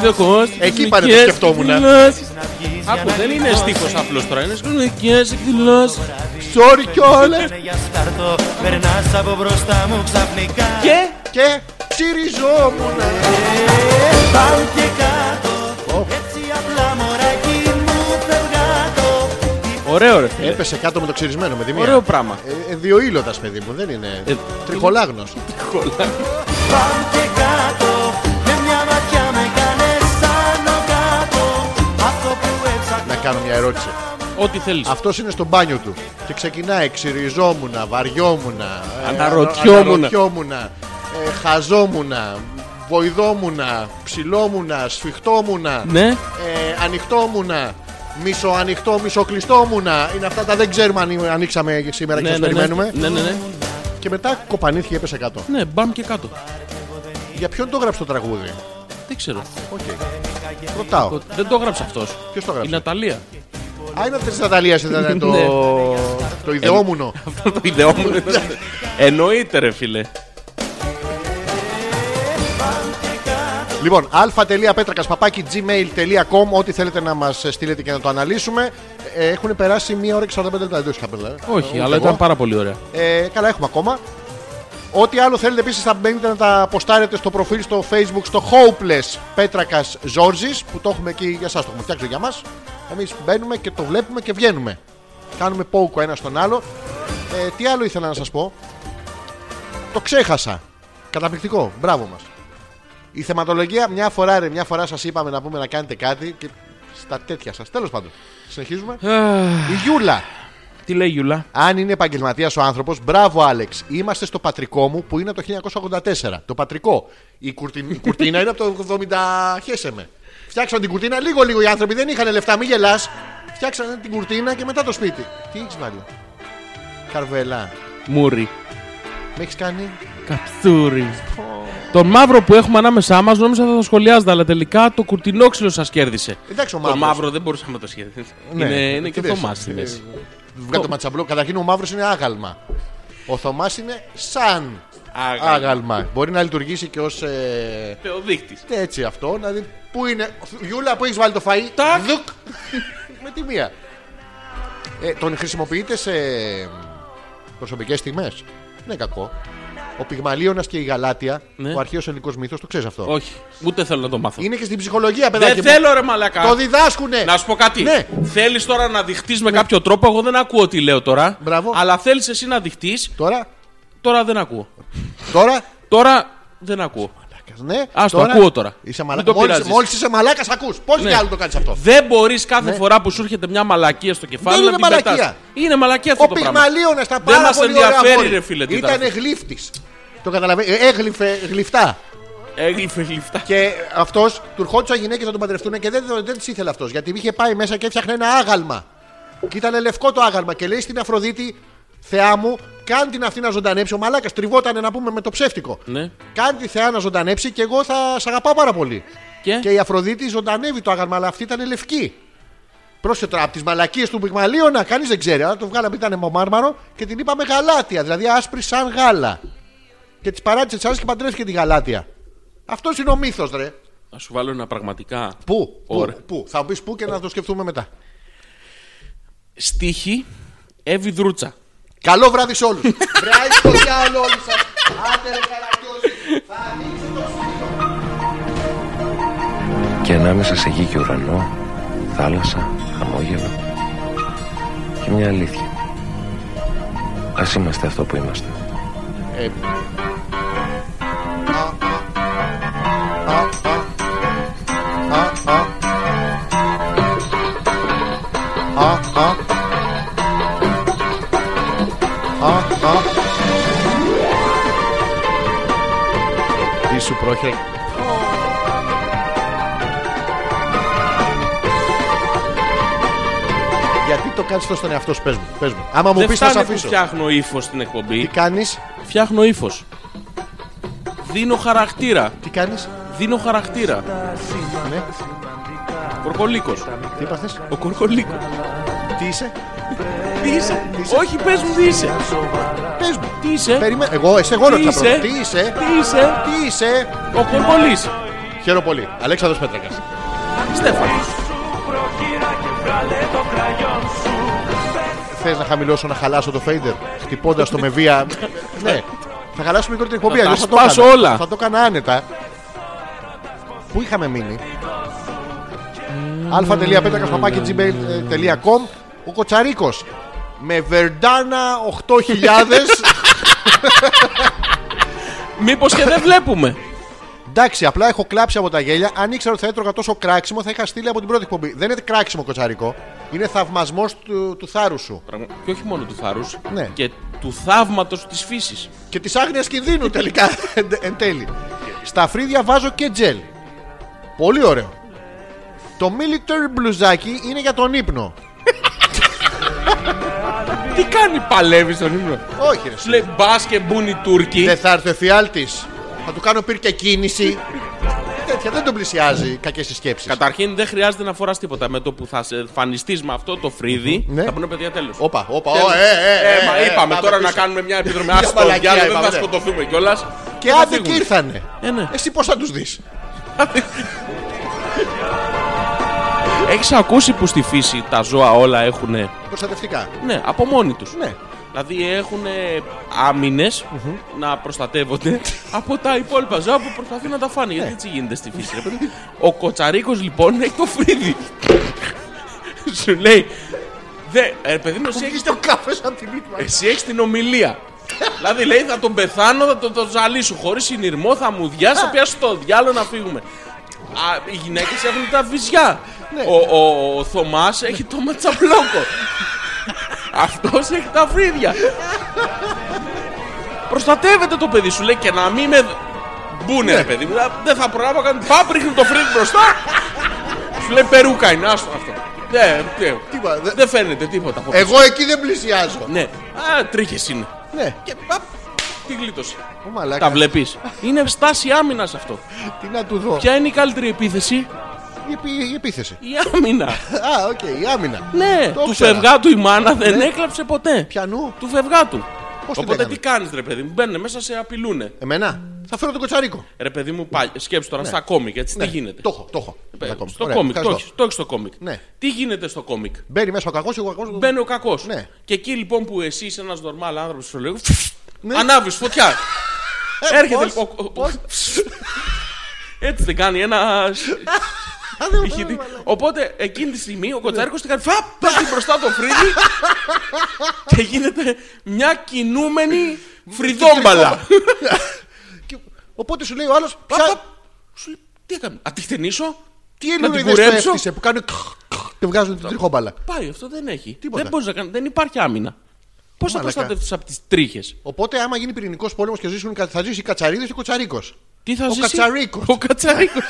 Speaker 5: συγκεντρώσεις
Speaker 2: Εκεί πάνε το σκεφτόμουνα.
Speaker 5: να βγεις για
Speaker 1: Άκου,
Speaker 5: να
Speaker 1: δεν είναι
Speaker 5: λιγώσεις.
Speaker 1: στίχος απλός τώρα, είναι σκονικές εκδηλώσεις.
Speaker 2: Sorry κιόλας.
Speaker 5: Κάνε Ναι, για στάρτο, περνάς από μπροστά μου ξαφνικά
Speaker 1: Και
Speaker 2: Και ξυριζόμουνα.
Speaker 5: Πάω και κάτω, έτσι απλά μωράκι μου φευγάτο
Speaker 1: ωραίο ρε φίλε,
Speaker 2: Έπεσε κάτω με το ξυρισμένο με τη μία.
Speaker 1: Ε, ωραίο πράγμα.
Speaker 2: Ε, ε, Διοήλωτας παιδί μου, δεν είναι.
Speaker 1: Ε,
Speaker 2: Τριχολάγνος.
Speaker 5: Πάω και κάτω, με μια ματιά με κάνες άνω κάτω Αυτό που
Speaker 2: Να
Speaker 5: έψαχνα
Speaker 2: κάνω μια ερώτηση.
Speaker 1: Ό,τι θέλεις.
Speaker 2: Αυτός είναι στο μπάνιο του και ξεκινάει ξυριζόμουνα, βαριόμουνα, ε,
Speaker 1: Αναρωτιόμουνα.
Speaker 2: αναρωτιόμουνα, ε, χαζόμουνα, βοηδόμουνα, ψηλόμουνα, σφιχτόμουνα,
Speaker 1: Ναι.
Speaker 2: ε, ανοιχτόμουνα, μισοανοιχτό, μισοκλειστόμουνα. Είναι αυτά τα δεν ξέρουμε αν ανοίξαμε σήμερα και
Speaker 1: Ναι,
Speaker 2: σας
Speaker 1: ναι, ναι,
Speaker 2: περιμένουμε.
Speaker 1: ναι, ναι, ναι.
Speaker 2: Και μετά κοπανήθηκε έπεσε κάτω.
Speaker 1: Ναι, μπαμ και κάτω.
Speaker 2: Για ποιον το γράψε το τραγούδι.
Speaker 1: Δεν ξέρω.
Speaker 2: Οκ. Ρωτάω.
Speaker 1: Δεν το έγραψε αυτός.
Speaker 2: Ποιος το
Speaker 1: Η
Speaker 2: γράψε.
Speaker 1: Ναταλία.
Speaker 2: Α, είναι αυτής της Ιταλία ήταν το.
Speaker 1: Ναι.
Speaker 2: το ιδεόμουνο.
Speaker 1: Αυτό το ιδεόμουν. Εννοείται ρε φίλε.
Speaker 2: Λοιπόν, αλφα.πέτρακα παπάκι gmail.com. Ό,τι θέλετε να μας στείλετε και να το αναλύσουμε. Ε, Έχουν περάσει μία ώρα και 45 λεπτά. Δεν το είχα μπερδεύει.
Speaker 1: Όχι,
Speaker 2: Ούτε
Speaker 1: αλλά
Speaker 2: εγώ.
Speaker 1: ήταν πάρα πολύ ωραία.
Speaker 2: Ε, καλά, έχουμε ακόμα. Ό,τι άλλο θέλετε επίσης θα μπαίνετε να τα ποστάρετε στο προφίλ στο facebook στο Hopeless Πέτρακας Ζόρζης που το έχουμε εκεί για εσά. Το έχουμε φτιάξει για μας. Εμείς μπαίνουμε και το βλέπουμε και βγαίνουμε. Κάνουμε πόουκο ένα στον άλλο. Ε, τι άλλο ήθελα να σας πω. Το ξέχασα. Καταπληκτικό. Μπράβο μας. Η θεματολογία, μια φορά ρε, μια φορά σας είπαμε να πούμε να κάνετε κάτι και στα τέτοια σας. Τέλος πάντων. Συνεχίζουμε. Η Γιούλα.
Speaker 1: Τι λέει η Γιούλα.
Speaker 2: Αν είναι επαγγελματίας ο άνθρωπος, μπράβο, Άλεξ. Είμαστε στο πατρικό μου που είναι το 1984. Το πατρικό. Η, κουρτι- η κουρτίνα είναι από το 70. Χέσε με. Φτιάξαν την κουρτίνα λίγο-λίγο οι άνθρωποι. Δεν είχαν λεφτά, μην γελά. Φτιάξαν την κουρτίνα και μετά το σπίτι. Τι έχεις βάλει. Καρβελά.
Speaker 1: Μούρι.
Speaker 2: Με έχεις κάνει.
Speaker 1: Καψούρι. Τον μαύρο που έχουμε ανάμεσά μας νόμιζα θα το σχολιάζετε, αλλά τελικά το κουρτινόξυλο σας κέρδισε.
Speaker 2: Εντάξει, ο
Speaker 1: Το
Speaker 2: μαύρος. Ναι, ε,
Speaker 1: μαύρο δεν μπορούσαμε να το σχεδιάσουμε. Είναι, είναι και
Speaker 2: τι ε,
Speaker 1: το
Speaker 2: λες.
Speaker 1: στη μέση.
Speaker 2: Βγάλε το ματσαμπλό. Καταρχήν ο μαύρος είναι άγαλμα. Ο Θωμάς είναι σαν
Speaker 1: Άγαλμα.
Speaker 2: άγαλμα. Μπορεί να λειτουργήσει και ως. ε.
Speaker 1: Θεοδείχτη.
Speaker 2: Και έτσι αυτό, δηλαδή πού είναι. Γιούλα, πού έχεις βάλει το φαΐ
Speaker 1: Τάκ.
Speaker 2: Δουκ. με τη μία. Ε, τον χρησιμοποιείτε σε προσωπικές τιμές. Ναι, κακό. Ο Πιγμαλίωνας και η Γαλάτια,
Speaker 1: Ναι.
Speaker 2: ο αρχαίος ελληνικός μύθος, το ξέρεις αυτό.
Speaker 1: Όχι, ούτε θέλω να το μάθω.
Speaker 2: Είναι και στην ψυχολογία, παιδάκι.
Speaker 1: Δεν
Speaker 2: μου.
Speaker 1: θέλω ρε μαλακά.
Speaker 2: Το διδάσκουνε.
Speaker 1: Να σου πω κάτι.
Speaker 2: Ναι.
Speaker 1: Θέλεις τώρα να διχτείς με κάποιο τρόπο. Εγώ δεν ακούω τι λέω τώρα.
Speaker 2: Μπράβο.
Speaker 1: Αλλά θέλεις εσύ να διχτείς.
Speaker 2: Τώρα,
Speaker 1: Τώρα δεν ακούω.
Speaker 2: τώρα.
Speaker 1: Τώρα δεν ακούω.
Speaker 2: Ναι,
Speaker 1: Ας το ακούω τώρα.
Speaker 2: Είσαι
Speaker 1: Μην
Speaker 2: μαλάκα.
Speaker 1: το
Speaker 2: Μόλις
Speaker 1: πειράζεις.
Speaker 2: μόλις είσαι μαλάκας, ακούς. Πώς
Speaker 1: Ναι.
Speaker 2: διάλογο το κάνεις αυτό.
Speaker 1: Δεν μπορείς κάθε
Speaker 2: Ναι.
Speaker 1: φορά που σου έρχεται μια μαλακία στο κεφάλι
Speaker 2: Δεν
Speaker 1: να
Speaker 2: είναι
Speaker 1: την
Speaker 2: μαλακία.
Speaker 1: πετάς. Είναι μαλακία αυτό
Speaker 2: Ο
Speaker 1: το πράγμα.
Speaker 2: Πιγμαλίωνα τα
Speaker 1: Δεν
Speaker 2: πάρα
Speaker 1: μας
Speaker 2: πολύ ωραία
Speaker 1: ενδιαφέρει,
Speaker 2: πόλη.
Speaker 1: ρε φίλε, τι ήταν
Speaker 2: Ήταν
Speaker 1: αυτό.
Speaker 2: γλύφτης. Το καταλαβαίνει. Έγλυφε γλυφτά.
Speaker 1: Έγλυφε γλυφτά.
Speaker 2: Και αυτός του ερχόντουσαν γυναίκες να τον παντρευτούν και δεν, δεν τις ήθελε αυτός. Γιατί είχε πάει μέσα και έφτιαχνε ένα άγαλμα. Και ήταν λευκό το άγαλμα. Και λέει στην Αφροδίτη, Θεά μου, κάν την αυτή να ζωντανέψει. Ο μαλάκας τριβότανε να πούμε με το ψεύτικο.
Speaker 1: Ναι.
Speaker 2: Κάν τη Θεά να ζωντανέψει και εγώ θα σ' αγαπάω πάρα πολύ.
Speaker 1: Και,
Speaker 2: Και η Αφροδίτη ζωντανεύει το άγαλμα, αλλά αυτή ήταν λευκή. Πρόσεχε τώρα, από τις μαλακίες του Πιγμαλίωνα, κανείς δεν ξέρει. Αλλά το βγάλαμε, ήταν μαμάρμαρο και την είπαμε γαλάτια, δηλαδή άσπρη σαν γάλα. Και τη παράτησε τη άλλη και παντρεύτηκε τη γαλάτια. Αυτός είναι ο μύθος, ρε.
Speaker 1: να σου βάλω ένα πραγματικά.
Speaker 2: Πού, πού,
Speaker 1: Ωραία.
Speaker 2: πού, θα μου πεις πού και να το σκεφτούμε μετά.
Speaker 1: Στίχη Εύη Δρούτσα.
Speaker 2: Καλό βράδυ σε όλους. Βράδυ στο διάλογο όλοι σας. Άντε ρε καραγκιόζη. Θα ανοίξεις το σπίτι.
Speaker 8: Και ανάμεσα σε γη και ουρανό, θάλασσα, χαμόγελο και μια αλήθεια. Ας είμαστε αυτό που είμαστε.
Speaker 2: Τι σου πρόχειρε. Γιατί το κάνεις αυτό στον εαυτό σου, πες μου. Πες μου. Άμα μου
Speaker 1: Δεν
Speaker 2: πεις θα σε
Speaker 1: φτάνει που
Speaker 2: αφήσω.
Speaker 1: φτιάχνω ύφος στην
Speaker 2: Τι
Speaker 1: εκπομπή.
Speaker 2: κάνεις,
Speaker 1: Φτιάχνω ύφος. Δίνω χαρακτήρα.
Speaker 2: τι κάνεις,
Speaker 1: Δίνω χαρακτήρα.
Speaker 2: ναι,
Speaker 1: Κορκολίκος.
Speaker 2: τι είπαθες,
Speaker 1: Ο Κορκολίκος.
Speaker 2: τι είσαι,
Speaker 1: Τι είσαι. Όχι, πες μου, τι είσαι.
Speaker 2: πες μου.
Speaker 1: Τι είσαι.
Speaker 2: Περίμενε, εγώ, σε εγώ
Speaker 1: Τι
Speaker 2: ρώτησα
Speaker 1: είσαι?
Speaker 2: πρώτα. Τι είσαι,
Speaker 1: Τι είσαι.
Speaker 2: τι είσαι.
Speaker 1: Ο Κορκολή.
Speaker 2: Χαίρομαι πολύ. Αλέξανδρος Πέτρακας.
Speaker 1: Στέφανος.
Speaker 2: Θες να χαμηλώσω, να χαλάσω το φέιντερ, χτυπώντας το με βία.
Speaker 1: *laughs*
Speaker 2: ναι, θα χαλάσω μικρότερη εκπομπή.
Speaker 1: Θα τα
Speaker 2: αλλιώς το
Speaker 1: σπάσω
Speaker 2: έκανα.
Speaker 1: όλα.
Speaker 2: Θα το έκανα άνετα. Πού είχαμε μείνει.
Speaker 1: Mm.
Speaker 2: αλφα.πέτρακα.gmail.com Ο Κοτσαρίκος με Βερντάνα
Speaker 1: *laughs*
Speaker 2: 8000
Speaker 1: Μήπως και δεν βλέπουμε.
Speaker 2: Εντάξει, απλά έχω κλάψει από τα γέλια. Αν ήξερα ότι θα έτρωγα τόσο κράξιμο, θα είχα στείλει από την πρώτη εκπομπή. Δεν είναι κράξιμο κοτσαρικό. Είναι θαυμασμός του, του θάρρους σου.
Speaker 1: Πραγμα- Και όχι μόνο του θάρρους.
Speaker 2: Ναι.
Speaker 1: Και του θαύματος της φύσης.
Speaker 2: Και της άγνοιας κινδύνου τελικά εν, εν τέλει. Στα φρύδια βάζω και τζελ. Πολύ ωραίο. Το military μπλουζάκι είναι για τον ύπνο.
Speaker 1: Τι κάνει, παλεύει στον ύπνο.
Speaker 2: Όχι, ρε.
Speaker 1: Σου λέει μπας και μπουν οι Τούρκοι.
Speaker 2: Δεν θα έρθει ο εφιάλτη. Θα του κάνω πυρ και κίνηση. Τέτοια δεν τον πλησιάζει κακές σκέψεις.
Speaker 1: Καταρχήν δεν χρειάζεται να φοράς τίποτα. Με το που θα σε εμφανιστείς με αυτό το φρύδι,
Speaker 2: Ναι.
Speaker 1: θα πούνε παιδιά τέλος.
Speaker 2: Όπα, όπα, ω, ε, ε, ε,
Speaker 1: μα
Speaker 2: ε,
Speaker 1: είπαμε
Speaker 2: πάμε
Speaker 1: τώρα να
Speaker 2: πίσω.
Speaker 1: κάνουμε μια επιδρομή.
Speaker 2: Μια
Speaker 1: Άστο,
Speaker 2: μαλακία
Speaker 1: Γιάννη, δεν
Speaker 2: είπαμε,
Speaker 1: θα
Speaker 2: ναι.
Speaker 1: σκοτωθούμε κιόλας.
Speaker 2: Και άντε και ήρθανε.
Speaker 1: Ε, ναι.
Speaker 2: Εσύ πώς θα τους δεις.
Speaker 1: Έχεις ακούσει που στη φύση τα ζώα όλα έχουν.
Speaker 2: Προστατευτικά.
Speaker 1: Ναι, από μόνοι τους.
Speaker 2: Ναι.
Speaker 1: Δηλαδή έχουν αμυνε να προστατεύονται από τα υπόλοιπα ζώα που προσπαθεί να τα φάνε.
Speaker 2: Ναι.
Speaker 1: Γιατί έτσι γίνεται στη φύση. ρε παιδί. Ο κοτσαρίκος λοιπόν έχει το φρύδι. Σου λέει. Δε, ρε παιδί μου, εσύ έχεις
Speaker 2: Έχει το καφέ σαν τη μύτη μας.
Speaker 1: Εσύ έχεις την ομιλία. δηλαδή λέει θα τον πεθάνω, θα τον, τον ζαλίσω. Χωρίς συνειρμό θα μου διάσει, θα πιάσει το διάλογο να φύγουμε. Α, οι γυναίκες έχουν τα βυζιά.
Speaker 2: Ναι.
Speaker 1: ο, ο, ο Θωμάς έχει το ματσαπλόκο. Αυτός έχει τα φρύδια. Προστατεύεται το παιδί σου, λέει και να μην με. Μπούνε,
Speaker 2: Ναι.
Speaker 1: ρε παιδί μου. Δεν θα προλάβω καν. Πάπ, ρίχνει το φρύδι μπροστά. σου λέει περούκα είναι, άστο αυτό. Ναι, ναι.
Speaker 2: Τίποτα, δε-
Speaker 1: Δεν φαίνεται τίποτα από
Speaker 2: Εγώ εκεί δεν πλησιάζω.
Speaker 1: ναι. Α, τρίχες είναι.
Speaker 2: Ναι.
Speaker 1: Και παπ, τη γλίτωσε.
Speaker 2: Ω, μαλάκα.
Speaker 1: Τα βλέπεις. Είναι στάση άμυνας αυτό.
Speaker 2: Τι να του δω.
Speaker 1: Ποια είναι η καλύτερη επίθεση,
Speaker 2: Η, επί- η επίθεση.
Speaker 1: η άμυνα.
Speaker 2: *laughs* Α, οκ, η άμυνα.
Speaker 1: ναι,
Speaker 2: Το
Speaker 1: του
Speaker 2: ξέρα.
Speaker 1: φευγάτου η μάνα δεν έκλαψε ποτέ.
Speaker 2: Πιανού.
Speaker 1: Του φευγάτου.
Speaker 2: Πώς την
Speaker 1: Οπότε
Speaker 2: έκανες?
Speaker 1: τι κάνεις, ρε παιδί μου, μπαίνουν μέσα, σε απειλούνε.
Speaker 2: Εμένα. Θα φέρω τον κοτσαρίκο.
Speaker 1: Ρε παιδί μου, πάλι, σκέψου τώρα στα κόμικ, έτσι, τι γίνεται.
Speaker 2: Ναι. Το έχω, το έχω.
Speaker 1: Ε,
Speaker 2: Τα κόμικ.
Speaker 1: Στο
Speaker 2: Ωραία,
Speaker 1: κόμικ, το
Speaker 2: ευχαριστώ.
Speaker 1: έχεις, το έχεις στο κόμικ.
Speaker 2: Ναι.
Speaker 1: Τι γίνεται στο κόμικ.
Speaker 2: Μπαίνει μέσα ο κακός και ο κακός.
Speaker 1: Μπαίνει ο κακός.
Speaker 2: Ναι.
Speaker 1: Και εκεί λοιπόν που εσύ είσαι ένας νορμάλ άνθρωπος στο λέγω.
Speaker 2: Ναι.
Speaker 1: Ανάβεις
Speaker 2: *laughs*
Speaker 1: φωτιά. Έρχεται
Speaker 2: Ε, πώς,
Speaker 1: λοιπόν. ο- ο- Έτσι δεν κάνει ένα. ηχητή. Οπότε εκείνη τη στιγμή
Speaker 2: Ναι.
Speaker 1: ο Κοτσάρικος την κάνει. Φαπ! Πάει μπροστά το φρύδι και γίνεται μια κινούμενη φρυδόμπαλα.
Speaker 2: Οπότε σου λέει ο άλλος.
Speaker 1: Παπ, Σου λέει, Τι έκανε. Α τη χτενίσω.
Speaker 2: Τι
Speaker 1: να την
Speaker 2: ελληνίδε του
Speaker 1: κουρέψω.
Speaker 2: έφτιασε που κάνει. κχ, κχ, Τη βγάζουν την τριχόμπαλα.
Speaker 1: Πάει, αυτό δεν έχει.
Speaker 2: Τίποτα.
Speaker 1: Δεν μπορείς να κάνει, δεν υπάρχει άμυνα. Πώς θα
Speaker 2: Μαλακά.
Speaker 1: προστατευτεί από τις τρίχες.
Speaker 2: Οπότε άμα γίνει πυρηνικός πόλεμος και ζήσουν, οι κα- θα ζήσει η Κατσαρίδης και ο Κοτσαρίκος.
Speaker 1: Τι θα
Speaker 2: Ο
Speaker 1: ζήσει.
Speaker 2: Κατσαρίκος.
Speaker 1: Ο Κατσαρίκος.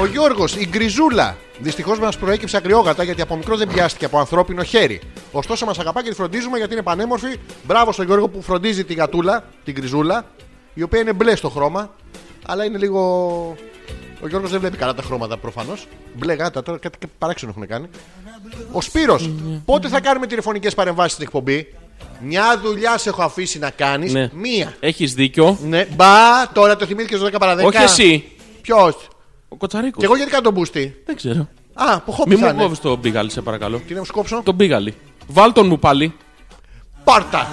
Speaker 2: Ο Γιώργος, η γκριζούλα. Δυστυχώς μας προέκυψε ακριόγατα γιατί από μικρός δεν πιάστηκε από ανθρώπινο χέρι. Ωστόσο μας αγαπά και τη φροντίζουμε γιατί είναι πανέμορφη. Μπράβο στον Γιώργο που φροντίζει τη γατούλα, την γκριζούλα, η οποία είναι μπλε στο χρώμα. Αλλά είναι λίγο. Ο Γιώργος δεν βλέπει καλά τα χρώματα προφανώς. Μπλε γάτα τώρα, κάτι κάτι παράξενο έχουν κάνει. Ο Σπύρος, πότε θα κάνουμε τηλεφωνικές παρεμβάσεις στην εκπομπή. Μια δουλειά σε έχω αφήσει να κάνεις.
Speaker 1: Ναι.
Speaker 2: Μία.
Speaker 1: Έχεις δίκιο.
Speaker 2: Ναι, μπα, τώρα το θυμήθηκες στο 10 παρα 10.
Speaker 1: Όχι εσύ.
Speaker 2: Ποιος.
Speaker 1: Ο Κοτσαρίκος.
Speaker 2: Και εγώ γιατί κάνω τον μπούστι.
Speaker 1: Δεν ξέρω.
Speaker 2: Α, που χόπι
Speaker 1: Μην
Speaker 2: θα
Speaker 1: μου
Speaker 2: είναι.
Speaker 1: κόβει τον πήγαλι, σε παρακαλώ.
Speaker 2: Τι να μου σκόψω.
Speaker 1: Τον πήγαλι. Βάλ τον μου πάλι.
Speaker 2: Πάρτα.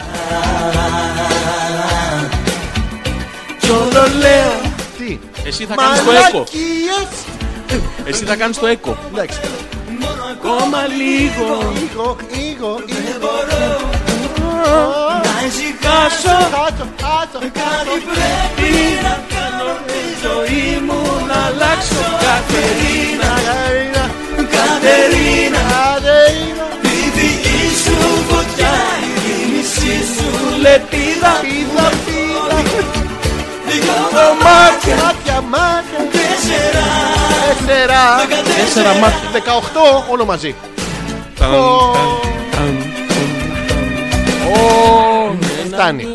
Speaker 5: Κι όλο λέω
Speaker 2: Τι.
Speaker 1: Εσύ θα κάνεις το έκο.
Speaker 2: Μαλακίες.
Speaker 1: Εσύ θα κάνεις το έκο.
Speaker 2: Εντάξει.
Speaker 5: ακόμα λίγο
Speaker 2: Λίγο, λίγο, λίγο.
Speaker 5: Να ησυχάσω
Speaker 2: Κάτω, κάτω.
Speaker 5: Κάτι πρέπει να κάνω Τη ζωή μου να αλλάξω Κατερίνα,
Speaker 2: Κατερίνα,
Speaker 5: Κατερίνα
Speaker 2: Κατερίνα.
Speaker 5: Η δική σου φωτιά Η θύμησή σου λεπίδα
Speaker 2: Πίδα, πίδα.
Speaker 5: Δυο δωμάτια
Speaker 2: Μάτια, μάτια.
Speaker 5: Τέσσερα
Speaker 2: Τέσσερα.
Speaker 1: Τέσσερα μάτια.
Speaker 2: 18 όλο μαζί.
Speaker 1: Ταν,
Speaker 2: Ω.
Speaker 1: ταν, ταν.
Speaker 2: ναι. Φτάνει.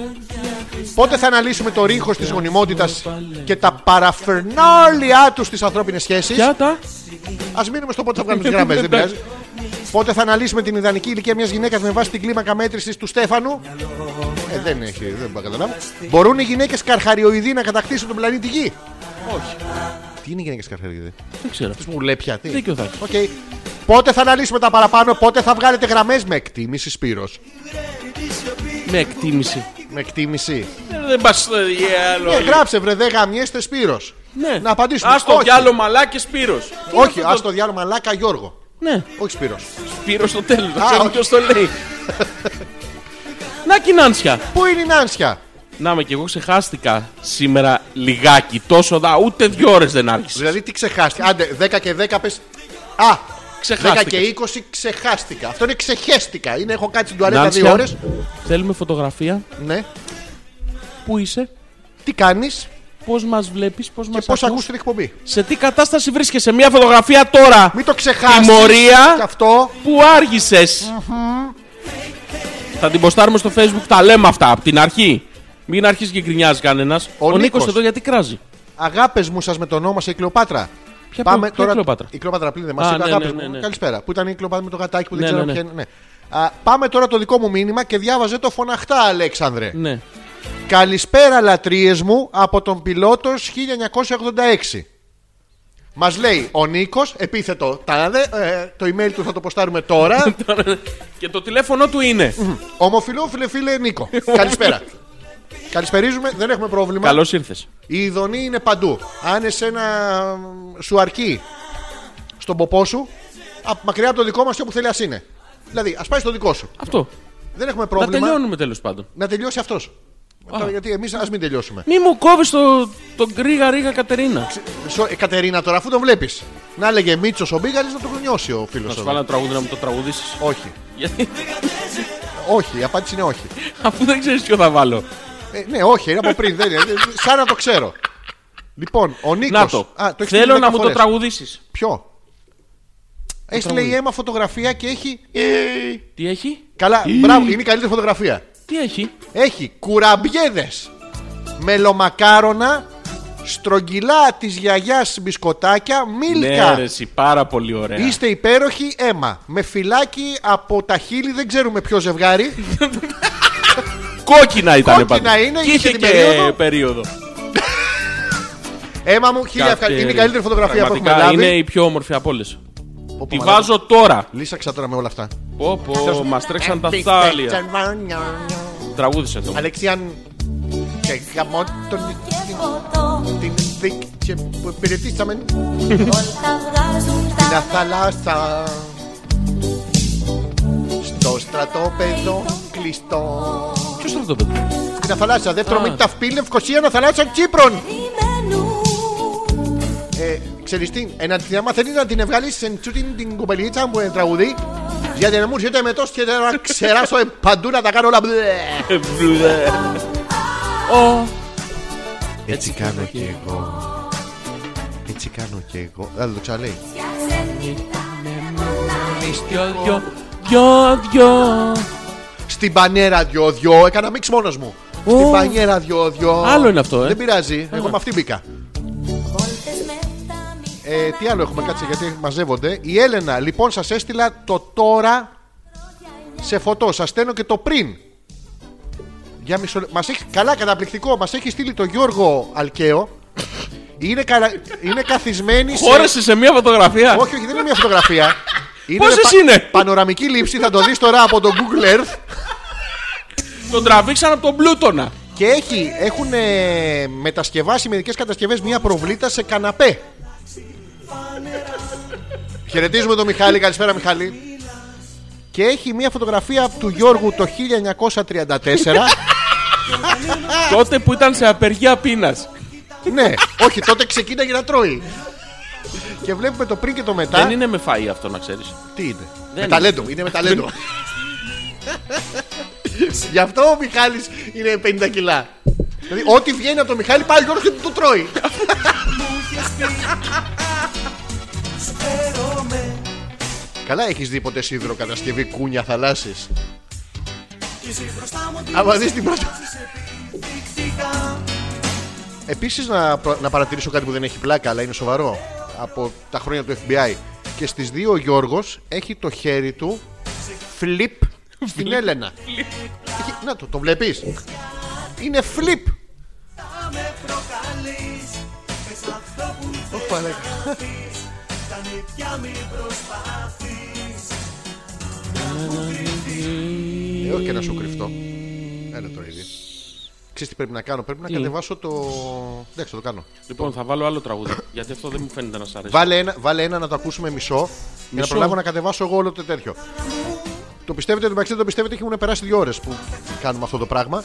Speaker 2: Πότε θα αναλύσουμε το ρήχος της γονιμότητας και τα παραφερνάλια τους στις ανθρώπινες σχέσεις.
Speaker 1: Ποια τα.
Speaker 2: Ας μείνουμε στο πότε θα βγάλουμε τις γραμμές, δεν πειράζει. Πότε θα αναλύσουμε την ιδανική ηλικία μιας γυναίκας με βάση την κλίμακα μέτρησης του Στέφανου. Ε, δεν έχει, δεν μπορώ να καταλάβω. Μπορούν οι γυναίκες καρχαριοειδή να κατακτήσουν τον πλανήτη Γη.
Speaker 1: Όχι.
Speaker 2: Τι είναι οι γυναίκες καρχαριοειδή.
Speaker 1: Δεν ξέρω.
Speaker 2: Τις μου λέει πια. τι.
Speaker 1: Δίκιο θα έχει.
Speaker 2: Οκ. Πότε θα αναλύσουμε τα παραπάνω, πότε θα βγάλετε γραμμές με εκτίμηση Σπύρος.
Speaker 1: Με εκτίμηση.
Speaker 2: Με εκτίμηση.
Speaker 1: Ε, Δεν πας στο διάλογο.
Speaker 2: Ε, γράψε βρε, δεν γαμιέστε Σπύρος.
Speaker 1: Ναι.
Speaker 2: Να απαντήσουμε.
Speaker 1: Ας το
Speaker 2: Όχι.
Speaker 1: διάλογο μαλάκι Σπύρος.
Speaker 2: Όχι, α το διάλογο μαλάκα Γιώργο.
Speaker 1: Ναι,
Speaker 2: Όχι Σπύρος.
Speaker 1: Σπύρος στο τέλος. Δεν
Speaker 2: Α,
Speaker 1: ξέρω
Speaker 2: όχι.
Speaker 1: ποιος το λέει. *laughs* Να κοινάνσια.
Speaker 2: Πού είναι η Νάνσια.
Speaker 1: Να με κι εγώ ξεχάστηκα σήμερα λιγάκι. Τόσο δα, ούτε δύο ώρες δεν άρχισε.
Speaker 2: Δηλαδή τι ξεχάστηκε. Άντε, 10 και 10 πες. Α! 10
Speaker 1: Ξεχάστηκες.
Speaker 2: και 20 ξεχάστηκα. Αυτό είναι ξεχέστηκα. Είναι έχω κάτσει στην τουαλέτα
Speaker 1: Νάνσια.
Speaker 2: δύο ώρες.
Speaker 1: Θέλουμε φωτογραφία.
Speaker 2: Ναι.
Speaker 1: Πού είσαι,
Speaker 2: Τι κάνεις
Speaker 1: πώς μας βλέπεις, πώς μα
Speaker 2: και πώς ακούς την εκπομπή.
Speaker 1: Σε τι κατάσταση βρίσκεσαι, μια φωτογραφία τώρα.
Speaker 2: Μην το ξεχάσεις.
Speaker 1: Τιμωρία.
Speaker 2: Αυτό.
Speaker 1: Πού άργησες. Θα την ποστάρουμε στο facebook, τα λέμε αυτά από την αρχή. Μην αρχίσεις και γκρινιάζει κανένας.
Speaker 2: Ο Νίκος.
Speaker 1: Νίκος εδώ γιατί κράζει.
Speaker 2: Αγάπες μου σας με το όνομα σε η Κλεοπάτρα.
Speaker 1: Ποια ποια Κλεοπάτρα?
Speaker 2: Η Κλεοπάτρα πλήν δεν
Speaker 1: Α,
Speaker 2: μας είπε.
Speaker 1: ναι,
Speaker 2: Αγάπε
Speaker 1: ναι, ναι,
Speaker 2: μου.
Speaker 1: ναι.
Speaker 2: Καλησπέρα. Που ήταν η Κλεοπάτρα με το γατάκι που δεν
Speaker 1: Ναι,
Speaker 2: ξέρω
Speaker 1: ναι,
Speaker 2: ποια
Speaker 1: ναι.
Speaker 2: είναι. Ναι. Α, Πάμε τώρα το δικό μου μήνυμα και διάβαζε το φωναχτά, Αλέξανδρε.
Speaker 1: Ναι.
Speaker 2: Καλησπέρα λατρίες μου από τον πιλότος 1986. Μας λέει ο Νίκος, επίθετο, τάδε, ε, το email του θα το ποστάρουμε
Speaker 1: *laughs*
Speaker 2: τώρα.
Speaker 1: και το τηλέφωνο του είναι.
Speaker 2: Ομοφιλόφιλε φίλε Νίκο. Καλησπέρα. Καλησπερίζουμε, δεν έχουμε πρόβλημα.
Speaker 1: Καλώς ήρθες.
Speaker 2: Η ειδονή είναι παντού. Αν εσένα μ, σου αρκεί στον ποπό σου, α, μακριά από το δικό μας και όπου θέλει ας είναι. Δηλαδή, ας πάει στο δικό σου.
Speaker 1: Αυτό.
Speaker 2: Δεν έχουμε
Speaker 1: Να
Speaker 2: πρόβλημα
Speaker 1: τελειώνουμε τέλος πάντων.
Speaker 2: να τελειώσει αυτός. Τώρα, γιατί εμείς ας μην τελειώσουμε.
Speaker 1: Μη μου κόβεις το, τον γρήγα ρίγα Κατερίνα.
Speaker 2: Σο- ε, Κατερίνα, τώρα αφού τον βλέπεις. Να έλεγε Μίτσος ο Μπίγαλης να το γνιώσει ο φίλος
Speaker 1: Να σου
Speaker 2: εδώ.
Speaker 1: βάλω ένα τραγούδι να μου το τραγουδήσει.
Speaker 2: Όχι.
Speaker 1: Γιατί
Speaker 2: Όχι, η απάντηση είναι όχι.
Speaker 1: αφού δεν ξέρεις ποιο θα βάλω.
Speaker 2: Ε, ναι, όχι, είναι από πριν. δεν είναι. Ε, Σαν να το ξέρω. Λοιπόν, ο Νίκος.
Speaker 1: Να το. Θέλω να μου το τραγουδήσεις.
Speaker 2: Ποιο. Έστειλε η
Speaker 1: τραγούδι.
Speaker 2: αίμα φωτογραφία και έχει.
Speaker 1: Τι έχει,
Speaker 2: Καλά, μπράβο, είναι η καλύτερη φωτογραφία.
Speaker 1: τι έχει.
Speaker 2: Έχει κουραμπιέδες. Μελομακάρονα. Στρογγυλά της γιαγιάς μπισκοτάκια. Μίλκα.
Speaker 1: Ναι, ρε, εσύ, πάρα πολύ ωραία.
Speaker 2: Είστε υπέροχοι αίμα. Με φυλάκι από τα χείλη δεν ξέρουμε ποιο ζευγάρι.
Speaker 1: Κόκκινα ήταν
Speaker 2: Κόκκινα
Speaker 1: πάντα.
Speaker 2: είναι,
Speaker 1: Και
Speaker 2: είχε
Speaker 1: είχε
Speaker 2: την
Speaker 1: και
Speaker 2: περίοδο.
Speaker 1: περίοδο.
Speaker 2: Αίμα μου, χίλια ευχαριστώ. Είναι η καλύτερη φωτογραφία που έχουμε
Speaker 1: Πραγματικά
Speaker 2: λάβει.
Speaker 1: Είναι η πιο όμορφη από όλες.
Speaker 2: Πω, πω,
Speaker 1: Τη
Speaker 2: μαλάκα. Ε,
Speaker 1: βάζω τώρα.
Speaker 2: Λύσαξα τώρα με όλα αυτά.
Speaker 1: Πω, πω, μας τρέξαν τα στάλια. Τραγούδισε το.
Speaker 2: Αλεξιάν. Και γαμό τον την δίκτυα που υπηρετήσαμε. Την αθαλάσσα. Στο στρατόπεδο κλειστό.
Speaker 1: Ποιο στρατόπεδο.
Speaker 2: Στην αθαλάσσα, δεύτερο
Speaker 1: Α.
Speaker 2: μήνυμα ταυπίλ, Λευκοσία, αθαλάσσα Κύπρων. Ε, ξέρεις τι, ένα θέμα θέλεις να την βγάλεις σε τσούτην την κοπελίτσα που τραγουδεί γιατί να μου έρχεται με τόσο και να ξεράσω ε, παντού να τα κάνω όλα μπλε. Έτσι κάνω κι εγώ. Έτσι κάνω κι εγώ. Άλλο το τσαλέι.
Speaker 1: Δυο, δυο, δυο, δυο.
Speaker 2: Στην πανιέρα δυο-δυο, έκανα μίξ μόνος μου. Στην
Speaker 1: Ω.
Speaker 2: πανιέρα δυο-δυο.
Speaker 1: Άλλο είναι αυτό, ε.
Speaker 2: Δεν πειράζει, εγώ με αυτή μπήκα. Ε, τι άλλο έχουμε, κάτσε γιατί μαζεύονται. Η Έλενα, λοιπόν, σας έστειλα το τώρα σε φωτό. Σας στέλνω και το πριν. Για μισό λε- Μας έχει... Καλά, καταπληκτικό. Μας έχει στείλει το Γιώργο Αλκαίο. Είναι, καλα... είναι καθισμένη σε.
Speaker 1: Χώρεσε σε μία φωτογραφία.
Speaker 2: Όχι, όχι, δεν είναι μια φωτογραφία. Είναι
Speaker 1: Πόσες
Speaker 2: με
Speaker 1: είναι?
Speaker 2: Πανοραμική λήψη, θα το δεις τώρα από το Google Earth.
Speaker 1: Τον τραβήξαν από τον Πλούτονα.
Speaker 2: Και έχει, έχουν ε, μετασκευάσει μερικές κατασκευές μια προβλήτα σε καναπέ. Χαιρετίζουμε τον Μιχάλη. Καλησπέρα, Μιχάλη. Και έχει μια φωτογραφία του Γιώργου το 1934.
Speaker 1: *laughs* Τότε που ήταν σε απεργία πείνας.
Speaker 2: ναι, όχι, τότε ξεκίναγε να τρώει. και βλέπουμε το πριν και το μετά.
Speaker 1: Δεν είναι με φαΐ αυτό να ξέρεις.
Speaker 2: Τι είναι. με
Speaker 1: είναι.
Speaker 2: ταλέντο. Είναι με ταλέντο. Γι' αυτό ο Μιχάλης είναι 50 κιλά. Δηλαδή, ό,τι βγαίνει από τον Μιχάλη πάει ο Γιώργος και του το τρώει. Καλά έχεις δει ποτέ σίδρο κατασκευή κούνια θαλάσσης. Άμα δεις την πρώτη... Επίσης να, προ- να παρατηρήσω κάτι που δεν έχει πλάκα αλλά είναι σοβαρό από τα χρόνια του FBI. Και στις δύο ο Γιώργος έχει το χέρι του φλιπ στην Έλενα. Έχει- Να το, το βλέπεις. Είναι φλιπ. Ωπα, ρε. Ε, όχι και να σου κρυφτώ. Έλα το ήδη. Ξέρεις τι πρέπει να κάνω. Πρέπει να κατεβάσω το... Εντάξει, θα το κάνω.
Speaker 1: Λοιπόν, θα βάλω άλλο τραγούδι. Γιατί αυτό δεν μου φαίνεται να σ' αρέσει.
Speaker 2: Βάλε ένα, βάλε ένα να το ακούσουμε μισό, για να
Speaker 1: Μισό.
Speaker 2: προλάβω να κατεβάσω εγώ όλο το τέτοιο. Το πιστεύετε, το μεταξύ δεν το πιστεύετε, έχουν περάσει δύο ώρες που κάνουμε αυτό το πράγμα.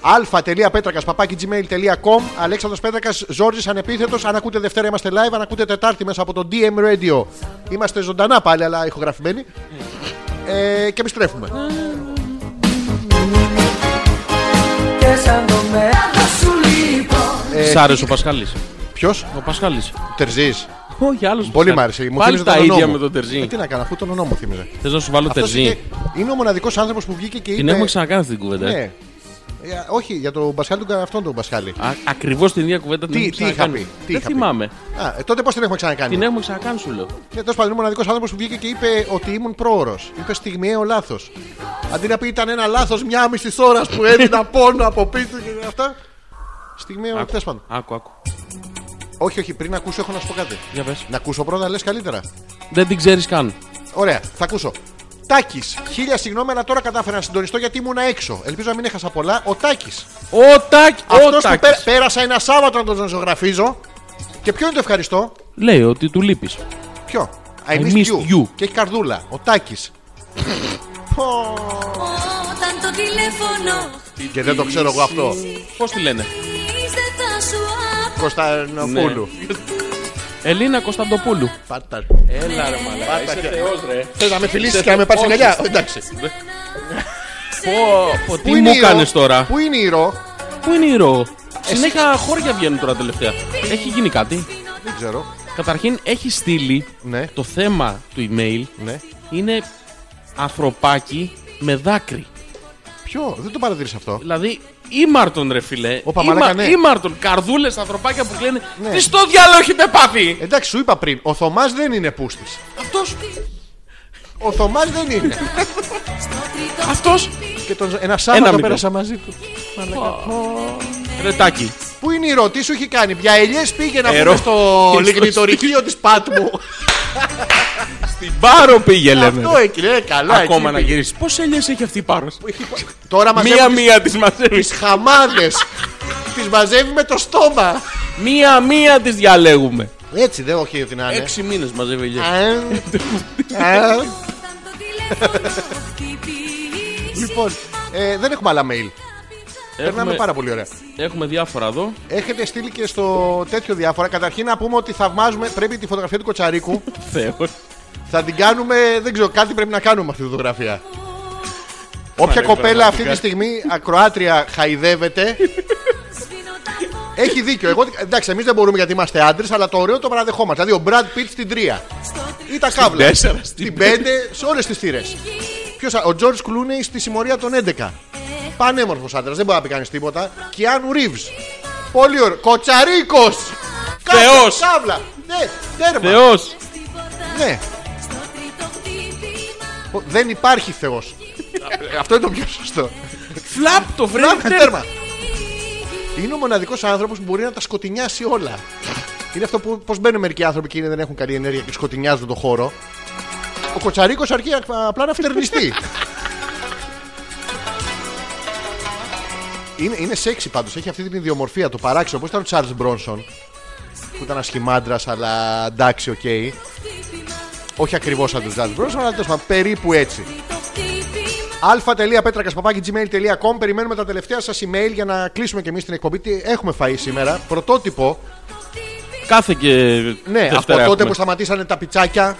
Speaker 2: αλφα.πέτρακα παπάκι gmail.com Αλέξανδρος Πέτρακας, Ζόρζη ανεπίθετος. Αν ακούτε Δευτέρα είμαστε live, αν ακούτε Τετάρτη μέσα από το DM Radio. Είμαστε ζωντανά πάλι, αλλά ηχογραφημένοι. Ε, και επιστρέφουμε.
Speaker 7: Και σαν το μέλλον σου λείπω
Speaker 1: Σ' άρεσε ο Πασχαλής.
Speaker 2: Ποιος,
Speaker 1: Ο Πασχαλής.
Speaker 2: Τερζής.
Speaker 1: Όχι, άλλος.
Speaker 2: Πολύ μ' άρεσε. Μου
Speaker 1: Πάλι
Speaker 2: θύμιζε
Speaker 1: τα
Speaker 2: τον
Speaker 1: ίδια
Speaker 2: Ονόμο.
Speaker 1: με τον
Speaker 2: Ε,
Speaker 1: Τερζή.
Speaker 2: τι να κάνω, αφού τον ονόμο μου θύμιζε.
Speaker 1: Θες να σου βάλω
Speaker 2: Αυτός
Speaker 1: Τερζή.
Speaker 2: είναι- Είναι ο μοναδικός άνθρωπος που βγήκε και
Speaker 1: Την
Speaker 2: είπε-
Speaker 1: έχουμε ξανακάνει αυτή την κουβέντα. ε.
Speaker 2: Ναι. Ε, όχι, για τον Πασχάλη, τον, αυτόν τον Πασχάλη.
Speaker 1: Α- Ακριβώς την ίδια κουβέντα την
Speaker 2: Τι-
Speaker 1: έχουμε
Speaker 2: τι είχα
Speaker 1: ξανακάνει.
Speaker 2: πει, τι
Speaker 1: Δεν
Speaker 2: είχα πει.
Speaker 1: θυμάμαι.
Speaker 2: Α, ε, τότε πώς την έχουμε ξανακάνει.
Speaker 1: Την έχουμε ξανακάνει, σου λέω.
Speaker 2: Ναι, τέλος πάντων, είναι ο μοναδικός άνθρωπος που βγήκε και είπε ότι ήμουν πρόωρος. Είπε στιγμιαίο λάθος. Αντί να πει ήταν ένα λάθος μια μισή ώρα που
Speaker 1: *laughs*
Speaker 2: έδινα πόνο από πίσω και αυτά. Στιγμιαίο, τέλος πάντων.
Speaker 1: Άκου, άκου.
Speaker 2: Όχι, όχι, πριν ακούσω, έχω να σου πω κάτι.
Speaker 1: Για πες.
Speaker 2: Να ακούσω πρώτα, λες καλύτερα.
Speaker 1: Δεν την ξέρεις καν.
Speaker 2: Ωραία, θα ακούσω. Τάκης, χίλια συγγνώμη, αλλά τώρα κατάφερα να συντονιστώ γιατί ήμουν έξω. Ελπίζω να μην έχασα πολλά. Ο Τάκης.
Speaker 1: Ο Τάκη.
Speaker 2: Αυτό
Speaker 1: Ο
Speaker 2: που
Speaker 1: Τάκης.
Speaker 2: πέ- πέρασα ένα Σάββατο να τον ζωγραφίζω. Και ποιο είναι το ευχαριστώ.
Speaker 1: Λέει ότι του λείπεις.
Speaker 2: Ποιο? I, missed, you. Και έχει καρδούλα. Ο Τάκης.
Speaker 9: Όταν το τηλέφωνο
Speaker 2: και δεν το ξέρω εγώ αυτό.
Speaker 1: Πώς τη λένε. Ναι.
Speaker 9: χτυπήσει, δεν θα σου απαντήσω.
Speaker 2: Κωνσταντινοπούλου.
Speaker 1: Ελίνα Κωνσταντοπούλου.
Speaker 2: Πάτα.
Speaker 1: Έλα ρε μαλάκα.
Speaker 2: Πάτα και-
Speaker 1: θεός ρε.
Speaker 2: Θε να με φιλήσεις και να με πάρεις
Speaker 1: Όχι.
Speaker 2: αγκαλιά. Εντάξει.
Speaker 1: Πω, πω,
Speaker 2: Πού
Speaker 1: τι
Speaker 2: είναι
Speaker 1: μου
Speaker 2: η Ρο?
Speaker 1: κάνεις τώρα.
Speaker 2: Πού είναι η ρο.
Speaker 1: Πού είναι η ρο. Συνέχεια χώρια βγαίνουν τώρα τελευταία. Έχει γίνει κάτι.
Speaker 2: Δεν ξέρω.
Speaker 1: Καταρχήν έχει στείλει
Speaker 2: Ναι.
Speaker 1: το θέμα του email
Speaker 2: Ναι.
Speaker 1: είναι ανθρωπάκι με δάκρυ.
Speaker 2: Ποιο. Δεν το παρατηρήσα αυτό.
Speaker 1: Δηλαδή, ήμαρτον ρε φιλέ.
Speaker 2: Όπα, μαλάκα, ναι.
Speaker 1: Ήμαρτον. Καρδούλες, ανθρωπάκια που κλαίνε.
Speaker 2: Ναι.
Speaker 1: Τι στο διάλογο έχετε πάθει.
Speaker 2: Εντάξει, σου είπα πριν. Ο Θωμάς δεν είναι πούστης.
Speaker 1: Αυτός.
Speaker 2: Ο Θωμάς δεν είναι.
Speaker 1: Αυτός.
Speaker 2: και τον... ένα Σάββατο
Speaker 1: μικρό.
Speaker 2: πέρασα μαζί του.
Speaker 1: Ρετάκι.
Speaker 2: Πού είναι η ρο, τι σου έχει κάνει. Για ελιές πήγε να
Speaker 1: Ε,
Speaker 2: πούμε
Speaker 1: ρο. *laughs*
Speaker 2: στο
Speaker 1: Στο
Speaker 2: λιγνητορυχείο της
Speaker 1: *laughs*
Speaker 2: Πάτμου.
Speaker 1: Την πάρο πήγε, λέμε.
Speaker 2: Αυτό εκεί λέει καλά. εκεί
Speaker 1: Ακόμα να
Speaker 2: πήγε.
Speaker 1: γυρίσεις. Πώς ελιέ έχει αυτή η πάρος.
Speaker 2: Τώρα μαζεύεις
Speaker 1: Μία-μία τη μαζεύεις.
Speaker 2: τις χαμάδες Τις μαζεύει με το στόμα
Speaker 1: Μία-μία τις διαλέγουμε.
Speaker 2: Έτσι δεν όχι ότι να είναι
Speaker 1: Έξι μήνες μαζεύει ελιέ.
Speaker 2: Ναι. Α, α.
Speaker 9: Όταν το τηλέφωνο χτυπήσει,
Speaker 2: Λοιπόν ε, δεν έχουμε άλλα mail Περνάμε
Speaker 1: Έχουμε-
Speaker 2: πάρα πολύ ωραία.
Speaker 1: Έχουμε διάφορα εδώ.
Speaker 2: Έχετε στείλει και στο τέτοιο διάφορα. Καταρχήν να πούμε ότι θαυμάζουμε. Πρέπει τη φωτογραφία του Κοτσαρίκου.
Speaker 1: Θεός.
Speaker 2: θα την κάνουμε. Δεν ξέρω, κάτι πρέπει να κάνουμε με αυτή τη φωτογραφία. Όποια
Speaker 1: Μαλάκα,
Speaker 2: κοπέλα αυτή τη
Speaker 1: πραγματικά.
Speaker 2: στιγμή ακροάτρια χαϊδεύεται.
Speaker 9: σβήνω τα πόδια
Speaker 2: έχει δίκιο. Εγώ, εντάξει, εμείς δεν μπορούμε γιατί είμαστε άντρες, αλλά το ωραίο το παραδεχόμαστε. Δηλαδή ο Μπραντ Pitt στην τρία. Ή τα καύλα.
Speaker 1: τέσσερα, στην
Speaker 2: στην πέντε, σε όλες τις θύρες. Ποιος, α- ο Τζορτ Κλούνεϊ στη συμμορία των 11. Πανέμορφος άντρας, δεν μπορεί να πει κανείς τίποτα. Κιάνου Ρίβ. Πολύ ωραίο. Κοτσαρίκος!
Speaker 1: Θεός.
Speaker 2: Καύλα! Ναι, τέρμα!
Speaker 1: Θεός.
Speaker 9: στην πόρτα,
Speaker 2: Ναι.
Speaker 9: στο τρίτο χτύπημα.
Speaker 2: Ο- Δεν υπάρχει Θεός. Αυτό είναι το πιο σωστό.
Speaker 1: Φλαπ το βράδυ.
Speaker 2: Τέρμα. Είναι ο μοναδικός άνθρωπος που μπορεί να τα σκοτεινιάσει όλα. Είναι αυτό που πώς μπαίνουν μερικοί άνθρωποι και είναι- δεν έχουν καλή ενέργεια και σκοτεινιάζουν τον χώρο. Ο Κοτσαρίκος αρκεί α- απλά να φτερνιστεί. είναι, είναι σεξι πάντως, έχει αυτή την ιδιομορφία, το παράξενο. Όπω ήταν ο Τσάρλ Μπρόνσον, που ήταν ασχημάντρας, αλλά εντάξει, οκ. Όχι ακριβώς σαν τον Τσάρλ Μπρόνσον, αλλά τέλος πάντων περίπου έτσι α.πέτρακα.gmail.com Περιμένουμε τα τελευταία σας email για να κλείσουμε και εμείς την εκπομπή. Τι έχουμε φαεί σήμερα. Πρωτότυπο.
Speaker 1: Κάθε και.
Speaker 2: Ναι, από
Speaker 1: Δευτέρα
Speaker 2: τότε
Speaker 1: έχουμε.
Speaker 2: που σταματήσανε τα πιτσάκια.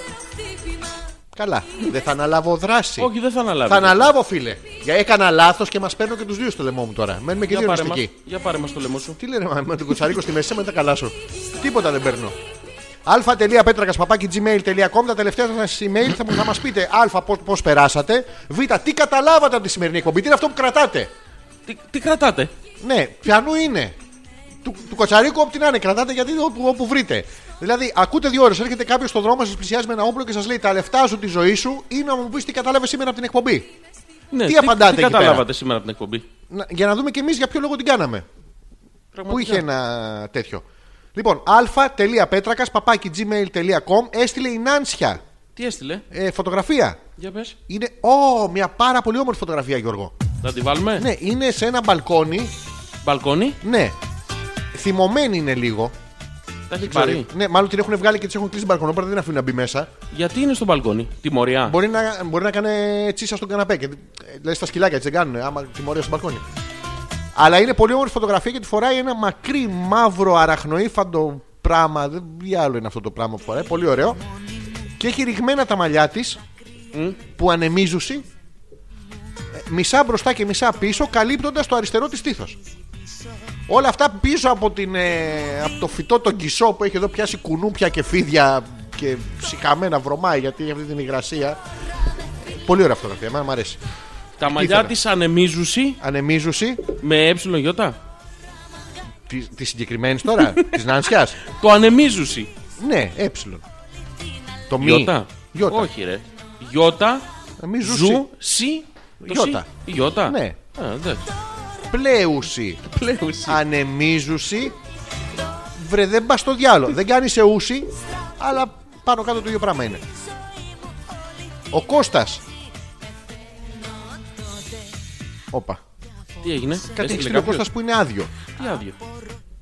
Speaker 2: Καλά. Δεν θα αναλάβω δράση.
Speaker 1: Όχι, δεν θα αναλάβει.
Speaker 2: θα αναλάβω, φίλε. Για έκανα λάθος και μας παίρνω και τους δύο στο λαιμό μου τώρα. Μένουμε και
Speaker 1: Για
Speaker 2: δύο
Speaker 1: πάρε, μας,
Speaker 2: νηστικοί.
Speaker 1: για πάρε μας το λαιμό σου.
Speaker 2: Τι λένε μα, με τον κουτσαρίκο στη μέση με τα καλά σου. Τίποτα δεν παίρνω. α.πέτρακα.gmail.com Τα τελευταία σας email θα, θα μας πείτε Α. Πώ περάσατε. Β. Τι καταλάβατε από τη σημερινή εκπομπή. Τι είναι αυτό που κρατάτε.
Speaker 1: Τι, τι κρατάτε.
Speaker 2: Ναι, πιανού είναι. Του, του κοτσαρίκου όπου την άνε, κρατάτε γιατί όπου, όπου βρείτε. Δηλαδή, ακούτε δύο ώρες, έρχεται κάποιος στον δρόμο, σας πλησιάζει με ένα όπλο και σας λέει τα λεφτά σου, τη ζωή σου ή να μου πεις τι κατάλαβες σήμερα από την εκπομπή.
Speaker 1: Ναι,
Speaker 2: Τι απαντάτε
Speaker 1: Τι
Speaker 2: εκεί
Speaker 1: καταλάβατε
Speaker 2: πέρα?
Speaker 1: σήμερα από την εκπομπή.
Speaker 2: Να- για να δούμε κι εμείς για ποιο λόγο την κάναμε. Που είχε ένα τέτοιο. Λοιπόν, α.πέτρακα παπάκι gmail.com έστειλε η Νάνσια
Speaker 1: Τι έστειλε.
Speaker 2: ε, φωτογραφία.
Speaker 1: Για πες.
Speaker 2: Είναι, ω, μια πάρα πολύ όμορφη φωτογραφία, Γιώργο.
Speaker 1: Θα τη βάλουμε.
Speaker 2: Ναι, είναι σε ένα μπαλκόνι.
Speaker 1: Μπαλκόνι.
Speaker 2: Ναι, θυμωμένη είναι λίγο.
Speaker 1: Τα έχει
Speaker 2: Ξέρω,
Speaker 1: πάρει.
Speaker 2: Ναι, μάλλον την έχουν βγάλει και τη έχουν κλείσει την μπαλκονόπαρα, δεν την αφήνουν να μπει μέσα.
Speaker 1: Γιατί είναι στο μπαλκόνι. Τιμωρία.
Speaker 2: Μπορεί να, μπορεί να κάνει τσίσα στον καναπέ. Και, ε, δηλαδή στα σκυλάκια έτσι δεν κάνουν, άμα τιμωρία στο μπαλκόνι. Αλλά είναι πολύ όμορφη φωτογραφία και τη φοράει ένα μακρύ μαύρο αραχνοήφαντο πράγμα. Δεν τι άλλο είναι αυτό το πράγμα που φοράει. Πολύ ωραίο. Και έχει ρηγμένα τα μαλλιά της που ανεμίζουση. ε, Μισά μπροστά και μισά πίσω, καλύπτοντας το αριστερό της τύθο. Όλα αυτά πίσω από, την, ε, από το φυτό τον κισό που έχει εδώ πιάσει κουνούπια και φίδια και σηκαμένα βρωμάει γιατί έχει αυτή την υγρασία. Πολύ ωραία φωτογραφία, εμένα μου αρέσει.
Speaker 1: Τα μαλλιά
Speaker 2: ήθελα.
Speaker 1: της ανεμίζουση
Speaker 2: Ανεμίζουση
Speaker 1: με ε
Speaker 2: τη της συγκεκριμένης
Speaker 1: *laughs*
Speaker 2: τώρα, της Νάνσιας.
Speaker 1: Το ανεμίζουση.
Speaker 2: Ναι, ε. Το μη.
Speaker 1: Γιώτα.
Speaker 2: Γιώτα.
Speaker 1: Όχι, ρε. Γιώτα.
Speaker 2: Ανεμίζουση.
Speaker 1: Ζου. Σι. το
Speaker 2: Γιώτα.
Speaker 1: σι. Γιώτα.
Speaker 2: Ναι.
Speaker 1: Α, εντάξει.
Speaker 2: Πλέουση.
Speaker 1: Πλέουση.
Speaker 2: Ανεμίζουση. Βρε, δεν πας στο διάλογο. δεν κάνεις σε ούση, αλλά πάνω κάτω το ίδιο πράγμα είναι. Ο Κώστας Όπα.
Speaker 1: Τι έγινε. Έστειλε
Speaker 2: Κάτι έχει στείλει ο
Speaker 1: κάποιος?
Speaker 2: Κώστας που είναι άδειο.
Speaker 1: Τι άδειο.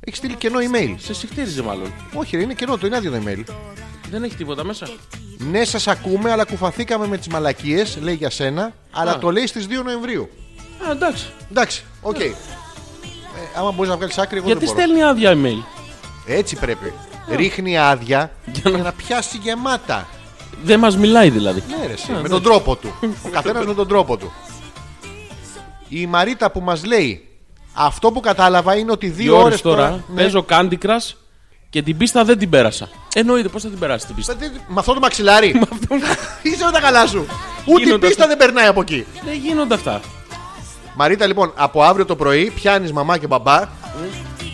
Speaker 2: Έχει στείλει κενό email.
Speaker 1: Σε συχτήριζε μάλλον.
Speaker 2: Όχι, ρε, είναι κενό, το είναι άδειο το email.
Speaker 1: Δεν έχει τίποτα μέσα.
Speaker 2: Ναι, σας ακούμε, αλλά κουφαθήκαμε με τις μαλακίες, λέει για σένα, αλλά
Speaker 1: Α.
Speaker 2: το λέει στις 2 Νοεμβρίου.
Speaker 1: Α, εντάξει.
Speaker 2: Εντάξει, οκ. Ε, άμα μπορείς να βγάλεις άκρη, εγώ
Speaker 1: Γιατί
Speaker 2: δεν μπορώ.
Speaker 1: στέλνει άδεια email.
Speaker 2: Έτσι πρέπει. Ρίχνει άδεια για να πιάσει γεμάτα.
Speaker 1: Δεν μας μιλάει δηλαδή.
Speaker 2: Ναι, ρε, εσύ, με τον τρόπο
Speaker 1: *laughs*
Speaker 2: του. Ο καθένας με τον τρόπο του. Η Μαρίτα που μας λέει, αυτό που κατάλαβα είναι ότι
Speaker 1: Δύο
Speaker 2: δύο ναι.
Speaker 1: ώρε
Speaker 2: ώρε
Speaker 1: τώρα παίζω Candy Crush και την πίστα δεν την πέρασα. Εννοείται πώς θα την περάσει την πίστα.
Speaker 2: Με Ναι. αυτό το
Speaker 1: *laughs*
Speaker 2: μαξιλάρι. Είσαι με τα καλά σου. Ούτε η
Speaker 1: Γίνονται
Speaker 2: πίστα
Speaker 1: αυτά.
Speaker 2: δεν περνάει από εκεί.
Speaker 1: Δεν γίνονται αυτά.
Speaker 2: Μαρίτα, λοιπόν, από αύριο το πρωί πιάνεις μαμά και μπαμπά.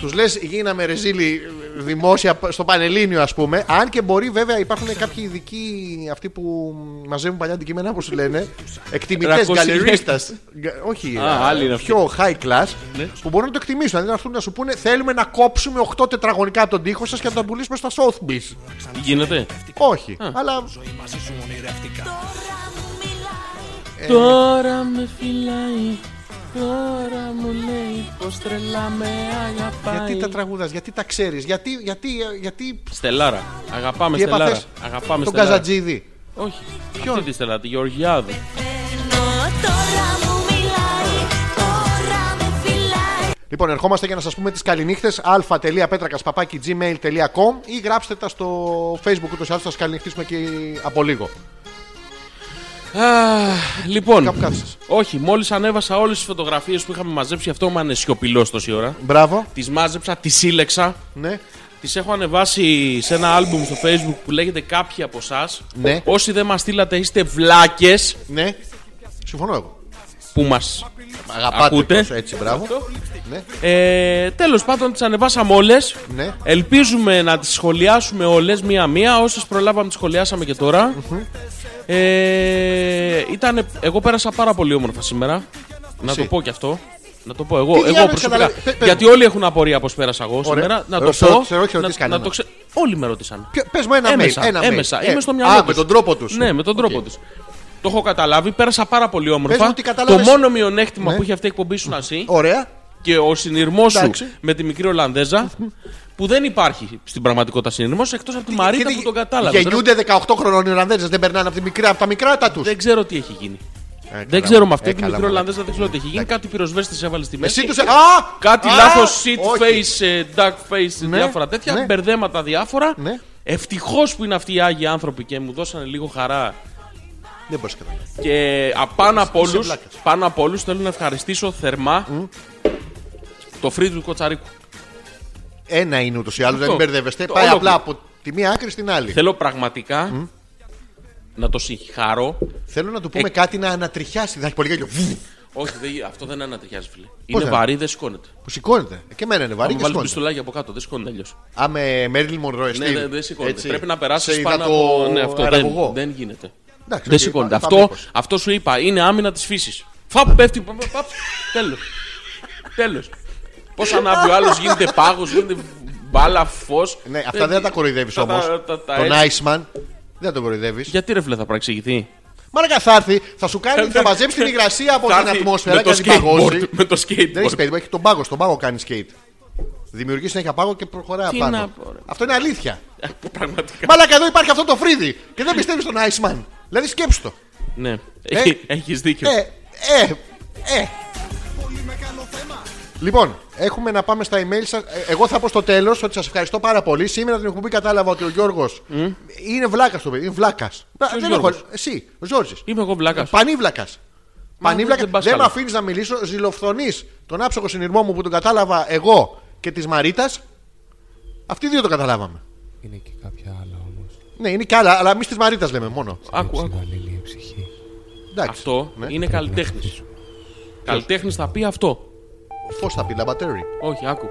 Speaker 2: Τους λες, γίναμε ρεζίλι δημόσια στο Πανελλήνιο, ας πούμε. Αν και μπορεί, βέβαια, υπάρχουν κάποιοι ειδικοί αυτοί που μαζεύουν παλιά αντικείμενα, όπως λένε. Εκτιμητές,
Speaker 1: Ρακοσιλιές.
Speaker 2: γκαλερίστα. Όχι,
Speaker 1: Α, άλλοι είναι αυτοί. Ναι.
Speaker 2: πιο high class, που μπορούν να το εκτιμήσουν. Δηλαδή να έρθουν να σου πούνε, θέλουμε να κόψουμε 8 τετραγωνικά από τον τοίχο σας και να τα πουλήσουμε στα Sotheby's.
Speaker 1: Γίνεται.
Speaker 2: Όχι, αλλά
Speaker 1: Τώρα με φυλάει. Τώρα μου λέει πως τρελά με αγαπάει.
Speaker 2: γιατί τα τραγουδά, γιατί τα ξέρεις, γιατί, γιατί, γιατί
Speaker 1: Στελάρα. Αγαπάμε
Speaker 2: Τι
Speaker 1: Στελάρα.
Speaker 2: έπαθες?
Speaker 1: Αγαπάμε
Speaker 2: τον
Speaker 1: Στελάρα.
Speaker 2: Καζατζίδη.
Speaker 1: Όχι. Ποιον? Αυτή τη Στελάρα, τη Γεωργιάδη.
Speaker 9: Τώρα μου μιλάει, τώρα με φυλάει.
Speaker 2: Λοιπόν, ερχόμαστε για να σας πούμε τις καληνύχτες α.πέτρακα.gmail.com ή γράψτε τα στο facebook ούτως ή άλλως θα σας καληνυχτήσουμε και από λίγο.
Speaker 1: Αχ, λοιπόν,
Speaker 2: Κάπου κάθισες.
Speaker 1: όχι, μόλις ανέβασα όλες τις φωτογραφίες που είχαμε μαζέψει, αυτό μου είναι σιωπηλό τόση ώρα.
Speaker 2: Μπράβο.
Speaker 1: Τις μάζεψα, τις σύλλεξα.
Speaker 2: Ναι.
Speaker 1: Τις έχω ανεβάσει σε ένα άλμπουμ στο facebook που λέγεται Κάποιοι από εσάς.
Speaker 2: Ναι.
Speaker 1: Όσοι δεν μας στείλατε, είστε βλάκες
Speaker 2: Ναι. Συμφωνώ εγώ.
Speaker 1: που μας.
Speaker 2: Αγαπάτε
Speaker 1: Ακούτε.
Speaker 2: τόσο, έτσι, μπράβο. Ναι.
Speaker 1: Ε, Τέλος πάντων, τις ανεβάσαμε όλες.
Speaker 2: Ναι.
Speaker 1: Ελπίζουμε να τις σχολιάσουμε όλες μία-μία. Όσες προλάβαμε, τις σχολιάσαμε και τωρα Ε, ήτανε, εγώ πέρασα πάρα πολύ όμορφα σήμερα. Να
Speaker 2: Εσύ.
Speaker 1: το πω κι αυτό. Να το πω εγώ,
Speaker 2: Τι
Speaker 1: εγώ
Speaker 2: διάλογο
Speaker 1: προσωπικά.
Speaker 2: καταλαβα- Πε- πες
Speaker 1: Γιατί όλοι έχουν απορία πώς πέρασα εγώ σήμερα. Να το
Speaker 2: Ρωτώ,
Speaker 1: πω.
Speaker 2: σε ρωτήσω,
Speaker 1: να,
Speaker 2: ρωτήσεις κανένα.
Speaker 1: να το ξε- Όλοι με ρωτήσανε.
Speaker 2: Ποιο- πες μου ένα
Speaker 1: Έμεσα,
Speaker 2: mail. Ένα mail.
Speaker 1: έμεσα.
Speaker 2: Ε,
Speaker 1: Είμαι στο μυαλό
Speaker 2: α,
Speaker 1: τους.
Speaker 2: με τον τρόπο τους.
Speaker 1: Ναι, με τον
Speaker 2: Οκ.
Speaker 1: τρόπο τους. Το έχω καταλάβει, πέρασα πάρα πολύ
Speaker 2: Πες
Speaker 1: όμορφα.
Speaker 2: μου τι κατάλαβες.
Speaker 1: Το μόνο μειονέκτημα
Speaker 2: Ναι.
Speaker 1: που είχε αυτή η εκπομπή σου να εσύ
Speaker 2: Ωραία.
Speaker 1: και ο συνειρμός σου
Speaker 2: Εντάξει.
Speaker 1: με τη μικρή Ολλανδέζα που δεν υπάρχει στην πραγματικότητα συνειρμό εκτός από τη Μαρίτα
Speaker 2: Γιατί
Speaker 1: που τον κατάλαβε.
Speaker 2: Γεννιούνται 18 χρονών οι Ολλανδέζες, δεν περνάνε από, τη μικρά, από τα Ε, μικρά τους.
Speaker 1: Δεν ξέρω τι έχει γίνει.
Speaker 2: Δεν,
Speaker 1: Δεν ξέρω με αυτή τη μικρή Ολλανδέζα, δεν ξέρω τι έχει γίνει. Κάτι πυροσβέστη έβαλε στη μέση.
Speaker 2: Εσύ τους. Α!
Speaker 1: Κάτι
Speaker 2: Α!
Speaker 1: λάθος shit
Speaker 2: Όχι.
Speaker 1: face, ε, duck face,
Speaker 2: Ναι,
Speaker 1: διάφορα τέτοια.
Speaker 2: ναι.
Speaker 1: Μπερδέματα διάφορα.
Speaker 2: Ναι.
Speaker 1: Ευτυχώς που είναι αυτοί οι άγιοι άνθρωποι και μου δώσανε λίγο χαρά.
Speaker 2: Δεν μπορείς να καταλάβεις.
Speaker 1: Και α, πάνω απ' όλους
Speaker 2: βλάκας.
Speaker 1: πάνω απ' όλους θέλω να ευχαριστήσω θερμά το Φρίδρου Κοτσαρίκου.
Speaker 2: Ένα είναι ούτως ή άλλως,
Speaker 1: Αυτό.
Speaker 2: δεν μπερδεύεστε.
Speaker 1: Το
Speaker 2: Πάει
Speaker 1: όλο-
Speaker 2: απλά από τη μία άκρη στην άλλη.
Speaker 1: Θέλω πραγματικά να το συγχαρώ.
Speaker 2: Θέλω να του πούμε
Speaker 1: Ε.
Speaker 2: κάτι να ανατριχιάσει. Θα έχει πολύ γέλιο. Βουβ,
Speaker 1: Όχι, δεν γι- αυτό δεν ανατριχιάζει, φίλε. Είναι
Speaker 2: να-
Speaker 1: βαρύ, δεν σηκώνεται.
Speaker 2: Που σηκώνεται. Ε, Και εμένα είναι βαρύ
Speaker 1: Αν
Speaker 2: και
Speaker 1: βάλει
Speaker 2: σηκώνεται. ε,
Speaker 1: πιστολάκι από κάτω, δεν σηκώνεται αλλιώς.
Speaker 2: Α, με Μέρλιν Μονρό,
Speaker 1: Ναι,
Speaker 2: Steve.
Speaker 1: δεν- δεν σηκώνεται.
Speaker 2: Έτσι.
Speaker 1: Πρέπει να
Speaker 2: Σε
Speaker 1: περάσει
Speaker 2: είδα
Speaker 1: πάνω
Speaker 2: το
Speaker 1: από. Ναι, αυτό
Speaker 2: αραβογό.
Speaker 1: δεν, δεν γίνεται.
Speaker 2: Εντάξει,
Speaker 1: Δεν
Speaker 2: οκ,
Speaker 1: σηκώνεται.
Speaker 2: πάμε
Speaker 1: Αυτό,
Speaker 2: μήπως.
Speaker 1: αυτό σου είπα είναι άμυνα της φύσης. Φαπ, πέφτει. παπ, παπ, Τέλο. Τέλο. Πώς ανάβει ο άλλος, γίνεται πάγος, γίνεται μπάλα, φως.
Speaker 2: Ναι, αυτά δεν τα κοροϊδεύεις όμω. Τον Iceman δεν τον κοροϊδεύεις.
Speaker 1: Γιατί ρε φίλε θα προεξηγηθεί.
Speaker 2: Μάλακα θα έρθει, θα σου κάνει, θα μαζέψει την υγρασία από
Speaker 1: Θα
Speaker 2: την
Speaker 1: έρθει
Speaker 2: ατμόσφαιρα
Speaker 1: με
Speaker 2: και
Speaker 1: το
Speaker 2: θα την παγώσει.
Speaker 1: skateboard. Με το
Speaker 2: Δεν έχει
Speaker 1: skateboard.
Speaker 2: παιδί, έχει τον πάγο. Στον πάγο κάνει skate. Δημιουργεί συνέχεια πάγο και προχωράει
Speaker 1: Τι να
Speaker 2: απάνω.
Speaker 1: πω, ρε.
Speaker 2: Αυτό είναι αλήθεια. *laughs*
Speaker 1: Πραγματικά.
Speaker 2: Μάλακα εδώ υπάρχει αυτό το φρύδι και δεν πιστεύεις στον Iceman. Δηλαδή σκέψου το.
Speaker 1: Ναι, έχει, έχεις δίκιο.
Speaker 2: Ε, ε, ε. Λοιπόν, έχουμε να πάμε στα email σας. Εγώ θα πω στο τέλος ότι σας ευχαριστώ πάρα πολύ. Σήμερα την εκπομπή κατάλαβα ότι ο Γιώργος είναι βλάκας το παιδί. Είναι βλάκας. Δεν έχω.
Speaker 1: Γιώργος?
Speaker 2: Εσύ, ο Ζόρζη.
Speaker 1: Είμαι εγώ
Speaker 2: Ε,
Speaker 1: βλάκας.
Speaker 2: Πανίβλακας.
Speaker 1: Μα
Speaker 2: Πανίβλακας.
Speaker 1: δεν πας
Speaker 2: Δεν με
Speaker 1: καλά.
Speaker 2: αφήνεις να μιλήσω. Ζηλοφθονείς τον άψογο συνειρμό μου που τον κατάλαβα εγώ και της Μαρίτας. Αυτοί οι δύο το καταλάβαμε.
Speaker 6: Είναι και κάποια άλλα όμως.
Speaker 2: Ναι, είναι κι άλλα, αλλά εμείς της Μαρίτας λέμε μόνο.
Speaker 1: Άκου, άκου.
Speaker 6: Ψυχαναλύει η ψυχή.
Speaker 2: Εντάξει.
Speaker 1: Αυτό
Speaker 2: ναι.
Speaker 1: είναι καλλιτέχνη. Καλλιτέχνης θα πει αυτό.
Speaker 2: Πώς θα πει, λαμπατέρι.
Speaker 1: Όχι, άκου.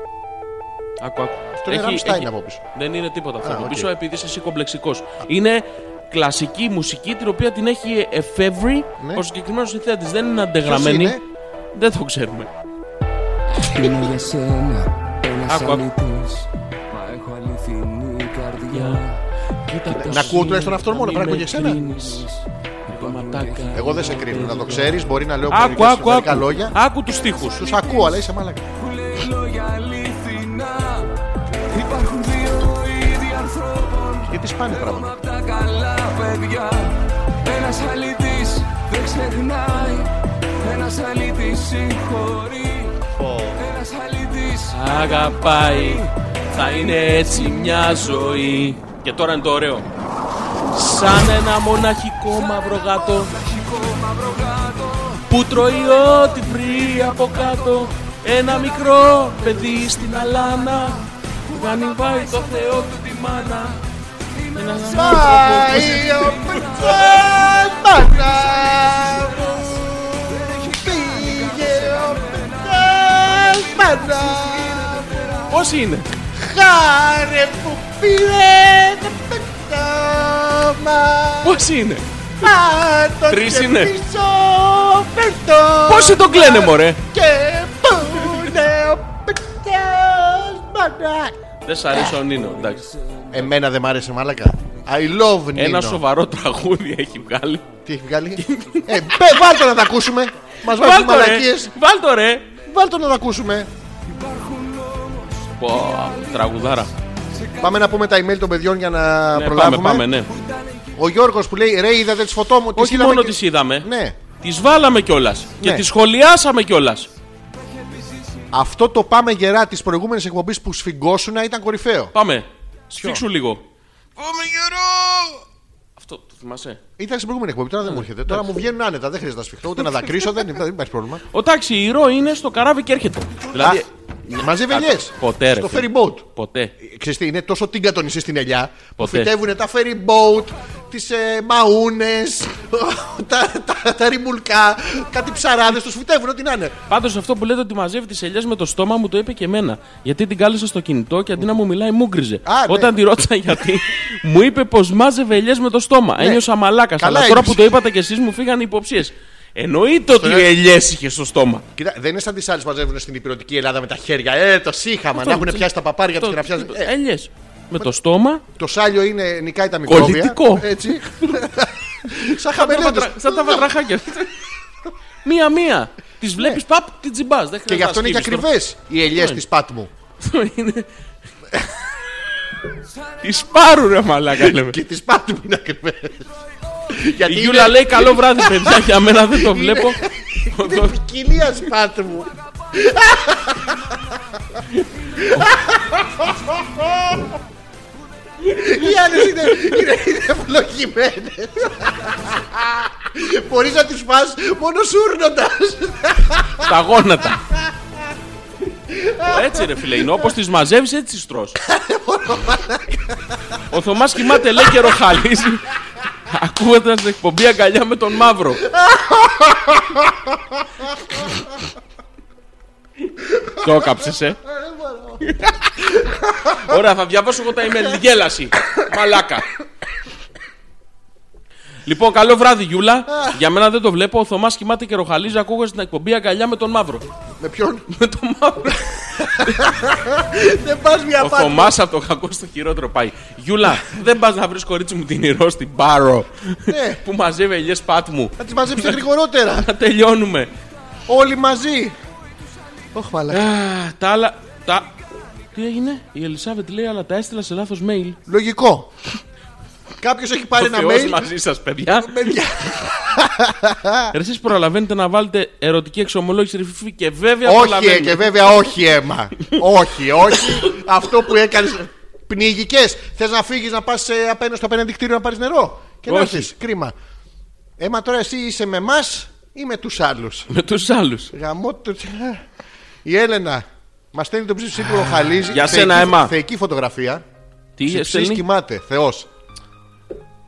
Speaker 1: Άκου, άκου.
Speaker 2: Αυτό είναι Rammstein από πίσω.
Speaker 1: Δεν είναι τίποτα αυτό.
Speaker 2: Α,
Speaker 1: από
Speaker 2: οκ.
Speaker 1: πίσω επειδή είσαι εσύ κομπλεξικός. Είναι κλασική μουσική την οποία την έχει εφεύρει
Speaker 2: Ναι.
Speaker 1: ο συγκεκριμένος συνθέτης. Δεν είναι αντεγραμμένη.
Speaker 2: είναι?
Speaker 1: Δεν το ξέρουμε.
Speaker 10: Είναι για σένα ένας
Speaker 1: Άκου, άκου.
Speaker 10: αλητής Μα έχω αληθινή καρδιά
Speaker 2: Να ακούω τουλάχιστον αυτόν μόνο, πρέπει να ακούω και εσένα. Λοιπόν.
Speaker 10: Πραγματάκα
Speaker 2: Εγώ δεν σε κρίνω. Να το ξέρεις, μπορεί να λέω
Speaker 1: Άκου, άκου,
Speaker 2: πολύ
Speaker 1: άκου.
Speaker 2: λόγια.
Speaker 1: Άκου τους τοίχου.
Speaker 2: Τους ακούω, αλλά είσαι μάλακα.
Speaker 10: Που λέει λόγια αληθινά Υπάρχουν δύο είδη ανθρώπων
Speaker 2: Γιατί σπάνε πράγματα.
Speaker 10: Απ' τα καλά παιδιά Ένας αλητής δεν ξεχνάει Ένας αλητής συγχωρεί Ένας αλητής
Speaker 1: Αγαπάει, θα είναι έτσι μια ζωή. Και τώρα είναι το ωραίο. Σαν ένα μοναχικό μαύρο γάτο που τρώει ό,τι βρει από κάτω. Ένα μικρό παιδί στην αλάνα που ανεβάει το θεό του τη μάνα. Ένας άνθρωπος
Speaker 2: Πάει ο πετσαμάνα μου Πήγε ο πετσαμάνα
Speaker 1: Πώς είναι.
Speaker 2: Χάρε που πήρε το πετσάμα
Speaker 1: Πώς είναι.
Speaker 2: Πάτο
Speaker 1: Τρεις
Speaker 2: και
Speaker 1: είναι.
Speaker 2: πίσω φερτό
Speaker 1: Πόσοι τον κλαίνε μωρέ.
Speaker 2: Και πού είναι ο πετσαμάνα
Speaker 1: Δεν σ' αρέσει ο Νίνο, εντάξει.
Speaker 2: Εμένα δεν μ' άρεσε μάλακα I love Nino
Speaker 1: Ένα σοβαρό τραγούδι έχει βγάλει.
Speaker 2: Τι έχει βγάλει Ε, μπε, βάλτε να τα ακούσουμε Μας βάζουν
Speaker 1: Βάλτο ρε!
Speaker 2: μαλακίες
Speaker 1: Βάλτο ρε!
Speaker 2: Βάλτε να τα ακούσουμε.
Speaker 1: Πω, τραγουδάρα.
Speaker 2: Πάμε να πούμε τα email των παιδιών για να
Speaker 1: Ναι, πάμε,
Speaker 2: προλάβουμε.
Speaker 1: πάμε, ναι.
Speaker 2: Ο Γιώργος που λέει ρε, είδατε τις φωτό μου. τις
Speaker 1: Όχι
Speaker 2: είδαμε
Speaker 1: μόνο
Speaker 2: και-
Speaker 1: τις είδαμε.
Speaker 2: Ναι.
Speaker 1: Τις βάλαμε κιόλας. Και
Speaker 2: Ναι.
Speaker 1: τις σχολιάσαμε κιόλας.
Speaker 2: Αυτό το πάμε γερά της προηγούμενης εκπομπής που σφιγγώσουνα ήταν κορυφαίο.
Speaker 1: Πάμε. Σφίξου λίγο. Πάμε γερό! Αυτό το θυμάσαι.
Speaker 2: Ήταν στην προηγούμενη εκπομπή, τώρα δεν μου
Speaker 1: Ναι.
Speaker 2: έρχεται. Τώρα μου βγαίνουν άνετα, δεν χρειάζεται να σφιχτώ ούτε να δακρύσω, δεν, δεν υπάρχει πρόβλημα.
Speaker 1: Ο τάξη, η ρο είναι στο καράβι και έρχεται. Δηλαδή.
Speaker 2: Α, μαζί βελιές.
Speaker 1: Ποτέ, ρε
Speaker 2: Στο
Speaker 1: φίλε.
Speaker 2: ferry boat.
Speaker 1: Ποτέ.
Speaker 2: Ξέρεις τι, είναι τόσο τίγκα το νησί στην ελιά που
Speaker 1: Ποτέ.
Speaker 2: φυτεύουν τα ferry boat, τις ε, μαούνες, *laughs* τα, τα, τα ρημουλκά, κάτι ψαράδες, τους φυτεύουν ό,τι να είναι.
Speaker 1: Πάντως αυτό που λέτε ότι μαζεύει τις ελιές με το στόμα μου το είπε και εμένα. Γιατί την κάλεσα στο κινητό και αντί να μου μιλάει, μου γκριζε.
Speaker 2: Α, ναι.
Speaker 1: Όταν τη ρώτησα γιατί, μου είπε πως μάζευε ελιές με το στόμα. Ένιωσα μαλάκας.
Speaker 2: Ναι. Καλά
Speaker 1: Αλλά τώρα
Speaker 2: ένιωσε.
Speaker 1: που το είπατε κι εσείς μου φύγανε οι υποψίες. Εννοείται ότι
Speaker 2: ε-
Speaker 1: ελιές είχε στο στόμα.
Speaker 2: Κοίτα, δεν είναι σαν τις άλλες που μαζεύουν στην υπηρετική Ελλάδα με τα χέρια. Ε, το σύχαμα να έχουν πιάσει τα παπάρια τους και να πιάσουν. Ε,
Speaker 1: Ελιές. με το στόμα.
Speaker 2: Το σάλιο είναι, νικάει τα μικρόβια.
Speaker 1: Κολλητικό. *laughs*
Speaker 2: Έτσι. Σαν
Speaker 1: Σαν τα
Speaker 2: χαμελέτες.
Speaker 1: βατρα- Σαν τα βατραχάκια. Μία-μία. Τι βλέπεις, παπ, την τζιμπά.
Speaker 2: Ναι. Και γι' αυτό είναι και ακριβές οι ελιές
Speaker 1: Ναι.
Speaker 2: της Πάτμου.
Speaker 1: *laughs* Τι σπάρουν, ρε μαλάκα λέμε.
Speaker 2: Και τη Πάτμου είναι ακριβές. Γιατί
Speaker 1: Η Γιούλα λέει καλό βράδυ, παιδιά. Για μένα δεν το βλέπω.
Speaker 2: είναι ποικιλία Πάτμου. Οι άλλες είναι, είναι, είναι ευλογημένες. Μπορείς να τις φας μόνο σούρνοντας.
Speaker 1: Τα γόνατα. Έτσι ρε φίλε, είναι όπως τις μαζεύεις έτσι τις τρως. Ο Θωμάς κοιμάται λέει και ροχαλίζει. Ακούγοντας την εκπομπή αγκαλιά με τον Μαύρο. Το κάψες, ε. Ωραία, θα διαβάσω εγώ τα email. Γέλαση. Μαλάκα. Λοιπόν, καλό βράδυ, Γιούλα. Για μένα δεν το βλέπω. Ο Θωμάς κοιμάται και ροχαλίζει ακούγοντας την εκπομπή αγκαλιά με τον Μαύρο.
Speaker 2: Με ποιον
Speaker 1: Με τον Μαύρο.
Speaker 2: δεν πας μια
Speaker 1: Ο
Speaker 2: Πάτμου.
Speaker 1: Θωμάς από το κακό στο χειρότερο πάει. Γιούλα, δεν πας να βρεις κορίτσι μου την ηρώ στην πάρο.
Speaker 2: Ναι.
Speaker 1: που μαζεύει ελιές πάτμου.
Speaker 2: Θα τις μαζέψετε γρηγορότερα.
Speaker 1: Να τελειώνουμε.
Speaker 2: Όλοι μαζί. Ωχ, μαλακά.
Speaker 1: Α, τα άλλα. Τα... Τι έγινε, η Ελισάβετ λέει, αλλά τα έστειλα σε λάθος mail.
Speaker 2: Λογικό. Κάποιος έχει πάρει
Speaker 1: Ο
Speaker 2: ένα
Speaker 1: Θεός
Speaker 2: mail.
Speaker 1: μαζί σας, παιδιά.
Speaker 2: Παιδιά, *laughs*
Speaker 1: Εσείς προλαβαίνετε να βάλετε ερωτική εξομολόγηση ρηφιφή και βέβαια
Speaker 2: όχι, ε,
Speaker 1: προλαβαίνετε.
Speaker 2: και βέβαια όχι,
Speaker 1: *laughs*
Speaker 2: αίμα. όχι, όχι. Αυτό που έκανες. Πνιγικέ. Θες να φύγεις να πας απέναντι στο απέναντι κτίριο να πάρεις νερό. Και να
Speaker 1: Όχι.
Speaker 2: έρθεις. Κρίμα. Έμα τώρα εσύ είσαι με εμάς ή με τους άλλους.
Speaker 1: Με τους άλλους.
Speaker 2: Γαμό το. Η Έλενα μας στέλνει το ψήφι που χαλίζει.
Speaker 1: Για σένα, Έμα.
Speaker 2: Θεϊκή φωτογραφία.
Speaker 1: Τι
Speaker 2: Ψήφι
Speaker 1: έστελνε.
Speaker 2: κοιμάται. Θεό.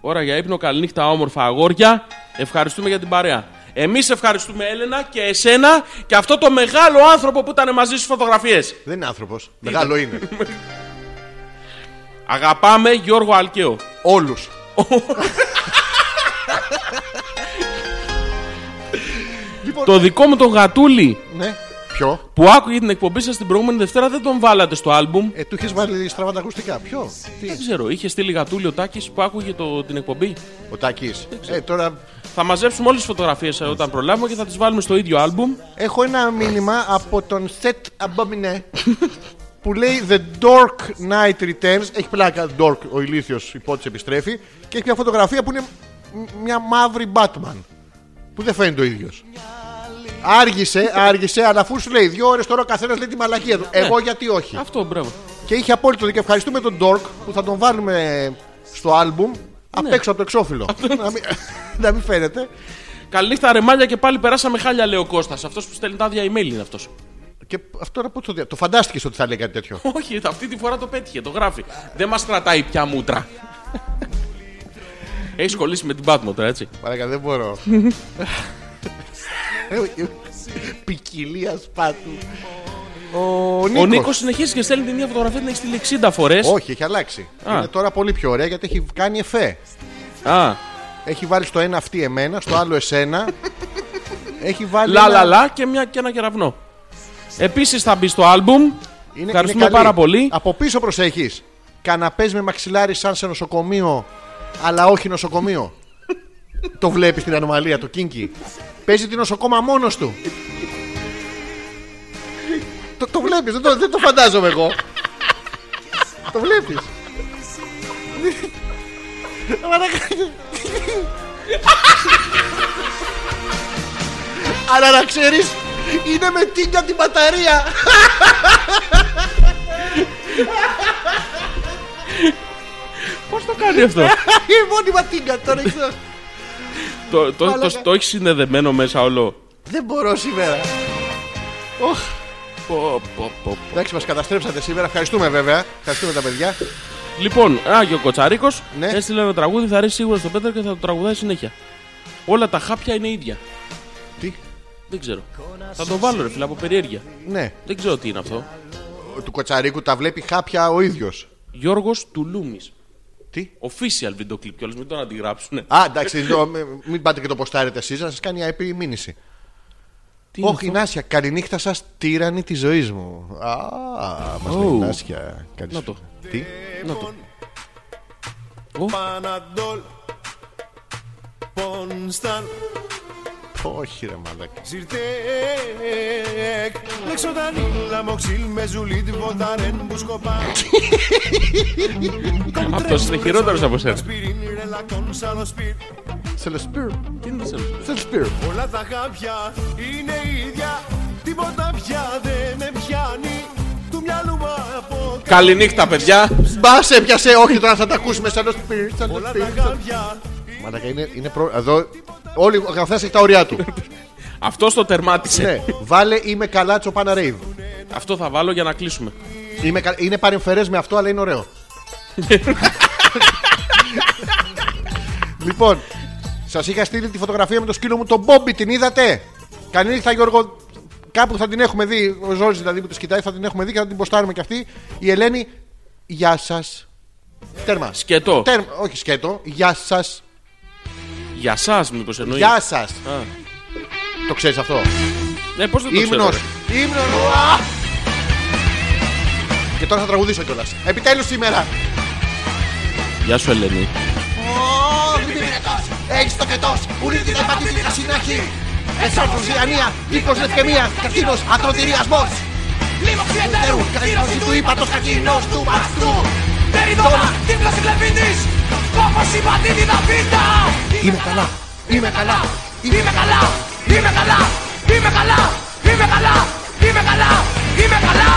Speaker 1: Ώρα για ύπνο, καληνύχτα όμορφα αγόρια. Ευχαριστούμε για την παρέα. Εμείς ευχαριστούμε, Έλενα, και εσένα και αυτό το μεγάλο άνθρωπο που ήταν μαζί στι φωτογραφίες.
Speaker 2: Δεν είναι άνθρωπος. Μεγάλο είναι.
Speaker 1: *laughs* Αγαπάμε Γιώργο Αλκαίο.
Speaker 2: Όλους.
Speaker 1: *laughs* Το δικό μου τον γατούλι
Speaker 2: Λοιπόν, Ναι. Ποιο.
Speaker 1: που άκουγε την εκπομπή σας την προηγούμενη Δευτέρα δεν τον βάλατε στο άλμπουμ.
Speaker 2: Ε, του είχες βάλει στραβά τα ακουστικά. Ποιο.
Speaker 1: Δεν ξέρω, είχε στείλει γατούλι ο Τάκης που άκουγε το, την εκπομπή.
Speaker 2: Ο Τάκης. Ε, τώρα
Speaker 1: Θα μαζέψουμε όλες τις φωτογραφίες ε, όταν προλάβουμε και θα τις βάλουμε στο ίδιο άλμπουμ.
Speaker 2: Έχω ένα μήνυμα από τον Σετ Αμπαμινέ που λέει The Dork Knight Returns. Έχει πλάκα Dork, ο ηλίθιος υπότη επιστρέφει. Και έχει μια φωτογραφία που είναι μ- μια μαύρη Batman. Που δεν φαίνεται ο ίδιος. Άργησε, άργησε, αλλά αφού σου λέει δύο ώρες τώρα ο καθένας λέει τη μαλακία του. Εγώ γιατί όχι.
Speaker 1: Αυτό, μπράβο.
Speaker 2: Και είχε απόλυτο δίκιο. Ευχαριστούμε τον Dork που θα τον βάλουμε στο άλμπουμ απ' έξω από το εξώφυλλο. να, μην, *laughs* να μην φαίνεται.
Speaker 1: Καληνύχτα, ρεμάλια και πάλι περάσαμε χάλια, λέει ο Κώστας. Αυτός που στέλνει τα άδεια email είναι αυτός.
Speaker 2: Και αυτό να πω το, δια- το φαντάστηκες ότι θα λέει κάτι τέτοιο.
Speaker 1: *laughs* Όχι, αυτή τη φορά το πέτυχε, το γράφει. Δεν μας κρατάει πια μούτρα. Έχει κολλήσει με την Πάτμο τώρα, έτσι.
Speaker 2: Παρακαλώ, δεν μπορώ. Ποικιλία σπάτου. Ο
Speaker 1: Ο
Speaker 2: Νίκος.
Speaker 1: Νίκος συνεχίζει και στέλνει την ίδια φωτογραφία, την έχει στείλει 60 φορές.
Speaker 2: Όχι, έχει αλλάξει.
Speaker 1: Α.
Speaker 2: Είναι τώρα πολύ πιο ωραία γιατί έχει κάνει εφέ.
Speaker 1: Α,
Speaker 2: Έχει βάλει στο ένα αυτή εμένα, στο άλλο εσένα. έχει βάλει.
Speaker 1: λα
Speaker 2: ένα-
Speaker 1: λα λα και, μια, και ένα κεραυνό. Επίσης θα μπει στο άλμπουμ.
Speaker 2: Είναι-
Speaker 1: Ευχαριστούμε
Speaker 2: είναι καλή.
Speaker 1: πάρα πολύ.
Speaker 2: Από πίσω προσέχεις. Καναπές με μαξιλάρι σαν σε νοσοκομείο, αλλά
Speaker 1: *laughs*
Speaker 2: όχι νοσοκομείο. το βλέπεις την ανομαλία, το κίνκι. Παίζει την νοσοκόμα μόνος του. το το βλέπεις, δεν, το- δεν το φαντάζομαι εγώ. το βλέπεις. Αλλά να ξέρεις Είναι με τίνια την μπαταρία
Speaker 1: Πώς το *laughs* κάνει αυτό.
Speaker 2: *laughs* Η μόνιμα τίνια τώρα ξέρω.
Speaker 1: το, το, το,
Speaker 2: Μαλάκα.
Speaker 1: το, έχεις συνδεδεμένο μέσα όλο.
Speaker 2: Δεν μπορώ σήμερα Οχ.
Speaker 1: Πω, πω, πω.
Speaker 2: Εντάξει μας καταστρέψατε σήμερα Ευχαριστούμε βέβαια Ευχαριστούμε τα παιδιά
Speaker 1: Λοιπόν, Άγιο Κοτσαρίκο
Speaker 2: Ναι.
Speaker 1: έστειλε ένα τραγούδι, θα αρέσει σίγουρα στον Πέτρο και θα το τραγουδάει συνέχεια. Όλα τα χάπια είναι ίδια.
Speaker 2: Τι?
Speaker 1: Δεν ξέρω. Θα το βάλω ρε φίλε από περιέργεια.
Speaker 2: Ναι
Speaker 1: Δεν ξέρω τι είναι αυτό.
Speaker 2: Του Κοτσαρίκου τα βλέπει χάπια ο ίδιος
Speaker 1: Γιώργος Τουλούμης.
Speaker 2: Τι?
Speaker 1: Official βίντεο κλειπ κιόλας, μην τον αντιγράψουνε.
Speaker 2: Α εντάξει το- μην πάτε και το ποστάρετε εσείς Να σας κάνει IP μήνυση
Speaker 1: είναι
Speaker 2: Όχι,
Speaker 1: αυτό?
Speaker 2: Νάσια, καληνύχτα σας, τύρανη της ζωής μου. Α, μας λέει
Speaker 1: Ου.
Speaker 2: Νάσια. Κάτι
Speaker 1: Να
Speaker 2: σου-
Speaker 1: το.
Speaker 2: Τι.
Speaker 1: Να το.
Speaker 5: Panadol Ponstan
Speaker 2: Όχι, ρε μαλάκα.
Speaker 5: Zirtek Lexotan Lamoxil Mezulit Votaren Buscopan
Speaker 1: Αυτό είναι χειρότερο από σένα.
Speaker 5: Aspirin Relacton Salospir
Speaker 2: Σελεσπίρ.
Speaker 1: Τι είναι αυτό.
Speaker 2: Σελεσπίρ.
Speaker 5: Όλα τα χάπια είναι ίδια Τίποτα πια δεν με πιάνει Του μυαλού μου από
Speaker 1: Καληνύχτα, παιδιά.
Speaker 2: Μπα σε πιασέ, όχι τώρα θα τα ακούσουμε. Σελεσπίρ.
Speaker 5: Όλα
Speaker 2: Σελεσπίρ.
Speaker 5: τα χάπια
Speaker 2: Μαλάκα, είναι, είναι προ... Εδώ, όλοι, ο καθένας έχει τα ωριά *laughs* του.
Speaker 1: Αυτό το τερμάτισε.
Speaker 2: ναι, βάλε είμαι καλά τσοπάνα ρέιβ.
Speaker 1: Αυτό θα βάλω για να κλείσουμε.
Speaker 2: Είμαι, κα- είναι παρεμφερές με αυτό, αλλά είναι *laughs* ωραίο. λοιπόν, σας είχα στείλει τη φωτογραφία με το σκύλο μου τον Μπόμπι, την είδατε. Καλή νύχτα, Γιώργο. Κάπου θα την έχουμε δει. Ο Ζόρις δηλαδή που τη κοιτάει θα την έχουμε δει και θα την ποστάρουμε κι αυτή. Η Ελένη, γεια σας. Τέρμα.
Speaker 1: Σκετό.
Speaker 2: Τέρμα. Όχι σκέτο. Γεια σας.
Speaker 1: Για σας μήπως εννοείς.
Speaker 2: Γεια σα. Το ξέρεις αυτό.
Speaker 1: Ναι, πώς δεν το ξέρω.
Speaker 2: Ήμνο.
Speaker 1: ρε.
Speaker 2: Ήμνο. Και τώρα θα τραγουδήσω κιόλας. Επιτέλους σήμερα.
Speaker 1: Γεια σου, Ελένη.
Speaker 2: Έχεις το κετός, ουρή την επατήτη κασινάχη. Εξάρτηση διανία, ύπος λευκαιμία, καρκίνο, ακροτηριασμός.
Speaker 7: Λίμωξη εταίρου,
Speaker 2: Καρκίνωση του ύπατο, καρκίνο του μαστού.
Speaker 7: περιδόνα, τύπλος εκλεβίτης Κόκκος η πατήτητα πίτα
Speaker 2: Είμαι καλά, είμαι καλά,
Speaker 7: Είμαι καλά, είμαι καλά, είμαι καλά, είμαι καλά, είμαι καλά, είμαι καλά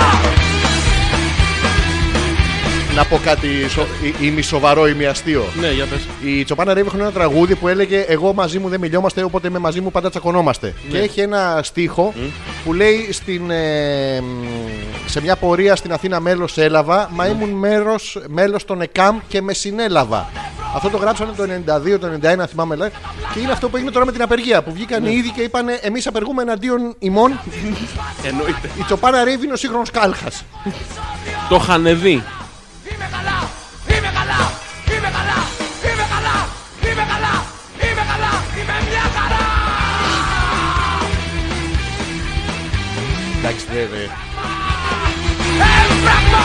Speaker 2: Να πω κάτι, σο- ή- είμαι σοβαρό, είμαι αστείο.
Speaker 1: Ναι, για πες.
Speaker 2: Οι Τσοπάνα Ρεύη έχουν ένα τραγούδι που έλεγε Εγώ μαζί μου δεν μιλιόμαστε, οπότε με μαζί μου πάντα τσακωνόμαστε. Και έχει ένα στίχο που λέει στην, ε, μ, σε μια πορεία στην Αθήνα μέλος έλαβα, μα ήμουν μέρος, μέλος των ΕΚΑΜ και με συνέλαβα. Αυτό το γράψανε το 92, το 91, αν θυμάμαι. λέει. Και είναι αυτό που έγινε τώρα με την απεργία. Που βγήκαν οι ίδιοι και είπαν Εμείς απεργούμε εναντίον ημών.
Speaker 1: Εννοείται.
Speaker 2: Η Τσοπάνα Ρεύη είναι ο σύγχρονος κάλχας.
Speaker 1: Το είχαν δει.
Speaker 7: Είμαι καλά, είμαι καλά, είμαι καλά, είμαι καλά, είμαι καλά, είμαι καλά, είμαι μια χαρά.
Speaker 2: Εντάξει, βέβαια.
Speaker 7: Έμπραγμα,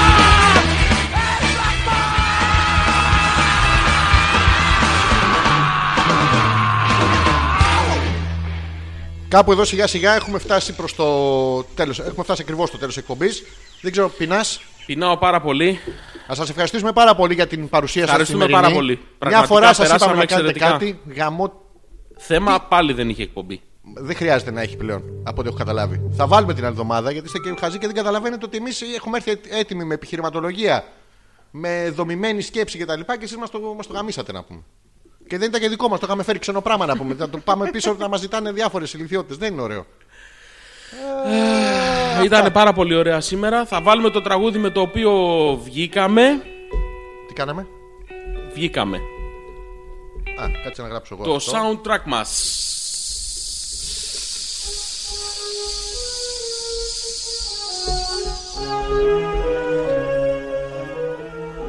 Speaker 2: Κάπου εδώ σιγά σιγά έχουμε φτάσει προς το τέλος. Έχουμε φτάσει ακριβώς στο τέλος εκπομπής. Δεν ξέρω, πεινάς.
Speaker 1: Πεινάω πάρα πολύ.
Speaker 2: Να σας ευχαριστήσουμε πάρα πολύ για την παρουσία σας.
Speaker 1: Ευχαριστούμε πάρα πολύ.
Speaker 2: Μια
Speaker 1: Πραγματικά
Speaker 2: φορά σας είπαμε
Speaker 1: περάσαμε
Speaker 2: να κάνετε κάτι.
Speaker 1: εξαιρετικά.
Speaker 2: Γαμό...
Speaker 1: Θέμα πάλι δεν είχε εκπομπή.
Speaker 2: Δεν χρειάζεται να έχει πλέον, από ό,τι έχω καταλάβει. Θα βάλουμε την άλλη εβδομάδα γιατί είστε και χαζοί και δεν καταλαβαίνετε ότι εμείς έχουμε έρθει έτοιμοι με επιχειρηματολογία, με δομημένη σκέψη κτλ. Και, τα λοιπά και εσείς μας το, μας το γαμίσατε να πούμε. Και δεν ήταν και δικό μας, το είχαμε φέρει ξένο πράγμα να πούμε. να το πάμε πίσω να μας ζητάνε διάφορες ηλικιότητες. Δεν είναι ωραίο.
Speaker 1: Ήταν πάρα πολύ ωραία σήμερα. Θα βάλουμε το τραγούδι με το οποίο βγήκαμε.
Speaker 2: Τι κάναμε.
Speaker 1: Βγήκαμε.
Speaker 2: Α, κάτσε να γράψω εγώ.
Speaker 1: Το
Speaker 2: αυτό.
Speaker 1: soundtrack μας.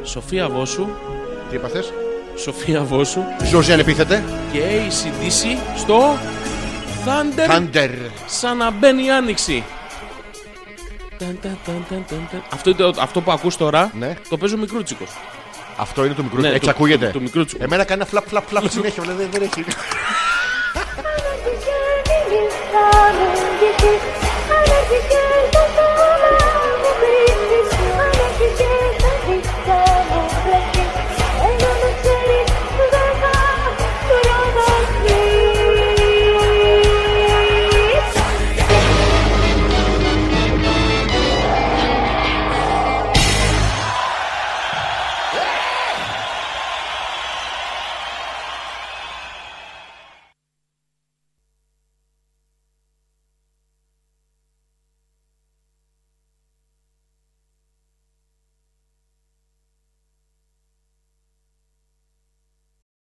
Speaker 1: Σοφία Βόσου,
Speaker 2: Τι είπα θες?
Speaker 1: Σοφία Βόσου
Speaker 2: Ζωζή ανεπίθεται.
Speaker 1: και ACDC στο Thunder
Speaker 2: Thunder.
Speaker 1: σαν να μπαίνει η άνοιξη. Ταν, ταν, ταν, ταν, ταν, ταν. Αυτό, είναι το- αυτό που ακούς τώρα
Speaker 2: Ναι.
Speaker 1: το παίζω μικρούτσικος.
Speaker 2: Αυτό είναι το μικρού.
Speaker 1: Ναι,
Speaker 2: Έτσι
Speaker 1: του-
Speaker 2: ακούγεται.
Speaker 1: του μικρούτσικου.
Speaker 2: Εμένα κάνει ένα φλαπ φλαπ *laughs* φλαπ συνέχεια. αλλά δεν- δεν έχει.
Speaker 9: Αναζητιάνει η γη, αναζητιάνει το σώμα